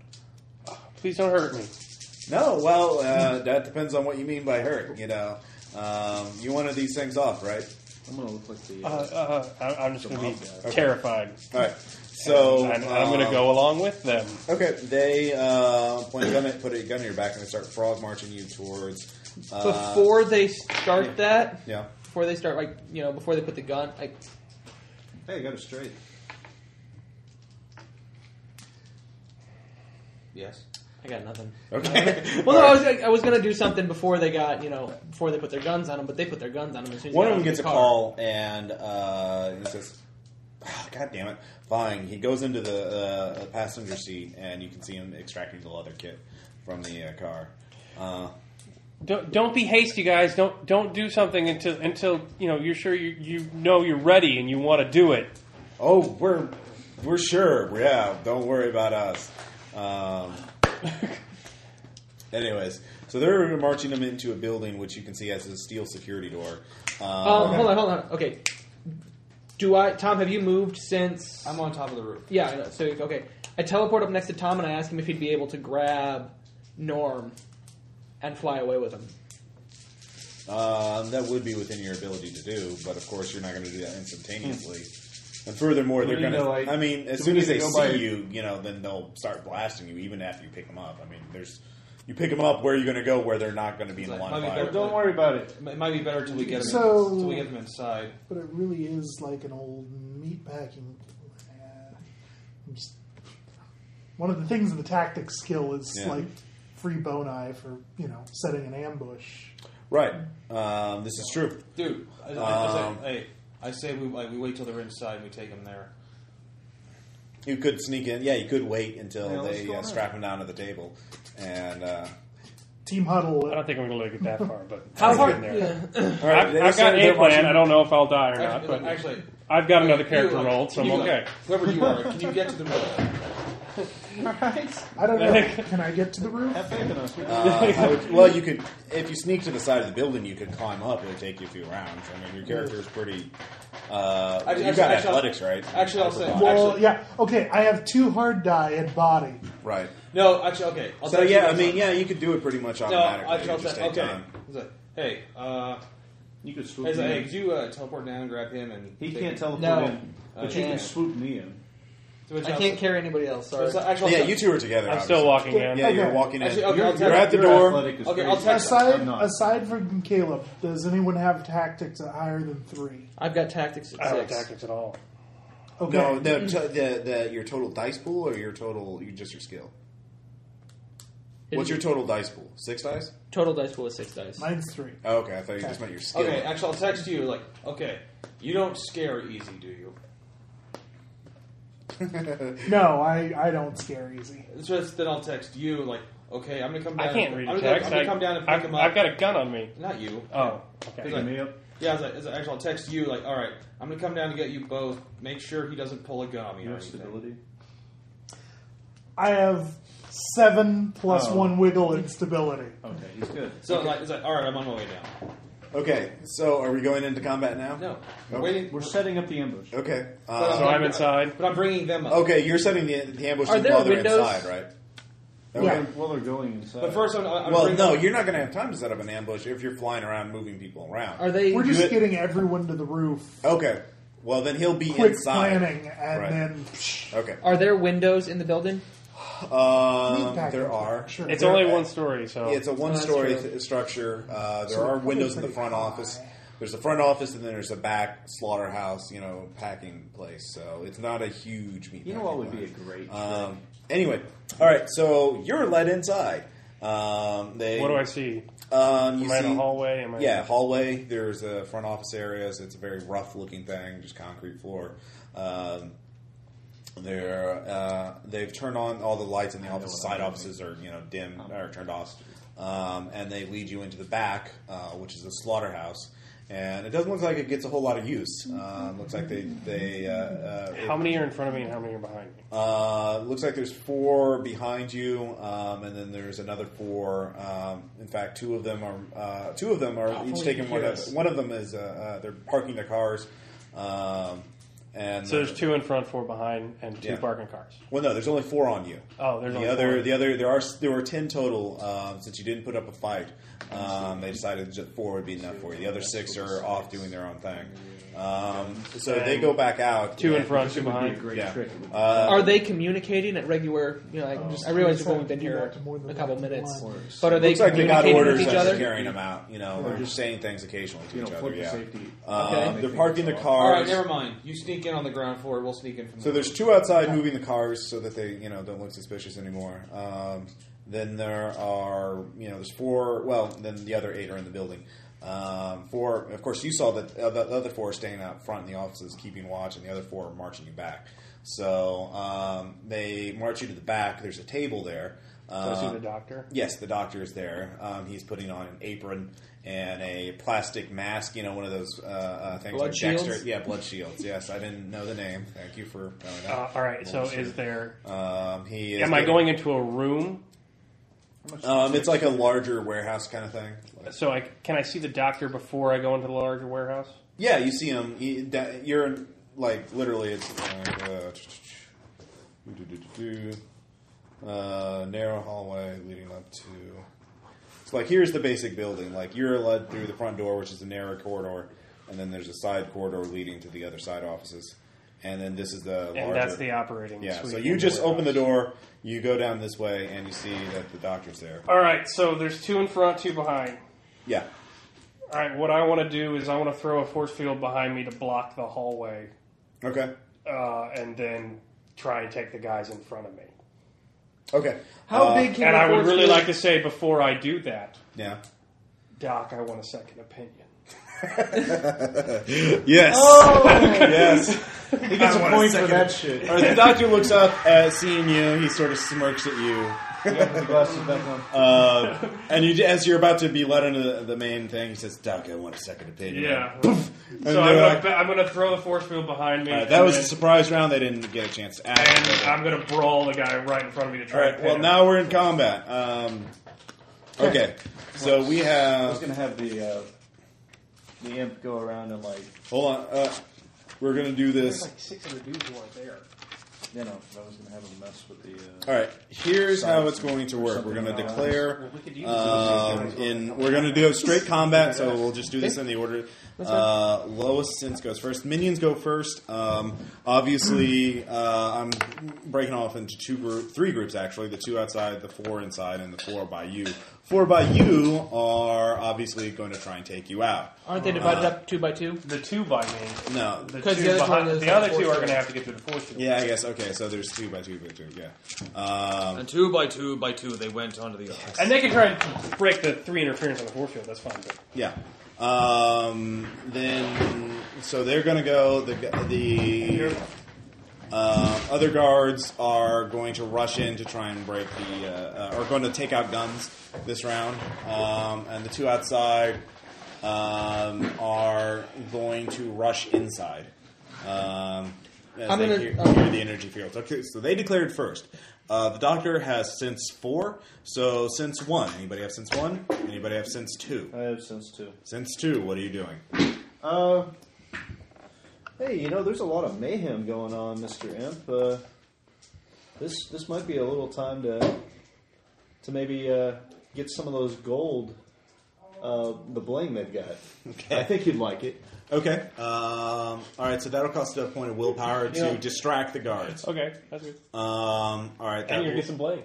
[SPEAKER 6] Please don't hurt me.
[SPEAKER 1] No, well, uh, that depends on what you mean by hurt. You know, um, you wanted these things off, right?
[SPEAKER 8] I'm gonna look like the.
[SPEAKER 6] Uh, uh, I- I'm just going to be
[SPEAKER 1] Okay.
[SPEAKER 6] terrified.
[SPEAKER 1] All right, so
[SPEAKER 6] And I'm, I'm going to
[SPEAKER 1] um,
[SPEAKER 6] go along with them.
[SPEAKER 1] Okay, they uh, point a gun at, put a gun in your back and they start frog marching you towards. Uh,
[SPEAKER 5] Before they start that,
[SPEAKER 1] yeah,
[SPEAKER 5] before they start like you know, before they put the gun, like
[SPEAKER 8] Hey, I got it straight.
[SPEAKER 4] Yes.
[SPEAKER 5] I got nothing.
[SPEAKER 1] okay.
[SPEAKER 5] Well, no, I was gonna, I was gonna do something before they got you know before they put their guns on them, but they put their guns on them as soon as
[SPEAKER 1] One
[SPEAKER 5] they
[SPEAKER 1] of them
[SPEAKER 5] got out
[SPEAKER 1] gets a
[SPEAKER 5] the car.
[SPEAKER 1] call and uh, he says, "Ah, "God damn it, fine." He goes into the uh, passenger seat and you can see him extracting the leather kit from the uh, car. Uh,
[SPEAKER 6] Don't, don't be hasty, guys. Don't don't do something until until you know you're sure you, you know you're ready and you want to do it.
[SPEAKER 1] oh, we're we're sure. Yeah, don't worry about us. Um, anyways, so they're marching him into a building which you can see has a steel security door.
[SPEAKER 5] Um, Hold on, hold on. Okay. Do I, Tom? Have you moved since?
[SPEAKER 4] I'm on top of the roof.
[SPEAKER 5] Yeah. I know. So okay, I teleport up next to Tom and I ask him if he'd be able to grab Norm and fly away with him.
[SPEAKER 1] Um, that would be within your ability to do, but of course you're not going to do that instantaneously. And furthermore, they're
[SPEAKER 8] we
[SPEAKER 1] going
[SPEAKER 8] need
[SPEAKER 1] to.
[SPEAKER 8] to, like-
[SPEAKER 1] I mean,
[SPEAKER 8] do
[SPEAKER 1] as
[SPEAKER 8] we
[SPEAKER 1] soon
[SPEAKER 8] need
[SPEAKER 1] as
[SPEAKER 8] to
[SPEAKER 1] they
[SPEAKER 8] go
[SPEAKER 1] see
[SPEAKER 8] by-
[SPEAKER 1] you, you know, then they'll start blasting you, even after you pick them up. I mean, there's you pick them up. Where are you going to go? Where they're not going to be in the
[SPEAKER 4] Like,
[SPEAKER 1] line of
[SPEAKER 4] might be
[SPEAKER 1] fire?
[SPEAKER 4] better-
[SPEAKER 8] Don't worry about it.
[SPEAKER 4] It might be better till we get them.
[SPEAKER 3] So-
[SPEAKER 4] till we get them inside.
[SPEAKER 3] But it really is like an old meat packing. Uh, I'm just, one of the things in the tactics skill is
[SPEAKER 1] Yeah.
[SPEAKER 3] like free bone eye for you know setting an ambush.
[SPEAKER 1] Right. Um, this is true.
[SPEAKER 4] Dude, I, I, I,
[SPEAKER 1] Um,
[SPEAKER 4] say, hey, I say we like, we wait till they're inside and we take them there.
[SPEAKER 1] You could sneak in. Yeah, you could wait until
[SPEAKER 8] Yeah, what's
[SPEAKER 1] they
[SPEAKER 8] going
[SPEAKER 1] uh,
[SPEAKER 8] on?
[SPEAKER 1] strap him down to the table, and uh,
[SPEAKER 3] Team
[SPEAKER 6] I
[SPEAKER 3] huddle.
[SPEAKER 6] don't think I'm going to look at that far, but
[SPEAKER 5] How
[SPEAKER 6] I'm
[SPEAKER 5] hard?
[SPEAKER 6] getting there.
[SPEAKER 5] Yeah.
[SPEAKER 1] All right,
[SPEAKER 6] I've,
[SPEAKER 1] they
[SPEAKER 6] I've got
[SPEAKER 1] decided
[SPEAKER 6] a
[SPEAKER 1] they're
[SPEAKER 6] plan.
[SPEAKER 1] marching-
[SPEAKER 6] I don't know if I'll die or not,
[SPEAKER 4] Actually,
[SPEAKER 6] but
[SPEAKER 4] actually
[SPEAKER 6] I've got another character
[SPEAKER 4] you, like,
[SPEAKER 6] rolled, so I'm
[SPEAKER 4] you, like,
[SPEAKER 6] okay.
[SPEAKER 4] whoever you are, can you get to the roof?
[SPEAKER 3] I don't know. Can I get to the roof?
[SPEAKER 8] Have faith in us. We can-
[SPEAKER 1] Uh, I would- well, you could if you sneak to the side of the building, you could climb up. It would take you a few rounds. I mean, your character is pretty. Uh,
[SPEAKER 4] Actually-
[SPEAKER 1] you got
[SPEAKER 4] actually-
[SPEAKER 1] athletics, right?
[SPEAKER 4] actually, I'll say-
[SPEAKER 1] Upper
[SPEAKER 3] Well,
[SPEAKER 4] Actually-
[SPEAKER 3] yeah. Okay, I have two hard die and body.
[SPEAKER 1] body. right.
[SPEAKER 4] No, actually, okay. I'll
[SPEAKER 1] So
[SPEAKER 4] text you
[SPEAKER 1] yeah, I
[SPEAKER 4] guys
[SPEAKER 1] mean,
[SPEAKER 4] on-
[SPEAKER 1] yeah, you could do it pretty much
[SPEAKER 4] No,
[SPEAKER 1] automatically.
[SPEAKER 4] I'll, I'll
[SPEAKER 1] It just
[SPEAKER 4] say,
[SPEAKER 1] take
[SPEAKER 4] okay.
[SPEAKER 1] time.
[SPEAKER 4] It's like, hey, uh,
[SPEAKER 8] you could swoop
[SPEAKER 4] it's
[SPEAKER 8] me
[SPEAKER 4] like, hey,
[SPEAKER 8] in.
[SPEAKER 4] could you uh, teleport down and grab him? And
[SPEAKER 8] He
[SPEAKER 4] take
[SPEAKER 8] can't
[SPEAKER 4] him?
[SPEAKER 8] teleport
[SPEAKER 5] No.
[SPEAKER 8] in, but
[SPEAKER 4] I
[SPEAKER 8] you can
[SPEAKER 5] can't.
[SPEAKER 8] swoop me in.
[SPEAKER 4] So it's
[SPEAKER 5] I
[SPEAKER 4] not-
[SPEAKER 5] can't carry anybody else.
[SPEAKER 4] so
[SPEAKER 5] Sorry.
[SPEAKER 4] it's like- actually,
[SPEAKER 1] yeah,
[SPEAKER 4] I'll-
[SPEAKER 1] you two are together.
[SPEAKER 6] I'm still
[SPEAKER 1] obviously.
[SPEAKER 6] walking in.
[SPEAKER 1] Yeah, you're
[SPEAKER 3] Okay.
[SPEAKER 1] walking in.
[SPEAKER 4] Actually, okay,
[SPEAKER 1] you're,
[SPEAKER 4] I'll
[SPEAKER 1] you're
[SPEAKER 4] text-
[SPEAKER 1] at the
[SPEAKER 8] Your
[SPEAKER 1] door.
[SPEAKER 8] athletic is
[SPEAKER 4] Okay,
[SPEAKER 8] crazy.
[SPEAKER 4] I'll text-
[SPEAKER 8] I'm
[SPEAKER 3] Aside,
[SPEAKER 8] not.
[SPEAKER 3] aside from Caleb, does anyone have tactics at higher than three?
[SPEAKER 5] I've got tactics at
[SPEAKER 6] I don't have
[SPEAKER 5] six.
[SPEAKER 6] tactics at all.
[SPEAKER 3] Okay.
[SPEAKER 1] No, no, t- the, the your total dice pool or your total, you just your skill. What's your total dice pool? Six dice?
[SPEAKER 5] total dice pool is six dice?
[SPEAKER 3] Mine's three.
[SPEAKER 1] Oh, okay, I thought you just meant your skill.
[SPEAKER 4] Okay, actually, I'll text you. Like, okay, you don't scare easy, do you?
[SPEAKER 3] No, I, I don't scare easy.
[SPEAKER 4] So it's- then I'll text you. Like, okay, I'm gonna come down.
[SPEAKER 6] I can't
[SPEAKER 4] and-
[SPEAKER 6] read
[SPEAKER 4] I'm
[SPEAKER 6] a
[SPEAKER 4] gonna-
[SPEAKER 6] text.
[SPEAKER 4] I'm gonna
[SPEAKER 6] I,
[SPEAKER 4] come down and pick
[SPEAKER 6] I've,
[SPEAKER 4] him up.
[SPEAKER 6] I've got a gun on me.
[SPEAKER 4] Not you.
[SPEAKER 6] Oh,
[SPEAKER 8] Pick
[SPEAKER 6] okay.
[SPEAKER 8] me up.
[SPEAKER 4] Yeah, as I, as I, actually, I'll text you. Like, all right, I'm gonna come down to get you both. Make sure he doesn't pull a gun on me or
[SPEAKER 8] Your
[SPEAKER 4] anything.
[SPEAKER 8] stability.
[SPEAKER 3] I have seven plus
[SPEAKER 8] Oh.
[SPEAKER 3] one wiggle and stability.
[SPEAKER 8] Okay, he's good.
[SPEAKER 4] So like, it's like, all right, I'm on my way now.
[SPEAKER 1] Okay, so are we going into combat now?
[SPEAKER 4] No,
[SPEAKER 1] Oh.
[SPEAKER 4] we're waiting.
[SPEAKER 8] We're setting up the ambush.
[SPEAKER 1] Okay.
[SPEAKER 4] but um,
[SPEAKER 1] Uh,
[SPEAKER 6] So I'm inside.
[SPEAKER 4] But I'm bringing them up.
[SPEAKER 1] okay, you're setting the, the ambush
[SPEAKER 5] Are
[SPEAKER 1] while
[SPEAKER 5] there
[SPEAKER 1] they're
[SPEAKER 5] windows?
[SPEAKER 1] inside, right? Okay.
[SPEAKER 3] Yeah.
[SPEAKER 8] Well, they're going inside.
[SPEAKER 4] But first, I'm, I'm
[SPEAKER 1] Well,
[SPEAKER 4] bringing
[SPEAKER 1] no, you're not going to have time to set up an ambush if you're flying around moving people around.
[SPEAKER 5] Are they?
[SPEAKER 3] We're just
[SPEAKER 1] it-
[SPEAKER 3] getting everyone to the roof.
[SPEAKER 1] Okay. Well, then he'll be
[SPEAKER 3] Quick
[SPEAKER 1] inside.
[SPEAKER 3] planning, and
[SPEAKER 1] Right.
[SPEAKER 3] then
[SPEAKER 1] Okay.
[SPEAKER 5] Are there windows in the building?
[SPEAKER 1] Um,
[SPEAKER 3] Meat packing.
[SPEAKER 1] there are.
[SPEAKER 3] Sure.
[SPEAKER 6] It's
[SPEAKER 1] There
[SPEAKER 6] only
[SPEAKER 1] are-
[SPEAKER 6] one story, so
[SPEAKER 1] It's a
[SPEAKER 5] that's
[SPEAKER 1] one-story
[SPEAKER 5] true.
[SPEAKER 1] th- structure. Uh, there
[SPEAKER 3] So
[SPEAKER 1] are
[SPEAKER 3] probably
[SPEAKER 1] windows in the
[SPEAKER 3] pretty
[SPEAKER 1] front
[SPEAKER 3] high.
[SPEAKER 1] office. There's the front office, and then there's a back slaughterhouse, you know, packing place. So it's not a huge meat.
[SPEAKER 8] You know what would
[SPEAKER 1] packing
[SPEAKER 8] be a
[SPEAKER 1] plant.
[SPEAKER 8] great
[SPEAKER 1] Um, anyway, all right. So you're led inside. Um, they.
[SPEAKER 6] what do I see?
[SPEAKER 1] Um, you
[SPEAKER 6] Am I in
[SPEAKER 1] see-
[SPEAKER 6] a hallway? Am I
[SPEAKER 1] yeah, hallway. There's a front office area. So it's a very rough looking thing, just concrete floor. Um, they're uh, they've turned on all the lights in the office. Side offices are you know dim or turned off, um, and they lead you into the back, uh, which is a slaughterhouse. and it doesn't look like it gets a whole lot of use. Um, looks like they they uh, uh,
[SPEAKER 6] How many are in front of me and how many are behind me?
[SPEAKER 1] uh, looks like there's four behind you, um, and then there's another four. Um, in fact, two of them are uh, two of them are each
[SPEAKER 6] you
[SPEAKER 1] taking
[SPEAKER 6] can
[SPEAKER 1] one.
[SPEAKER 6] hear
[SPEAKER 1] Of,
[SPEAKER 6] us.
[SPEAKER 1] one of them is uh, uh, they're parking their cars, um, and
[SPEAKER 6] So there's two in front, four behind, and two
[SPEAKER 1] Yeah.
[SPEAKER 6] parking cars.
[SPEAKER 1] Well, no, there's only four on you.
[SPEAKER 6] Oh, there's
[SPEAKER 1] the
[SPEAKER 6] only
[SPEAKER 1] other.
[SPEAKER 6] four.
[SPEAKER 1] The other. There are. There were ten total. Um, since you didn't put up a fight, um, they decided that four would be enough for you. The other six are off doing their own thing. Um, so they go back out.
[SPEAKER 6] Two in
[SPEAKER 1] and-
[SPEAKER 6] front, two behind.
[SPEAKER 1] Yeah. Uh,
[SPEAKER 5] Are they communicating at regular? You know, I, just, I realize we've only been here
[SPEAKER 3] More than
[SPEAKER 5] a couple
[SPEAKER 3] that.
[SPEAKER 5] minutes, but are they
[SPEAKER 1] Looks like they got
[SPEAKER 5] communicating
[SPEAKER 1] orders
[SPEAKER 5] with each
[SPEAKER 1] like
[SPEAKER 5] other?
[SPEAKER 1] they're carrying them out. You know, they're just saying things occasionally to
[SPEAKER 8] You know,
[SPEAKER 1] each other.
[SPEAKER 8] flip the
[SPEAKER 1] Yeah.
[SPEAKER 8] safety.
[SPEAKER 1] Um,
[SPEAKER 5] Okay.
[SPEAKER 1] They're parking the
[SPEAKER 4] All
[SPEAKER 1] cars.
[SPEAKER 4] right, never mind. You sneak in on the ground floor. We'll sneak in from.
[SPEAKER 1] So
[SPEAKER 4] there.
[SPEAKER 1] there's two outside moving the cars so that they, you know, don't look suspicious anymore. Um, then there are, you know, there's four. Well, then the other eight are in the building. Um, four, of course, you saw that uh, the other four are staying out front in the offices, keeping watch, and the other four are marching you back. So um, they march you to the back. There's a table there.
[SPEAKER 6] So I see
[SPEAKER 1] Uh,
[SPEAKER 6] the doctor.
[SPEAKER 1] Yes, the doctor is there. Um, he's putting on an apron and a plastic mask. You know, one of those uh, uh, things.
[SPEAKER 5] Blood
[SPEAKER 1] like Dexter-
[SPEAKER 5] shields?
[SPEAKER 1] Yeah, blood shields. Yes, I didn't know the name. Thank you for. knowing that.
[SPEAKER 6] Uh, all right. So
[SPEAKER 1] Bullshit.
[SPEAKER 6] is there?
[SPEAKER 1] Um, he is
[SPEAKER 6] Am I going into a room?
[SPEAKER 1] Um, it's like a larger warehouse kind of thing.
[SPEAKER 6] So I can I see the doctor before I go into the larger warehouse?
[SPEAKER 1] Yeah, you see him. He, that, you're in, like literally. It's like, uh, uh, narrow hallway leading up to. It's like here's the basic building. Like you're led through the front door, which is a narrow corridor, and then there's a side corridor leading to the other side offices, and then this is the
[SPEAKER 6] And
[SPEAKER 1] larger,
[SPEAKER 6] that's the operating.
[SPEAKER 1] yeah.
[SPEAKER 6] suite
[SPEAKER 1] So you
[SPEAKER 6] in
[SPEAKER 1] just open the
[SPEAKER 6] warehouse.
[SPEAKER 1] door, you go down this way, and you see that the doctor's there.
[SPEAKER 6] All right. So there's two in front, two behind.
[SPEAKER 1] Yeah.
[SPEAKER 6] All right. What I want to do is I want to throw a force field behind me to block the hallway,
[SPEAKER 1] Okay.
[SPEAKER 6] uh, and then try and take the guys in front of me.
[SPEAKER 1] Okay.
[SPEAKER 14] How
[SPEAKER 1] Uh,
[SPEAKER 14] big can
[SPEAKER 6] and
[SPEAKER 14] the
[SPEAKER 6] I would
[SPEAKER 14] force
[SPEAKER 6] really
[SPEAKER 14] field-
[SPEAKER 6] like to say before I do that,
[SPEAKER 1] Yeah.
[SPEAKER 6] Doc, I want a second opinion.
[SPEAKER 15] Yes.
[SPEAKER 1] Yes. He gets a point for that shit. Or the doctor looks up at seeing you. He sort of smirks at you. Uh, and you, as you're about to be led into the, the main thing, he says, "Doc, I want a second opinion."
[SPEAKER 6] Yeah.
[SPEAKER 1] And
[SPEAKER 6] So I'm
[SPEAKER 1] they're
[SPEAKER 6] gonna,
[SPEAKER 1] like,
[SPEAKER 6] I'm gonna throw the force field behind me.
[SPEAKER 1] "All right,
[SPEAKER 6] and
[SPEAKER 1] that was a
[SPEAKER 6] then-
[SPEAKER 1] surprise round. They didn't get a chance to act.
[SPEAKER 6] and I'm gonna brawl the guy right in front of me to
[SPEAKER 1] All
[SPEAKER 6] try.
[SPEAKER 1] right.
[SPEAKER 6] and
[SPEAKER 1] Well,
[SPEAKER 6] pin him.
[SPEAKER 1] now we're in combat. Um, okay. So we
[SPEAKER 8] I was
[SPEAKER 1] have.
[SPEAKER 8] gonna have the uh, the imp go around and like
[SPEAKER 1] Hold on. Uh, we're gonna do this.
[SPEAKER 6] like six other dudes who aren't there.
[SPEAKER 8] you know I was gonna have him mess with the. Uh,
[SPEAKER 1] All right, here's how it's going to work. We're going to declare um, in. We're going to do straight combat, so we'll just do this in the order. Uh, lowest sense goes first. Minions go first. Um, obviously, uh, I'm breaking off into two group, three groups actually. The two outside, the four inside, and the four by you. Four by you are obviously going to try and take you out.
[SPEAKER 5] Aren't they divided up two by two?
[SPEAKER 6] The two by me.
[SPEAKER 1] No,
[SPEAKER 6] The two
[SPEAKER 5] 'Cause the other
[SPEAKER 6] behind,
[SPEAKER 5] one is
[SPEAKER 6] the
[SPEAKER 5] the
[SPEAKER 6] other
[SPEAKER 5] force
[SPEAKER 6] two are
[SPEAKER 5] field.
[SPEAKER 6] going to have to get through the force field.
[SPEAKER 1] yeah, I guess okay. So there's two by two by two. Yeah. Um,
[SPEAKER 16] And two by two by two, they went onto the office.
[SPEAKER 6] And they can try and break the three interference on the force field. That's fine. But
[SPEAKER 1] Yeah. Um, then, so they're going to go. The the uh, other guards are going to rush in to try and break the. Uh, uh, are going to take out guns this round, um, and the two outside um, are going to rush inside. Um, as
[SPEAKER 5] I'm
[SPEAKER 1] they
[SPEAKER 5] gonna-
[SPEAKER 1] hear,
[SPEAKER 5] okay.
[SPEAKER 1] hear the energy fields. Okay, so they declared first. Uh, the doctor has since four, so since one. Anybody have since one? Anybody have since two?
[SPEAKER 8] I have sense too.
[SPEAKER 1] Since two, what are you doing?
[SPEAKER 8] Uh, hey, you know, there's a lot of mayhem going on, Mister Imp. Uh, this this might be a little time to to maybe uh, get some of those gold, uh, the bling they've got. I think you'd like it.
[SPEAKER 1] Okay. Um, all right, so that'll cost a point of willpower to distract the guards. Um,
[SPEAKER 6] okay, that's good.
[SPEAKER 1] all right. That
[SPEAKER 6] And you
[SPEAKER 1] will-
[SPEAKER 6] get some blame.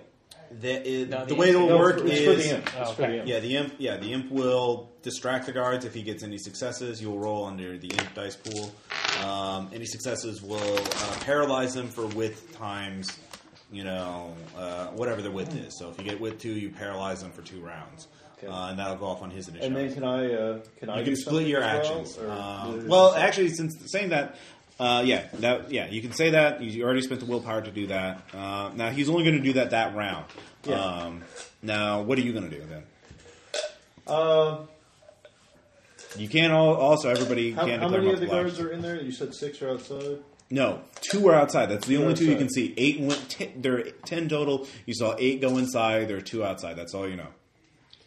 [SPEAKER 1] that is-
[SPEAKER 5] No,
[SPEAKER 1] the,
[SPEAKER 5] the
[SPEAKER 1] way it'll
[SPEAKER 8] No,
[SPEAKER 1] work
[SPEAKER 8] it's
[SPEAKER 1] is
[SPEAKER 8] for the imp. It's
[SPEAKER 6] Oh,
[SPEAKER 8] for the
[SPEAKER 6] okay.
[SPEAKER 8] imp.
[SPEAKER 1] yeah, the imp. Yeah, the imp will distract the guards. If he gets any successes, you'll roll under the imp dice pool. Um, any successes will uh, paralyze them for width times, you know, uh, whatever the width is. So if you get width two, you paralyze them for two rounds,
[SPEAKER 8] Okay.
[SPEAKER 1] uh, and that'll go off on his initiative.
[SPEAKER 8] And then can I? Uh, can I?
[SPEAKER 1] you
[SPEAKER 8] do
[SPEAKER 1] can split
[SPEAKER 8] something
[SPEAKER 1] your
[SPEAKER 8] as
[SPEAKER 1] actions.
[SPEAKER 8] Well,
[SPEAKER 1] Uh,
[SPEAKER 8] or-
[SPEAKER 1] well, actually, since saying that, uh, yeah, that, yeah, you can say that. You you already spent the willpower to do that. Uh, now he's only going to do that that round.
[SPEAKER 8] Yeah.
[SPEAKER 1] Um, now, what are you going to do then?
[SPEAKER 8] Uh,
[SPEAKER 1] You can all, also everybody
[SPEAKER 9] How,
[SPEAKER 1] can
[SPEAKER 9] how
[SPEAKER 1] declare
[SPEAKER 9] many of the
[SPEAKER 1] multiple
[SPEAKER 9] guards
[SPEAKER 1] actions.
[SPEAKER 9] are in there? You said six are outside.
[SPEAKER 1] No, two are outside. That's the
[SPEAKER 9] Two
[SPEAKER 1] only two you
[SPEAKER 9] outside.
[SPEAKER 1] can see. Eight went. T- there are ten total. You saw eight go inside. There are two outside. That's all you know.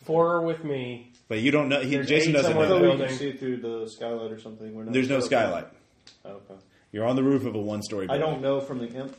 [SPEAKER 6] Four are with me.
[SPEAKER 1] But you don't know. He,
[SPEAKER 6] There's
[SPEAKER 1] Jason
[SPEAKER 6] eight
[SPEAKER 1] doesn't
[SPEAKER 6] somewhere
[SPEAKER 1] know.
[SPEAKER 9] So
[SPEAKER 1] that.
[SPEAKER 9] we
[SPEAKER 6] building.
[SPEAKER 9] can see it through the skylight or something. We're not
[SPEAKER 1] There's no
[SPEAKER 9] sure.
[SPEAKER 1] skylight.
[SPEAKER 9] Oh, okay.
[SPEAKER 1] You're on the roof of a one-story.
[SPEAKER 9] I
[SPEAKER 1] Building.
[SPEAKER 9] don't know from the imp.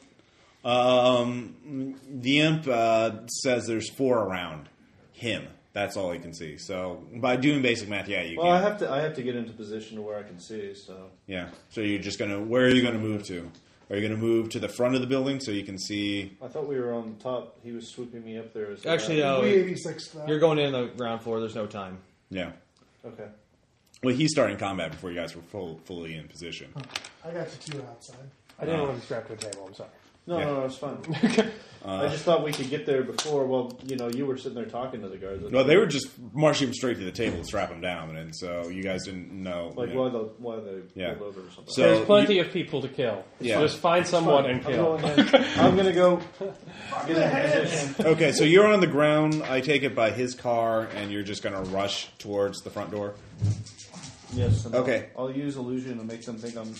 [SPEAKER 1] Um, the imp uh, says there's four around him. That's all he can see. So by doing basic math, yeah, you
[SPEAKER 9] Well,
[SPEAKER 1] can.
[SPEAKER 9] I have to. I have to get into position to where I can see. So
[SPEAKER 1] yeah. So you're just gonna. Where are you gonna move to? Are you gonna move to the front of the building so you can see?
[SPEAKER 9] I thought we were on top. He was swooping me up there. As
[SPEAKER 13] Actually,
[SPEAKER 9] uh,
[SPEAKER 13] uh,
[SPEAKER 3] We 86 though.
[SPEAKER 13] you're going in the ground floor. There's no time.
[SPEAKER 1] Yeah.
[SPEAKER 9] okay.
[SPEAKER 1] Well, he's starting combat before you guys were full, fully in position.
[SPEAKER 3] I got the two outside.
[SPEAKER 6] I
[SPEAKER 1] Uh,
[SPEAKER 6] didn't want to be strapped to a table. I'm sorry.
[SPEAKER 9] No,
[SPEAKER 1] Yeah. Uh,
[SPEAKER 9] no, no, it's fine. I just thought we could get there before. Well, you know, you were sitting there talking to the guards.
[SPEAKER 1] No, they were just marching him straight to the table, strap him down, and so you guys didn't know.
[SPEAKER 9] like
[SPEAKER 1] yeah.
[SPEAKER 9] why the why they
[SPEAKER 1] Yeah.
[SPEAKER 9] pulled over or something.
[SPEAKER 1] So
[SPEAKER 6] There's plenty
[SPEAKER 1] you-
[SPEAKER 6] of people to kill.
[SPEAKER 1] Yeah.
[SPEAKER 6] So just find someone and
[SPEAKER 9] I'm
[SPEAKER 6] kill.
[SPEAKER 9] going, in. I'm going to go get into position.
[SPEAKER 1] okay, so you're on the ground. I take it by his car, and you're just going to rush towards the front door.
[SPEAKER 9] Yes. and
[SPEAKER 1] Okay.
[SPEAKER 9] I'll, I'll use illusion to make them think I'm.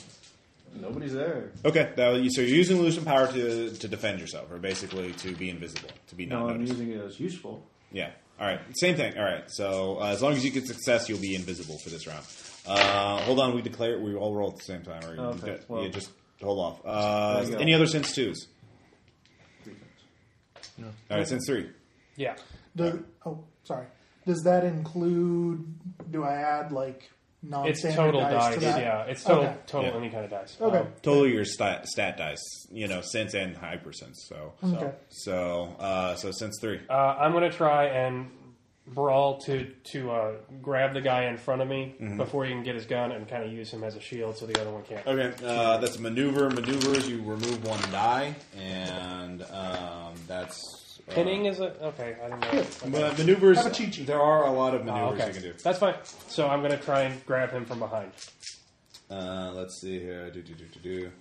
[SPEAKER 9] Nobody's there.
[SPEAKER 1] Okay, that was, so you're using illusion power to to defend yourself, or basically to be invisible, to be not
[SPEAKER 9] No, I'm
[SPEAKER 1] noticed.
[SPEAKER 9] using it as useful.
[SPEAKER 1] Yeah. All right. Same thing. All right. So uh, as long as you get success, you'll be invisible for this round. Uh, hold on. We declare. We all roll at the same time. Or you,
[SPEAKER 9] Okay,
[SPEAKER 1] yeah,
[SPEAKER 9] well.
[SPEAKER 1] yeah, just hold off. Uh,
[SPEAKER 9] There you go.
[SPEAKER 1] any other sense twos? All right. Sense three.
[SPEAKER 6] Yeah.
[SPEAKER 3] Do, oh, sorry. Does that include? Do I add like
[SPEAKER 6] It's
[SPEAKER 3] non-standard
[SPEAKER 6] total
[SPEAKER 3] dice?
[SPEAKER 6] dice.
[SPEAKER 3] to that?
[SPEAKER 6] Yeah. It's total,
[SPEAKER 3] Okay.
[SPEAKER 6] total
[SPEAKER 1] Yeah.
[SPEAKER 6] any kind of dice.
[SPEAKER 3] Okay.
[SPEAKER 6] Um,
[SPEAKER 1] Total your stat, stat dice. You know, sense and hypersense. So.
[SPEAKER 3] Okay.
[SPEAKER 1] So. Uh, so sense three.
[SPEAKER 6] uh, I'm going to try and brawl to to uh, grab the guy in front of me
[SPEAKER 1] Mm-hmm.
[SPEAKER 6] before he can get his gun and kind of use him as a shield so the other one can't.
[SPEAKER 1] Okay, uh, that's a maneuver. Maneuvers, you remove one die, and um, that's. Uh,
[SPEAKER 6] Pinning is it? Okay, I don't know. Okay.
[SPEAKER 1] But maneuvers,
[SPEAKER 3] Have a cheat sheet.
[SPEAKER 1] there are a lot of
[SPEAKER 6] Oh,
[SPEAKER 1] maneuvers
[SPEAKER 6] okay.
[SPEAKER 1] you can do.
[SPEAKER 6] That's fine. So I'm going to try and grab him from behind.
[SPEAKER 1] Uh, let's see here. Do, do, do, do, do.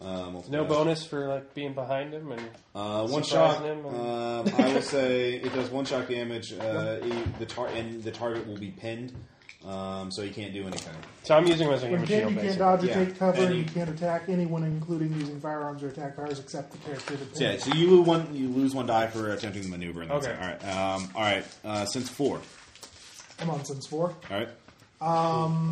[SPEAKER 1] Uh, multiple
[SPEAKER 6] No
[SPEAKER 1] dice.
[SPEAKER 6] bonus for like being behind him and
[SPEAKER 1] Uh, one shot.
[SPEAKER 6] Surprising him
[SPEAKER 1] Um, I will say it does one shot damage. Uh, he- the tar- and the target will be pinned, um, so he can't do anything.
[SPEAKER 6] so I'm using him as a human
[SPEAKER 3] When you
[SPEAKER 6] shield.
[SPEAKER 3] can't, you can't
[SPEAKER 6] basically.
[SPEAKER 3] dodge or
[SPEAKER 1] Yeah.
[SPEAKER 3] take cover,
[SPEAKER 1] And
[SPEAKER 3] and you
[SPEAKER 1] you-
[SPEAKER 3] can't attack anyone, including using firearms or attack cars, except the character that's
[SPEAKER 1] So, yeah, so you lose one. You lose one die for attempting the maneuver. And that's
[SPEAKER 6] Okay.
[SPEAKER 1] It. All right. Um, all right. Uh, since four.
[SPEAKER 3] I'm on since four.
[SPEAKER 1] All right.
[SPEAKER 6] It's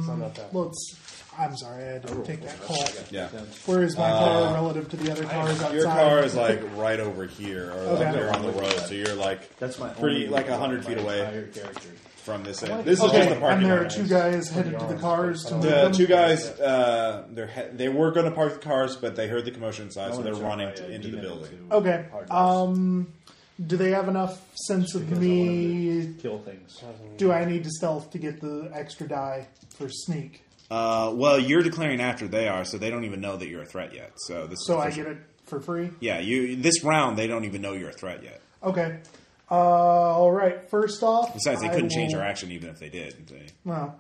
[SPEAKER 6] not that bad.
[SPEAKER 3] Well, it's, I'm sorry, I
[SPEAKER 1] Oh,
[SPEAKER 3] had to take that call.
[SPEAKER 1] Yeah.
[SPEAKER 3] Where is my car relative to the other cars outside?
[SPEAKER 1] Uh, Your car is like right over here, or like
[SPEAKER 3] Okay.
[SPEAKER 1] you're on the road, so you're like
[SPEAKER 9] That's my
[SPEAKER 1] pretty
[SPEAKER 9] only
[SPEAKER 1] like hundred feet
[SPEAKER 9] my
[SPEAKER 1] away
[SPEAKER 9] entire character.
[SPEAKER 1] from this end. This is just
[SPEAKER 3] Okay,
[SPEAKER 1] the parking
[SPEAKER 3] and there are
[SPEAKER 1] lot.
[SPEAKER 3] two guys headed to the cars to move
[SPEAKER 1] The
[SPEAKER 3] them.
[SPEAKER 1] two guys, uh, they're he- they were going to park the cars, but they heard the commotion inside, so
[SPEAKER 9] wanna
[SPEAKER 1] they're
[SPEAKER 9] turn
[SPEAKER 1] running
[SPEAKER 9] my, uh,
[SPEAKER 1] t- into the
[SPEAKER 9] demon
[SPEAKER 1] building.
[SPEAKER 9] into
[SPEAKER 3] Okay.
[SPEAKER 9] hard dice.
[SPEAKER 3] Um, do they have enough sense of
[SPEAKER 9] Because I wanted
[SPEAKER 3] me?
[SPEAKER 9] to kill things.
[SPEAKER 3] Do I need to stealth to get the extra die for sneak?
[SPEAKER 1] Uh, well, you're declaring after they are, so they don't even know that you're a threat yet. So this,
[SPEAKER 3] So I
[SPEAKER 1] this-
[SPEAKER 3] get it for free?
[SPEAKER 1] Yeah, you. This round, they don't even know you're a threat yet.
[SPEAKER 3] Okay. Uh, all right. First off,
[SPEAKER 1] Besides, they
[SPEAKER 3] I
[SPEAKER 1] couldn't change
[SPEAKER 3] will-
[SPEAKER 1] our action even if they did. They-
[SPEAKER 3] Well,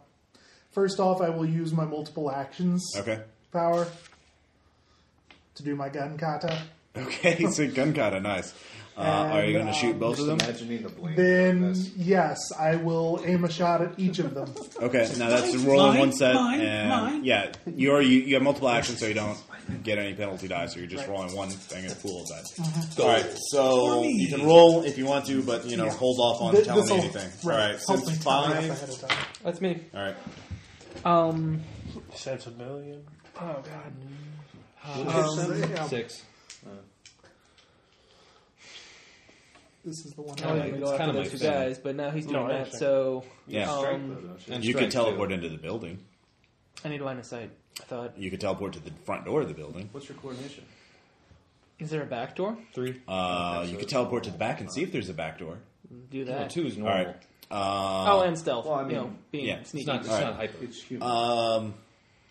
[SPEAKER 3] first off, I will use my multiple actions
[SPEAKER 1] Okay.
[SPEAKER 3] power to do my gun kata.
[SPEAKER 1] Okay, so gun kata, nice. Uh, are you going to
[SPEAKER 3] And, uh,
[SPEAKER 1] shoot both of them?
[SPEAKER 9] Imagining the blame.
[SPEAKER 3] Then yes, I will aim a shot at each of them.
[SPEAKER 1] Okay, now that's the roll in one set, and yeah, you are you, you have multiple actions, so you don't get any penalty dice. So you're just rolling one thing and a pool of that. All right, so you can roll if you want to, but you know,
[SPEAKER 3] Uh-huh. Yeah.
[SPEAKER 1] hold off on
[SPEAKER 3] Th-
[SPEAKER 1] telling me
[SPEAKER 3] this'll-
[SPEAKER 1] anything. All right,
[SPEAKER 3] hopefully
[SPEAKER 1] since
[SPEAKER 3] tell me up
[SPEAKER 1] five.
[SPEAKER 3] ahead of time.
[SPEAKER 5] That's me.
[SPEAKER 1] All right,
[SPEAKER 5] Um,
[SPEAKER 6] Sense a million.
[SPEAKER 5] oh god.
[SPEAKER 4] Um,
[SPEAKER 3] Yeah,
[SPEAKER 13] Six.
[SPEAKER 3] this is the one.
[SPEAKER 5] Now
[SPEAKER 13] Yeah,
[SPEAKER 5] it's
[SPEAKER 13] go
[SPEAKER 5] kind
[SPEAKER 13] after
[SPEAKER 5] of
[SPEAKER 13] those
[SPEAKER 5] those two
[SPEAKER 13] two.
[SPEAKER 5] guys, but now he's doing
[SPEAKER 6] No, I
[SPEAKER 5] that,
[SPEAKER 6] understand.
[SPEAKER 5] so
[SPEAKER 1] Yeah.
[SPEAKER 5] um,
[SPEAKER 13] And
[SPEAKER 1] you
[SPEAKER 13] strike,
[SPEAKER 1] could
[SPEAKER 13] too.
[SPEAKER 1] teleport into the building.
[SPEAKER 5] I need line of sight. I thought,
[SPEAKER 1] You could teleport to the front door of the building.
[SPEAKER 9] What's your coordination?
[SPEAKER 5] is there a back door?
[SPEAKER 13] Three.
[SPEAKER 1] Uh, you could teleport to the back and see if there's a back door.
[SPEAKER 5] Do
[SPEAKER 13] No,
[SPEAKER 5] that.
[SPEAKER 13] two is
[SPEAKER 1] All
[SPEAKER 13] normal.
[SPEAKER 1] right. Uh,
[SPEAKER 5] oh, and stealth.
[SPEAKER 9] well, I mean,
[SPEAKER 5] you know, being
[SPEAKER 1] yeah, it's
[SPEAKER 5] sneaky.
[SPEAKER 13] It's not. It's
[SPEAKER 1] All right.
[SPEAKER 13] not hyper.
[SPEAKER 9] It's human.
[SPEAKER 1] Um,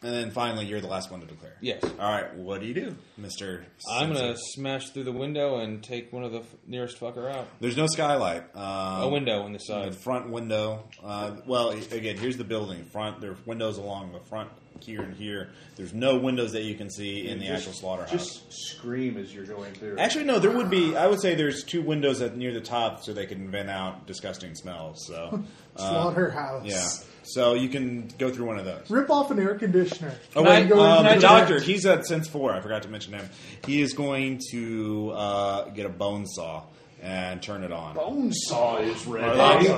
[SPEAKER 1] and then finally, you're the last one to declare.
[SPEAKER 13] Yes.
[SPEAKER 1] All right. What do you do, Mister?
[SPEAKER 13] I'm gonna smash through the window and take one of the f- nearest fucker out.
[SPEAKER 1] There's no skylight. Um,
[SPEAKER 13] A window on the
[SPEAKER 1] The uh,
[SPEAKER 13] side.
[SPEAKER 1] front window. Uh, well, again, here's the building. Front. There are windows along the front here and here. There's no windows that you can see in the
[SPEAKER 8] Just-
[SPEAKER 1] actual slaughterhouse.
[SPEAKER 8] Just scream as you're going through.
[SPEAKER 1] Actually, no. There would be. I would say there's two windows at near the top, so they can vent out disgusting smells. So, uh,
[SPEAKER 3] Slaughterhouse.
[SPEAKER 1] yeah. So you can go through one of those.
[SPEAKER 3] Rip off an air conditioner.
[SPEAKER 1] Oh
[SPEAKER 3] Then
[SPEAKER 1] wait,
[SPEAKER 3] go
[SPEAKER 1] um,
[SPEAKER 3] into
[SPEAKER 1] the
[SPEAKER 3] the-
[SPEAKER 1] doctor. He's at since four. I forgot to mention him. He is going to uh, get a bone saw and turn it on.
[SPEAKER 8] Bone saw is ready.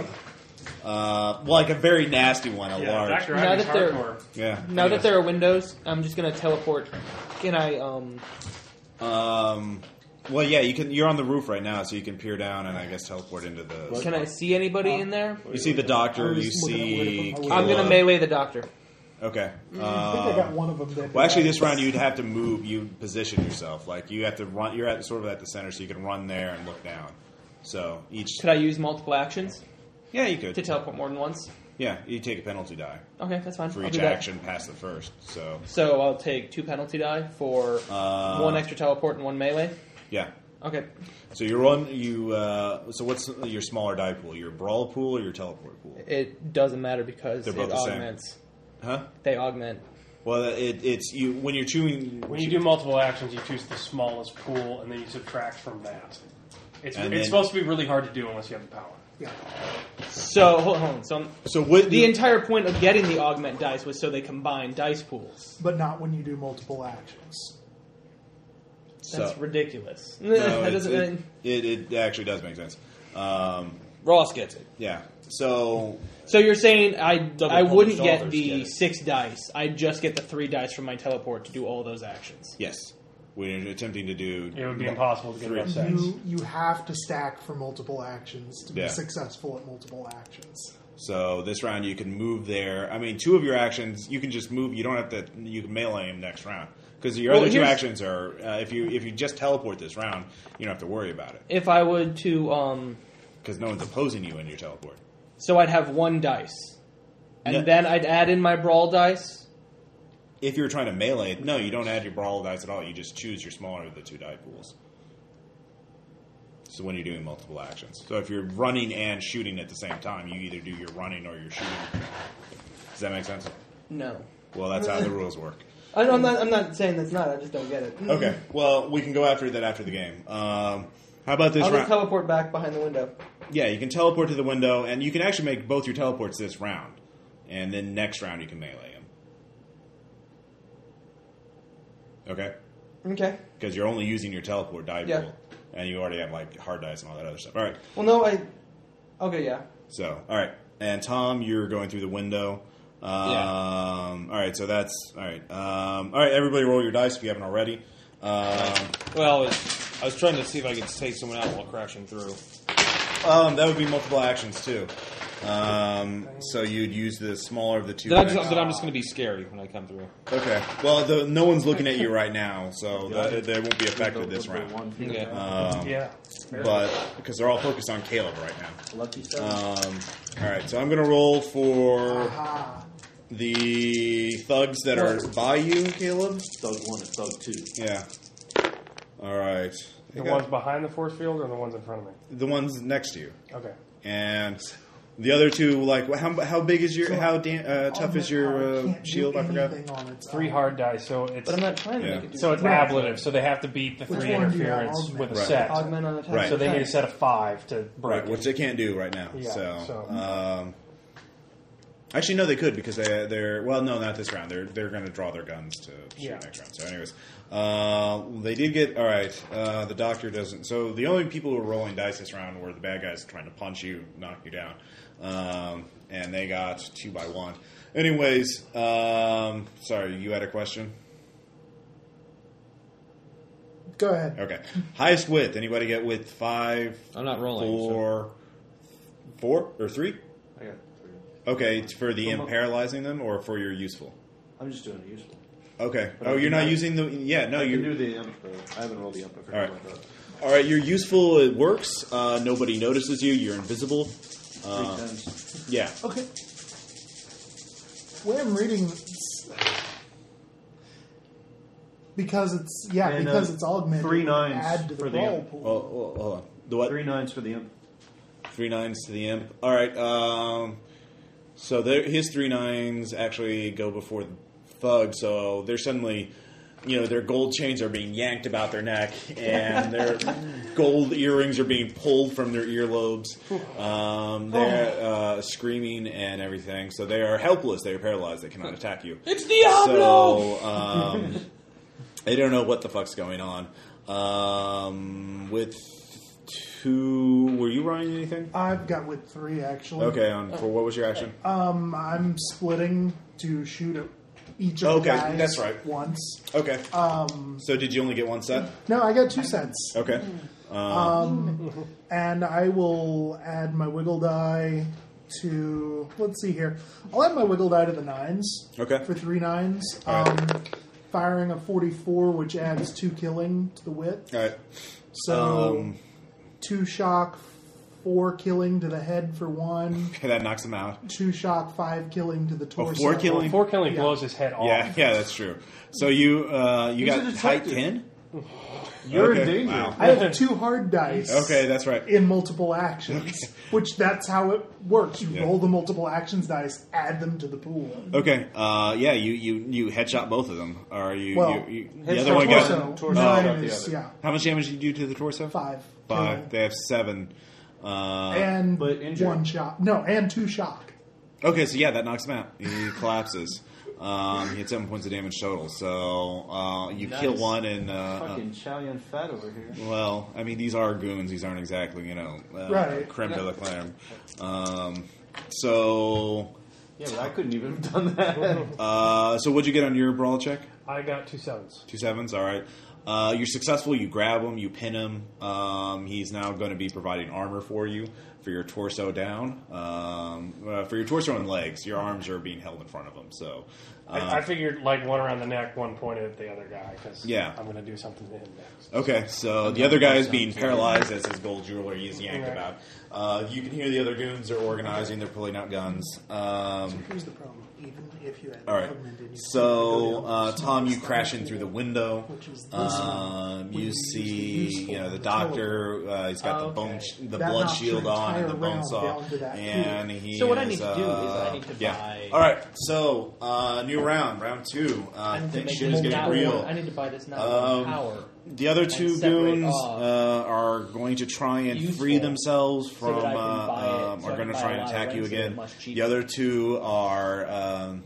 [SPEAKER 1] Uh, like a very nasty one, a
[SPEAKER 6] Yeah,
[SPEAKER 1] large.
[SPEAKER 6] Dr.
[SPEAKER 5] Now
[SPEAKER 6] Ivy's
[SPEAKER 5] that they're-
[SPEAKER 6] hardcore.
[SPEAKER 1] Yeah.
[SPEAKER 5] Now
[SPEAKER 1] I
[SPEAKER 5] that there are windows, I'm just gonna teleport. Can I? Um,
[SPEAKER 1] guess. Um. Well, yeah. You can. You're on the roof right now, so you can peer down and I guess teleport into the.
[SPEAKER 5] can I see anybody in there?
[SPEAKER 1] You see the doctor. You
[SPEAKER 3] just looking at
[SPEAKER 1] see.
[SPEAKER 3] where to put my
[SPEAKER 5] I'm gonna
[SPEAKER 1] Kayla.
[SPEAKER 5] melee the doctor.
[SPEAKER 1] Okay.
[SPEAKER 3] I think I
[SPEAKER 1] Um,
[SPEAKER 3] got one of them. That
[SPEAKER 1] Well, actually, this round you'd have to move. You position yourself. Like you have to run. You're at sort of at the center, so you can run there and look down. So each.
[SPEAKER 5] Could I use multiple actions
[SPEAKER 1] Yeah, you
[SPEAKER 5] to
[SPEAKER 1] could.
[SPEAKER 5] teleport more than once?
[SPEAKER 1] Yeah, you take a penalty die
[SPEAKER 5] Okay, that's fine.
[SPEAKER 1] for
[SPEAKER 5] I'll
[SPEAKER 1] each
[SPEAKER 5] do that.
[SPEAKER 1] action past the first. So
[SPEAKER 5] So I'll take two penalty die for
[SPEAKER 1] Uh,
[SPEAKER 5] one extra teleport and one melee.
[SPEAKER 1] yeah.
[SPEAKER 5] Okay,
[SPEAKER 1] So you're on you. Uh, so what's your smaller die pool? Your brawl pool or your teleport pool?
[SPEAKER 5] it doesn't matter because
[SPEAKER 1] They're
[SPEAKER 5] it
[SPEAKER 1] both the same.
[SPEAKER 5] augments.
[SPEAKER 1] Huh?
[SPEAKER 5] They augment.
[SPEAKER 1] Well, it, it's you when you're chewing.
[SPEAKER 6] When you do multiple actions, you choose the smallest pool, and then you subtract from that. It's,
[SPEAKER 1] And then-
[SPEAKER 6] it's supposed to be really hard to do unless you have the power.
[SPEAKER 5] So hold on. So I'm-
[SPEAKER 1] So what?
[SPEAKER 5] the entire point of getting the augment dice was so they combine dice pools.
[SPEAKER 3] but not when you do multiple actions.
[SPEAKER 5] That's
[SPEAKER 1] so,
[SPEAKER 5] ridiculous.
[SPEAKER 1] no,
[SPEAKER 5] that
[SPEAKER 1] it's-
[SPEAKER 5] doesn't.
[SPEAKER 1] it, it, it actually does make sense. Um,
[SPEAKER 5] Ross gets it.
[SPEAKER 1] yeah. So
[SPEAKER 5] So you're saying I I
[SPEAKER 4] pull
[SPEAKER 5] wouldn't
[SPEAKER 4] the
[SPEAKER 5] get
[SPEAKER 4] shoulders
[SPEAKER 5] the
[SPEAKER 4] together.
[SPEAKER 5] six dice. I just get the three dice from my teleport to do all those actions.
[SPEAKER 1] yes, we're attempting to do.
[SPEAKER 6] It would be impossible to get
[SPEAKER 1] Three.
[SPEAKER 6] enough sets.
[SPEAKER 5] Mm-hmm.
[SPEAKER 3] You you have to stack for multiple actions to be
[SPEAKER 1] Yeah.
[SPEAKER 3] successful at multiple actions.
[SPEAKER 1] So this round you can move there. I mean, two of your actions you can just move. You don't have to. You can melee him next round because your
[SPEAKER 5] Well,
[SPEAKER 1] other two
[SPEAKER 5] here's-
[SPEAKER 1] actions are uh, if you if you just teleport this round, you don't have to worry about it
[SPEAKER 5] If I would to um,
[SPEAKER 1] because no one's opposing you in your teleport.
[SPEAKER 5] so I'd have one dice, and
[SPEAKER 1] No.
[SPEAKER 5] then I'd add in my brawl dice.
[SPEAKER 1] If you're trying to melee, no, you don't add your brawl dice at all. You just choose your smaller of the two die pools. So when you're doing multiple actions, so if you're running and shooting at the same time, you either do your running or your shooting. Does that make sense?
[SPEAKER 5] No,
[SPEAKER 1] Well, that's how the rules work.
[SPEAKER 5] I, I'm not. I'm not saying that's not. I just don't get it.
[SPEAKER 1] Okay. Well, we can go after that after the game. Um, how about this
[SPEAKER 5] I'll just
[SPEAKER 1] round?
[SPEAKER 5] teleport back behind the window.
[SPEAKER 1] yeah, you can teleport to the window, and you can actually make both your teleports this round, and then next round you can melee him. Okay,
[SPEAKER 5] Okay.
[SPEAKER 1] because you're only using your teleport die
[SPEAKER 5] Yeah.
[SPEAKER 1] pool, and you already have like hard dice and all that other stuff. All right.
[SPEAKER 5] Well, no, I. Okay, yeah.
[SPEAKER 1] So, all right. And Tom, you're going through the window. Um, All right. So that's all right. Um, all right. Everybody, roll your dice if you haven't already. Um,
[SPEAKER 4] Well, it's, I was trying to see if I could take someone out while crashing through.
[SPEAKER 1] Um, that would be multiple actions too. Um, so you'd use the smaller of the two.
[SPEAKER 4] Then, I
[SPEAKER 1] things.
[SPEAKER 4] just, then I'm just going to be scary when I come through.
[SPEAKER 1] okay. Well, the, no one's looking at you right now, so that, they won't be affected this round.
[SPEAKER 4] Okay.
[SPEAKER 1] Um,
[SPEAKER 6] Yeah.
[SPEAKER 1] but because they're all focused on Caleb right now.
[SPEAKER 17] Lucky stuff.
[SPEAKER 1] Um, all right. So I'm gonna roll for
[SPEAKER 3] Aha.
[SPEAKER 1] the thugs that are by you, Caleb.
[SPEAKER 17] thug one and thug two.
[SPEAKER 1] Yeah. All right.
[SPEAKER 6] The ones behind the force field or the ones in front of me?
[SPEAKER 1] the ones next to you,
[SPEAKER 6] Okay.
[SPEAKER 1] and the other two. Like, how how big is your how da- uh, tough is your
[SPEAKER 3] Can't
[SPEAKER 1] uh,
[SPEAKER 3] do
[SPEAKER 1] shield? I forgot.
[SPEAKER 3] anything on its
[SPEAKER 6] Three
[SPEAKER 3] own.
[SPEAKER 6] hard dice, so it's
[SPEAKER 5] But I'm not trying to
[SPEAKER 1] Yeah.
[SPEAKER 5] make it do
[SPEAKER 6] so it's
[SPEAKER 5] something.
[SPEAKER 6] ablative, so they have to beat the
[SPEAKER 3] Which
[SPEAKER 6] three
[SPEAKER 3] one do you have?
[SPEAKER 6] interference with a
[SPEAKER 1] Right.
[SPEAKER 6] set.
[SPEAKER 5] Augment on attack.
[SPEAKER 1] Right.
[SPEAKER 6] So they need a
[SPEAKER 5] attack.
[SPEAKER 6] set of five to break.
[SPEAKER 1] Right,
[SPEAKER 6] it.
[SPEAKER 1] which they can't do right now.
[SPEAKER 6] Yeah,
[SPEAKER 1] so,
[SPEAKER 6] so-
[SPEAKER 1] Um, actually, no, they could because they they're well, no, not this round. They're they're going to draw their guns to shoot
[SPEAKER 6] Yeah.
[SPEAKER 1] next round. So, anyways, uh, they did get all right. Uh, the doctor doesn't. So the only people who were rolling dice this round were the bad guys trying to punch you, knock you down, um, and they got two by one. Anyways, um, sorry, you had a question.
[SPEAKER 3] Go ahead.
[SPEAKER 1] Okay, highest width. Anybody get width five?
[SPEAKER 4] I'm not rolling.
[SPEAKER 1] Four, four or three?
[SPEAKER 8] I got three.
[SPEAKER 1] Okay, it's for the imparalyzing them or for your useful?
[SPEAKER 8] I'm just doing it useful.
[SPEAKER 1] Okay.
[SPEAKER 8] But I
[SPEAKER 1] Oh, you're
[SPEAKER 8] can
[SPEAKER 1] not
[SPEAKER 8] do-
[SPEAKER 1] using the. Yeah, no,
[SPEAKER 8] I can
[SPEAKER 1] you.
[SPEAKER 8] do the imp. though. I haven't rolled the imp. I forgot
[SPEAKER 1] Alright.
[SPEAKER 8] about that.
[SPEAKER 1] All right, you're useful. It works. Uh, nobody notices you. You're invisible.
[SPEAKER 8] Three
[SPEAKER 1] Uh,
[SPEAKER 8] times.
[SPEAKER 1] yeah.
[SPEAKER 3] Okay. Where I'm reading. Because it's yeah,
[SPEAKER 8] And, uh,
[SPEAKER 3] because it's augmented.
[SPEAKER 8] three
[SPEAKER 3] you
[SPEAKER 8] nines
[SPEAKER 3] add to the
[SPEAKER 8] for the-
[SPEAKER 3] brawl pool.
[SPEAKER 1] Oh, oh, hold on. The what?
[SPEAKER 8] Three nines for the imp.
[SPEAKER 1] Three nines to the imp. All right. Um, so there, his three nines actually go before the thug, so they're suddenly, you know, their gold chains are being yanked about their neck, and their gold earrings are being pulled from their earlobes. Um, they're uh, screaming and everything, so they are helpless. They are paralyzed. They cannot attack you.
[SPEAKER 5] It's Diablo!
[SPEAKER 1] So, um, they don't know what the fuck's going on. Um, with two, were you running anything?
[SPEAKER 3] I've got with three actually.
[SPEAKER 1] Okay, on for what was your action?
[SPEAKER 3] Um, I'm splitting to shoot at each of
[SPEAKER 1] Okay,
[SPEAKER 3] the guys
[SPEAKER 1] that's right.
[SPEAKER 3] once.
[SPEAKER 1] Okay. Um, so did you only get one set?
[SPEAKER 3] No, I got two cents.
[SPEAKER 1] Okay.
[SPEAKER 3] Um, and I will add my wiggle die to. Let's see here. I'll add my wiggle die to the nines.
[SPEAKER 1] Okay.
[SPEAKER 3] For three nines.
[SPEAKER 1] All
[SPEAKER 3] Um,
[SPEAKER 1] right.
[SPEAKER 3] Firing a 44, which adds two killing to the wit.
[SPEAKER 1] All right.
[SPEAKER 3] So
[SPEAKER 1] Um,
[SPEAKER 3] two shock, four killing to the head for one.
[SPEAKER 1] Okay, that knocks him out.
[SPEAKER 3] Two shock, five killing to the torso.
[SPEAKER 1] Oh, four killing.
[SPEAKER 6] Four killing
[SPEAKER 3] Yeah.
[SPEAKER 6] blows his head off.
[SPEAKER 1] Yeah, yeah, that's true. So you uh, you
[SPEAKER 18] He's a
[SPEAKER 1] got tight
[SPEAKER 18] detective.
[SPEAKER 1] ten.
[SPEAKER 18] You're in
[SPEAKER 1] Okay,
[SPEAKER 18] danger.
[SPEAKER 1] wow.
[SPEAKER 3] I have two hard dice.
[SPEAKER 1] Okay, that's right.
[SPEAKER 3] in multiple actions, which that's how it works. You
[SPEAKER 1] Yeah.
[SPEAKER 3] roll the multiple actions dice, add them to the pool.
[SPEAKER 1] Okay, uh, yeah, you, you you headshot both of them. Are you,
[SPEAKER 3] Well,
[SPEAKER 1] you, you the other one
[SPEAKER 3] torso,
[SPEAKER 1] got
[SPEAKER 3] torso
[SPEAKER 1] Oh.
[SPEAKER 3] nine is- yeah
[SPEAKER 1] how much damage did you do to the torso?
[SPEAKER 3] five,
[SPEAKER 1] Five.
[SPEAKER 3] Killing.
[SPEAKER 1] They have seven. Uh,
[SPEAKER 3] and
[SPEAKER 8] but injured.
[SPEAKER 3] one shock. No, and two shock.
[SPEAKER 1] Okay, so yeah, that knocks him out. He collapses. Um, he had seven points of damage total. So uh, you kill one, and uh, uh,
[SPEAKER 8] Fucking Chow Yun Fat over here.
[SPEAKER 1] well, I mean, these are goons. These aren't exactly, you know, uh,
[SPEAKER 3] Right.
[SPEAKER 1] creme de la creme. Um, so,
[SPEAKER 8] Yeah, but I couldn't even have done that.
[SPEAKER 1] uh, so what'd you get on your brawl check?
[SPEAKER 6] I got two sevens.
[SPEAKER 1] Two sevens. All right. Uh, you're successful. You grab him. You pin him. Um, he's now going to be providing armor for you for your torso down, um, uh, for your torso and legs. Your arms are being held in front of him. So, uh,
[SPEAKER 6] I, I figured like one around the neck, one pointed at the other guy because
[SPEAKER 1] Yeah.
[SPEAKER 6] I'm going to do something to him next.
[SPEAKER 1] Okay, so the other guy is being paralyzed as his gold jewelry is yanked about. Uh, you can hear the other goons are organizing. They're pulling out guns. Um,
[SPEAKER 3] Here's the problem. Even if you had
[SPEAKER 1] all right. So uh, Tom, you crash in through the window. Um, you see, you know, the doctor. Uh, he's got the bone, sh- the
[SPEAKER 3] That
[SPEAKER 1] blood
[SPEAKER 3] knocks your
[SPEAKER 1] shield on, and the
[SPEAKER 3] entire
[SPEAKER 1] bone
[SPEAKER 3] round
[SPEAKER 1] saw,
[SPEAKER 3] down to that
[SPEAKER 1] and he.
[SPEAKER 19] So what I
[SPEAKER 1] is,
[SPEAKER 19] need to do is I
[SPEAKER 1] uh,
[SPEAKER 19] need to
[SPEAKER 1] yeah.
[SPEAKER 19] buy-
[SPEAKER 1] All right. So uh, new round, round two. Uh, think shit is getting
[SPEAKER 19] now
[SPEAKER 1] real.
[SPEAKER 19] one- I need to buy this now
[SPEAKER 1] Um,
[SPEAKER 19] one power.
[SPEAKER 1] The other two
[SPEAKER 19] separate
[SPEAKER 1] goons
[SPEAKER 19] off.
[SPEAKER 1] uh, are going to try and
[SPEAKER 19] Useful.
[SPEAKER 1] free themselves
[SPEAKER 19] So that
[SPEAKER 1] from.
[SPEAKER 19] I can buy it,
[SPEAKER 1] uh, um,
[SPEAKER 19] so I
[SPEAKER 1] are
[SPEAKER 19] can
[SPEAKER 1] going to
[SPEAKER 19] buy
[SPEAKER 1] try
[SPEAKER 19] a
[SPEAKER 1] and
[SPEAKER 19] lot of
[SPEAKER 1] attack you
[SPEAKER 19] rings that are
[SPEAKER 1] again.
[SPEAKER 19] much cheaper.
[SPEAKER 1] The other two are. Um,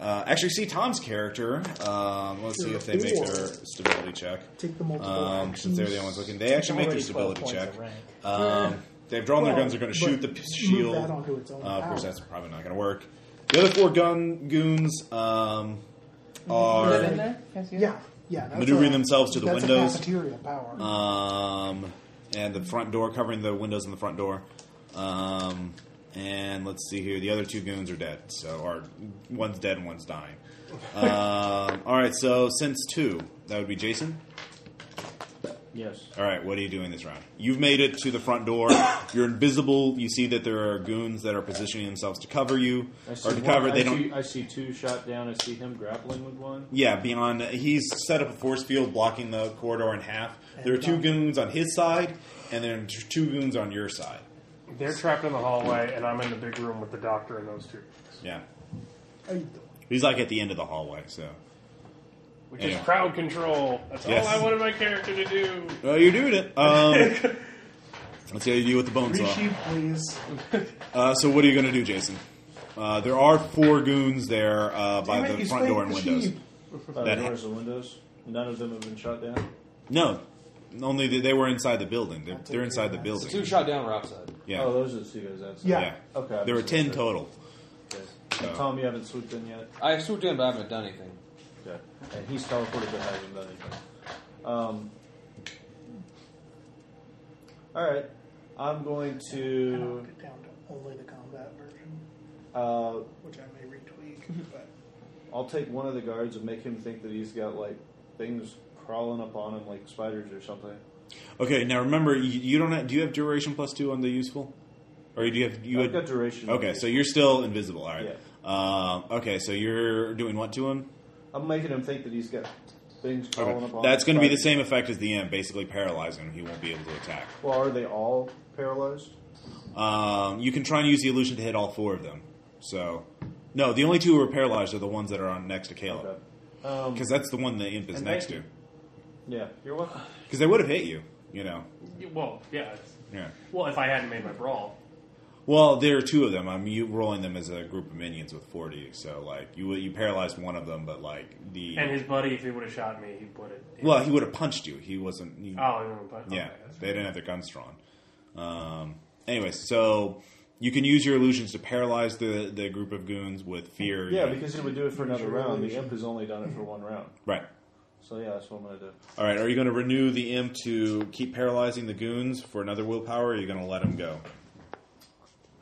[SPEAKER 1] uh, actually, see Tom's character. Um, let's see if they make their stability check.
[SPEAKER 3] Take the multiple
[SPEAKER 1] Um, since they're the only ones looking, they actually make their
[SPEAKER 19] Already 12
[SPEAKER 1] stability
[SPEAKER 19] points
[SPEAKER 1] check.
[SPEAKER 19] of rank.
[SPEAKER 1] Um, they've drawn their
[SPEAKER 3] Well,
[SPEAKER 1] guns. They're going to
[SPEAKER 3] but
[SPEAKER 1] shoot the p-
[SPEAKER 3] move
[SPEAKER 1] shield.
[SPEAKER 3] that onto its own
[SPEAKER 1] Uh, of course,
[SPEAKER 3] power.
[SPEAKER 1] that's probably not going to work. The other four gun goons um, are
[SPEAKER 19] Is that in there? Can I see it?
[SPEAKER 3] yeah, yeah. that's
[SPEAKER 1] Maneuvering
[SPEAKER 3] a-
[SPEAKER 1] themselves to the
[SPEAKER 3] that's a
[SPEAKER 1] windows. Uh,
[SPEAKER 3] cafeteria power.
[SPEAKER 1] um, and the front door covering the windows in the front door. Um, and let's see here, the other two goons are dead. So, or one's dead and one's dying. um, all right, so since two, that would be Jason.
[SPEAKER 8] yes.
[SPEAKER 1] All right, what are you doing this round? You've made it to the front door. You're invisible. You see that there are goons that are positioning themselves to cover you
[SPEAKER 8] I
[SPEAKER 1] or
[SPEAKER 8] see
[SPEAKER 1] to
[SPEAKER 8] one-
[SPEAKER 1] cover.
[SPEAKER 8] I
[SPEAKER 1] They don't.
[SPEAKER 8] See, I see two shot down. I see him grappling with one.
[SPEAKER 1] Yeah, beyond he's set up a force field blocking the corridor in half. There are two
[SPEAKER 8] uh,
[SPEAKER 1] goons on his side, and then t- two goons on your side.
[SPEAKER 6] They're trapped in the hallway, and I'm in the big room with the doctor and those two.
[SPEAKER 1] Yeah,
[SPEAKER 3] How you doing?
[SPEAKER 1] he's like at the end of the hallway. So,
[SPEAKER 6] Which
[SPEAKER 1] Yeah.
[SPEAKER 6] is crowd control. That's
[SPEAKER 1] Yes.
[SPEAKER 6] all I wanted my character to do.
[SPEAKER 1] well, you're doing it. Um, let's see how you do with the bone
[SPEAKER 3] Three
[SPEAKER 1] saw.
[SPEAKER 3] sheep, please.
[SPEAKER 1] Uh, so, what are you going to do, Jason? Uh, there are four goons there uh, by
[SPEAKER 3] Damn it,
[SPEAKER 1] the
[SPEAKER 3] you
[SPEAKER 1] front door and
[SPEAKER 3] spanked the
[SPEAKER 1] windows.
[SPEAKER 3] sheep.
[SPEAKER 8] By
[SPEAKER 1] That-
[SPEAKER 8] the doors and windows. None of them have been shot down.
[SPEAKER 1] No, only they, they were inside the building. They're, they're inside the
[SPEAKER 4] The two
[SPEAKER 1] building.
[SPEAKER 4] shot down were outside.
[SPEAKER 1] Yeah,
[SPEAKER 8] Oh, those are the two guys outside.
[SPEAKER 3] Yeah.
[SPEAKER 1] yeah.
[SPEAKER 8] Okay. I
[SPEAKER 1] There were
[SPEAKER 8] was gonna
[SPEAKER 1] ten
[SPEAKER 8] say.
[SPEAKER 1] total.
[SPEAKER 8] Yes.
[SPEAKER 1] So-
[SPEAKER 8] Tom, you haven't swooped in yet.
[SPEAKER 4] I have swooped in, but I haven't done anything.
[SPEAKER 8] Okay. And he's teleported but hasn't done anything. Um. All right. I'm going
[SPEAKER 3] And I'll
[SPEAKER 8] to.
[SPEAKER 3] get down to only the combat version,
[SPEAKER 8] Uh,
[SPEAKER 3] which I may retweak. But
[SPEAKER 8] I'll take one of the guards and make him think that he's got like things crawling up on him like spiders or something.
[SPEAKER 1] Okay, now remember, you, you don't have, do you have duration plus two on the useful, or do you have you had,
[SPEAKER 8] I've got duration.
[SPEAKER 1] Okay, so you're still invisible. All right.
[SPEAKER 8] Yeah.
[SPEAKER 1] Um, okay, so you're doing what to him?
[SPEAKER 8] I'm making him think that he's got things crawling
[SPEAKER 1] Okay.
[SPEAKER 8] up on.
[SPEAKER 1] That's
[SPEAKER 8] him.
[SPEAKER 1] going to be the same effect as the end, basically paralyzing him. He won't be able to attack.
[SPEAKER 8] Well, are they all paralyzed?
[SPEAKER 1] Um, you can try and use the illusion to hit all four of them. So No, the only two who are paralyzed are the ones that are on next to Caleb. Because
[SPEAKER 8] Um,
[SPEAKER 1] that's the one the imp is
[SPEAKER 8] and
[SPEAKER 1] next
[SPEAKER 8] thank
[SPEAKER 1] to.
[SPEAKER 8] Yeah, you're welcome.
[SPEAKER 1] Because they would have hit you, you know.
[SPEAKER 6] Well, yeah. It's,
[SPEAKER 1] Yeah.
[SPEAKER 6] Well, if I hadn't made my brawl,
[SPEAKER 1] Well, there are two of them. I'm you rolling them as a group of minions with 40. So, like, you you paralyzed one of them, but, like, the.
[SPEAKER 6] and his buddy, if he would have shot me, he would have.
[SPEAKER 1] well, he would have punched you. He wasn't. He,
[SPEAKER 6] Oh, he would've punched-
[SPEAKER 1] Yeah.
[SPEAKER 6] okay, that's
[SPEAKER 1] they didn't have their guns drawn. Um, anyways, so you can use your illusions to paralyze the, the group of goons with fear.
[SPEAKER 8] Yeah,
[SPEAKER 1] you know.
[SPEAKER 8] because it would do it for another round. The imp has only done it for one round.
[SPEAKER 1] Right.
[SPEAKER 8] So yeah, that's what I'm gonna do.
[SPEAKER 1] All right, are you going to renew the imp to keep paralyzing the goons for another willpower, or are you going to let him go?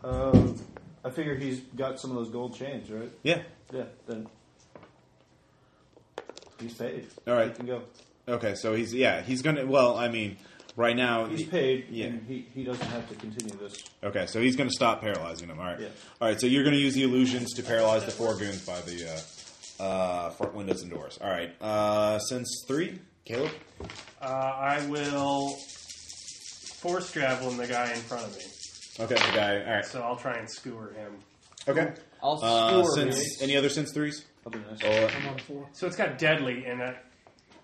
[SPEAKER 8] Um, I figure he's got some of those gold chains, right?
[SPEAKER 1] Yeah.
[SPEAKER 8] Yeah. Then he's paid.
[SPEAKER 1] All right.
[SPEAKER 8] He can go.
[SPEAKER 1] Okay, so he's, yeah, he's going to, well, I mean, right now.
[SPEAKER 8] He's paid.
[SPEAKER 1] Yeah.
[SPEAKER 8] And he he doesn't have to continue this.
[SPEAKER 1] Okay, so he's going to stop paralyzing them. All right.
[SPEAKER 8] Yeah.
[SPEAKER 1] All right, so you're going to use the illusions to paralyze the four goons by the uh, uh, front windows and doors. All right. Uh, since three, Caleb?
[SPEAKER 6] Uh, I will force javelin the guy in front of me.
[SPEAKER 1] Okay, the guy. All right.
[SPEAKER 6] So I'll try and skewer him.
[SPEAKER 1] Okay.
[SPEAKER 6] I'll
[SPEAKER 1] uh,
[SPEAKER 6] skewer
[SPEAKER 1] since,
[SPEAKER 6] him.
[SPEAKER 1] Any other since threes?
[SPEAKER 3] I'm on four.
[SPEAKER 6] So it's got deadly in that.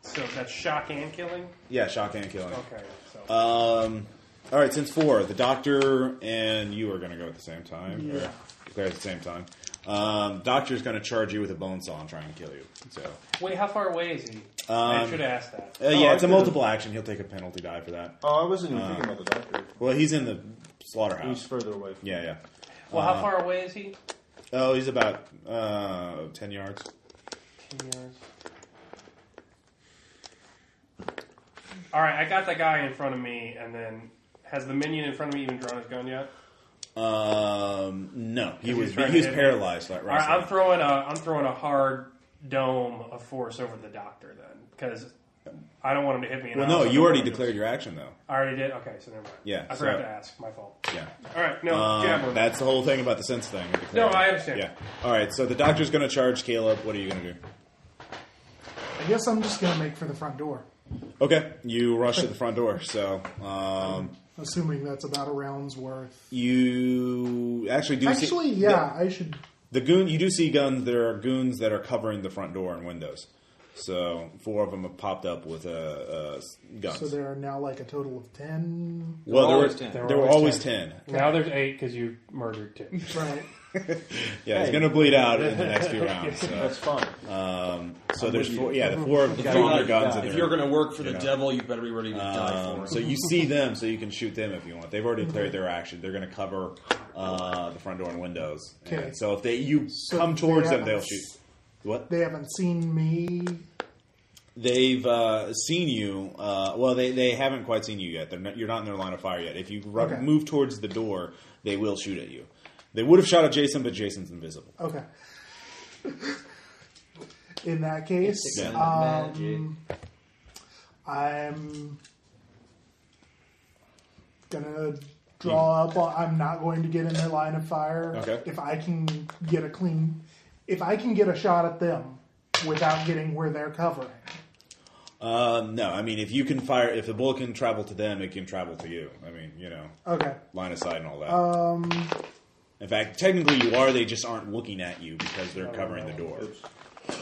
[SPEAKER 6] So that's shock and killing.
[SPEAKER 1] Yeah, shock and killing.
[SPEAKER 6] Okay. So
[SPEAKER 1] Um, all right, since four, the doctor and you are going to go at the same time.
[SPEAKER 6] Yeah.
[SPEAKER 1] Or declare at the same time. Um, doctor's going to charge you with a bone saw and try and kill you. So
[SPEAKER 6] wait, how far away is he? I
[SPEAKER 1] um,
[SPEAKER 6] should ask that.
[SPEAKER 1] uh, yeah, it's a multiple action. He'll take a penalty die for that.
[SPEAKER 8] Oh, I wasn't even
[SPEAKER 1] Um,
[SPEAKER 8] thinking about the doctor.
[SPEAKER 1] Well, he's in the slaughterhouse.
[SPEAKER 8] He's further away. From
[SPEAKER 1] yeah, yeah.
[SPEAKER 6] Well, how
[SPEAKER 1] Uh,
[SPEAKER 6] far away is he?
[SPEAKER 1] Oh, he's about uh, ten yards.
[SPEAKER 6] Ten yards. All right, I got that guy in front of me, and then has the minion in front of me even drawn his gun yet?
[SPEAKER 1] Um, no, he
[SPEAKER 6] He's
[SPEAKER 1] was he
[SPEAKER 6] trying to
[SPEAKER 1] was
[SPEAKER 6] hit me.
[SPEAKER 1] paralyzed. Like,
[SPEAKER 6] All right, I'm
[SPEAKER 1] right,
[SPEAKER 6] throwing a I'm throwing a hard dome of force over the doctor then because I don't want him to hit me. and
[SPEAKER 1] well,
[SPEAKER 6] I
[SPEAKER 1] no,
[SPEAKER 6] also
[SPEAKER 1] you
[SPEAKER 6] don't
[SPEAKER 1] already
[SPEAKER 6] want him
[SPEAKER 1] declared your action though.
[SPEAKER 6] to- I already did. Okay, so never mind.
[SPEAKER 1] Yeah,
[SPEAKER 6] I forgot
[SPEAKER 1] so-
[SPEAKER 6] to ask. My fault.
[SPEAKER 1] Yeah.
[SPEAKER 6] All right, no,
[SPEAKER 1] Um,
[SPEAKER 6] javelin.
[SPEAKER 1] that's the whole thing about the sense thing. I declare.
[SPEAKER 6] No, I understand.
[SPEAKER 1] Yeah. All right, so the doctor's going to charge Caleb. What are you going to do?
[SPEAKER 3] I guess I'm just gonna make for the front door,
[SPEAKER 1] Okay, you rush to the front door. So um,
[SPEAKER 3] assuming that's about a round's worth.
[SPEAKER 1] you actually do
[SPEAKER 3] Actually,
[SPEAKER 1] see,
[SPEAKER 3] yeah, I should.
[SPEAKER 1] The goon, you do see guns. There are goons that are covering the front door and windows. So four of them have popped up with uh, uh, guns.
[SPEAKER 3] So there are now like a total of ten.
[SPEAKER 1] well, there
[SPEAKER 6] were
[SPEAKER 1] were
[SPEAKER 6] always 10.
[SPEAKER 1] there
[SPEAKER 6] They were
[SPEAKER 1] were
[SPEAKER 6] always
[SPEAKER 1] always
[SPEAKER 6] 10.
[SPEAKER 1] ten.
[SPEAKER 6] Now there's eight because you murdered two.
[SPEAKER 3] Right.
[SPEAKER 1] Yeah, he's
[SPEAKER 6] Hey.
[SPEAKER 1] going to bleed out in the next few rounds. So.
[SPEAKER 8] That's fine.
[SPEAKER 1] Um, so
[SPEAKER 8] I'm
[SPEAKER 1] there's
[SPEAKER 8] with
[SPEAKER 1] four,
[SPEAKER 8] you.
[SPEAKER 1] yeah, the four of the
[SPEAKER 8] Yeah,
[SPEAKER 1] four
[SPEAKER 8] you
[SPEAKER 1] of their
[SPEAKER 8] gotta
[SPEAKER 1] guns.
[SPEAKER 8] die.
[SPEAKER 1] in
[SPEAKER 8] If
[SPEAKER 1] there,
[SPEAKER 8] you're gonna
[SPEAKER 20] work for
[SPEAKER 1] you
[SPEAKER 20] the
[SPEAKER 1] know.
[SPEAKER 20] devil, you better be ready to die for
[SPEAKER 1] Um,
[SPEAKER 20] him.
[SPEAKER 1] so you see them, so you can shoot them if you want. They've already declared their action. They're going to cover uh, the front door and windows.
[SPEAKER 3] Okay.
[SPEAKER 1] And so if they you
[SPEAKER 3] So
[SPEAKER 1] come towards
[SPEAKER 3] they
[SPEAKER 1] them, they'll
[SPEAKER 3] haven't-
[SPEAKER 1] shoot. What?
[SPEAKER 3] They haven't seen me.
[SPEAKER 1] They've uh, seen you. Uh, well, they, they haven't quite seen you yet. They're not, you're not in their line of fire yet. If you ru-
[SPEAKER 3] Okay.
[SPEAKER 1] move towards the door, they will shoot at you. They would have shot at Jason, but Jason's invisible.
[SPEAKER 3] Okay. In that case,
[SPEAKER 1] Yeah.
[SPEAKER 3] um, I'm gonna draw up. on- I'm not going to get in their line of fire.
[SPEAKER 1] Okay.
[SPEAKER 3] If I can get a clean, if I can get a shot at them without getting where they're covering.
[SPEAKER 1] Um, no, I mean if you can fire, if the bullet can travel to them, it can travel to you. I mean, you know,
[SPEAKER 3] Okay.
[SPEAKER 1] line of sight and all that.
[SPEAKER 3] Um,
[SPEAKER 1] In fact, technically you are. They just aren't looking at you because
[SPEAKER 3] Oh,
[SPEAKER 1] they're covering the door.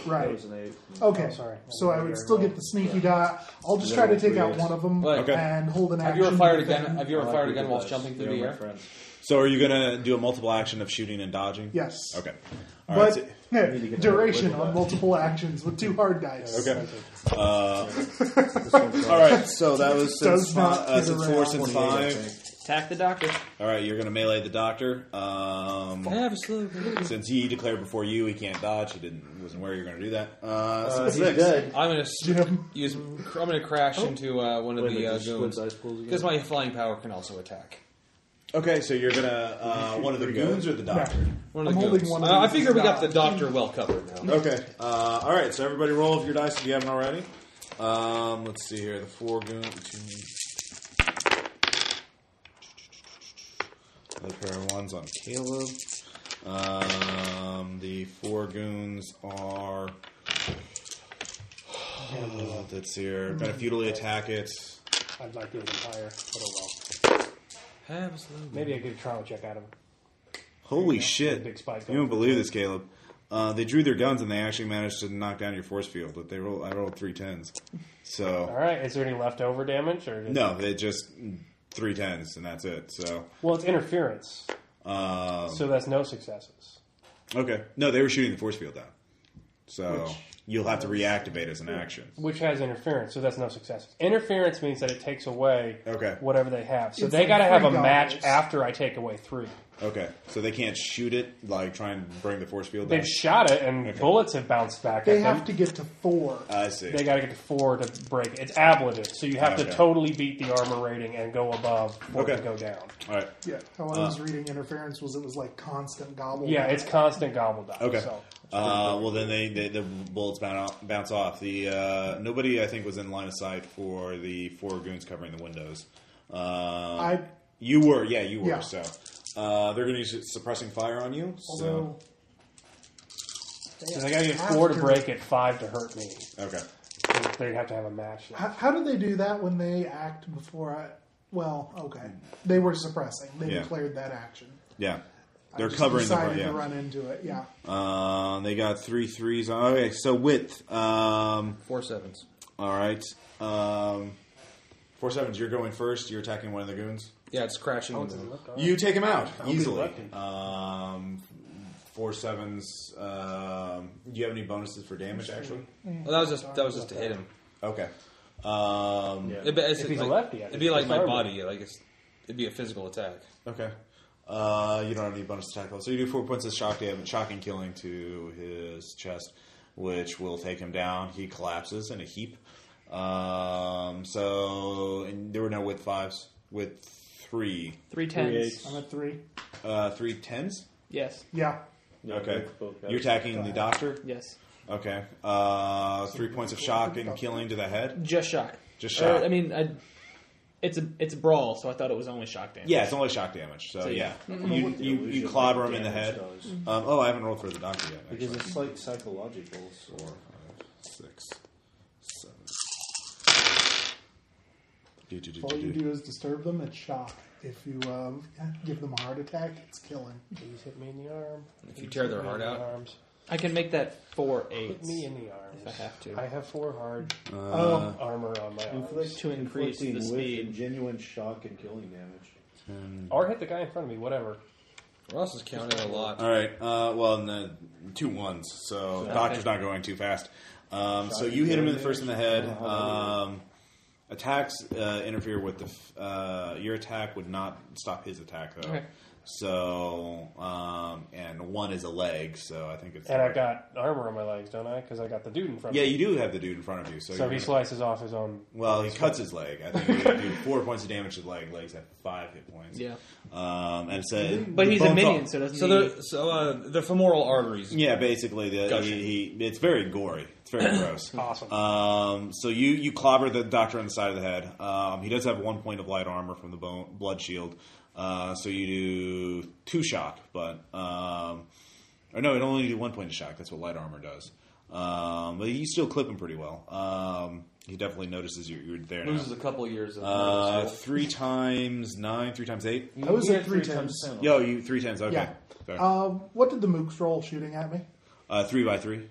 [SPEAKER 3] right.
[SPEAKER 8] was an eight.
[SPEAKER 3] Okay,
[SPEAKER 6] Oh, sorry.
[SPEAKER 3] so I would still get the sneaky die. I'll just try to take out one of them
[SPEAKER 4] Like- Okay.
[SPEAKER 3] and hold an
[SPEAKER 4] Have
[SPEAKER 3] action.
[SPEAKER 4] you ever fired a
[SPEAKER 3] with them.
[SPEAKER 4] gun? Have you ever fired a gun while jumping through the air?
[SPEAKER 1] So are you gonna do a multiple action of shooting and dodging?
[SPEAKER 3] Yes.
[SPEAKER 1] Okay. All right.
[SPEAKER 3] But
[SPEAKER 1] so-
[SPEAKER 8] get
[SPEAKER 3] duration
[SPEAKER 8] another
[SPEAKER 3] on multiple actions with two hard dice.
[SPEAKER 1] Okay. Uh, all right. So that was since,
[SPEAKER 3] Does
[SPEAKER 1] fi-
[SPEAKER 3] not
[SPEAKER 1] uh,
[SPEAKER 3] get
[SPEAKER 1] since four,
[SPEAKER 3] around.
[SPEAKER 1] since
[SPEAKER 3] 28, I
[SPEAKER 1] five.
[SPEAKER 4] Attack the doctor.
[SPEAKER 1] All right, you're gonna melee the doctor. Um,
[SPEAKER 4] I have a slogan.
[SPEAKER 1] since he declared before you, he can't dodge. He didn't wasn't aware you were gonna do that. Uh,
[SPEAKER 8] Uh,
[SPEAKER 1] since
[SPEAKER 8] he's
[SPEAKER 1] six.
[SPEAKER 8] dead.
[SPEAKER 4] I'm gonna s-
[SPEAKER 3] Jim.
[SPEAKER 4] use. I'm gonna crash into uh, one of
[SPEAKER 8] Wait a
[SPEAKER 4] the
[SPEAKER 8] minute,
[SPEAKER 4] uh,
[SPEAKER 8] just split
[SPEAKER 4] goons
[SPEAKER 8] dice pools again?
[SPEAKER 4] because my flying power can also attack.
[SPEAKER 1] Okay, so you're gonna uh, one of the goons or the doctor.
[SPEAKER 4] One of
[SPEAKER 3] I'm
[SPEAKER 4] the
[SPEAKER 3] holding
[SPEAKER 4] goons.
[SPEAKER 3] one of
[SPEAKER 4] I, I
[SPEAKER 3] these
[SPEAKER 4] figure we got
[SPEAKER 3] out.
[SPEAKER 4] the doctor well covered now.
[SPEAKER 1] Okay. Uh, all right. So everybody, roll if your dice if you haven't already. Um, let's see here. The four goon. two- Other pair of ones on Caleb. Um, the four goons are. oh, let's see here. Going to futilely attack it.
[SPEAKER 6] I'd like to even higher, but oh well.
[SPEAKER 4] Have a slogan.
[SPEAKER 6] Maybe I get a trauma check out of him.
[SPEAKER 1] Holy
[SPEAKER 6] Big
[SPEAKER 1] shit!
[SPEAKER 6] spike
[SPEAKER 1] You don't believe this, Caleb. Uh, they drew their guns and they actually managed to knock down your force field. But they roll, I rolled three tens,
[SPEAKER 6] All
[SPEAKER 1] so
[SPEAKER 6] right. Is there any leftover damage or
[SPEAKER 1] no, they just mm, three tens and that's it. So,
[SPEAKER 6] Well, it's interference,
[SPEAKER 1] um,
[SPEAKER 6] so that's no successes.
[SPEAKER 1] okay, no, they were shooting the force field down. So you'll have to reactivate as an action.
[SPEAKER 6] Which has interference, so that's no successes. Interference means that it takes away
[SPEAKER 1] Okay.
[SPEAKER 6] whatever they have. So
[SPEAKER 3] It's
[SPEAKER 6] they
[SPEAKER 3] like
[SPEAKER 6] got to have a
[SPEAKER 3] $3.
[SPEAKER 6] match after I take away three.
[SPEAKER 1] Okay, so they can't shoot it like try and bring the force field.
[SPEAKER 6] They've
[SPEAKER 1] down?
[SPEAKER 6] shot it, and
[SPEAKER 1] Okay.
[SPEAKER 6] bullets have bounced back.
[SPEAKER 3] They
[SPEAKER 6] at
[SPEAKER 3] have
[SPEAKER 6] them.
[SPEAKER 3] to get to four.
[SPEAKER 1] I see.
[SPEAKER 6] They got to get to four to break it. It's ablative, so you have to
[SPEAKER 1] Okay.
[SPEAKER 6] totally beat the armor rating and go above for it
[SPEAKER 1] Okay.
[SPEAKER 6] to go down.
[SPEAKER 1] All right.
[SPEAKER 3] Yeah, how I
[SPEAKER 1] Uh.
[SPEAKER 3] was reading interference was it was like constant gobble.
[SPEAKER 6] Yeah, it's constant gobble die.
[SPEAKER 1] Okay.
[SPEAKER 6] So.
[SPEAKER 1] Uh, well, then they, they the bullets bounce off. Bounce off. The uh, nobody I think was in line of sight for the four goons covering the windows. Uh,
[SPEAKER 3] I
[SPEAKER 1] you were, yeah, you were.
[SPEAKER 3] Yeah.
[SPEAKER 1] So uh, they're going to use suppressing fire on you.
[SPEAKER 3] although
[SPEAKER 6] So they got to get four to
[SPEAKER 3] After-
[SPEAKER 6] break it, five to hurt me.
[SPEAKER 1] So okay,
[SPEAKER 6] So They have to have a match.
[SPEAKER 3] how, how do they do that when they act before I? Well, okay, they were suppressing. They
[SPEAKER 1] Yeah.
[SPEAKER 3] declared that action.
[SPEAKER 1] yeah,
[SPEAKER 3] I
[SPEAKER 1] they're
[SPEAKER 3] just
[SPEAKER 1] covering the
[SPEAKER 3] decided
[SPEAKER 1] front. Yeah.
[SPEAKER 3] to run into it. Yeah,
[SPEAKER 1] Uh, they got three threes. On. Okay, so width. Um,
[SPEAKER 4] Four sevens.
[SPEAKER 1] all right. Um, four sevens. You're going first. You're attacking one of the goons.
[SPEAKER 4] Yeah, it's crashing. into them.
[SPEAKER 6] Uh,
[SPEAKER 1] You take him out easily.
[SPEAKER 6] lucky.
[SPEAKER 1] Um, four sevens. Um, do you have any bonuses for damage? Actually,
[SPEAKER 4] Well, that was just that was just to hit him.
[SPEAKER 1] okay. Um,
[SPEAKER 4] It'd be, it's
[SPEAKER 6] If he's
[SPEAKER 4] like-
[SPEAKER 6] a lefty, I
[SPEAKER 4] it'd
[SPEAKER 6] think
[SPEAKER 4] be like
[SPEAKER 6] he's
[SPEAKER 4] my
[SPEAKER 6] armored.
[SPEAKER 4] body. Like it's, it'd be a physical attack.
[SPEAKER 1] Okay. Uh, you don't have any bonus attack rolls, so you do four points of shock damage, shocking killing to his chest, which will take him down. He collapses in a heap. Um, so and there were no with fives, with three,
[SPEAKER 19] Three tens.
[SPEAKER 9] eights.
[SPEAKER 3] I'm at three.
[SPEAKER 1] uh, three tens.
[SPEAKER 19] Yes.
[SPEAKER 3] Yeah,
[SPEAKER 9] Yeah,
[SPEAKER 1] Okay,
[SPEAKER 9] both- both guys.
[SPEAKER 1] you're attacking the doctor.
[SPEAKER 19] Yes.
[SPEAKER 1] Okay. Uh, three points of shock and killing to the head.
[SPEAKER 19] Just shock.
[SPEAKER 1] Just
[SPEAKER 19] Or,
[SPEAKER 1] shock.
[SPEAKER 19] Uh, I mean, I, it's a it's a brawl, so I thought it was only shock damage.
[SPEAKER 1] yeah, it's only shock damage. So
[SPEAKER 19] So, Mm-hmm.
[SPEAKER 1] yeah,
[SPEAKER 19] yeah.
[SPEAKER 1] you you, you clobber him in the head.
[SPEAKER 9] Damage
[SPEAKER 1] Um, oh, I haven't rolled for the doctor yet. Actually.
[SPEAKER 9] Because it's like psychological. So.
[SPEAKER 1] Four, five, six, seven. Do, do, do,
[SPEAKER 3] all you
[SPEAKER 1] do, do.
[SPEAKER 3] do is disturb them. It's shock. If you um, give them a heart attack, it's killing.
[SPEAKER 6] Please hit me in the arm.
[SPEAKER 4] If you tear their
[SPEAKER 6] Hit me
[SPEAKER 4] heart
[SPEAKER 6] in the
[SPEAKER 4] out.
[SPEAKER 6] arms.
[SPEAKER 19] I can make that four
[SPEAKER 6] hit
[SPEAKER 19] eights
[SPEAKER 6] me in the
[SPEAKER 19] if I
[SPEAKER 6] arms.
[SPEAKER 19] have to.
[SPEAKER 6] I have four hard
[SPEAKER 1] Uh,
[SPEAKER 3] Oh.
[SPEAKER 6] armor on my arms.
[SPEAKER 9] Inflict,
[SPEAKER 19] To increase the
[SPEAKER 9] inflicting with
[SPEAKER 19] speed.
[SPEAKER 9] genuine shock and killing damage.
[SPEAKER 6] Or hit the guy in front of me, whatever.
[SPEAKER 4] Ross is counting a lot.
[SPEAKER 1] All right. Uh, well, no, two ones, so doctor's not going too fast. Um, so you hit him in the first in the head. Um, attacks uh, interfere with the. F- uh, your attack would not stop his attack though.
[SPEAKER 19] Okay.
[SPEAKER 1] So um, and one is a leg, so I think it's.
[SPEAKER 6] And I've got armor on my legs, don't I? Because I got the dude in front
[SPEAKER 1] Yeah,
[SPEAKER 6] of me.
[SPEAKER 1] you do have the dude in front of you. So,
[SPEAKER 6] So
[SPEAKER 1] you're
[SPEAKER 6] he
[SPEAKER 1] gonna-
[SPEAKER 6] slices off his own.
[SPEAKER 1] Well, he cuts his leg. I think he would do four points of damage to the leg. Legs have five hit points.
[SPEAKER 19] Yeah.
[SPEAKER 1] Um, and so,
[SPEAKER 19] But
[SPEAKER 1] the
[SPEAKER 19] he's a
[SPEAKER 1] bones
[SPEAKER 19] minion,
[SPEAKER 1] all-
[SPEAKER 19] so doesn't
[SPEAKER 4] So
[SPEAKER 19] he?
[SPEAKER 4] the so uh, the femoral arteries.
[SPEAKER 1] yeah, basically, the,
[SPEAKER 4] Gushing.
[SPEAKER 1] he, he, it's very gory. It's very gross.
[SPEAKER 6] Awesome.
[SPEAKER 1] Um, so you you clobber the doctor on the side of the head. Um, he does have one point of light armor from the bone, blood shield. Uh, so you do two shock, but um, or no, it only do one point of shock. That's what light armor does. Um, but you still clip him pretty well. Um, he definitely notices you're, you're there. now.
[SPEAKER 4] Loses a couple years of
[SPEAKER 1] Uh, three times nine, three times eight.
[SPEAKER 3] I was
[SPEAKER 9] You
[SPEAKER 3] at
[SPEAKER 9] get
[SPEAKER 3] three,
[SPEAKER 9] three
[SPEAKER 3] tens.
[SPEAKER 9] times
[SPEAKER 1] Yo, you three tens. Okay,
[SPEAKER 3] Yeah.
[SPEAKER 1] Sorry.
[SPEAKER 3] Um, what did the mooks roll shooting at me?
[SPEAKER 1] uh, three by three.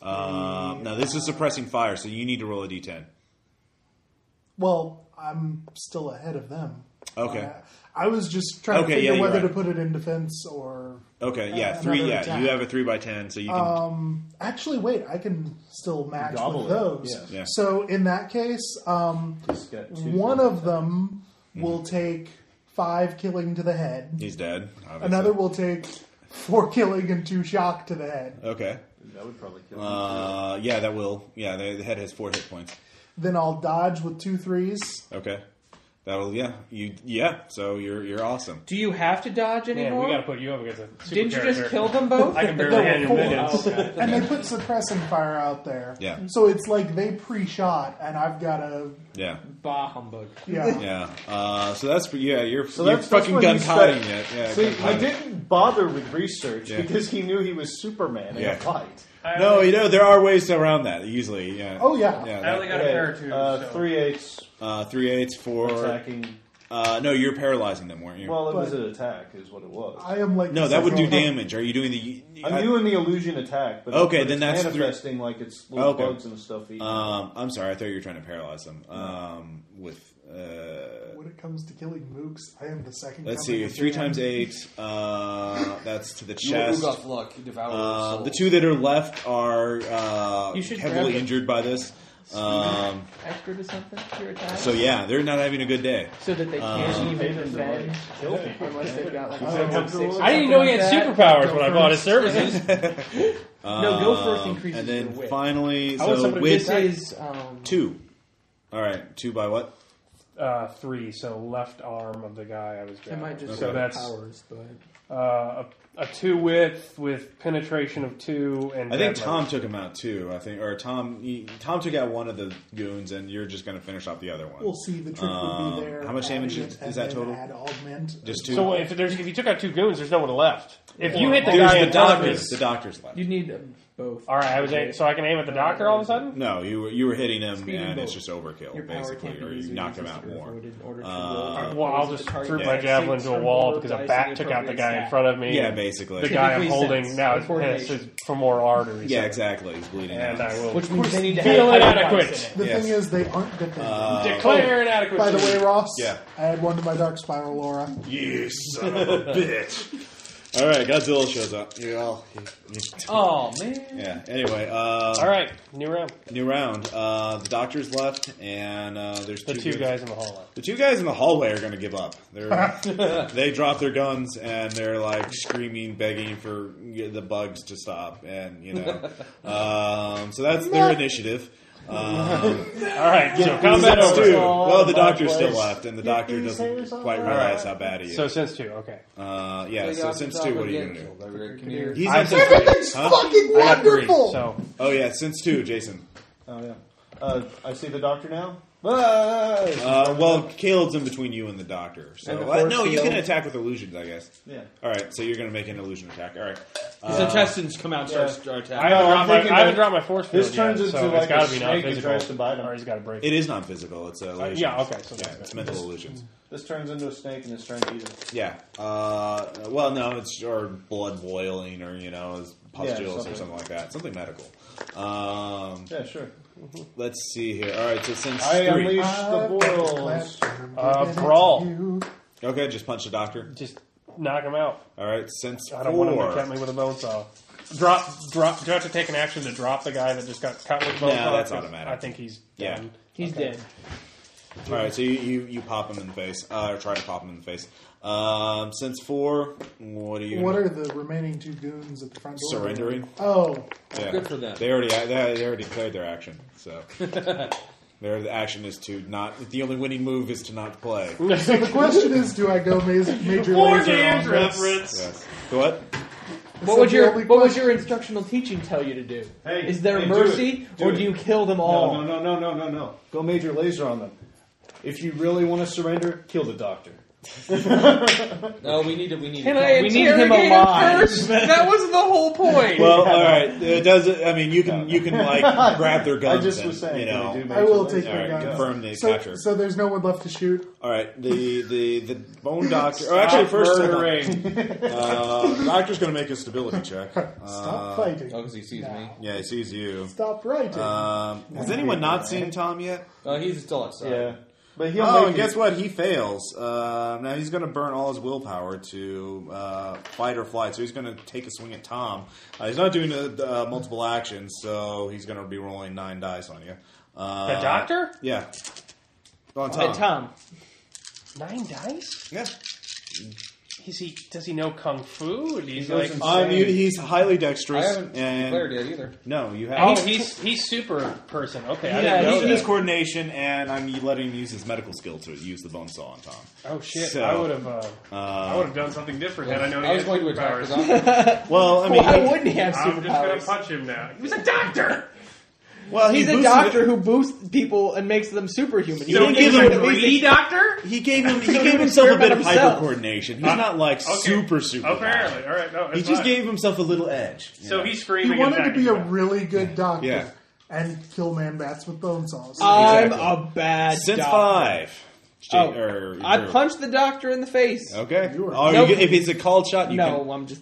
[SPEAKER 1] Um, now this is suppressing fire, so you need to roll a d10.
[SPEAKER 3] Well, I'm still ahead of them.
[SPEAKER 1] Okay.
[SPEAKER 3] Uh, I was just trying
[SPEAKER 1] Okay,
[SPEAKER 3] to figure
[SPEAKER 1] yeah, you're
[SPEAKER 3] whether
[SPEAKER 1] right.
[SPEAKER 3] to put it in defense or.
[SPEAKER 1] Okay, yeah,
[SPEAKER 3] Uh,
[SPEAKER 1] three.
[SPEAKER 3] another
[SPEAKER 1] Yeah,
[SPEAKER 3] attack.
[SPEAKER 1] you have a three by ten, so you can.
[SPEAKER 3] Actually, wait, I can still match
[SPEAKER 9] Gobble
[SPEAKER 3] with
[SPEAKER 9] it,
[SPEAKER 3] those.
[SPEAKER 9] yeah.
[SPEAKER 1] Yeah.
[SPEAKER 3] So in that case, um,
[SPEAKER 9] Just got two Mm-hmm.
[SPEAKER 3] one
[SPEAKER 9] things.
[SPEAKER 3] of them will take five killing to the head.
[SPEAKER 1] he's dead. obviously.
[SPEAKER 3] Another will take four killing and two shock to the head.
[SPEAKER 1] Okay.
[SPEAKER 9] That would probably kill.
[SPEAKER 1] Uh, yeah, that will. Yeah, the, the head has four hit points.
[SPEAKER 3] Then I'll dodge with two threes.
[SPEAKER 1] Okay. That'll. Yeah. You. Yeah. So you're you're awesome.
[SPEAKER 5] Do you have to dodge
[SPEAKER 6] Man,
[SPEAKER 5] anymore?
[SPEAKER 6] we gotta put you up against a super
[SPEAKER 5] Didn't you just
[SPEAKER 6] character.
[SPEAKER 5] kill them both?
[SPEAKER 6] I can barely
[SPEAKER 3] There were
[SPEAKER 6] handle
[SPEAKER 3] four.
[SPEAKER 6] minutes.
[SPEAKER 3] And they put suppressing fire out there.
[SPEAKER 1] Yeah.
[SPEAKER 3] So it's like they pre shot, and I've got to.
[SPEAKER 1] Yeah.
[SPEAKER 5] bah humbug.
[SPEAKER 3] Yeah.
[SPEAKER 1] Yeah. Uh, so that's for yeah. You're
[SPEAKER 9] So
[SPEAKER 1] you're
[SPEAKER 9] that's- that's
[SPEAKER 1] fucking
[SPEAKER 9] when
[SPEAKER 1] gun
[SPEAKER 9] you start-
[SPEAKER 1] cotting it. Yeah.
[SPEAKER 9] See, I
[SPEAKER 1] gunpowder.
[SPEAKER 9] didn't bother with research
[SPEAKER 1] Yeah.
[SPEAKER 9] because he knew he was Superman in
[SPEAKER 1] Yeah.
[SPEAKER 9] a fight.
[SPEAKER 1] No, you know there are ways around that. Usually, yeah.
[SPEAKER 3] Oh, yeah.
[SPEAKER 1] yeah.
[SPEAKER 6] I
[SPEAKER 1] that-
[SPEAKER 6] only got a pair of two.
[SPEAKER 9] uh,
[SPEAKER 6] so.
[SPEAKER 9] three eights
[SPEAKER 1] Uh, three eights, four.
[SPEAKER 9] attacking
[SPEAKER 1] Uh, no, you're paralyzing them, weren't you?
[SPEAKER 8] Well, it was
[SPEAKER 3] But-
[SPEAKER 8] an attack, is what it was.
[SPEAKER 3] I am like
[SPEAKER 1] no, that would do
[SPEAKER 3] several-
[SPEAKER 1] damage. Are you doing the?
[SPEAKER 8] I'm
[SPEAKER 1] I-
[SPEAKER 8] doing the illusion attack, but
[SPEAKER 1] Okay,
[SPEAKER 8] but
[SPEAKER 1] then
[SPEAKER 8] it's
[SPEAKER 1] that's through-
[SPEAKER 8] manifesting like it's little
[SPEAKER 1] Okay.
[SPEAKER 8] bugs and stuff. that you-
[SPEAKER 1] Um, I'm sorry. I thought you were trying to paralyze them. Um, with uh,
[SPEAKER 3] When it comes to killing mooks, I am the second.
[SPEAKER 1] let's
[SPEAKER 3] coming
[SPEAKER 1] see,
[SPEAKER 3] of
[SPEAKER 1] three
[SPEAKER 3] Dan.
[SPEAKER 1] times eight. Uh, that's to the
[SPEAKER 19] You will
[SPEAKER 1] chest.
[SPEAKER 19] Ugoth luck, devour
[SPEAKER 1] Uh,
[SPEAKER 19] soul.
[SPEAKER 1] the two that are left are uh,
[SPEAKER 5] You should grab
[SPEAKER 1] heavily
[SPEAKER 5] it.
[SPEAKER 1] injured by this. Um,
[SPEAKER 5] Extra to something to your attack?
[SPEAKER 1] so yeah, they're not having a good day.
[SPEAKER 5] So that they can't
[SPEAKER 4] Uh,
[SPEAKER 1] Um,
[SPEAKER 5] even defend unless they've got like
[SPEAKER 3] I
[SPEAKER 5] a
[SPEAKER 3] don't know.
[SPEAKER 5] six or
[SPEAKER 6] I didn't know he
[SPEAKER 5] something
[SPEAKER 6] had
[SPEAKER 5] like that.
[SPEAKER 6] superpowers when I bought his services.
[SPEAKER 5] No, go first
[SPEAKER 1] Um,
[SPEAKER 5] increases
[SPEAKER 1] And
[SPEAKER 5] your
[SPEAKER 1] then
[SPEAKER 5] wit.
[SPEAKER 1] finally,
[SPEAKER 6] I want
[SPEAKER 1] so
[SPEAKER 6] somebody to
[SPEAKER 1] wit
[SPEAKER 5] This is um,
[SPEAKER 1] two. All right, two by what?
[SPEAKER 6] Uh, three, so left arm of the guy I was
[SPEAKER 5] I
[SPEAKER 6] grabbing.
[SPEAKER 5] might just
[SPEAKER 1] So
[SPEAKER 5] say
[SPEAKER 6] that's-
[SPEAKER 5] powers, but
[SPEAKER 6] Uh, a, a two width with penetration of two, and
[SPEAKER 1] I think
[SPEAKER 6] deadlift.
[SPEAKER 1] Tom took him out too. I think, or Tom, he, Tom took out one of the goons, and you're just going to finish off the other one.
[SPEAKER 3] We'll see. The trick would
[SPEAKER 1] Um,
[SPEAKER 3] be there.
[SPEAKER 1] how much damage
[SPEAKER 3] adding
[SPEAKER 1] is-
[SPEAKER 3] it and
[SPEAKER 1] is that
[SPEAKER 3] then
[SPEAKER 1] total?
[SPEAKER 3] Add augment.
[SPEAKER 1] Just two.
[SPEAKER 6] So if there's if you took out two goons, there's no one left. If you hit the
[SPEAKER 1] There's
[SPEAKER 6] guy
[SPEAKER 1] the
[SPEAKER 6] in front of you-
[SPEAKER 1] doctors. The doctors left.
[SPEAKER 5] you need um, both.
[SPEAKER 6] all right, I was a- so I can aim at the doctor all of a sudden.
[SPEAKER 1] No, you were you were hitting him,
[SPEAKER 5] Speed
[SPEAKER 1] and
[SPEAKER 5] and
[SPEAKER 1] it's
[SPEAKER 5] bolt.
[SPEAKER 1] just overkill,
[SPEAKER 5] Your power
[SPEAKER 1] basically,
[SPEAKER 5] can't be
[SPEAKER 1] or you
[SPEAKER 5] used Oh, or
[SPEAKER 1] knocked him
[SPEAKER 5] resisted
[SPEAKER 1] out
[SPEAKER 5] or
[SPEAKER 1] more.
[SPEAKER 5] avoided in order to
[SPEAKER 1] Uh,
[SPEAKER 5] roll.
[SPEAKER 6] Well, I'll
[SPEAKER 5] Or is
[SPEAKER 6] just
[SPEAKER 5] the
[SPEAKER 6] threw
[SPEAKER 5] target
[SPEAKER 6] my
[SPEAKER 5] six
[SPEAKER 6] javelin to a
[SPEAKER 5] or
[SPEAKER 6] wall
[SPEAKER 5] more
[SPEAKER 6] because a
[SPEAKER 5] dice
[SPEAKER 6] bat
[SPEAKER 5] in
[SPEAKER 6] took out the
[SPEAKER 5] appropriate
[SPEAKER 6] guy in
[SPEAKER 5] stack?
[SPEAKER 6] front of me.
[SPEAKER 1] Yeah, basically.
[SPEAKER 6] The guy I'm
[SPEAKER 5] Typically
[SPEAKER 6] holding
[SPEAKER 5] sense
[SPEAKER 6] now
[SPEAKER 5] and
[SPEAKER 6] is
[SPEAKER 5] coordination.
[SPEAKER 6] has his femoral arteries.
[SPEAKER 1] Yeah, exactly. He's bleeding
[SPEAKER 6] And
[SPEAKER 1] out.
[SPEAKER 6] I will
[SPEAKER 5] Which means they need to
[SPEAKER 6] Feel
[SPEAKER 5] have
[SPEAKER 6] inadequate. Oh.
[SPEAKER 5] dice in it.
[SPEAKER 3] The
[SPEAKER 1] Yes.
[SPEAKER 3] thing is, they aren't good things.
[SPEAKER 1] Uh,
[SPEAKER 6] declare inadequacy.
[SPEAKER 3] By the way, Ross,
[SPEAKER 1] Yeah.
[SPEAKER 3] I had one to my dark spiral aura.
[SPEAKER 1] You son of a bitch. All right, Godzilla shows up. You all. you- you-
[SPEAKER 5] Oh man,
[SPEAKER 1] Yeah. Anyway, uh,
[SPEAKER 6] all right, new round.
[SPEAKER 1] new round. Uh, the doctor's left, and uh, there's
[SPEAKER 6] The two
[SPEAKER 1] good-
[SPEAKER 6] guys in the hallway.
[SPEAKER 1] The two guys in the hallway are going to give up. They're, they drop their guns and they're like screaming, begging for the bugs to stop, and you know. Um, so that's their initiative. Um,
[SPEAKER 6] All right, so combat
[SPEAKER 1] Since
[SPEAKER 6] over.
[SPEAKER 1] two. Well, the
[SPEAKER 5] my
[SPEAKER 1] doctor's still
[SPEAKER 5] place.
[SPEAKER 1] left, and the doctor doesn't quite realize how bad he is.
[SPEAKER 6] So since two, okay.
[SPEAKER 1] uh, yeah, so since two, what are you going to do?
[SPEAKER 19] do?
[SPEAKER 1] He's
[SPEAKER 6] I
[SPEAKER 1] at
[SPEAKER 6] said
[SPEAKER 1] since
[SPEAKER 6] three.
[SPEAKER 1] Huh?
[SPEAKER 3] Fucking
[SPEAKER 6] I got three,
[SPEAKER 3] wonderful!
[SPEAKER 6] so
[SPEAKER 1] Oh yeah, since two, Jason.
[SPEAKER 8] oh yeah, uh, I see the doctor now. Ah!
[SPEAKER 1] Uh, well, Caleb's in between you and the doctor. So
[SPEAKER 5] And the
[SPEAKER 1] uh, no,
[SPEAKER 5] force
[SPEAKER 1] you can
[SPEAKER 5] field.
[SPEAKER 1] attack with illusions, I guess.
[SPEAKER 8] Yeah.
[SPEAKER 1] All right, so you're going to make an illusion attack. All right. Uh,
[SPEAKER 19] His intestines come out and start, start
[SPEAKER 6] I haven't,
[SPEAKER 8] No,
[SPEAKER 19] attacking.
[SPEAKER 8] I'm
[SPEAKER 6] dropped my,
[SPEAKER 8] thinking
[SPEAKER 6] I haven't
[SPEAKER 8] that
[SPEAKER 6] dropped my force field
[SPEAKER 8] this turns
[SPEAKER 6] yet,
[SPEAKER 8] into
[SPEAKER 6] so
[SPEAKER 8] like
[SPEAKER 6] it's got
[SPEAKER 8] a
[SPEAKER 6] to be
[SPEAKER 8] snake that
[SPEAKER 6] non-physical.
[SPEAKER 8] tries to bite him.
[SPEAKER 6] Or he's got to break.
[SPEAKER 1] It is not physical. It's a illusion.
[SPEAKER 6] Uh, yeah, okay, so
[SPEAKER 1] yeah,
[SPEAKER 6] that's
[SPEAKER 1] it's mental illusions.
[SPEAKER 8] This turns into a snake and it's trying to eat him.
[SPEAKER 1] Yeah. Uh, well, no, it's or blood boiling or you know it's pustules or
[SPEAKER 8] something.
[SPEAKER 1] something like that. Something medical. Um,
[SPEAKER 8] Yeah, sure.
[SPEAKER 1] let's see here. All right, so since
[SPEAKER 8] I
[SPEAKER 1] three.
[SPEAKER 8] unleash
[SPEAKER 3] Ah,
[SPEAKER 8] the boils.
[SPEAKER 6] Uh, brawl.
[SPEAKER 1] Okay, just punch the doctor.
[SPEAKER 6] Just knock him out.
[SPEAKER 1] All right, since
[SPEAKER 6] I don't
[SPEAKER 1] four.
[SPEAKER 6] want him to cut me with a bone saw. Drop, drop. Do I have to take an action to drop the guy that just got cut with a bone
[SPEAKER 1] No,
[SPEAKER 6] saw?
[SPEAKER 1] that's
[SPEAKER 6] 'Cause
[SPEAKER 1] automatic.
[SPEAKER 6] I think he's
[SPEAKER 1] Yeah.
[SPEAKER 6] done.
[SPEAKER 5] he's dead.
[SPEAKER 1] All right, so you, you, you pop him in the face, uh, or try to pop him in the face. Um, since four, what are you
[SPEAKER 3] What are the remaining two goons at the front door?
[SPEAKER 1] surrendering?
[SPEAKER 3] Oh,
[SPEAKER 1] Yeah.
[SPEAKER 19] Good for them.
[SPEAKER 1] They already they, they already declared their action, so their action is to not. The only winning move is to not play.
[SPEAKER 3] so the question is, do I go major, major laser on this?
[SPEAKER 1] Yes. The What?
[SPEAKER 5] What would
[SPEAKER 3] the
[SPEAKER 5] your
[SPEAKER 3] only
[SPEAKER 5] What would your instructional teaching tell you to do?
[SPEAKER 8] Hey,
[SPEAKER 5] is there
[SPEAKER 8] hey, do
[SPEAKER 5] mercy,
[SPEAKER 8] it. Do
[SPEAKER 5] or
[SPEAKER 8] it.
[SPEAKER 5] do you kill them all?
[SPEAKER 8] No, no, no, no, no, no. Go major laser on them. If you really want to surrender, kill the doctor.
[SPEAKER 19] No, we need it. We need
[SPEAKER 5] Can
[SPEAKER 19] it.
[SPEAKER 5] I
[SPEAKER 19] we
[SPEAKER 5] need him alive. that was the whole point.
[SPEAKER 1] Well, all right. It does. I mean, you can you can like grab their guns.
[SPEAKER 8] I just
[SPEAKER 1] and,
[SPEAKER 8] was saying,
[SPEAKER 1] you
[SPEAKER 8] can we
[SPEAKER 1] know.
[SPEAKER 8] do major
[SPEAKER 3] I will
[SPEAKER 8] laser?
[SPEAKER 3] take
[SPEAKER 1] all
[SPEAKER 3] their
[SPEAKER 1] right,
[SPEAKER 3] guns.
[SPEAKER 1] confirm the
[SPEAKER 3] So,
[SPEAKER 1] capture.
[SPEAKER 3] so there's no one left to shoot.
[SPEAKER 1] all right, the the the bone doctor. Or actually, first hold on. Uh, the doctor's going to make a stability check.
[SPEAKER 3] Stop
[SPEAKER 1] Uh,
[SPEAKER 3] fighting.
[SPEAKER 19] Oh, because he sees me.
[SPEAKER 1] Yeah, he sees you.
[SPEAKER 3] Stop writing.
[SPEAKER 1] Um, has anyone not seen Tom yet?
[SPEAKER 19] Oh, he's still outside.
[SPEAKER 8] Yeah, but he'll
[SPEAKER 1] Oh,
[SPEAKER 8] make
[SPEAKER 1] and
[SPEAKER 8] it-
[SPEAKER 1] guess what? He fails. Uh, now he's going to burn all his willpower to uh, fight or flight. So he's going to take a swing at Tom. Uh, he's not doing uh, uh, multiple actions, so he's going to be rolling nine dice on you. Uh,
[SPEAKER 6] The doctor?
[SPEAKER 1] Yeah. On Tom.
[SPEAKER 5] Hey, Tom,
[SPEAKER 6] Nine dice?
[SPEAKER 1] Yeah.
[SPEAKER 6] Is he? Does he know kung fu? And he's like,
[SPEAKER 1] Um, you- he's highly
[SPEAKER 19] I
[SPEAKER 1] dexterous.
[SPEAKER 19] haven't
[SPEAKER 1] and
[SPEAKER 19] declared yet either.
[SPEAKER 1] No, you
[SPEAKER 6] oh,
[SPEAKER 1] have.
[SPEAKER 6] he's he's super person. Okay, I
[SPEAKER 5] Yeah,
[SPEAKER 6] didn't know
[SPEAKER 1] He
[SPEAKER 6] that.
[SPEAKER 1] needs coordination, and I'm letting him use his medical skill to use the bone saw on Tom.
[SPEAKER 6] Oh shit!
[SPEAKER 1] So,
[SPEAKER 6] I would have. Uh, I
[SPEAKER 1] Uh,
[SPEAKER 6] would have done something different had I known.
[SPEAKER 19] I was going to attack
[SPEAKER 6] his
[SPEAKER 19] the doctor.
[SPEAKER 1] well, I mean,
[SPEAKER 5] why
[SPEAKER 1] he-
[SPEAKER 5] wouldn't he have
[SPEAKER 6] I'm just gonna
[SPEAKER 5] superpowers?
[SPEAKER 6] punch him now. He was a doctor.
[SPEAKER 1] well, he
[SPEAKER 5] He's a
[SPEAKER 1] boosted
[SPEAKER 5] doctor
[SPEAKER 1] it-
[SPEAKER 5] who boosts people and makes them superhuman. You
[SPEAKER 1] So
[SPEAKER 5] don't
[SPEAKER 1] he
[SPEAKER 5] give
[SPEAKER 1] gives
[SPEAKER 5] him
[SPEAKER 1] him
[SPEAKER 5] at least
[SPEAKER 6] Greedy doctor?
[SPEAKER 1] He gave him. He
[SPEAKER 5] So he
[SPEAKER 1] gave
[SPEAKER 5] would
[SPEAKER 1] himself a bit
[SPEAKER 5] experiment
[SPEAKER 1] of hyper
[SPEAKER 5] himself.
[SPEAKER 1] coordination. He's not like
[SPEAKER 6] Uh, Okay.
[SPEAKER 1] super super.
[SPEAKER 6] Apparently, all right, no.
[SPEAKER 1] he
[SPEAKER 6] it's
[SPEAKER 1] just
[SPEAKER 6] fine.
[SPEAKER 1] gave himself a little edge. you
[SPEAKER 6] So
[SPEAKER 1] know.
[SPEAKER 6] he's
[SPEAKER 3] he
[SPEAKER 6] screaming.
[SPEAKER 3] wanted to
[SPEAKER 6] and
[SPEAKER 3] be a
[SPEAKER 6] attacking.
[SPEAKER 3] really good doctor
[SPEAKER 1] Yeah.
[SPEAKER 3] and kill man bats with bone saws.
[SPEAKER 5] I'm
[SPEAKER 1] Exactly.
[SPEAKER 5] a bad
[SPEAKER 1] since
[SPEAKER 5] doctor.
[SPEAKER 1] five. Ja-
[SPEAKER 5] Oh,
[SPEAKER 1] or
[SPEAKER 5] I
[SPEAKER 1] Drew.
[SPEAKER 5] punched the doctor in the face.
[SPEAKER 1] Okay.
[SPEAKER 5] You are-
[SPEAKER 1] Oh, you
[SPEAKER 5] Nope.
[SPEAKER 1] get- if it's a called shot, you
[SPEAKER 5] no,
[SPEAKER 1] can-
[SPEAKER 5] I'm just.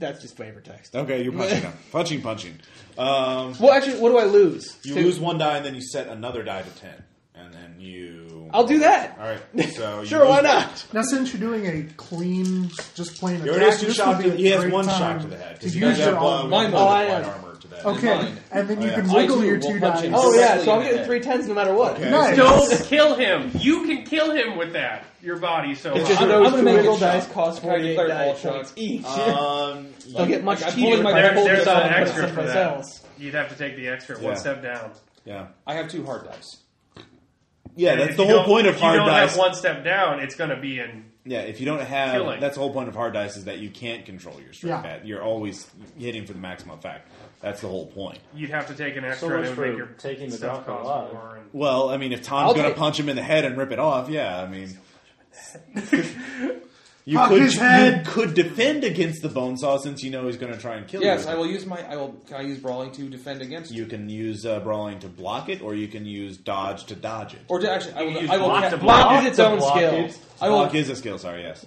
[SPEAKER 5] That's just flavor text.
[SPEAKER 1] Okay, you're punching him. Punching, punching. Um,
[SPEAKER 5] Well, actually, what do I lose?
[SPEAKER 1] you
[SPEAKER 5] Two.
[SPEAKER 1] lose one die, and then you set another die to ten, and then you.
[SPEAKER 5] I'll do that.
[SPEAKER 1] All right. So you
[SPEAKER 5] Sure, why
[SPEAKER 1] lose-
[SPEAKER 5] not?
[SPEAKER 3] Now, since you're doing a clean, just plain
[SPEAKER 1] He
[SPEAKER 3] attack,
[SPEAKER 1] already has two
[SPEAKER 3] this
[SPEAKER 1] shots.
[SPEAKER 3] would be a
[SPEAKER 1] To, he has
[SPEAKER 3] great
[SPEAKER 1] one shot
[SPEAKER 3] time
[SPEAKER 1] to the head.
[SPEAKER 3] To
[SPEAKER 1] because
[SPEAKER 3] use your arm.
[SPEAKER 1] mine
[SPEAKER 5] Oh, I
[SPEAKER 1] mine
[SPEAKER 5] know.
[SPEAKER 1] armor to that.
[SPEAKER 3] Okay, and then you
[SPEAKER 1] Oh,
[SPEAKER 3] can
[SPEAKER 1] yeah.
[SPEAKER 3] wiggle
[SPEAKER 1] I,
[SPEAKER 3] your
[SPEAKER 1] too,
[SPEAKER 3] two
[SPEAKER 1] will punch
[SPEAKER 3] dice.
[SPEAKER 1] him
[SPEAKER 5] Oh yeah,
[SPEAKER 1] Directly
[SPEAKER 5] so
[SPEAKER 1] in
[SPEAKER 5] I'm
[SPEAKER 1] the
[SPEAKER 5] getting
[SPEAKER 1] head.
[SPEAKER 5] three tens no matter what.
[SPEAKER 1] Okay.
[SPEAKER 3] Nice.
[SPEAKER 6] Don't kill him. You can kill him with that. Your body. So
[SPEAKER 5] It's just
[SPEAKER 6] uh,
[SPEAKER 5] I'm,
[SPEAKER 4] those
[SPEAKER 5] gonna
[SPEAKER 4] two
[SPEAKER 5] make
[SPEAKER 4] wiggle
[SPEAKER 5] wiggle dice cost
[SPEAKER 4] I
[SPEAKER 5] forty eight
[SPEAKER 4] declare all
[SPEAKER 5] dice
[SPEAKER 4] shots.
[SPEAKER 5] points each.
[SPEAKER 1] Um,
[SPEAKER 5] They'll get much
[SPEAKER 4] I'm
[SPEAKER 5] cheaper
[SPEAKER 4] pulling
[SPEAKER 5] if
[SPEAKER 4] my-
[SPEAKER 5] I
[SPEAKER 6] there-
[SPEAKER 5] hold
[SPEAKER 6] there's
[SPEAKER 5] this
[SPEAKER 6] an
[SPEAKER 5] on and put it
[SPEAKER 6] extra for
[SPEAKER 5] someplace
[SPEAKER 6] that.
[SPEAKER 5] else.
[SPEAKER 6] you'd have to take the extra
[SPEAKER 1] Yeah.
[SPEAKER 6] one step down.
[SPEAKER 1] yeah,
[SPEAKER 4] I have two hard dice.
[SPEAKER 1] yeah.
[SPEAKER 6] And
[SPEAKER 1] That's
[SPEAKER 6] if
[SPEAKER 1] the
[SPEAKER 6] you
[SPEAKER 1] whole
[SPEAKER 6] don't-
[SPEAKER 1] point of hard
[SPEAKER 6] If you don't
[SPEAKER 1] dice.
[SPEAKER 6] have one step down, it's going to be in.
[SPEAKER 1] Yeah, if you don't have,
[SPEAKER 6] Killing.
[SPEAKER 1] that's the whole point of hard dice is that you can't control your strike
[SPEAKER 3] Yeah.
[SPEAKER 1] bet. You're always hitting for the maximum effect. That's the whole point.
[SPEAKER 6] You'd have to take an
[SPEAKER 21] So
[SPEAKER 6] extra
[SPEAKER 21] much
[SPEAKER 6] to
[SPEAKER 21] for
[SPEAKER 6] make your
[SPEAKER 21] taking the
[SPEAKER 6] stuff
[SPEAKER 21] doctor
[SPEAKER 6] cost
[SPEAKER 21] alive.
[SPEAKER 6] more. And,
[SPEAKER 1] Well, I mean, if Tom's
[SPEAKER 5] I'll
[SPEAKER 1] going to
[SPEAKER 5] take-
[SPEAKER 1] punch him in the head and rip it off, yeah, I mean, you
[SPEAKER 3] Fuck
[SPEAKER 1] could
[SPEAKER 3] his head.
[SPEAKER 1] you could defend against the bone saw since you know he's going to try and kill you.
[SPEAKER 4] Yes, I will use my. I will. Can I use brawling to defend against you?
[SPEAKER 1] You can use uh, brawling to block it, or you can use dodge to dodge it.
[SPEAKER 4] Or do, actually, I
[SPEAKER 6] You use
[SPEAKER 4] will. I will.
[SPEAKER 6] block
[SPEAKER 4] ca-
[SPEAKER 6] to
[SPEAKER 4] block
[SPEAKER 6] block.
[SPEAKER 4] is its
[SPEAKER 21] To
[SPEAKER 4] own
[SPEAKER 21] block
[SPEAKER 4] skill.
[SPEAKER 21] it.
[SPEAKER 4] I will.
[SPEAKER 1] block is a skill. Sorry, yes.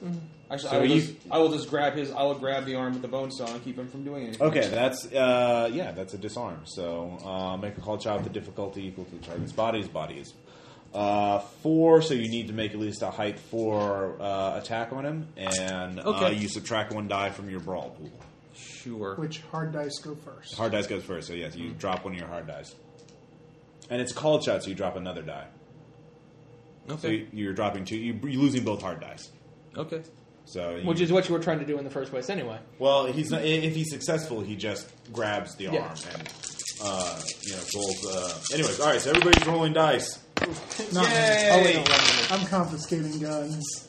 [SPEAKER 4] Actually,
[SPEAKER 1] So
[SPEAKER 4] I, will
[SPEAKER 1] you-
[SPEAKER 4] just, I will just grab his. I will grab the arm with the bone saw and keep him from doing anything.
[SPEAKER 1] Okay, that's uh, yeah, that's a disarm. So uh, make a call shot with the difficulty equal to the target's body's body is uh, four. So you need to make at least a height four uh, attack on him, and uh,
[SPEAKER 4] Okay.
[SPEAKER 1] you subtract one die from your brawl pool.
[SPEAKER 4] Sure.
[SPEAKER 3] Which hard dice go first?
[SPEAKER 1] Hard dice goes first, so yes,
[SPEAKER 4] Hmm.
[SPEAKER 1] you drop one of your hard dice, and it's a call shot, so you drop another die. So
[SPEAKER 4] Okay.
[SPEAKER 1] you, you're dropping two. You, you're losing both hard dice.
[SPEAKER 4] Okay.
[SPEAKER 1] So you,
[SPEAKER 5] Which is what you were trying to do in the first place anyway.
[SPEAKER 1] Well, he's not, i- if he's successful, he just grabs the
[SPEAKER 5] Yeah.
[SPEAKER 1] arm and uh, you know rolls. Uh, anyways, all right. So everybody's rolling dice.
[SPEAKER 3] No,
[SPEAKER 5] Oh, wait, no, one minute.
[SPEAKER 3] I'm confiscating guns.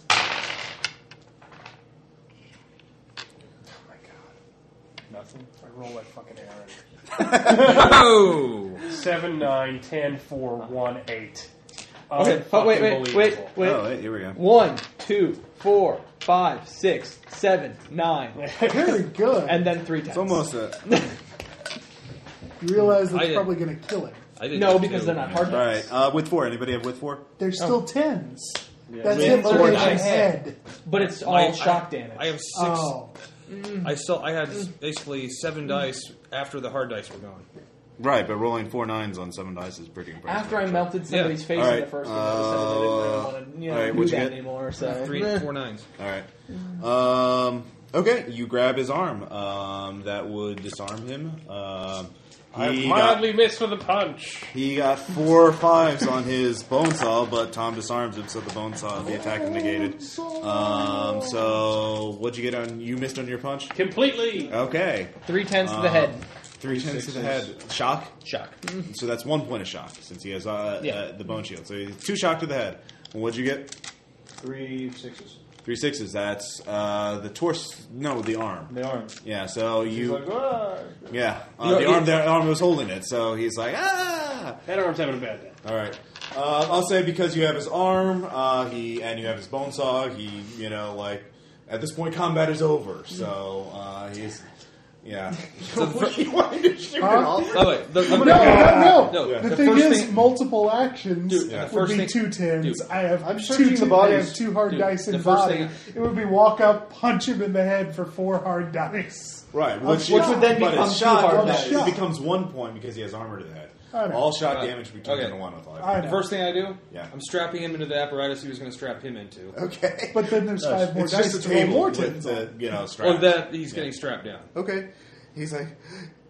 [SPEAKER 8] Nothing.
[SPEAKER 6] I roll like fucking Aaron.
[SPEAKER 4] Oh.
[SPEAKER 6] Seven, nine, ten, four, one, eight.
[SPEAKER 5] Okay,
[SPEAKER 6] oh,
[SPEAKER 5] but wait, wait, wait,
[SPEAKER 6] Unbelievable.
[SPEAKER 5] wait.
[SPEAKER 1] Oh, wait, here we go.
[SPEAKER 5] One, two, four, five, six, seven, nine,
[SPEAKER 3] Very good.
[SPEAKER 5] and then three times.
[SPEAKER 1] It's almost a
[SPEAKER 3] you realize that's
[SPEAKER 4] I did.
[SPEAKER 3] probably going to kill it.
[SPEAKER 4] I didn't
[SPEAKER 5] no
[SPEAKER 4] know
[SPEAKER 5] because
[SPEAKER 4] too.
[SPEAKER 5] they're not hard
[SPEAKER 1] all right.
[SPEAKER 5] dice.
[SPEAKER 1] Uh, with four. Anybody have with four?
[SPEAKER 3] They're still tens. That's
[SPEAKER 5] Yeah.
[SPEAKER 3] hit
[SPEAKER 5] Four
[SPEAKER 3] location
[SPEAKER 5] dice.
[SPEAKER 3] head.
[SPEAKER 5] But it's all
[SPEAKER 4] I- I-
[SPEAKER 5] shock damage.
[SPEAKER 4] I have six.
[SPEAKER 3] Oh,
[SPEAKER 4] I still. I had basically seven dice after the hard dice were gone.
[SPEAKER 1] Right, but rolling four nines on seven dice is pretty impressive.
[SPEAKER 5] After I melted somebody's face
[SPEAKER 1] All
[SPEAKER 5] in
[SPEAKER 1] right, Uh,
[SPEAKER 5] the first one, I decided I didn't really want to you know,
[SPEAKER 1] all right,
[SPEAKER 5] do
[SPEAKER 1] what'd you
[SPEAKER 5] that
[SPEAKER 1] get?
[SPEAKER 5] anymore. So
[SPEAKER 4] Three,
[SPEAKER 5] Eh.
[SPEAKER 4] four nines.
[SPEAKER 1] All right. Um, okay, you grab his arm. Um, that would disarm him. Um,
[SPEAKER 6] I
[SPEAKER 1] he got,
[SPEAKER 6] mildly missed with a punch.
[SPEAKER 1] he got four fives on his bone saw, but Tom disarms him, so the bone saw the attack is negated. Um, so what'd you get on? You missed on your punch.
[SPEAKER 6] Completely.
[SPEAKER 1] Okay,
[SPEAKER 5] three tens to the
[SPEAKER 1] Um,
[SPEAKER 5] head.
[SPEAKER 1] Three tens to the head. Shock.
[SPEAKER 5] Shock.
[SPEAKER 1] So that's one point of shock since he has uh,
[SPEAKER 5] Yeah.
[SPEAKER 1] uh, the bone shield. So he's two shock to the head. And what'd you get?
[SPEAKER 8] Three sixes.
[SPEAKER 1] Three sixes. That's uh, the torso. No, the arm.
[SPEAKER 8] The arm.
[SPEAKER 1] Yeah. So
[SPEAKER 8] He's
[SPEAKER 1] you.
[SPEAKER 8] like, ah.
[SPEAKER 1] Yeah. Uh,
[SPEAKER 4] No,
[SPEAKER 1] the
[SPEAKER 4] it-
[SPEAKER 1] arm. The arm was holding it. So he's like, ah.
[SPEAKER 6] That arm's having a bad day.
[SPEAKER 1] All right. Uh, I'll say because you have his arm, uh, he and you have his bone saw. He, you know, like at this point, combat is over.
[SPEAKER 3] Mm-hmm.
[SPEAKER 1] So uh, he's, yeah.
[SPEAKER 19] Oh,
[SPEAKER 4] So the fir-
[SPEAKER 3] Huh?
[SPEAKER 4] by the way, the, the,
[SPEAKER 3] no, no, no.
[SPEAKER 4] No,
[SPEAKER 3] The,
[SPEAKER 4] the
[SPEAKER 3] thing
[SPEAKER 4] first
[SPEAKER 3] is,
[SPEAKER 4] thing-
[SPEAKER 3] multiple actions
[SPEAKER 4] Dude, the
[SPEAKER 3] would
[SPEAKER 4] first
[SPEAKER 3] be
[SPEAKER 4] thing-
[SPEAKER 3] two tens.
[SPEAKER 4] Dude.
[SPEAKER 3] I have
[SPEAKER 8] I'm
[SPEAKER 3] two,
[SPEAKER 8] searching the
[SPEAKER 3] ten-
[SPEAKER 8] bodies.
[SPEAKER 3] I have two hard
[SPEAKER 4] Dude,
[SPEAKER 3] dice
[SPEAKER 4] the
[SPEAKER 3] in
[SPEAKER 4] first
[SPEAKER 3] body.
[SPEAKER 4] thing-
[SPEAKER 3] It would be walk up, punch him in the head for four hard dice.
[SPEAKER 1] Right,
[SPEAKER 3] Of
[SPEAKER 1] which,
[SPEAKER 3] shock.
[SPEAKER 1] which would then
[SPEAKER 5] But
[SPEAKER 1] become
[SPEAKER 5] it's
[SPEAKER 1] shot.
[SPEAKER 5] two hard
[SPEAKER 1] that-
[SPEAKER 3] dice.
[SPEAKER 1] It becomes one point because he has armor to the head.
[SPEAKER 3] I know.
[SPEAKER 1] All shot
[SPEAKER 4] Right.
[SPEAKER 1] damage would be turned
[SPEAKER 4] Okay.
[SPEAKER 1] into one with all.
[SPEAKER 3] I
[SPEAKER 4] the
[SPEAKER 3] know.
[SPEAKER 4] first thing I do,
[SPEAKER 1] Yeah.
[SPEAKER 4] I'm strapping him into the apparatus he was going to strap him into.
[SPEAKER 1] Okay,
[SPEAKER 3] But then there's five more
[SPEAKER 1] it's
[SPEAKER 3] dice
[SPEAKER 1] just a
[SPEAKER 3] to roll
[SPEAKER 1] table
[SPEAKER 3] more
[SPEAKER 1] with
[SPEAKER 3] tens on.
[SPEAKER 1] the, you know
[SPEAKER 4] Or
[SPEAKER 1] straps.
[SPEAKER 4] that he's getting strapped down.
[SPEAKER 1] Okay, he's like,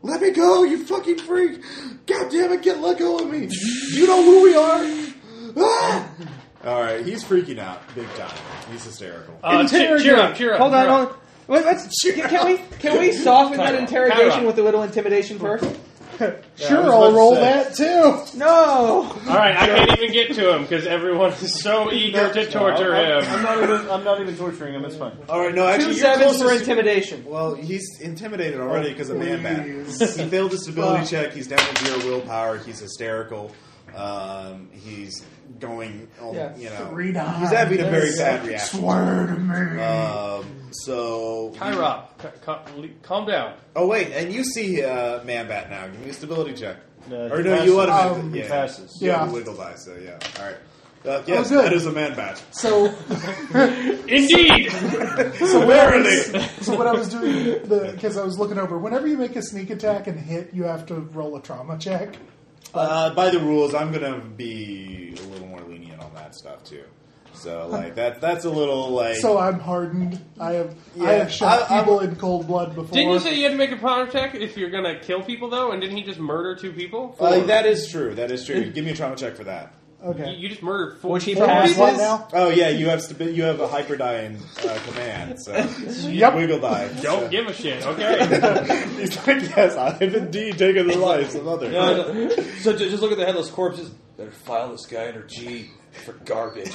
[SPEAKER 1] "Let me go, you fucking freak! God damn it, get let go of me! You know who we are." Ah! All right, he's freaking out big time. He's hysterical.
[SPEAKER 6] Uh, cheer, cheer up, cheer up.
[SPEAKER 5] Hold on,
[SPEAKER 6] cheer up.
[SPEAKER 5] hold on. Wait, let's, can, can we can we soften that
[SPEAKER 4] Tyra,
[SPEAKER 5] interrogation
[SPEAKER 6] Tyra.
[SPEAKER 5] with a little intimidation first?
[SPEAKER 3] sure,
[SPEAKER 1] about
[SPEAKER 3] I'll
[SPEAKER 1] to
[SPEAKER 3] roll
[SPEAKER 1] say.
[SPEAKER 3] that too.
[SPEAKER 5] No.
[SPEAKER 6] All right, I can't even get to him because everyone is so eager to torture
[SPEAKER 8] I'm,
[SPEAKER 6] him.
[SPEAKER 8] I'm not even. I'm not even torturing him. It's fine.
[SPEAKER 1] All right, no, actually,
[SPEAKER 5] Two
[SPEAKER 1] you're
[SPEAKER 5] sevens for
[SPEAKER 1] closest.
[SPEAKER 5] intimidation.
[SPEAKER 1] Well, he's intimidated already because of man bat.
[SPEAKER 3] please.
[SPEAKER 1] He failed his stability
[SPEAKER 3] Fuck.
[SPEAKER 1] check. He's down to zero willpower. He's hysterical. Um, he's going, all,
[SPEAKER 5] Yeah.
[SPEAKER 1] you know,
[SPEAKER 3] Three dimes.
[SPEAKER 1] he's having a very bad reaction.
[SPEAKER 3] Swear to me.
[SPEAKER 1] Um, so,
[SPEAKER 6] Tyra, c- c- calm down.
[SPEAKER 1] oh wait, and you see uh, man bat now. Give me a stability check.
[SPEAKER 8] No,
[SPEAKER 1] or
[SPEAKER 8] he
[SPEAKER 1] no, you
[SPEAKER 8] passes.
[SPEAKER 1] automatically
[SPEAKER 8] Um, he
[SPEAKER 1] yeah.
[SPEAKER 8] passes.
[SPEAKER 1] You have
[SPEAKER 3] Yeah. Oh,
[SPEAKER 1] a wiggle die, so yeah. All right. Uh, yes,
[SPEAKER 3] good.
[SPEAKER 1] that is a man bat.
[SPEAKER 3] So
[SPEAKER 6] Indeed.
[SPEAKER 3] So what, I was,
[SPEAKER 1] Verily.
[SPEAKER 3] so what I was doing, because I was looking over, whenever you make a sneak attack and hit, you have to roll a trauma check.
[SPEAKER 1] Uh, by the rules, I'm gonna be a little more lenient on that stuff too. So like that that's a little like
[SPEAKER 3] So uh, I'm hardened. I have I
[SPEAKER 1] Yeah,
[SPEAKER 3] have shot
[SPEAKER 1] I- I-
[SPEAKER 3] people in cold blood before.
[SPEAKER 6] Didn't you say you had to make a power check if you're gonna kill people though? And didn't he just murder two people?
[SPEAKER 1] Uh, that is true. That is true. Give me a trauma check for that.
[SPEAKER 6] You,
[SPEAKER 3] okay.
[SPEAKER 6] you just murdered four.
[SPEAKER 19] Which he
[SPEAKER 6] people.
[SPEAKER 19] passed.
[SPEAKER 3] What now?
[SPEAKER 1] Oh yeah, you have stabi- you have a hyper die in uh, command. So
[SPEAKER 3] Yep.
[SPEAKER 1] wiggle die.
[SPEAKER 6] Don't give a shit. Okay.
[SPEAKER 1] He's like, yes, I have indeed taken the lives of others.
[SPEAKER 4] No, no. So ju- just look at the headless corpses. Better file this guy under G for garbage.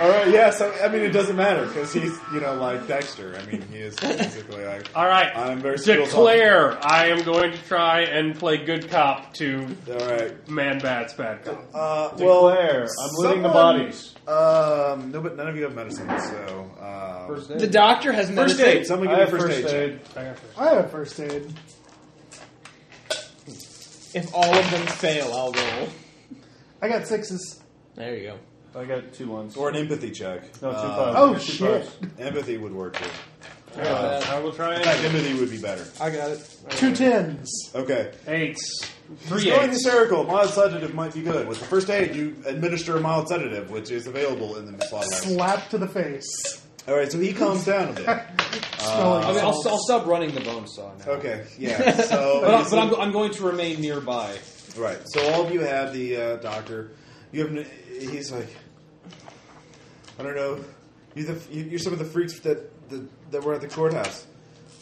[SPEAKER 1] All right, yeah. So I mean, it doesn't matter because he's you know like Dexter. I mean, he is basically like.
[SPEAKER 6] All right.
[SPEAKER 1] I'm very skilled.
[SPEAKER 6] Declare. I am going to try and play good cop to
[SPEAKER 1] All right.
[SPEAKER 6] man bats bad cop.
[SPEAKER 1] Uh, well,
[SPEAKER 9] Declare. I'm looting the
[SPEAKER 1] someone-
[SPEAKER 9] bodies.
[SPEAKER 1] Um, no, but none of you have medicine, so um, first,
[SPEAKER 19] The doctor has medicine.
[SPEAKER 1] aid. Someone give
[SPEAKER 9] I
[SPEAKER 1] me a
[SPEAKER 9] have
[SPEAKER 1] first, aid. check.
[SPEAKER 3] I have first aid.
[SPEAKER 19] If all of them fail, I'll roll.
[SPEAKER 3] I got sixes.
[SPEAKER 19] There you go.
[SPEAKER 9] I got two ones.
[SPEAKER 1] or an empathy check.
[SPEAKER 9] No, two
[SPEAKER 8] Uh,
[SPEAKER 1] Um,
[SPEAKER 9] fives.
[SPEAKER 3] Oh
[SPEAKER 9] Two
[SPEAKER 3] shit!
[SPEAKER 9] fives.
[SPEAKER 1] empathy would work too.
[SPEAKER 19] Uh,
[SPEAKER 6] I will try
[SPEAKER 1] In
[SPEAKER 6] and
[SPEAKER 1] fact, empathy would be better.
[SPEAKER 19] I got it.
[SPEAKER 3] Two tens.
[SPEAKER 1] Okay,
[SPEAKER 6] eights.
[SPEAKER 1] He's
[SPEAKER 6] Three
[SPEAKER 1] going
[SPEAKER 6] eights.
[SPEAKER 1] hysterical. Mild sedative might be good. With the first aid, you administer a mild sedative, which is available in the slot. list.
[SPEAKER 3] Slap to the face.
[SPEAKER 1] All right, so he calms down a bit.
[SPEAKER 3] Smelling
[SPEAKER 4] I mean, I'll,
[SPEAKER 3] salts.
[SPEAKER 4] I'll stop running the bone saw now.
[SPEAKER 1] Okay, yeah. So,
[SPEAKER 4] But, I, but I'm, I'm going to remain nearby.
[SPEAKER 1] right. So all of you have the uh, doctor. You have. n- He's like, I don't know. You're, the, you're some of the freaks that the, that were at the courthouse.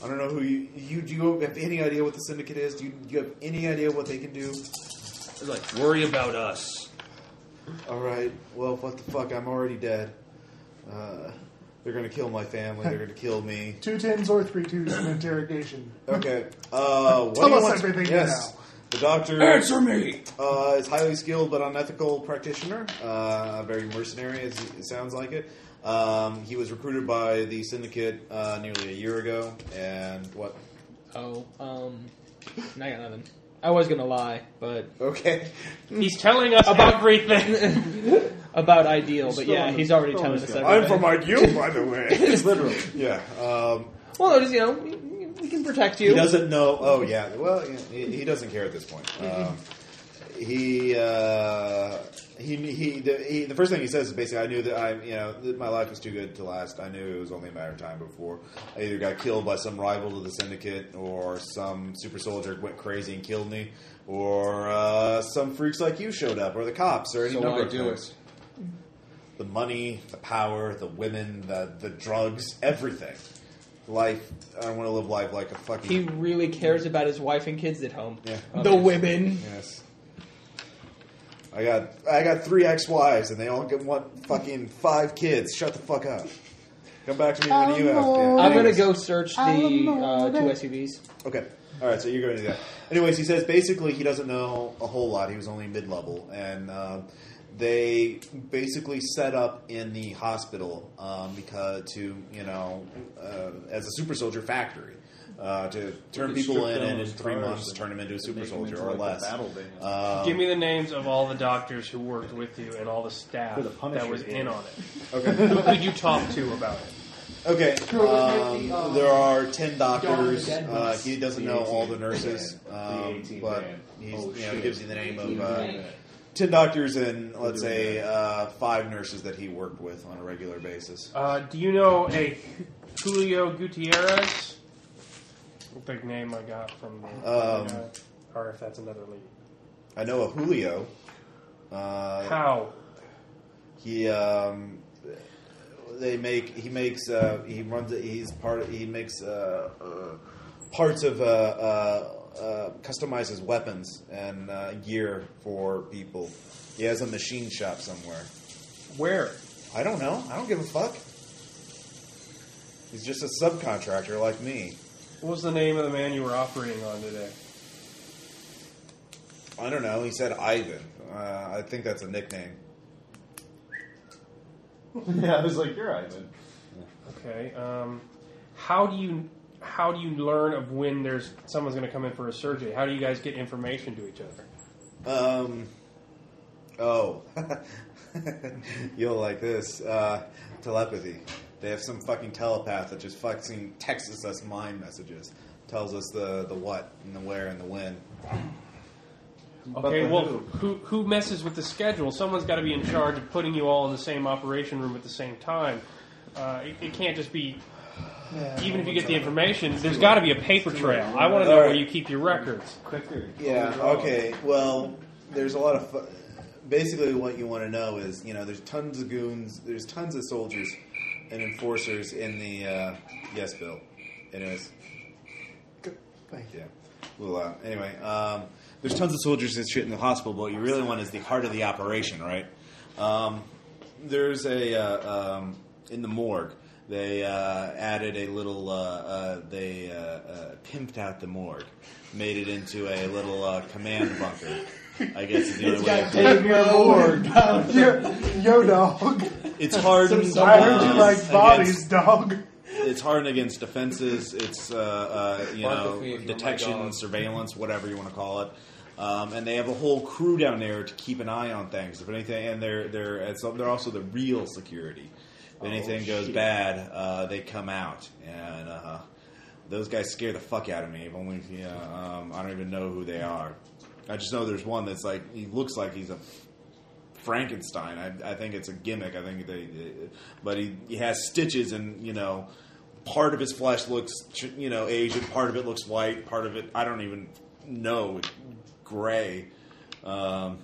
[SPEAKER 1] I don't know who you, you. Do you have any idea what the syndicate is? Do you, do you have any idea what they can do?
[SPEAKER 13] It's like, worry about us.
[SPEAKER 1] All right. Well, what the fuck? I'm already dead. Uh, they're gonna kill my family. They're gonna kill me.
[SPEAKER 3] Two tens or three twos in interrogation.
[SPEAKER 1] Okay. Uh, what
[SPEAKER 3] Tell
[SPEAKER 1] do you
[SPEAKER 3] us
[SPEAKER 1] want
[SPEAKER 3] everything you
[SPEAKER 1] yes.
[SPEAKER 3] know.
[SPEAKER 1] The doctor
[SPEAKER 4] Answer me!
[SPEAKER 1] uh, is highly skilled but unethical practitioner. Uh, very mercenary, as it sounds like it. Um, he was recruited by the syndicate uh, nearly a year ago, and what?
[SPEAKER 19] Oh, um, I got nothing. I was gonna lie, but
[SPEAKER 1] Okay.
[SPEAKER 6] He's telling us
[SPEAKER 19] About-
[SPEAKER 6] everything.
[SPEAKER 19] about ideal. But yeah, he's already telling us everything.
[SPEAKER 1] ideal, by the way.
[SPEAKER 9] Literally.
[SPEAKER 1] yeah. Um,
[SPEAKER 19] Well, no, just you know, we, we can protect you.
[SPEAKER 1] he doesn't know. Oh
[SPEAKER 4] Mm-hmm.
[SPEAKER 1] yeah. Well, he, he doesn't care at this point. Um, he, uh, he he the, he the first thing he says is basically, I knew that I you know that my life was too good to last. I knew it was only a matter of time before I either got killed by some rival to the syndicate, or some super soldier went crazy and killed me, or uh, some freaks like you showed up, or the cops, or any
[SPEAKER 4] So
[SPEAKER 1] number
[SPEAKER 4] why
[SPEAKER 1] of
[SPEAKER 4] do
[SPEAKER 1] things.
[SPEAKER 4] it?
[SPEAKER 1] The money, the power, the women, the the drugs, everything. Life. I want to live life like a fucking.
[SPEAKER 19] He really cares about his wife and kids at home.
[SPEAKER 1] yeah.
[SPEAKER 19] The women.
[SPEAKER 1] Yes. I got I got three ex-wives and they all get want fucking five kids. Shut the fuck up. Come back to me when you have kids.
[SPEAKER 5] Oh,
[SPEAKER 19] I'm gonna
[SPEAKER 1] Anyways.
[SPEAKER 19] go search the uh, two SUVs.
[SPEAKER 1] Okay. All right. So you're going to do that. Anyways, he says basically he doesn't know a whole lot. He was only mid level, and um they basically set up in the hospital um, because to you know uh, as a super soldier factory. Uh, to turn
[SPEAKER 9] could
[SPEAKER 1] people
[SPEAKER 9] strip
[SPEAKER 1] in
[SPEAKER 9] down
[SPEAKER 1] and in
[SPEAKER 9] those
[SPEAKER 1] three
[SPEAKER 9] cars
[SPEAKER 1] months
[SPEAKER 9] and
[SPEAKER 1] turn them into a super
[SPEAKER 9] make them
[SPEAKER 1] soldier
[SPEAKER 9] into
[SPEAKER 1] or
[SPEAKER 9] like a
[SPEAKER 1] less.
[SPEAKER 9] battle band.
[SPEAKER 8] Uh,
[SPEAKER 1] Um,
[SPEAKER 6] Give me the names of all the doctors who worked with you and all the staff
[SPEAKER 9] For the Punisher
[SPEAKER 6] that was
[SPEAKER 9] game.
[SPEAKER 6] in on it.
[SPEAKER 1] okay.
[SPEAKER 6] Who could you talk to about it?
[SPEAKER 1] Okay. Um, there are ten doctors.
[SPEAKER 5] Dawn of the Dead
[SPEAKER 1] Uh, he doesn't
[SPEAKER 9] The
[SPEAKER 1] know
[SPEAKER 9] 18
[SPEAKER 1] all the nurses,
[SPEAKER 9] man. The
[SPEAKER 1] um,
[SPEAKER 9] 18
[SPEAKER 1] but
[SPEAKER 9] man.
[SPEAKER 1] he's,
[SPEAKER 9] Oh,
[SPEAKER 1] you know, he
[SPEAKER 9] shit.
[SPEAKER 1] gives you the name of uh,
[SPEAKER 5] man.
[SPEAKER 1] ten doctors and let's
[SPEAKER 9] doing
[SPEAKER 1] say uh, five nurses that he worked with on a regular basis.
[SPEAKER 6] Uh, do you know a Julio Gutierrez? Big name I got from the.
[SPEAKER 1] Um,
[SPEAKER 6] or if that's another lead.
[SPEAKER 1] I know a Julio. Uh,
[SPEAKER 6] How?
[SPEAKER 1] he um, they make he makes uh, he runs he's part he makes uh, uh, parts of uh, uh, uh, customizes weapons and uh, gear for people. He has a machine shop somewhere.
[SPEAKER 6] Where?
[SPEAKER 1] I don't know. I don't give a fuck. He's just a subcontractor like me.
[SPEAKER 6] What was the name of the man you were operating on today?
[SPEAKER 1] I don't know. He said Ivan. Uh, I think that's a nickname.
[SPEAKER 9] Yeah, I was like, you're Ivan.
[SPEAKER 6] Okay. Um, how do you how do you learn of when there's someone's going to come in for a surgery? How do you guys get information to each other?
[SPEAKER 1] Um, Oh, you'll like this uh, telepathy. They have some fucking telepath that just fucking texts us mind messages, tells us the the what and the where and the when.
[SPEAKER 6] Okay, well, who who messes with the schedule? Someone's got to be in charge of putting you all in the same operation room at the same time. Uh, it, it can't just be. Even if you get the information, there's got to be a paper trail. I want to know
[SPEAKER 1] All right.
[SPEAKER 6] where you keep your records.
[SPEAKER 8] Quicker.
[SPEAKER 1] Yeah. Okay. Well, there's a lot of. Fu- basically, what you want to know is, you know, there's tons of goons, there's tons of soldiers and enforcers in the. Uh, yes, Bill. Anyways. Yeah. A little loud. Anyway, um, there's tons of soldiers and shit in the hospital, but what you really want is the heart of the operation, right? Um, there's a uh, um, in the morgue. They uh, added a little. Uh, uh, they uh, uh, pimped out the morgue, made it into a little uh, command bunker. I guess is the other way. of doing it.
[SPEAKER 3] yo, yo, dog.
[SPEAKER 1] It's hard.
[SPEAKER 3] I heard you like bodies, dog.
[SPEAKER 1] It's hardened against defenses. It's uh, uh, you
[SPEAKER 19] Bark
[SPEAKER 1] know
[SPEAKER 19] with me if you're my
[SPEAKER 1] detection,
[SPEAKER 19] dog.
[SPEAKER 1] surveillance, whatever you want to call it. Um, and they have a whole crew down there to keep an eye on things. If anything, and they're they're it's, they're also the real security.
[SPEAKER 19] Oh,
[SPEAKER 1] If anything goes bad, uh, they come out, and uh, those guys scare the fuck out of me. If only you know, um, I don't even know who they are. I just know there's one that's like he looks like he's a Frankenstein. I, I think it's a gimmick. I think they, they- but he, he has stitches, and you know, part of his flesh looks you know Asian, part of it looks white, part of it I don't even know gray. Um,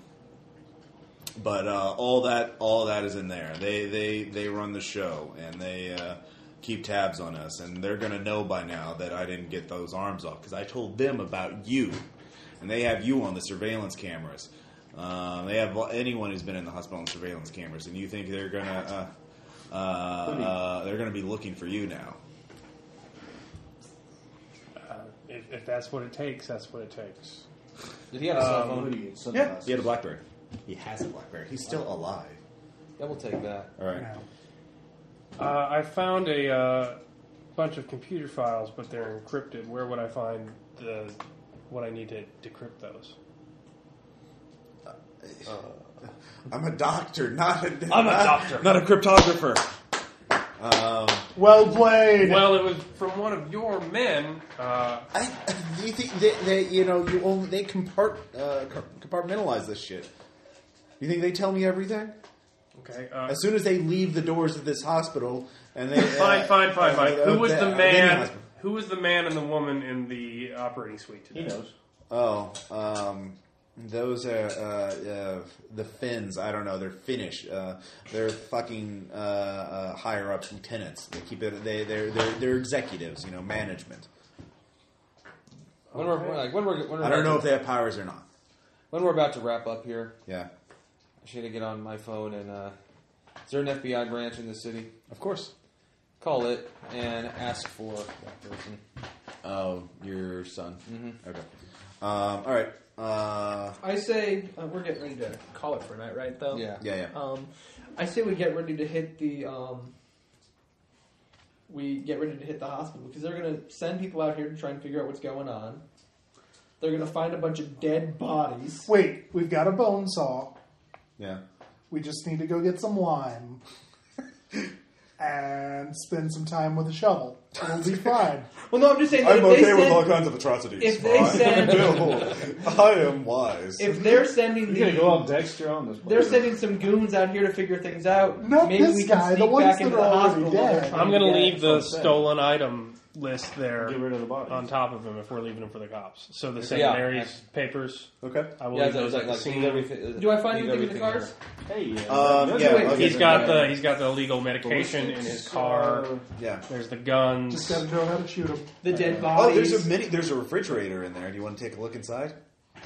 [SPEAKER 1] but uh, all that all that is in there. They they they run the show and they uh, keep tabs on us, and they're gonna know by now that I didn't get those arms off because I told them about you, and they have you on the surveillance cameras. Um, they have anyone who's been in the hospital on surveillance cameras, and you think they're gonna uh, uh, uh, they're gonna be looking for you now.
[SPEAKER 6] Uh, if, if that's what it takes, that's what it takes.
[SPEAKER 19] Did he have a cell
[SPEAKER 6] Um,
[SPEAKER 19] phone?
[SPEAKER 1] He had a BlackBerry. He has a BlackBerry. He's still alive.
[SPEAKER 19] Double take that.
[SPEAKER 1] All right.
[SPEAKER 6] Uh, I found a uh, bunch of computer files, but they're encrypted. Where would I find the what I need to decrypt those?
[SPEAKER 1] I'm a doctor, not a.
[SPEAKER 6] I'm a
[SPEAKER 1] not-
[SPEAKER 6] doctor.
[SPEAKER 1] not a cryptographer. Um,
[SPEAKER 3] Well played.
[SPEAKER 6] Well, it was from one of your men. Uh,
[SPEAKER 1] I, you think they, they you know, you only, they compart, uh, co- compartmentalize this shit. You think they tell me everything?
[SPEAKER 6] okay. Uh,
[SPEAKER 1] As soon as they leave the doors of this hospital, and they
[SPEAKER 6] fine,
[SPEAKER 1] uh,
[SPEAKER 6] fine, fine,
[SPEAKER 1] uh,
[SPEAKER 6] fine.
[SPEAKER 1] uh,
[SPEAKER 6] Who was
[SPEAKER 1] uh,
[SPEAKER 6] the
[SPEAKER 1] any
[SPEAKER 6] man?
[SPEAKER 1] hospital.
[SPEAKER 6] Who was the man and the woman in the operating suite today?
[SPEAKER 1] Oh, um, those are uh, uh, the Finns. I don't know. They're Finnish. Uh, they're fucking uh, uh, higher up lieutenants. They keep it. They they're, they're they're executives. You know, management.
[SPEAKER 19] When we're, we're like when we're, when we're
[SPEAKER 1] I don't
[SPEAKER 19] about
[SPEAKER 1] know
[SPEAKER 19] to-
[SPEAKER 1] if they have powers or not.
[SPEAKER 19] when we're about to wrap up here,
[SPEAKER 1] Yeah,
[SPEAKER 19] I should get on my phone and uh, is there an FBI branch in the city?
[SPEAKER 1] of course.
[SPEAKER 19] Call it and ask for that person.
[SPEAKER 1] Oh, your son. Mm-hmm. Okay. Um, all right. Uh,
[SPEAKER 5] I say uh, we're getting ready to call it for tonight, right? Though.
[SPEAKER 19] Yeah.
[SPEAKER 1] yeah, yeah.
[SPEAKER 5] Um, I say we get ready to hit the. Um, we get ready to hit the hospital because they're going to send people out here to try and figure out what's going on. They're going to find a bunch of dead bodies.
[SPEAKER 3] Wait, we've got a bone saw.
[SPEAKER 1] Yeah.
[SPEAKER 3] We just need to go get some lime and spend some time with a shovel. It'll be fine.
[SPEAKER 5] Well, no, I'm just saying. that if they send-
[SPEAKER 1] kinds of atrocities.
[SPEAKER 5] if they send-
[SPEAKER 1] I am wise.
[SPEAKER 5] if they're sending
[SPEAKER 8] You're
[SPEAKER 5] the,
[SPEAKER 8] gonna go all Dexter on this.
[SPEAKER 5] they're sending some goons out here to figure things out.
[SPEAKER 3] Not
[SPEAKER 5] maybe
[SPEAKER 3] this
[SPEAKER 5] we can
[SPEAKER 3] guy, the
[SPEAKER 5] sneak
[SPEAKER 3] ones
[SPEAKER 5] back
[SPEAKER 3] that
[SPEAKER 5] into
[SPEAKER 3] are
[SPEAKER 5] the
[SPEAKER 3] already
[SPEAKER 5] hospital while they're
[SPEAKER 3] dead.
[SPEAKER 5] trying
[SPEAKER 6] I'm going to
[SPEAKER 5] get-
[SPEAKER 6] leave the
[SPEAKER 8] something.
[SPEAKER 6] stolen item list there
[SPEAKER 8] Get rid of the body.
[SPEAKER 6] on top of him if we're leaving him for the cops. So the
[SPEAKER 19] Yeah.
[SPEAKER 6] secondaries, papers,
[SPEAKER 1] okay.
[SPEAKER 6] I will
[SPEAKER 19] Yeah,
[SPEAKER 6] leave
[SPEAKER 19] so
[SPEAKER 6] those
[SPEAKER 19] it's like,
[SPEAKER 6] at the
[SPEAKER 19] like leave
[SPEAKER 6] scene.
[SPEAKER 19] everything.
[SPEAKER 5] Do I find
[SPEAKER 19] leave
[SPEAKER 5] anything in the
[SPEAKER 19] everything
[SPEAKER 5] cars?
[SPEAKER 8] Hey, uh,
[SPEAKER 1] Um,
[SPEAKER 8] that's
[SPEAKER 1] yeah,
[SPEAKER 8] a-
[SPEAKER 1] okay.
[SPEAKER 6] He's got the he's got the illegal medication in his car.
[SPEAKER 1] Yeah.
[SPEAKER 6] There's the guns.
[SPEAKER 3] Just gotta know how to shoot him.
[SPEAKER 5] The dead
[SPEAKER 1] Oh,
[SPEAKER 5] bodies.
[SPEAKER 1] there's a mini. There's a refrigerator in there. Do you want to take a look inside?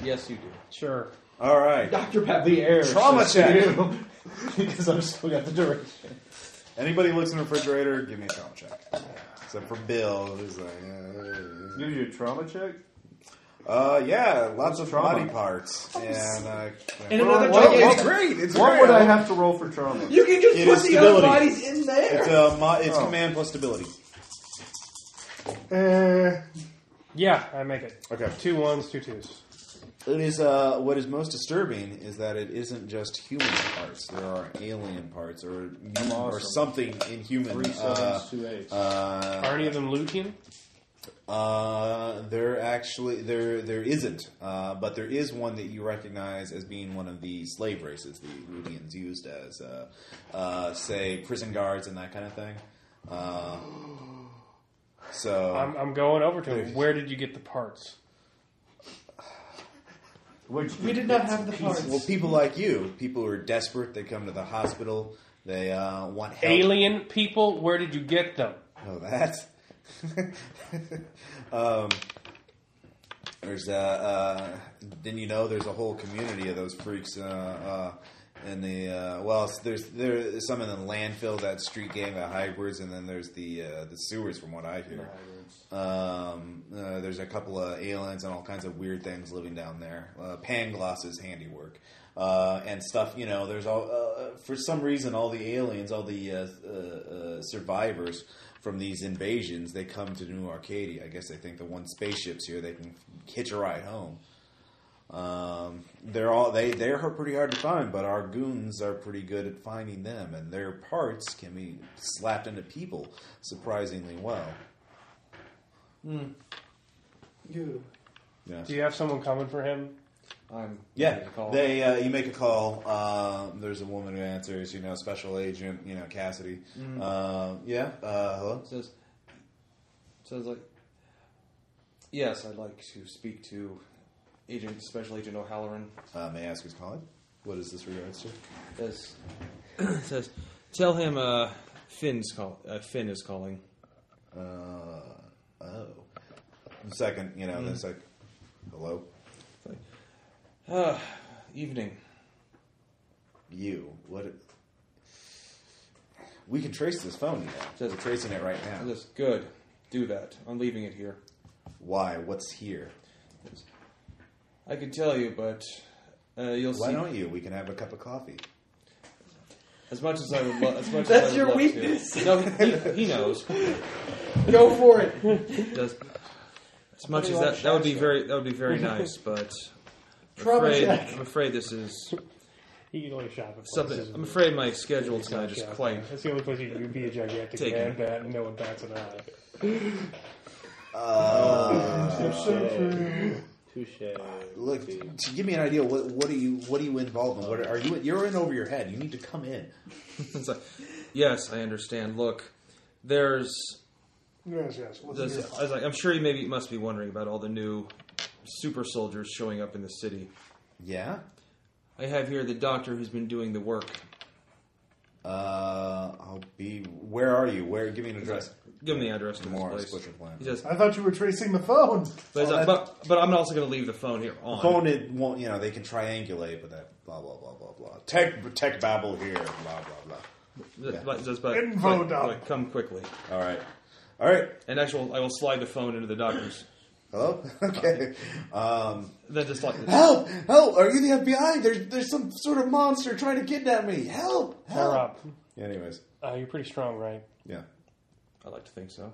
[SPEAKER 19] Yes, you do.
[SPEAKER 6] Sure.
[SPEAKER 1] All right.
[SPEAKER 5] Dr. Pepper.
[SPEAKER 8] the air
[SPEAKER 1] Trauma check.
[SPEAKER 8] because I've still got the direction.
[SPEAKER 1] Anybody looks in the refrigerator, give me a trauma check. Except for Bill, who's like, uh,
[SPEAKER 8] Give you a trauma check.
[SPEAKER 1] uh, yeah, lots of
[SPEAKER 8] Trauma.
[SPEAKER 1] body parts, and uh,
[SPEAKER 5] And another
[SPEAKER 8] Well,
[SPEAKER 5] gigantic-
[SPEAKER 1] it's great. It's
[SPEAKER 8] What
[SPEAKER 1] great.
[SPEAKER 8] would I have to roll for trauma?
[SPEAKER 5] You can just
[SPEAKER 1] It
[SPEAKER 5] put
[SPEAKER 1] is
[SPEAKER 5] the other
[SPEAKER 1] stability.
[SPEAKER 5] bodies in there.
[SPEAKER 1] It's uh, mo- it's
[SPEAKER 8] Oh.
[SPEAKER 1] command plus stability.
[SPEAKER 3] Uh,
[SPEAKER 5] Uh,
[SPEAKER 6] Yeah, I make it.
[SPEAKER 1] Okay.
[SPEAKER 6] Two ones, two twos.
[SPEAKER 1] It is uh, what is most disturbing is that it isn't just human parts. There are alien parts, or mutant or something inhuman.
[SPEAKER 8] Three sevens,
[SPEAKER 1] uh,
[SPEAKER 8] two eights.
[SPEAKER 1] uh,
[SPEAKER 6] Are any of them Lucian?
[SPEAKER 1] Uh, there actually there there isn't, uh, but there is one that you recognize as being one of the slave races the Ludians used as, uh, uh, say, prison guards and that kind of thing. Uh, so
[SPEAKER 6] I'm, I'm going over to him. Where did you get the parts?
[SPEAKER 5] We did not have the parts.
[SPEAKER 1] Well, people like you, people who are desperate, they come to the hospital. They uh, want help.
[SPEAKER 6] Alien people, where did you get them?
[SPEAKER 1] Oh, that. um, there's uh, uh, then you know there's a whole community of those freaks. Uh, uh, in the uh, well, s- there's there's some in the landfill, that street gang, the hybrids, and then there's the uh, the sewers, from what I hear. Um, uh, there's a couple of aliens and all kinds of weird things living down there. Uh, Pangloss's handiwork uh, and stuff. You know, there's all uh, for some reason all the aliens, all the uh, uh, uh, survivors from these invasions, they come to New Arcadia. I guess they think the one spaceship's here, they can hitch a ride home. Um, they're all they they're pretty hard to find, but our goons are pretty good at finding them, and their parts can be slapped into people surprisingly well.
[SPEAKER 5] You.
[SPEAKER 1] Yes.
[SPEAKER 6] Do you have someone coming for him?
[SPEAKER 19] I'm
[SPEAKER 1] Yeah, they uh, you make a call. Uh, there's a woman who answers. You know, special agent. You know, Cassidy. Uh, yeah, uh, hello.
[SPEAKER 19] says says like yes, I'd like to speak to Agent Special Agent O'Halloran.
[SPEAKER 1] Uh, may I ask who's calling? What is this regards to?
[SPEAKER 19] Says says tell him uh, Finn's call. Uh, Finn is calling.
[SPEAKER 1] Uh, oh, second. You know, that's like, hello,
[SPEAKER 19] Uh, evening.
[SPEAKER 1] you. What? We can trace this phone. You know,
[SPEAKER 19] Says-
[SPEAKER 1] we're tracing it right now.
[SPEAKER 19] Says good. Do that. I'm leaving it here.
[SPEAKER 1] Why? What's here?
[SPEAKER 19] I could tell you, but uh, you'll
[SPEAKER 1] Why
[SPEAKER 19] see.
[SPEAKER 1] don't you? We can have a cup of coffee.
[SPEAKER 19] As much as I would, lo- as much
[SPEAKER 5] That's
[SPEAKER 19] as I would
[SPEAKER 5] your
[SPEAKER 19] love to.
[SPEAKER 5] weakness.
[SPEAKER 19] No, he, he knows.
[SPEAKER 5] Go for it.
[SPEAKER 19] Does as much as that that would be very that would be very nice, but I'm
[SPEAKER 5] Trauma
[SPEAKER 19] afraid,
[SPEAKER 5] check.
[SPEAKER 19] I'm afraid this is
[SPEAKER 6] He can only shop at
[SPEAKER 19] something.
[SPEAKER 6] places
[SPEAKER 19] I'm
[SPEAKER 6] with-
[SPEAKER 19] afraid my schedule tonight is quite.
[SPEAKER 6] That's the only place you can be a gigantic
[SPEAKER 19] Take
[SPEAKER 6] man
[SPEAKER 19] it.
[SPEAKER 6] bat and no one bats an eye.
[SPEAKER 1] Uh,
[SPEAKER 8] Touche.
[SPEAKER 1] Look, to give me an idea, what what are you what are you involved in? What are, are you? You're in over your head. You need to come in.
[SPEAKER 19] It's like, yes, I understand. Look, there's
[SPEAKER 3] Yes, yes. What's
[SPEAKER 19] This,
[SPEAKER 3] your-
[SPEAKER 19] I was like, I'm sure you maybe must be wondering about all the new super soldiers showing up in the city.
[SPEAKER 1] Yeah.
[SPEAKER 19] I have here the doctor who's been doing the work.
[SPEAKER 1] Uh, I'll be. Where are you? Where? Give me an address.
[SPEAKER 19] Give him the address to
[SPEAKER 1] More
[SPEAKER 19] this place.
[SPEAKER 1] squishy plan.
[SPEAKER 19] He says,
[SPEAKER 3] I thought you were tracing the phone.
[SPEAKER 19] but, he's like, but, but I'm also going to leave the phone here on.
[SPEAKER 1] Phone it won't. You know they can triangulate, but that blah blah blah blah blah. Tech tech babble here. Blah blah
[SPEAKER 19] Th- but- says, but,
[SPEAKER 3] Info
[SPEAKER 19] but-
[SPEAKER 3] dump.
[SPEAKER 19] but come quickly.
[SPEAKER 1] blah. All right. All right.
[SPEAKER 19] And actually, I will slide the phone into the doctor's.
[SPEAKER 1] Hello. Okay. Um,
[SPEAKER 19] Then just like
[SPEAKER 1] help! Help! Are you the FBI? There's there's some sort of monster trying to kidnap me. Help!
[SPEAKER 6] Power
[SPEAKER 1] Help!
[SPEAKER 6] up.
[SPEAKER 1] Anyways,
[SPEAKER 6] Uh, you're pretty strong, right?
[SPEAKER 1] yeah.
[SPEAKER 19] I like to think so.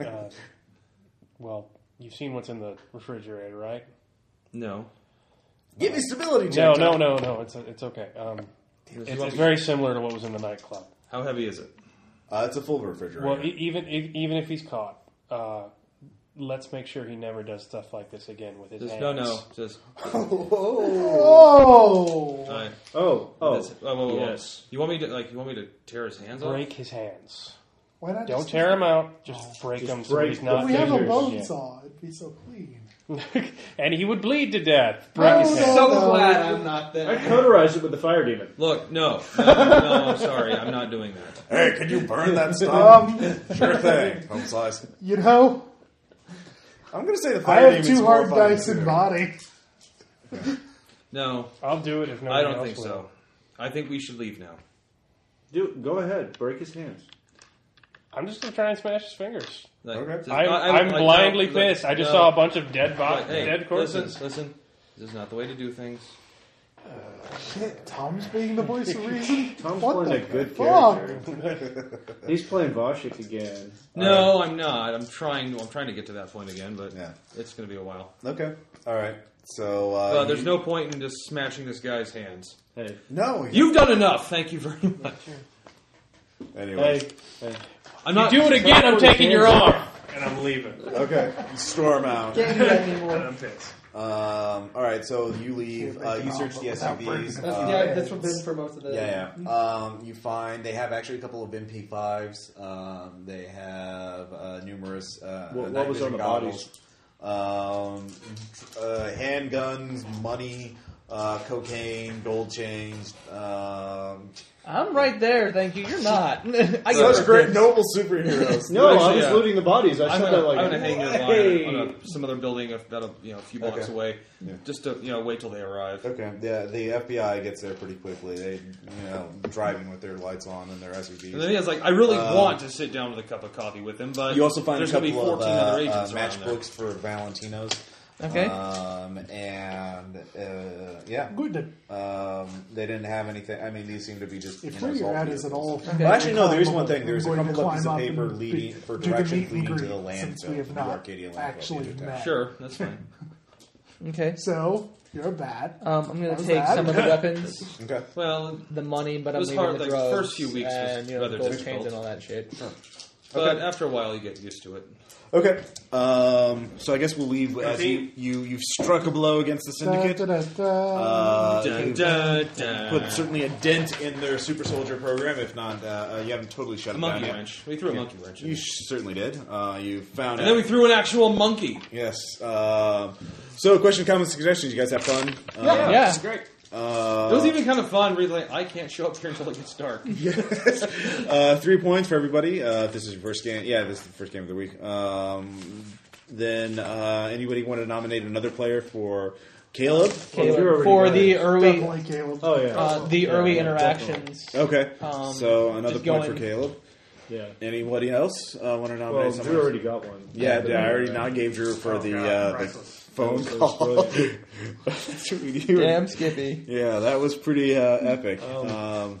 [SPEAKER 6] Uh, well, you've seen what's in the refrigerator, right?
[SPEAKER 19] No,
[SPEAKER 1] Give me stability.
[SPEAKER 6] No,
[SPEAKER 1] check.
[SPEAKER 6] no, no, no. It's it's okay. Um, it's, it's very similar to what was in the nightclub.
[SPEAKER 19] how heavy is it?
[SPEAKER 1] Uh, it's a full refrigerator.
[SPEAKER 6] Well, e- even if, even if he's caught, uh, let's make sure he never does stuff like this again with his
[SPEAKER 19] Says,
[SPEAKER 6] hands.
[SPEAKER 19] no, no. Says,
[SPEAKER 3] Oh,
[SPEAKER 19] all right.
[SPEAKER 8] Oh, oh.
[SPEAKER 19] That's- whoa, whoa, whoa.
[SPEAKER 8] yes.
[SPEAKER 19] You want me to like? You want me to tear his hands off?
[SPEAKER 6] break his hands.
[SPEAKER 3] why not?
[SPEAKER 6] Don't
[SPEAKER 3] just-
[SPEAKER 6] tear him out. Oh. Just break him so
[SPEAKER 8] break
[SPEAKER 6] he's not
[SPEAKER 3] We have a
[SPEAKER 6] dangerous.
[SPEAKER 3] bone saw. It'd be so clean.
[SPEAKER 6] Yeah. and he would bleed to death. Break
[SPEAKER 3] Oh,
[SPEAKER 6] his
[SPEAKER 3] no.
[SPEAKER 6] hands.
[SPEAKER 3] So
[SPEAKER 5] So
[SPEAKER 3] glad
[SPEAKER 5] glad I'm not
[SPEAKER 8] I
[SPEAKER 5] there.
[SPEAKER 8] cauterized it with the fire demon.
[SPEAKER 19] Look, no, no, no, I'm sorry, I'm not doing that.
[SPEAKER 1] Hey, could you burn that stuff?
[SPEAKER 3] Um,
[SPEAKER 1] sure thing. Home slice.
[SPEAKER 3] you know,
[SPEAKER 1] I'm gonna say the
[SPEAKER 3] I
[SPEAKER 1] fire
[SPEAKER 3] have
[SPEAKER 1] demon's
[SPEAKER 3] two
[SPEAKER 1] more
[SPEAKER 3] hard
[SPEAKER 1] fun,
[SPEAKER 3] dice
[SPEAKER 1] too.
[SPEAKER 3] in body.
[SPEAKER 19] No,
[SPEAKER 6] I'll do it if no.
[SPEAKER 19] I don't think so. I think we should leave now.
[SPEAKER 8] Do go ahead, break his hands.
[SPEAKER 6] I'm just gonna try and smash his fingers.
[SPEAKER 19] Like,
[SPEAKER 1] Okay.
[SPEAKER 19] just-
[SPEAKER 6] I'm,
[SPEAKER 19] I-
[SPEAKER 6] I,
[SPEAKER 19] I-
[SPEAKER 6] am
[SPEAKER 19] like,
[SPEAKER 6] blindly
[SPEAKER 19] no, like,
[SPEAKER 6] pissed. I just
[SPEAKER 19] no.
[SPEAKER 6] saw a bunch of dead bo-
[SPEAKER 19] Like, hey,
[SPEAKER 6] dead corpses.
[SPEAKER 19] Listen, listen, this is not the way to do things.
[SPEAKER 3] Shit, Tom's being the voice of reason.
[SPEAKER 8] Tom's
[SPEAKER 3] What
[SPEAKER 8] playing
[SPEAKER 3] the
[SPEAKER 8] a good
[SPEAKER 3] fuck?
[SPEAKER 8] character. He's playing Voshik again.
[SPEAKER 19] No, I'm not. I'm trying. I'm trying to get to that point again, but
[SPEAKER 1] Yeah.
[SPEAKER 19] it's going to be a while.
[SPEAKER 1] Okay. All right. So uh,
[SPEAKER 4] Uh, there's
[SPEAKER 1] you-
[SPEAKER 4] no point in just smashing this guy's hands.
[SPEAKER 8] Hey.
[SPEAKER 1] No.
[SPEAKER 4] You've done enough. Thank you very much.
[SPEAKER 1] Anyways.
[SPEAKER 4] I'm not.
[SPEAKER 6] do it again, I'm taking your arm. And I'm leaving.
[SPEAKER 1] Okay. Storm out.
[SPEAKER 22] Can't do that anymore.
[SPEAKER 6] And I'm pissed.
[SPEAKER 1] Um, all right, so you leave. Uh, you search the SUVs.
[SPEAKER 22] That's,
[SPEAKER 1] uh,
[SPEAKER 22] yeah, that's what been for most of the.
[SPEAKER 1] Yeah,
[SPEAKER 8] Mm-hmm.
[SPEAKER 1] yeah. Um, you find they have actually a couple of MP5s. Um, they have uh, numerous. Uh,
[SPEAKER 8] What- what
[SPEAKER 1] night
[SPEAKER 8] was
[SPEAKER 1] vision
[SPEAKER 8] on the
[SPEAKER 1] goggles. Um, tr- uh, handguns, money, uh, cocaine, gold chains. Um,
[SPEAKER 5] I'm right there, thank you. You're not. I
[SPEAKER 1] such
[SPEAKER 5] get
[SPEAKER 1] great
[SPEAKER 5] great.
[SPEAKER 1] noble superheroes.
[SPEAKER 8] No, I
[SPEAKER 4] Actually,
[SPEAKER 8] was
[SPEAKER 4] yeah.
[SPEAKER 8] looting the bodies. I
[SPEAKER 4] I'm
[SPEAKER 8] saw
[SPEAKER 4] gonna,
[SPEAKER 8] that like.
[SPEAKER 4] I'm gonna hang your
[SPEAKER 8] hey.
[SPEAKER 4] line on a, some other building if that'll you know a few blocks
[SPEAKER 1] Okay.
[SPEAKER 4] away,
[SPEAKER 1] Yeah.
[SPEAKER 4] just to you know wait till they arrive.
[SPEAKER 1] Okay, yeah, the FBI gets there pretty quickly. They, you know, driving with their lights on and their SUVs.
[SPEAKER 4] And then he was like, I really
[SPEAKER 1] Um,
[SPEAKER 4] want to sit down with a cup of coffee with him, but
[SPEAKER 1] You also find
[SPEAKER 4] there's
[SPEAKER 1] a
[SPEAKER 4] gonna
[SPEAKER 1] couple
[SPEAKER 4] be 14
[SPEAKER 1] of uh,
[SPEAKER 4] other agents
[SPEAKER 1] uh,
[SPEAKER 4] around there.
[SPEAKER 1] matchbooks for Valentinos.
[SPEAKER 5] Okay.
[SPEAKER 1] Um, and uh, yeah,
[SPEAKER 3] Good.
[SPEAKER 1] um, they didn't have anything. I mean, these seem to be just.
[SPEAKER 3] If
[SPEAKER 1] you know,
[SPEAKER 3] where you're at
[SPEAKER 1] salty
[SPEAKER 3] is at
[SPEAKER 1] apples.
[SPEAKER 3] all.
[SPEAKER 1] Well, actually, no. There is one
[SPEAKER 3] climbable,
[SPEAKER 1] thing. There's a
[SPEAKER 3] I'm going to
[SPEAKER 1] couple of pieces
[SPEAKER 3] climb
[SPEAKER 1] of
[SPEAKER 3] up
[SPEAKER 1] paper
[SPEAKER 3] and
[SPEAKER 1] leading
[SPEAKER 3] be-
[SPEAKER 1] for
[SPEAKER 3] do the meet
[SPEAKER 1] directions
[SPEAKER 3] and
[SPEAKER 1] leading to
[SPEAKER 3] greet,
[SPEAKER 1] the
[SPEAKER 3] since
[SPEAKER 1] landfill,
[SPEAKER 3] we have
[SPEAKER 1] the
[SPEAKER 3] not
[SPEAKER 1] Arcadia landfill.
[SPEAKER 3] actually
[SPEAKER 1] the other time.
[SPEAKER 3] met.
[SPEAKER 4] Sure, that's fine.
[SPEAKER 5] Okay.
[SPEAKER 3] So you're a bat.
[SPEAKER 5] Um, I'm
[SPEAKER 3] That
[SPEAKER 5] gonna
[SPEAKER 3] was
[SPEAKER 5] take
[SPEAKER 3] bad.
[SPEAKER 5] some of the weapons,
[SPEAKER 1] Okay.
[SPEAKER 4] Well,
[SPEAKER 5] the money, but
[SPEAKER 4] It
[SPEAKER 5] I'm
[SPEAKER 4] was
[SPEAKER 5] leaving
[SPEAKER 4] hard,
[SPEAKER 5] the
[SPEAKER 4] like, the
[SPEAKER 5] drugs
[SPEAKER 4] first few weeks was
[SPEAKER 5] and you know,
[SPEAKER 4] rather
[SPEAKER 5] the gold
[SPEAKER 4] difficult.
[SPEAKER 5] chains and all that shit.
[SPEAKER 4] but after a while you get used to it.
[SPEAKER 1] Okay. Um, so I guess we'll leave as you, you you've struck a blow against the syndicate.
[SPEAKER 3] Da-da-da-da.
[SPEAKER 1] Uh,
[SPEAKER 4] Dun,
[SPEAKER 1] you've
[SPEAKER 4] dun, dun.
[SPEAKER 1] put certainly a dent in their super soldier program, if not, uh, uh, you haven't totally shut
[SPEAKER 4] A
[SPEAKER 1] it down
[SPEAKER 4] monkey
[SPEAKER 1] yet.
[SPEAKER 4] wrench. We threw a monkey wrench. In.
[SPEAKER 1] You sh- certainly did. Uh, you found
[SPEAKER 4] and
[SPEAKER 1] out.
[SPEAKER 4] then we threw an actual monkey.
[SPEAKER 1] yes. Uh, so, question, comments, suggestions. You guys have fun. Uh,
[SPEAKER 4] Yeah,
[SPEAKER 5] Yeah.
[SPEAKER 4] it's great.
[SPEAKER 1] Uh,
[SPEAKER 4] It was even kind of fun. Really, like, I can't show up here until it gets dark.
[SPEAKER 1] uh, three points for everybody. Uh, if this is your first game, yeah, this is the first game of the week. Um, then uh, anybody want to nominate another player for Caleb?
[SPEAKER 5] Caleb,
[SPEAKER 8] you're already
[SPEAKER 5] for
[SPEAKER 8] right.
[SPEAKER 5] the early,
[SPEAKER 3] Definitely Caleb.
[SPEAKER 8] Oh yeah.
[SPEAKER 5] uh, the
[SPEAKER 8] Yeah,
[SPEAKER 5] early
[SPEAKER 8] yeah,
[SPEAKER 5] interactions.
[SPEAKER 1] Okay,
[SPEAKER 5] Um,
[SPEAKER 1] so another
[SPEAKER 5] just
[SPEAKER 1] point for
[SPEAKER 5] going-
[SPEAKER 1] Caleb.
[SPEAKER 4] Uh,
[SPEAKER 8] definitely.
[SPEAKER 1] Anybody else uh, want to
[SPEAKER 8] Yeah.
[SPEAKER 1] nominate
[SPEAKER 8] Well,
[SPEAKER 1] someone?
[SPEAKER 8] Drew already got one.
[SPEAKER 1] Yeah, yeah, I already
[SPEAKER 8] Yeah.
[SPEAKER 1] not gave Drew for
[SPEAKER 23] Oh,
[SPEAKER 1] the,
[SPEAKER 23] God,
[SPEAKER 1] uh, the
[SPEAKER 23] priceless.
[SPEAKER 1] phone
[SPEAKER 8] That was- that was
[SPEAKER 1] call. You were-
[SPEAKER 5] Damn, Oh. Skippy.
[SPEAKER 1] Yeah, that was pretty uh, epic.
[SPEAKER 8] Um,
[SPEAKER 1] Um,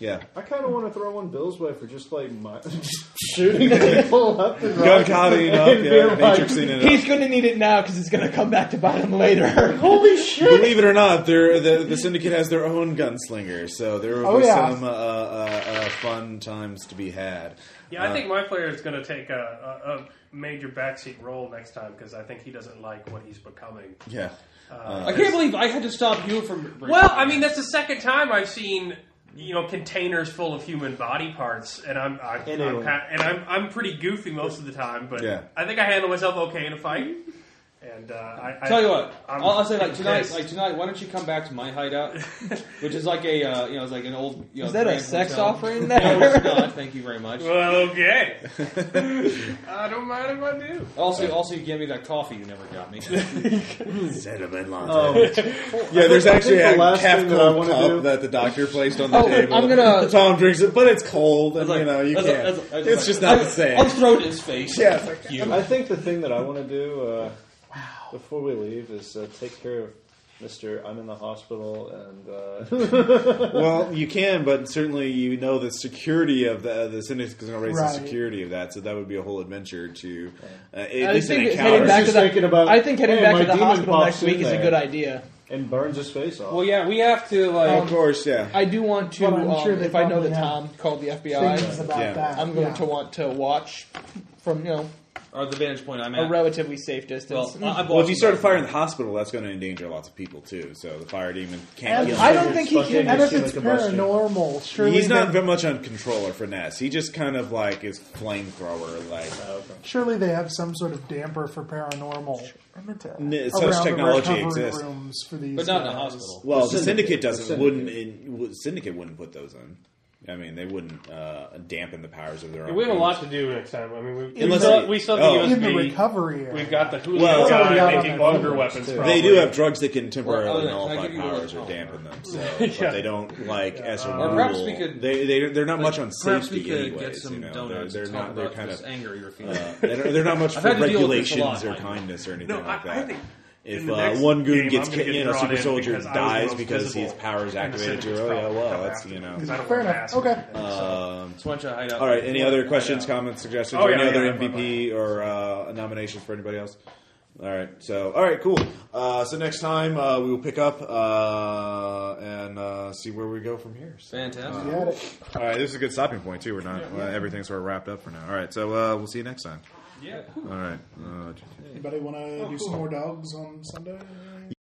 [SPEAKER 1] yeah,
[SPEAKER 8] I kind of want to throw one Bill's way for just like my, shooting people up and
[SPEAKER 1] gun
[SPEAKER 8] right.
[SPEAKER 1] copying up,
[SPEAKER 8] And
[SPEAKER 1] yeah,
[SPEAKER 8] being like-
[SPEAKER 1] matrixing it up.
[SPEAKER 5] He's gonna need it now because it's gonna come back to bite him later.
[SPEAKER 8] Holy shit!
[SPEAKER 1] Believe it or not, they're- the the syndicate has their own gunslinger, so there will
[SPEAKER 3] Oh,
[SPEAKER 1] be
[SPEAKER 3] yeah.
[SPEAKER 1] some uh, uh, uh, fun times to be had.
[SPEAKER 6] Yeah, I
[SPEAKER 1] Uh,
[SPEAKER 6] think my player is going to take a, a, a major backseat role next time because I think he doesn't like what he's becoming.
[SPEAKER 1] Yeah,
[SPEAKER 6] Uh,
[SPEAKER 4] I can't believe I had to stop you from.
[SPEAKER 6] well, I mean, that's the second time I've seen you know containers full of human body parts, and I'm I, I'm
[SPEAKER 8] Anyway.
[SPEAKER 6] ha- and I'm I'm pretty goofy most of the time, but
[SPEAKER 1] Yeah.
[SPEAKER 6] I think I handle myself okay in a fight. And uh, I, I
[SPEAKER 4] Tell you what,
[SPEAKER 6] I'm
[SPEAKER 4] I'll, I'll say like
[SPEAKER 6] pissed.
[SPEAKER 4] tonight, like tonight. Why don't you come back to my hideout, which is like a uh, you know, it's like an old. You know,
[SPEAKER 5] Is that a
[SPEAKER 4] grand
[SPEAKER 5] sex
[SPEAKER 4] hotel.
[SPEAKER 5] offering?
[SPEAKER 4] No,
[SPEAKER 5] There?
[SPEAKER 4] it's not. Thank you very much.
[SPEAKER 6] Well, okay. I don't mind if I do.
[SPEAKER 4] Also, also, you gave me that coffee you never got me.
[SPEAKER 1] Cinnamon latte.
[SPEAKER 8] Um,
[SPEAKER 4] Oh.
[SPEAKER 1] yeah, there's
[SPEAKER 8] I think
[SPEAKER 1] actually
[SPEAKER 8] the
[SPEAKER 1] a
[SPEAKER 8] last
[SPEAKER 1] half
[SPEAKER 8] thing that I
[SPEAKER 1] cold
[SPEAKER 8] wanna
[SPEAKER 1] cup
[SPEAKER 8] do-
[SPEAKER 1] that the doctor placed on the
[SPEAKER 5] Oh,
[SPEAKER 1] table.
[SPEAKER 5] I'm gonna-
[SPEAKER 1] Tom drinks it, but it's cold, and
[SPEAKER 4] That's
[SPEAKER 1] you know you
[SPEAKER 4] that's
[SPEAKER 1] can't.
[SPEAKER 4] like- that's like-
[SPEAKER 1] it's
[SPEAKER 4] that's
[SPEAKER 1] just
[SPEAKER 4] like- oh,
[SPEAKER 1] not the same.
[SPEAKER 4] I'll I'll throw it in his face.
[SPEAKER 1] Yeah.
[SPEAKER 4] Fuck you.
[SPEAKER 8] I think the thing that I want to do uh, before we leave is uh, take care of Mister. I'm in the hospital, and uh,
[SPEAKER 1] well, you can, but certainly you know the security of the the syndicate's going to raise
[SPEAKER 3] Right.
[SPEAKER 1] the security of that, so that would be a whole adventure to uh, at
[SPEAKER 5] I
[SPEAKER 1] least an
[SPEAKER 5] think
[SPEAKER 1] encounter.
[SPEAKER 5] heading back to
[SPEAKER 8] Just
[SPEAKER 5] the,
[SPEAKER 8] thinking about,
[SPEAKER 5] I think heading
[SPEAKER 8] hey,
[SPEAKER 5] back
[SPEAKER 8] my
[SPEAKER 5] to the
[SPEAKER 8] demon
[SPEAKER 5] hospital
[SPEAKER 8] pops
[SPEAKER 5] next
[SPEAKER 8] in
[SPEAKER 5] week is a
[SPEAKER 8] there.
[SPEAKER 5] good idea.
[SPEAKER 8] and burns his face off.
[SPEAKER 4] Well, yeah, we have to like.
[SPEAKER 1] of course, yeah.
[SPEAKER 5] I do want to.
[SPEAKER 3] But I'm
[SPEAKER 5] um,
[SPEAKER 3] sure they
[SPEAKER 5] if I know
[SPEAKER 3] probably
[SPEAKER 5] that
[SPEAKER 3] have
[SPEAKER 5] Tom called the FBI,
[SPEAKER 3] Things about
[SPEAKER 1] Yeah.
[SPEAKER 3] that.
[SPEAKER 5] Oh, I'm going
[SPEAKER 3] yeah.
[SPEAKER 5] to want to watch from you know
[SPEAKER 4] or the vantage point I'm
[SPEAKER 5] a
[SPEAKER 4] at.
[SPEAKER 5] relatively safe distance.
[SPEAKER 4] well, I, I'm
[SPEAKER 1] Well, if you
[SPEAKER 4] watching
[SPEAKER 1] start a
[SPEAKER 4] that.
[SPEAKER 1] fire in the hospital, that's going to endanger lots of people too. So the fire demon can't.
[SPEAKER 3] And
[SPEAKER 1] kill
[SPEAKER 3] Um, I
[SPEAKER 1] him.
[SPEAKER 5] don't think he can.
[SPEAKER 3] And if
[SPEAKER 8] Shit
[SPEAKER 3] it's
[SPEAKER 8] like a bus, dude.
[SPEAKER 3] paranormal, surely
[SPEAKER 1] He's not
[SPEAKER 3] they-
[SPEAKER 1] very much on control or finesse. He just kind of like is flamethrower like.
[SPEAKER 3] Surely they have some sort of damper for paranormal
[SPEAKER 1] N-
[SPEAKER 3] around
[SPEAKER 1] Such
[SPEAKER 3] the
[SPEAKER 1] technology
[SPEAKER 3] recovery
[SPEAKER 1] exists.
[SPEAKER 3] rooms for these,
[SPEAKER 4] but not in a
[SPEAKER 3] guys.
[SPEAKER 4] hospital.
[SPEAKER 1] Well, the,
[SPEAKER 8] The
[SPEAKER 1] syndicate,
[SPEAKER 8] syndicate, the
[SPEAKER 1] doesn't
[SPEAKER 8] syndicate.
[SPEAKER 1] wouldn't in, would- syndicate wouldn't put those in. I mean, they wouldn't uh, dampen the powers of their own.
[SPEAKER 6] We have a lot
[SPEAKER 1] games.
[SPEAKER 6] to do next time. I mean, we, we,
[SPEAKER 1] Unless
[SPEAKER 6] still,
[SPEAKER 1] they-
[SPEAKER 6] we still
[SPEAKER 1] oh.
[SPEAKER 6] have
[SPEAKER 3] In
[SPEAKER 6] the
[SPEAKER 3] the
[SPEAKER 6] USB.
[SPEAKER 3] recovery area.
[SPEAKER 6] We've got the Julio
[SPEAKER 1] Well-
[SPEAKER 3] Yeah,
[SPEAKER 6] guy making
[SPEAKER 3] yeah.
[SPEAKER 6] longer
[SPEAKER 8] Yeah.
[SPEAKER 6] weapons.
[SPEAKER 8] They
[SPEAKER 6] Probably.
[SPEAKER 1] They do have drugs that can
[SPEAKER 4] Well,
[SPEAKER 1] temporarily
[SPEAKER 4] other than- can I
[SPEAKER 1] nullify
[SPEAKER 4] give you a
[SPEAKER 1] powers or
[SPEAKER 4] little-
[SPEAKER 1] dampen them. So,
[SPEAKER 6] Yeah.
[SPEAKER 1] but they don't like as a
[SPEAKER 4] Or
[SPEAKER 1] rule.
[SPEAKER 4] perhaps we could-
[SPEAKER 1] they they they're not much on
[SPEAKER 4] Perhaps we
[SPEAKER 1] safety
[SPEAKER 4] could
[SPEAKER 1] anyways.
[SPEAKER 4] get some
[SPEAKER 1] you know,
[SPEAKER 4] donuts.
[SPEAKER 1] they're,
[SPEAKER 4] and
[SPEAKER 1] they're
[SPEAKER 4] talk
[SPEAKER 1] not. They're
[SPEAKER 4] about
[SPEAKER 1] kind
[SPEAKER 4] this
[SPEAKER 1] of.
[SPEAKER 4] anger you're feeling.
[SPEAKER 1] Uh, they're, they're not much
[SPEAKER 4] I've
[SPEAKER 1] for
[SPEAKER 4] had to deal with this a
[SPEAKER 1] regulations
[SPEAKER 4] lot.
[SPEAKER 1] or kindness or anything
[SPEAKER 6] No,
[SPEAKER 1] like
[SPEAKER 6] I-
[SPEAKER 1] that.
[SPEAKER 6] I think in
[SPEAKER 1] if
[SPEAKER 6] the
[SPEAKER 1] uh,
[SPEAKER 6] next
[SPEAKER 1] one
[SPEAKER 6] game,
[SPEAKER 1] dude gets
[SPEAKER 6] I'm gonna
[SPEAKER 1] ki-
[SPEAKER 6] get
[SPEAKER 1] you know
[SPEAKER 6] drawn
[SPEAKER 1] super
[SPEAKER 6] in
[SPEAKER 1] soldier
[SPEAKER 6] because I was the
[SPEAKER 1] dies
[SPEAKER 6] most
[SPEAKER 1] because his
[SPEAKER 6] visible
[SPEAKER 1] powers
[SPEAKER 6] in the
[SPEAKER 1] activated too
[SPEAKER 6] syndicate
[SPEAKER 1] early. Oh
[SPEAKER 6] probably
[SPEAKER 1] well,
[SPEAKER 6] come
[SPEAKER 1] that's
[SPEAKER 6] after
[SPEAKER 1] you
[SPEAKER 6] me,
[SPEAKER 1] know.
[SPEAKER 6] 'cause I don't
[SPEAKER 3] Fair
[SPEAKER 6] want
[SPEAKER 3] enough.
[SPEAKER 6] masks.
[SPEAKER 3] Okay.
[SPEAKER 1] Um,
[SPEAKER 4] So why don't you hide out?
[SPEAKER 1] all right. Any other
[SPEAKER 4] Hide
[SPEAKER 1] questions,
[SPEAKER 4] out.
[SPEAKER 1] comments, suggestions,
[SPEAKER 6] Oh,
[SPEAKER 1] or
[SPEAKER 6] yeah,
[SPEAKER 1] any other
[SPEAKER 6] yeah, yeah,
[SPEAKER 1] MVP or uh, nominations for anybody else? All right. So, all right, cool. Uh, so next time uh, we will pick up uh, and uh, see where we go from here. So,
[SPEAKER 24] Fantastic.
[SPEAKER 1] uh, all right, this is a good stopping point too. We're not uh, everything's sort of wrapped up for now. All right, so uh, we'll see you next time.
[SPEAKER 24] Yeah.
[SPEAKER 1] All right. Uh,
[SPEAKER 3] Anybody want to do some more dogs on Sunday?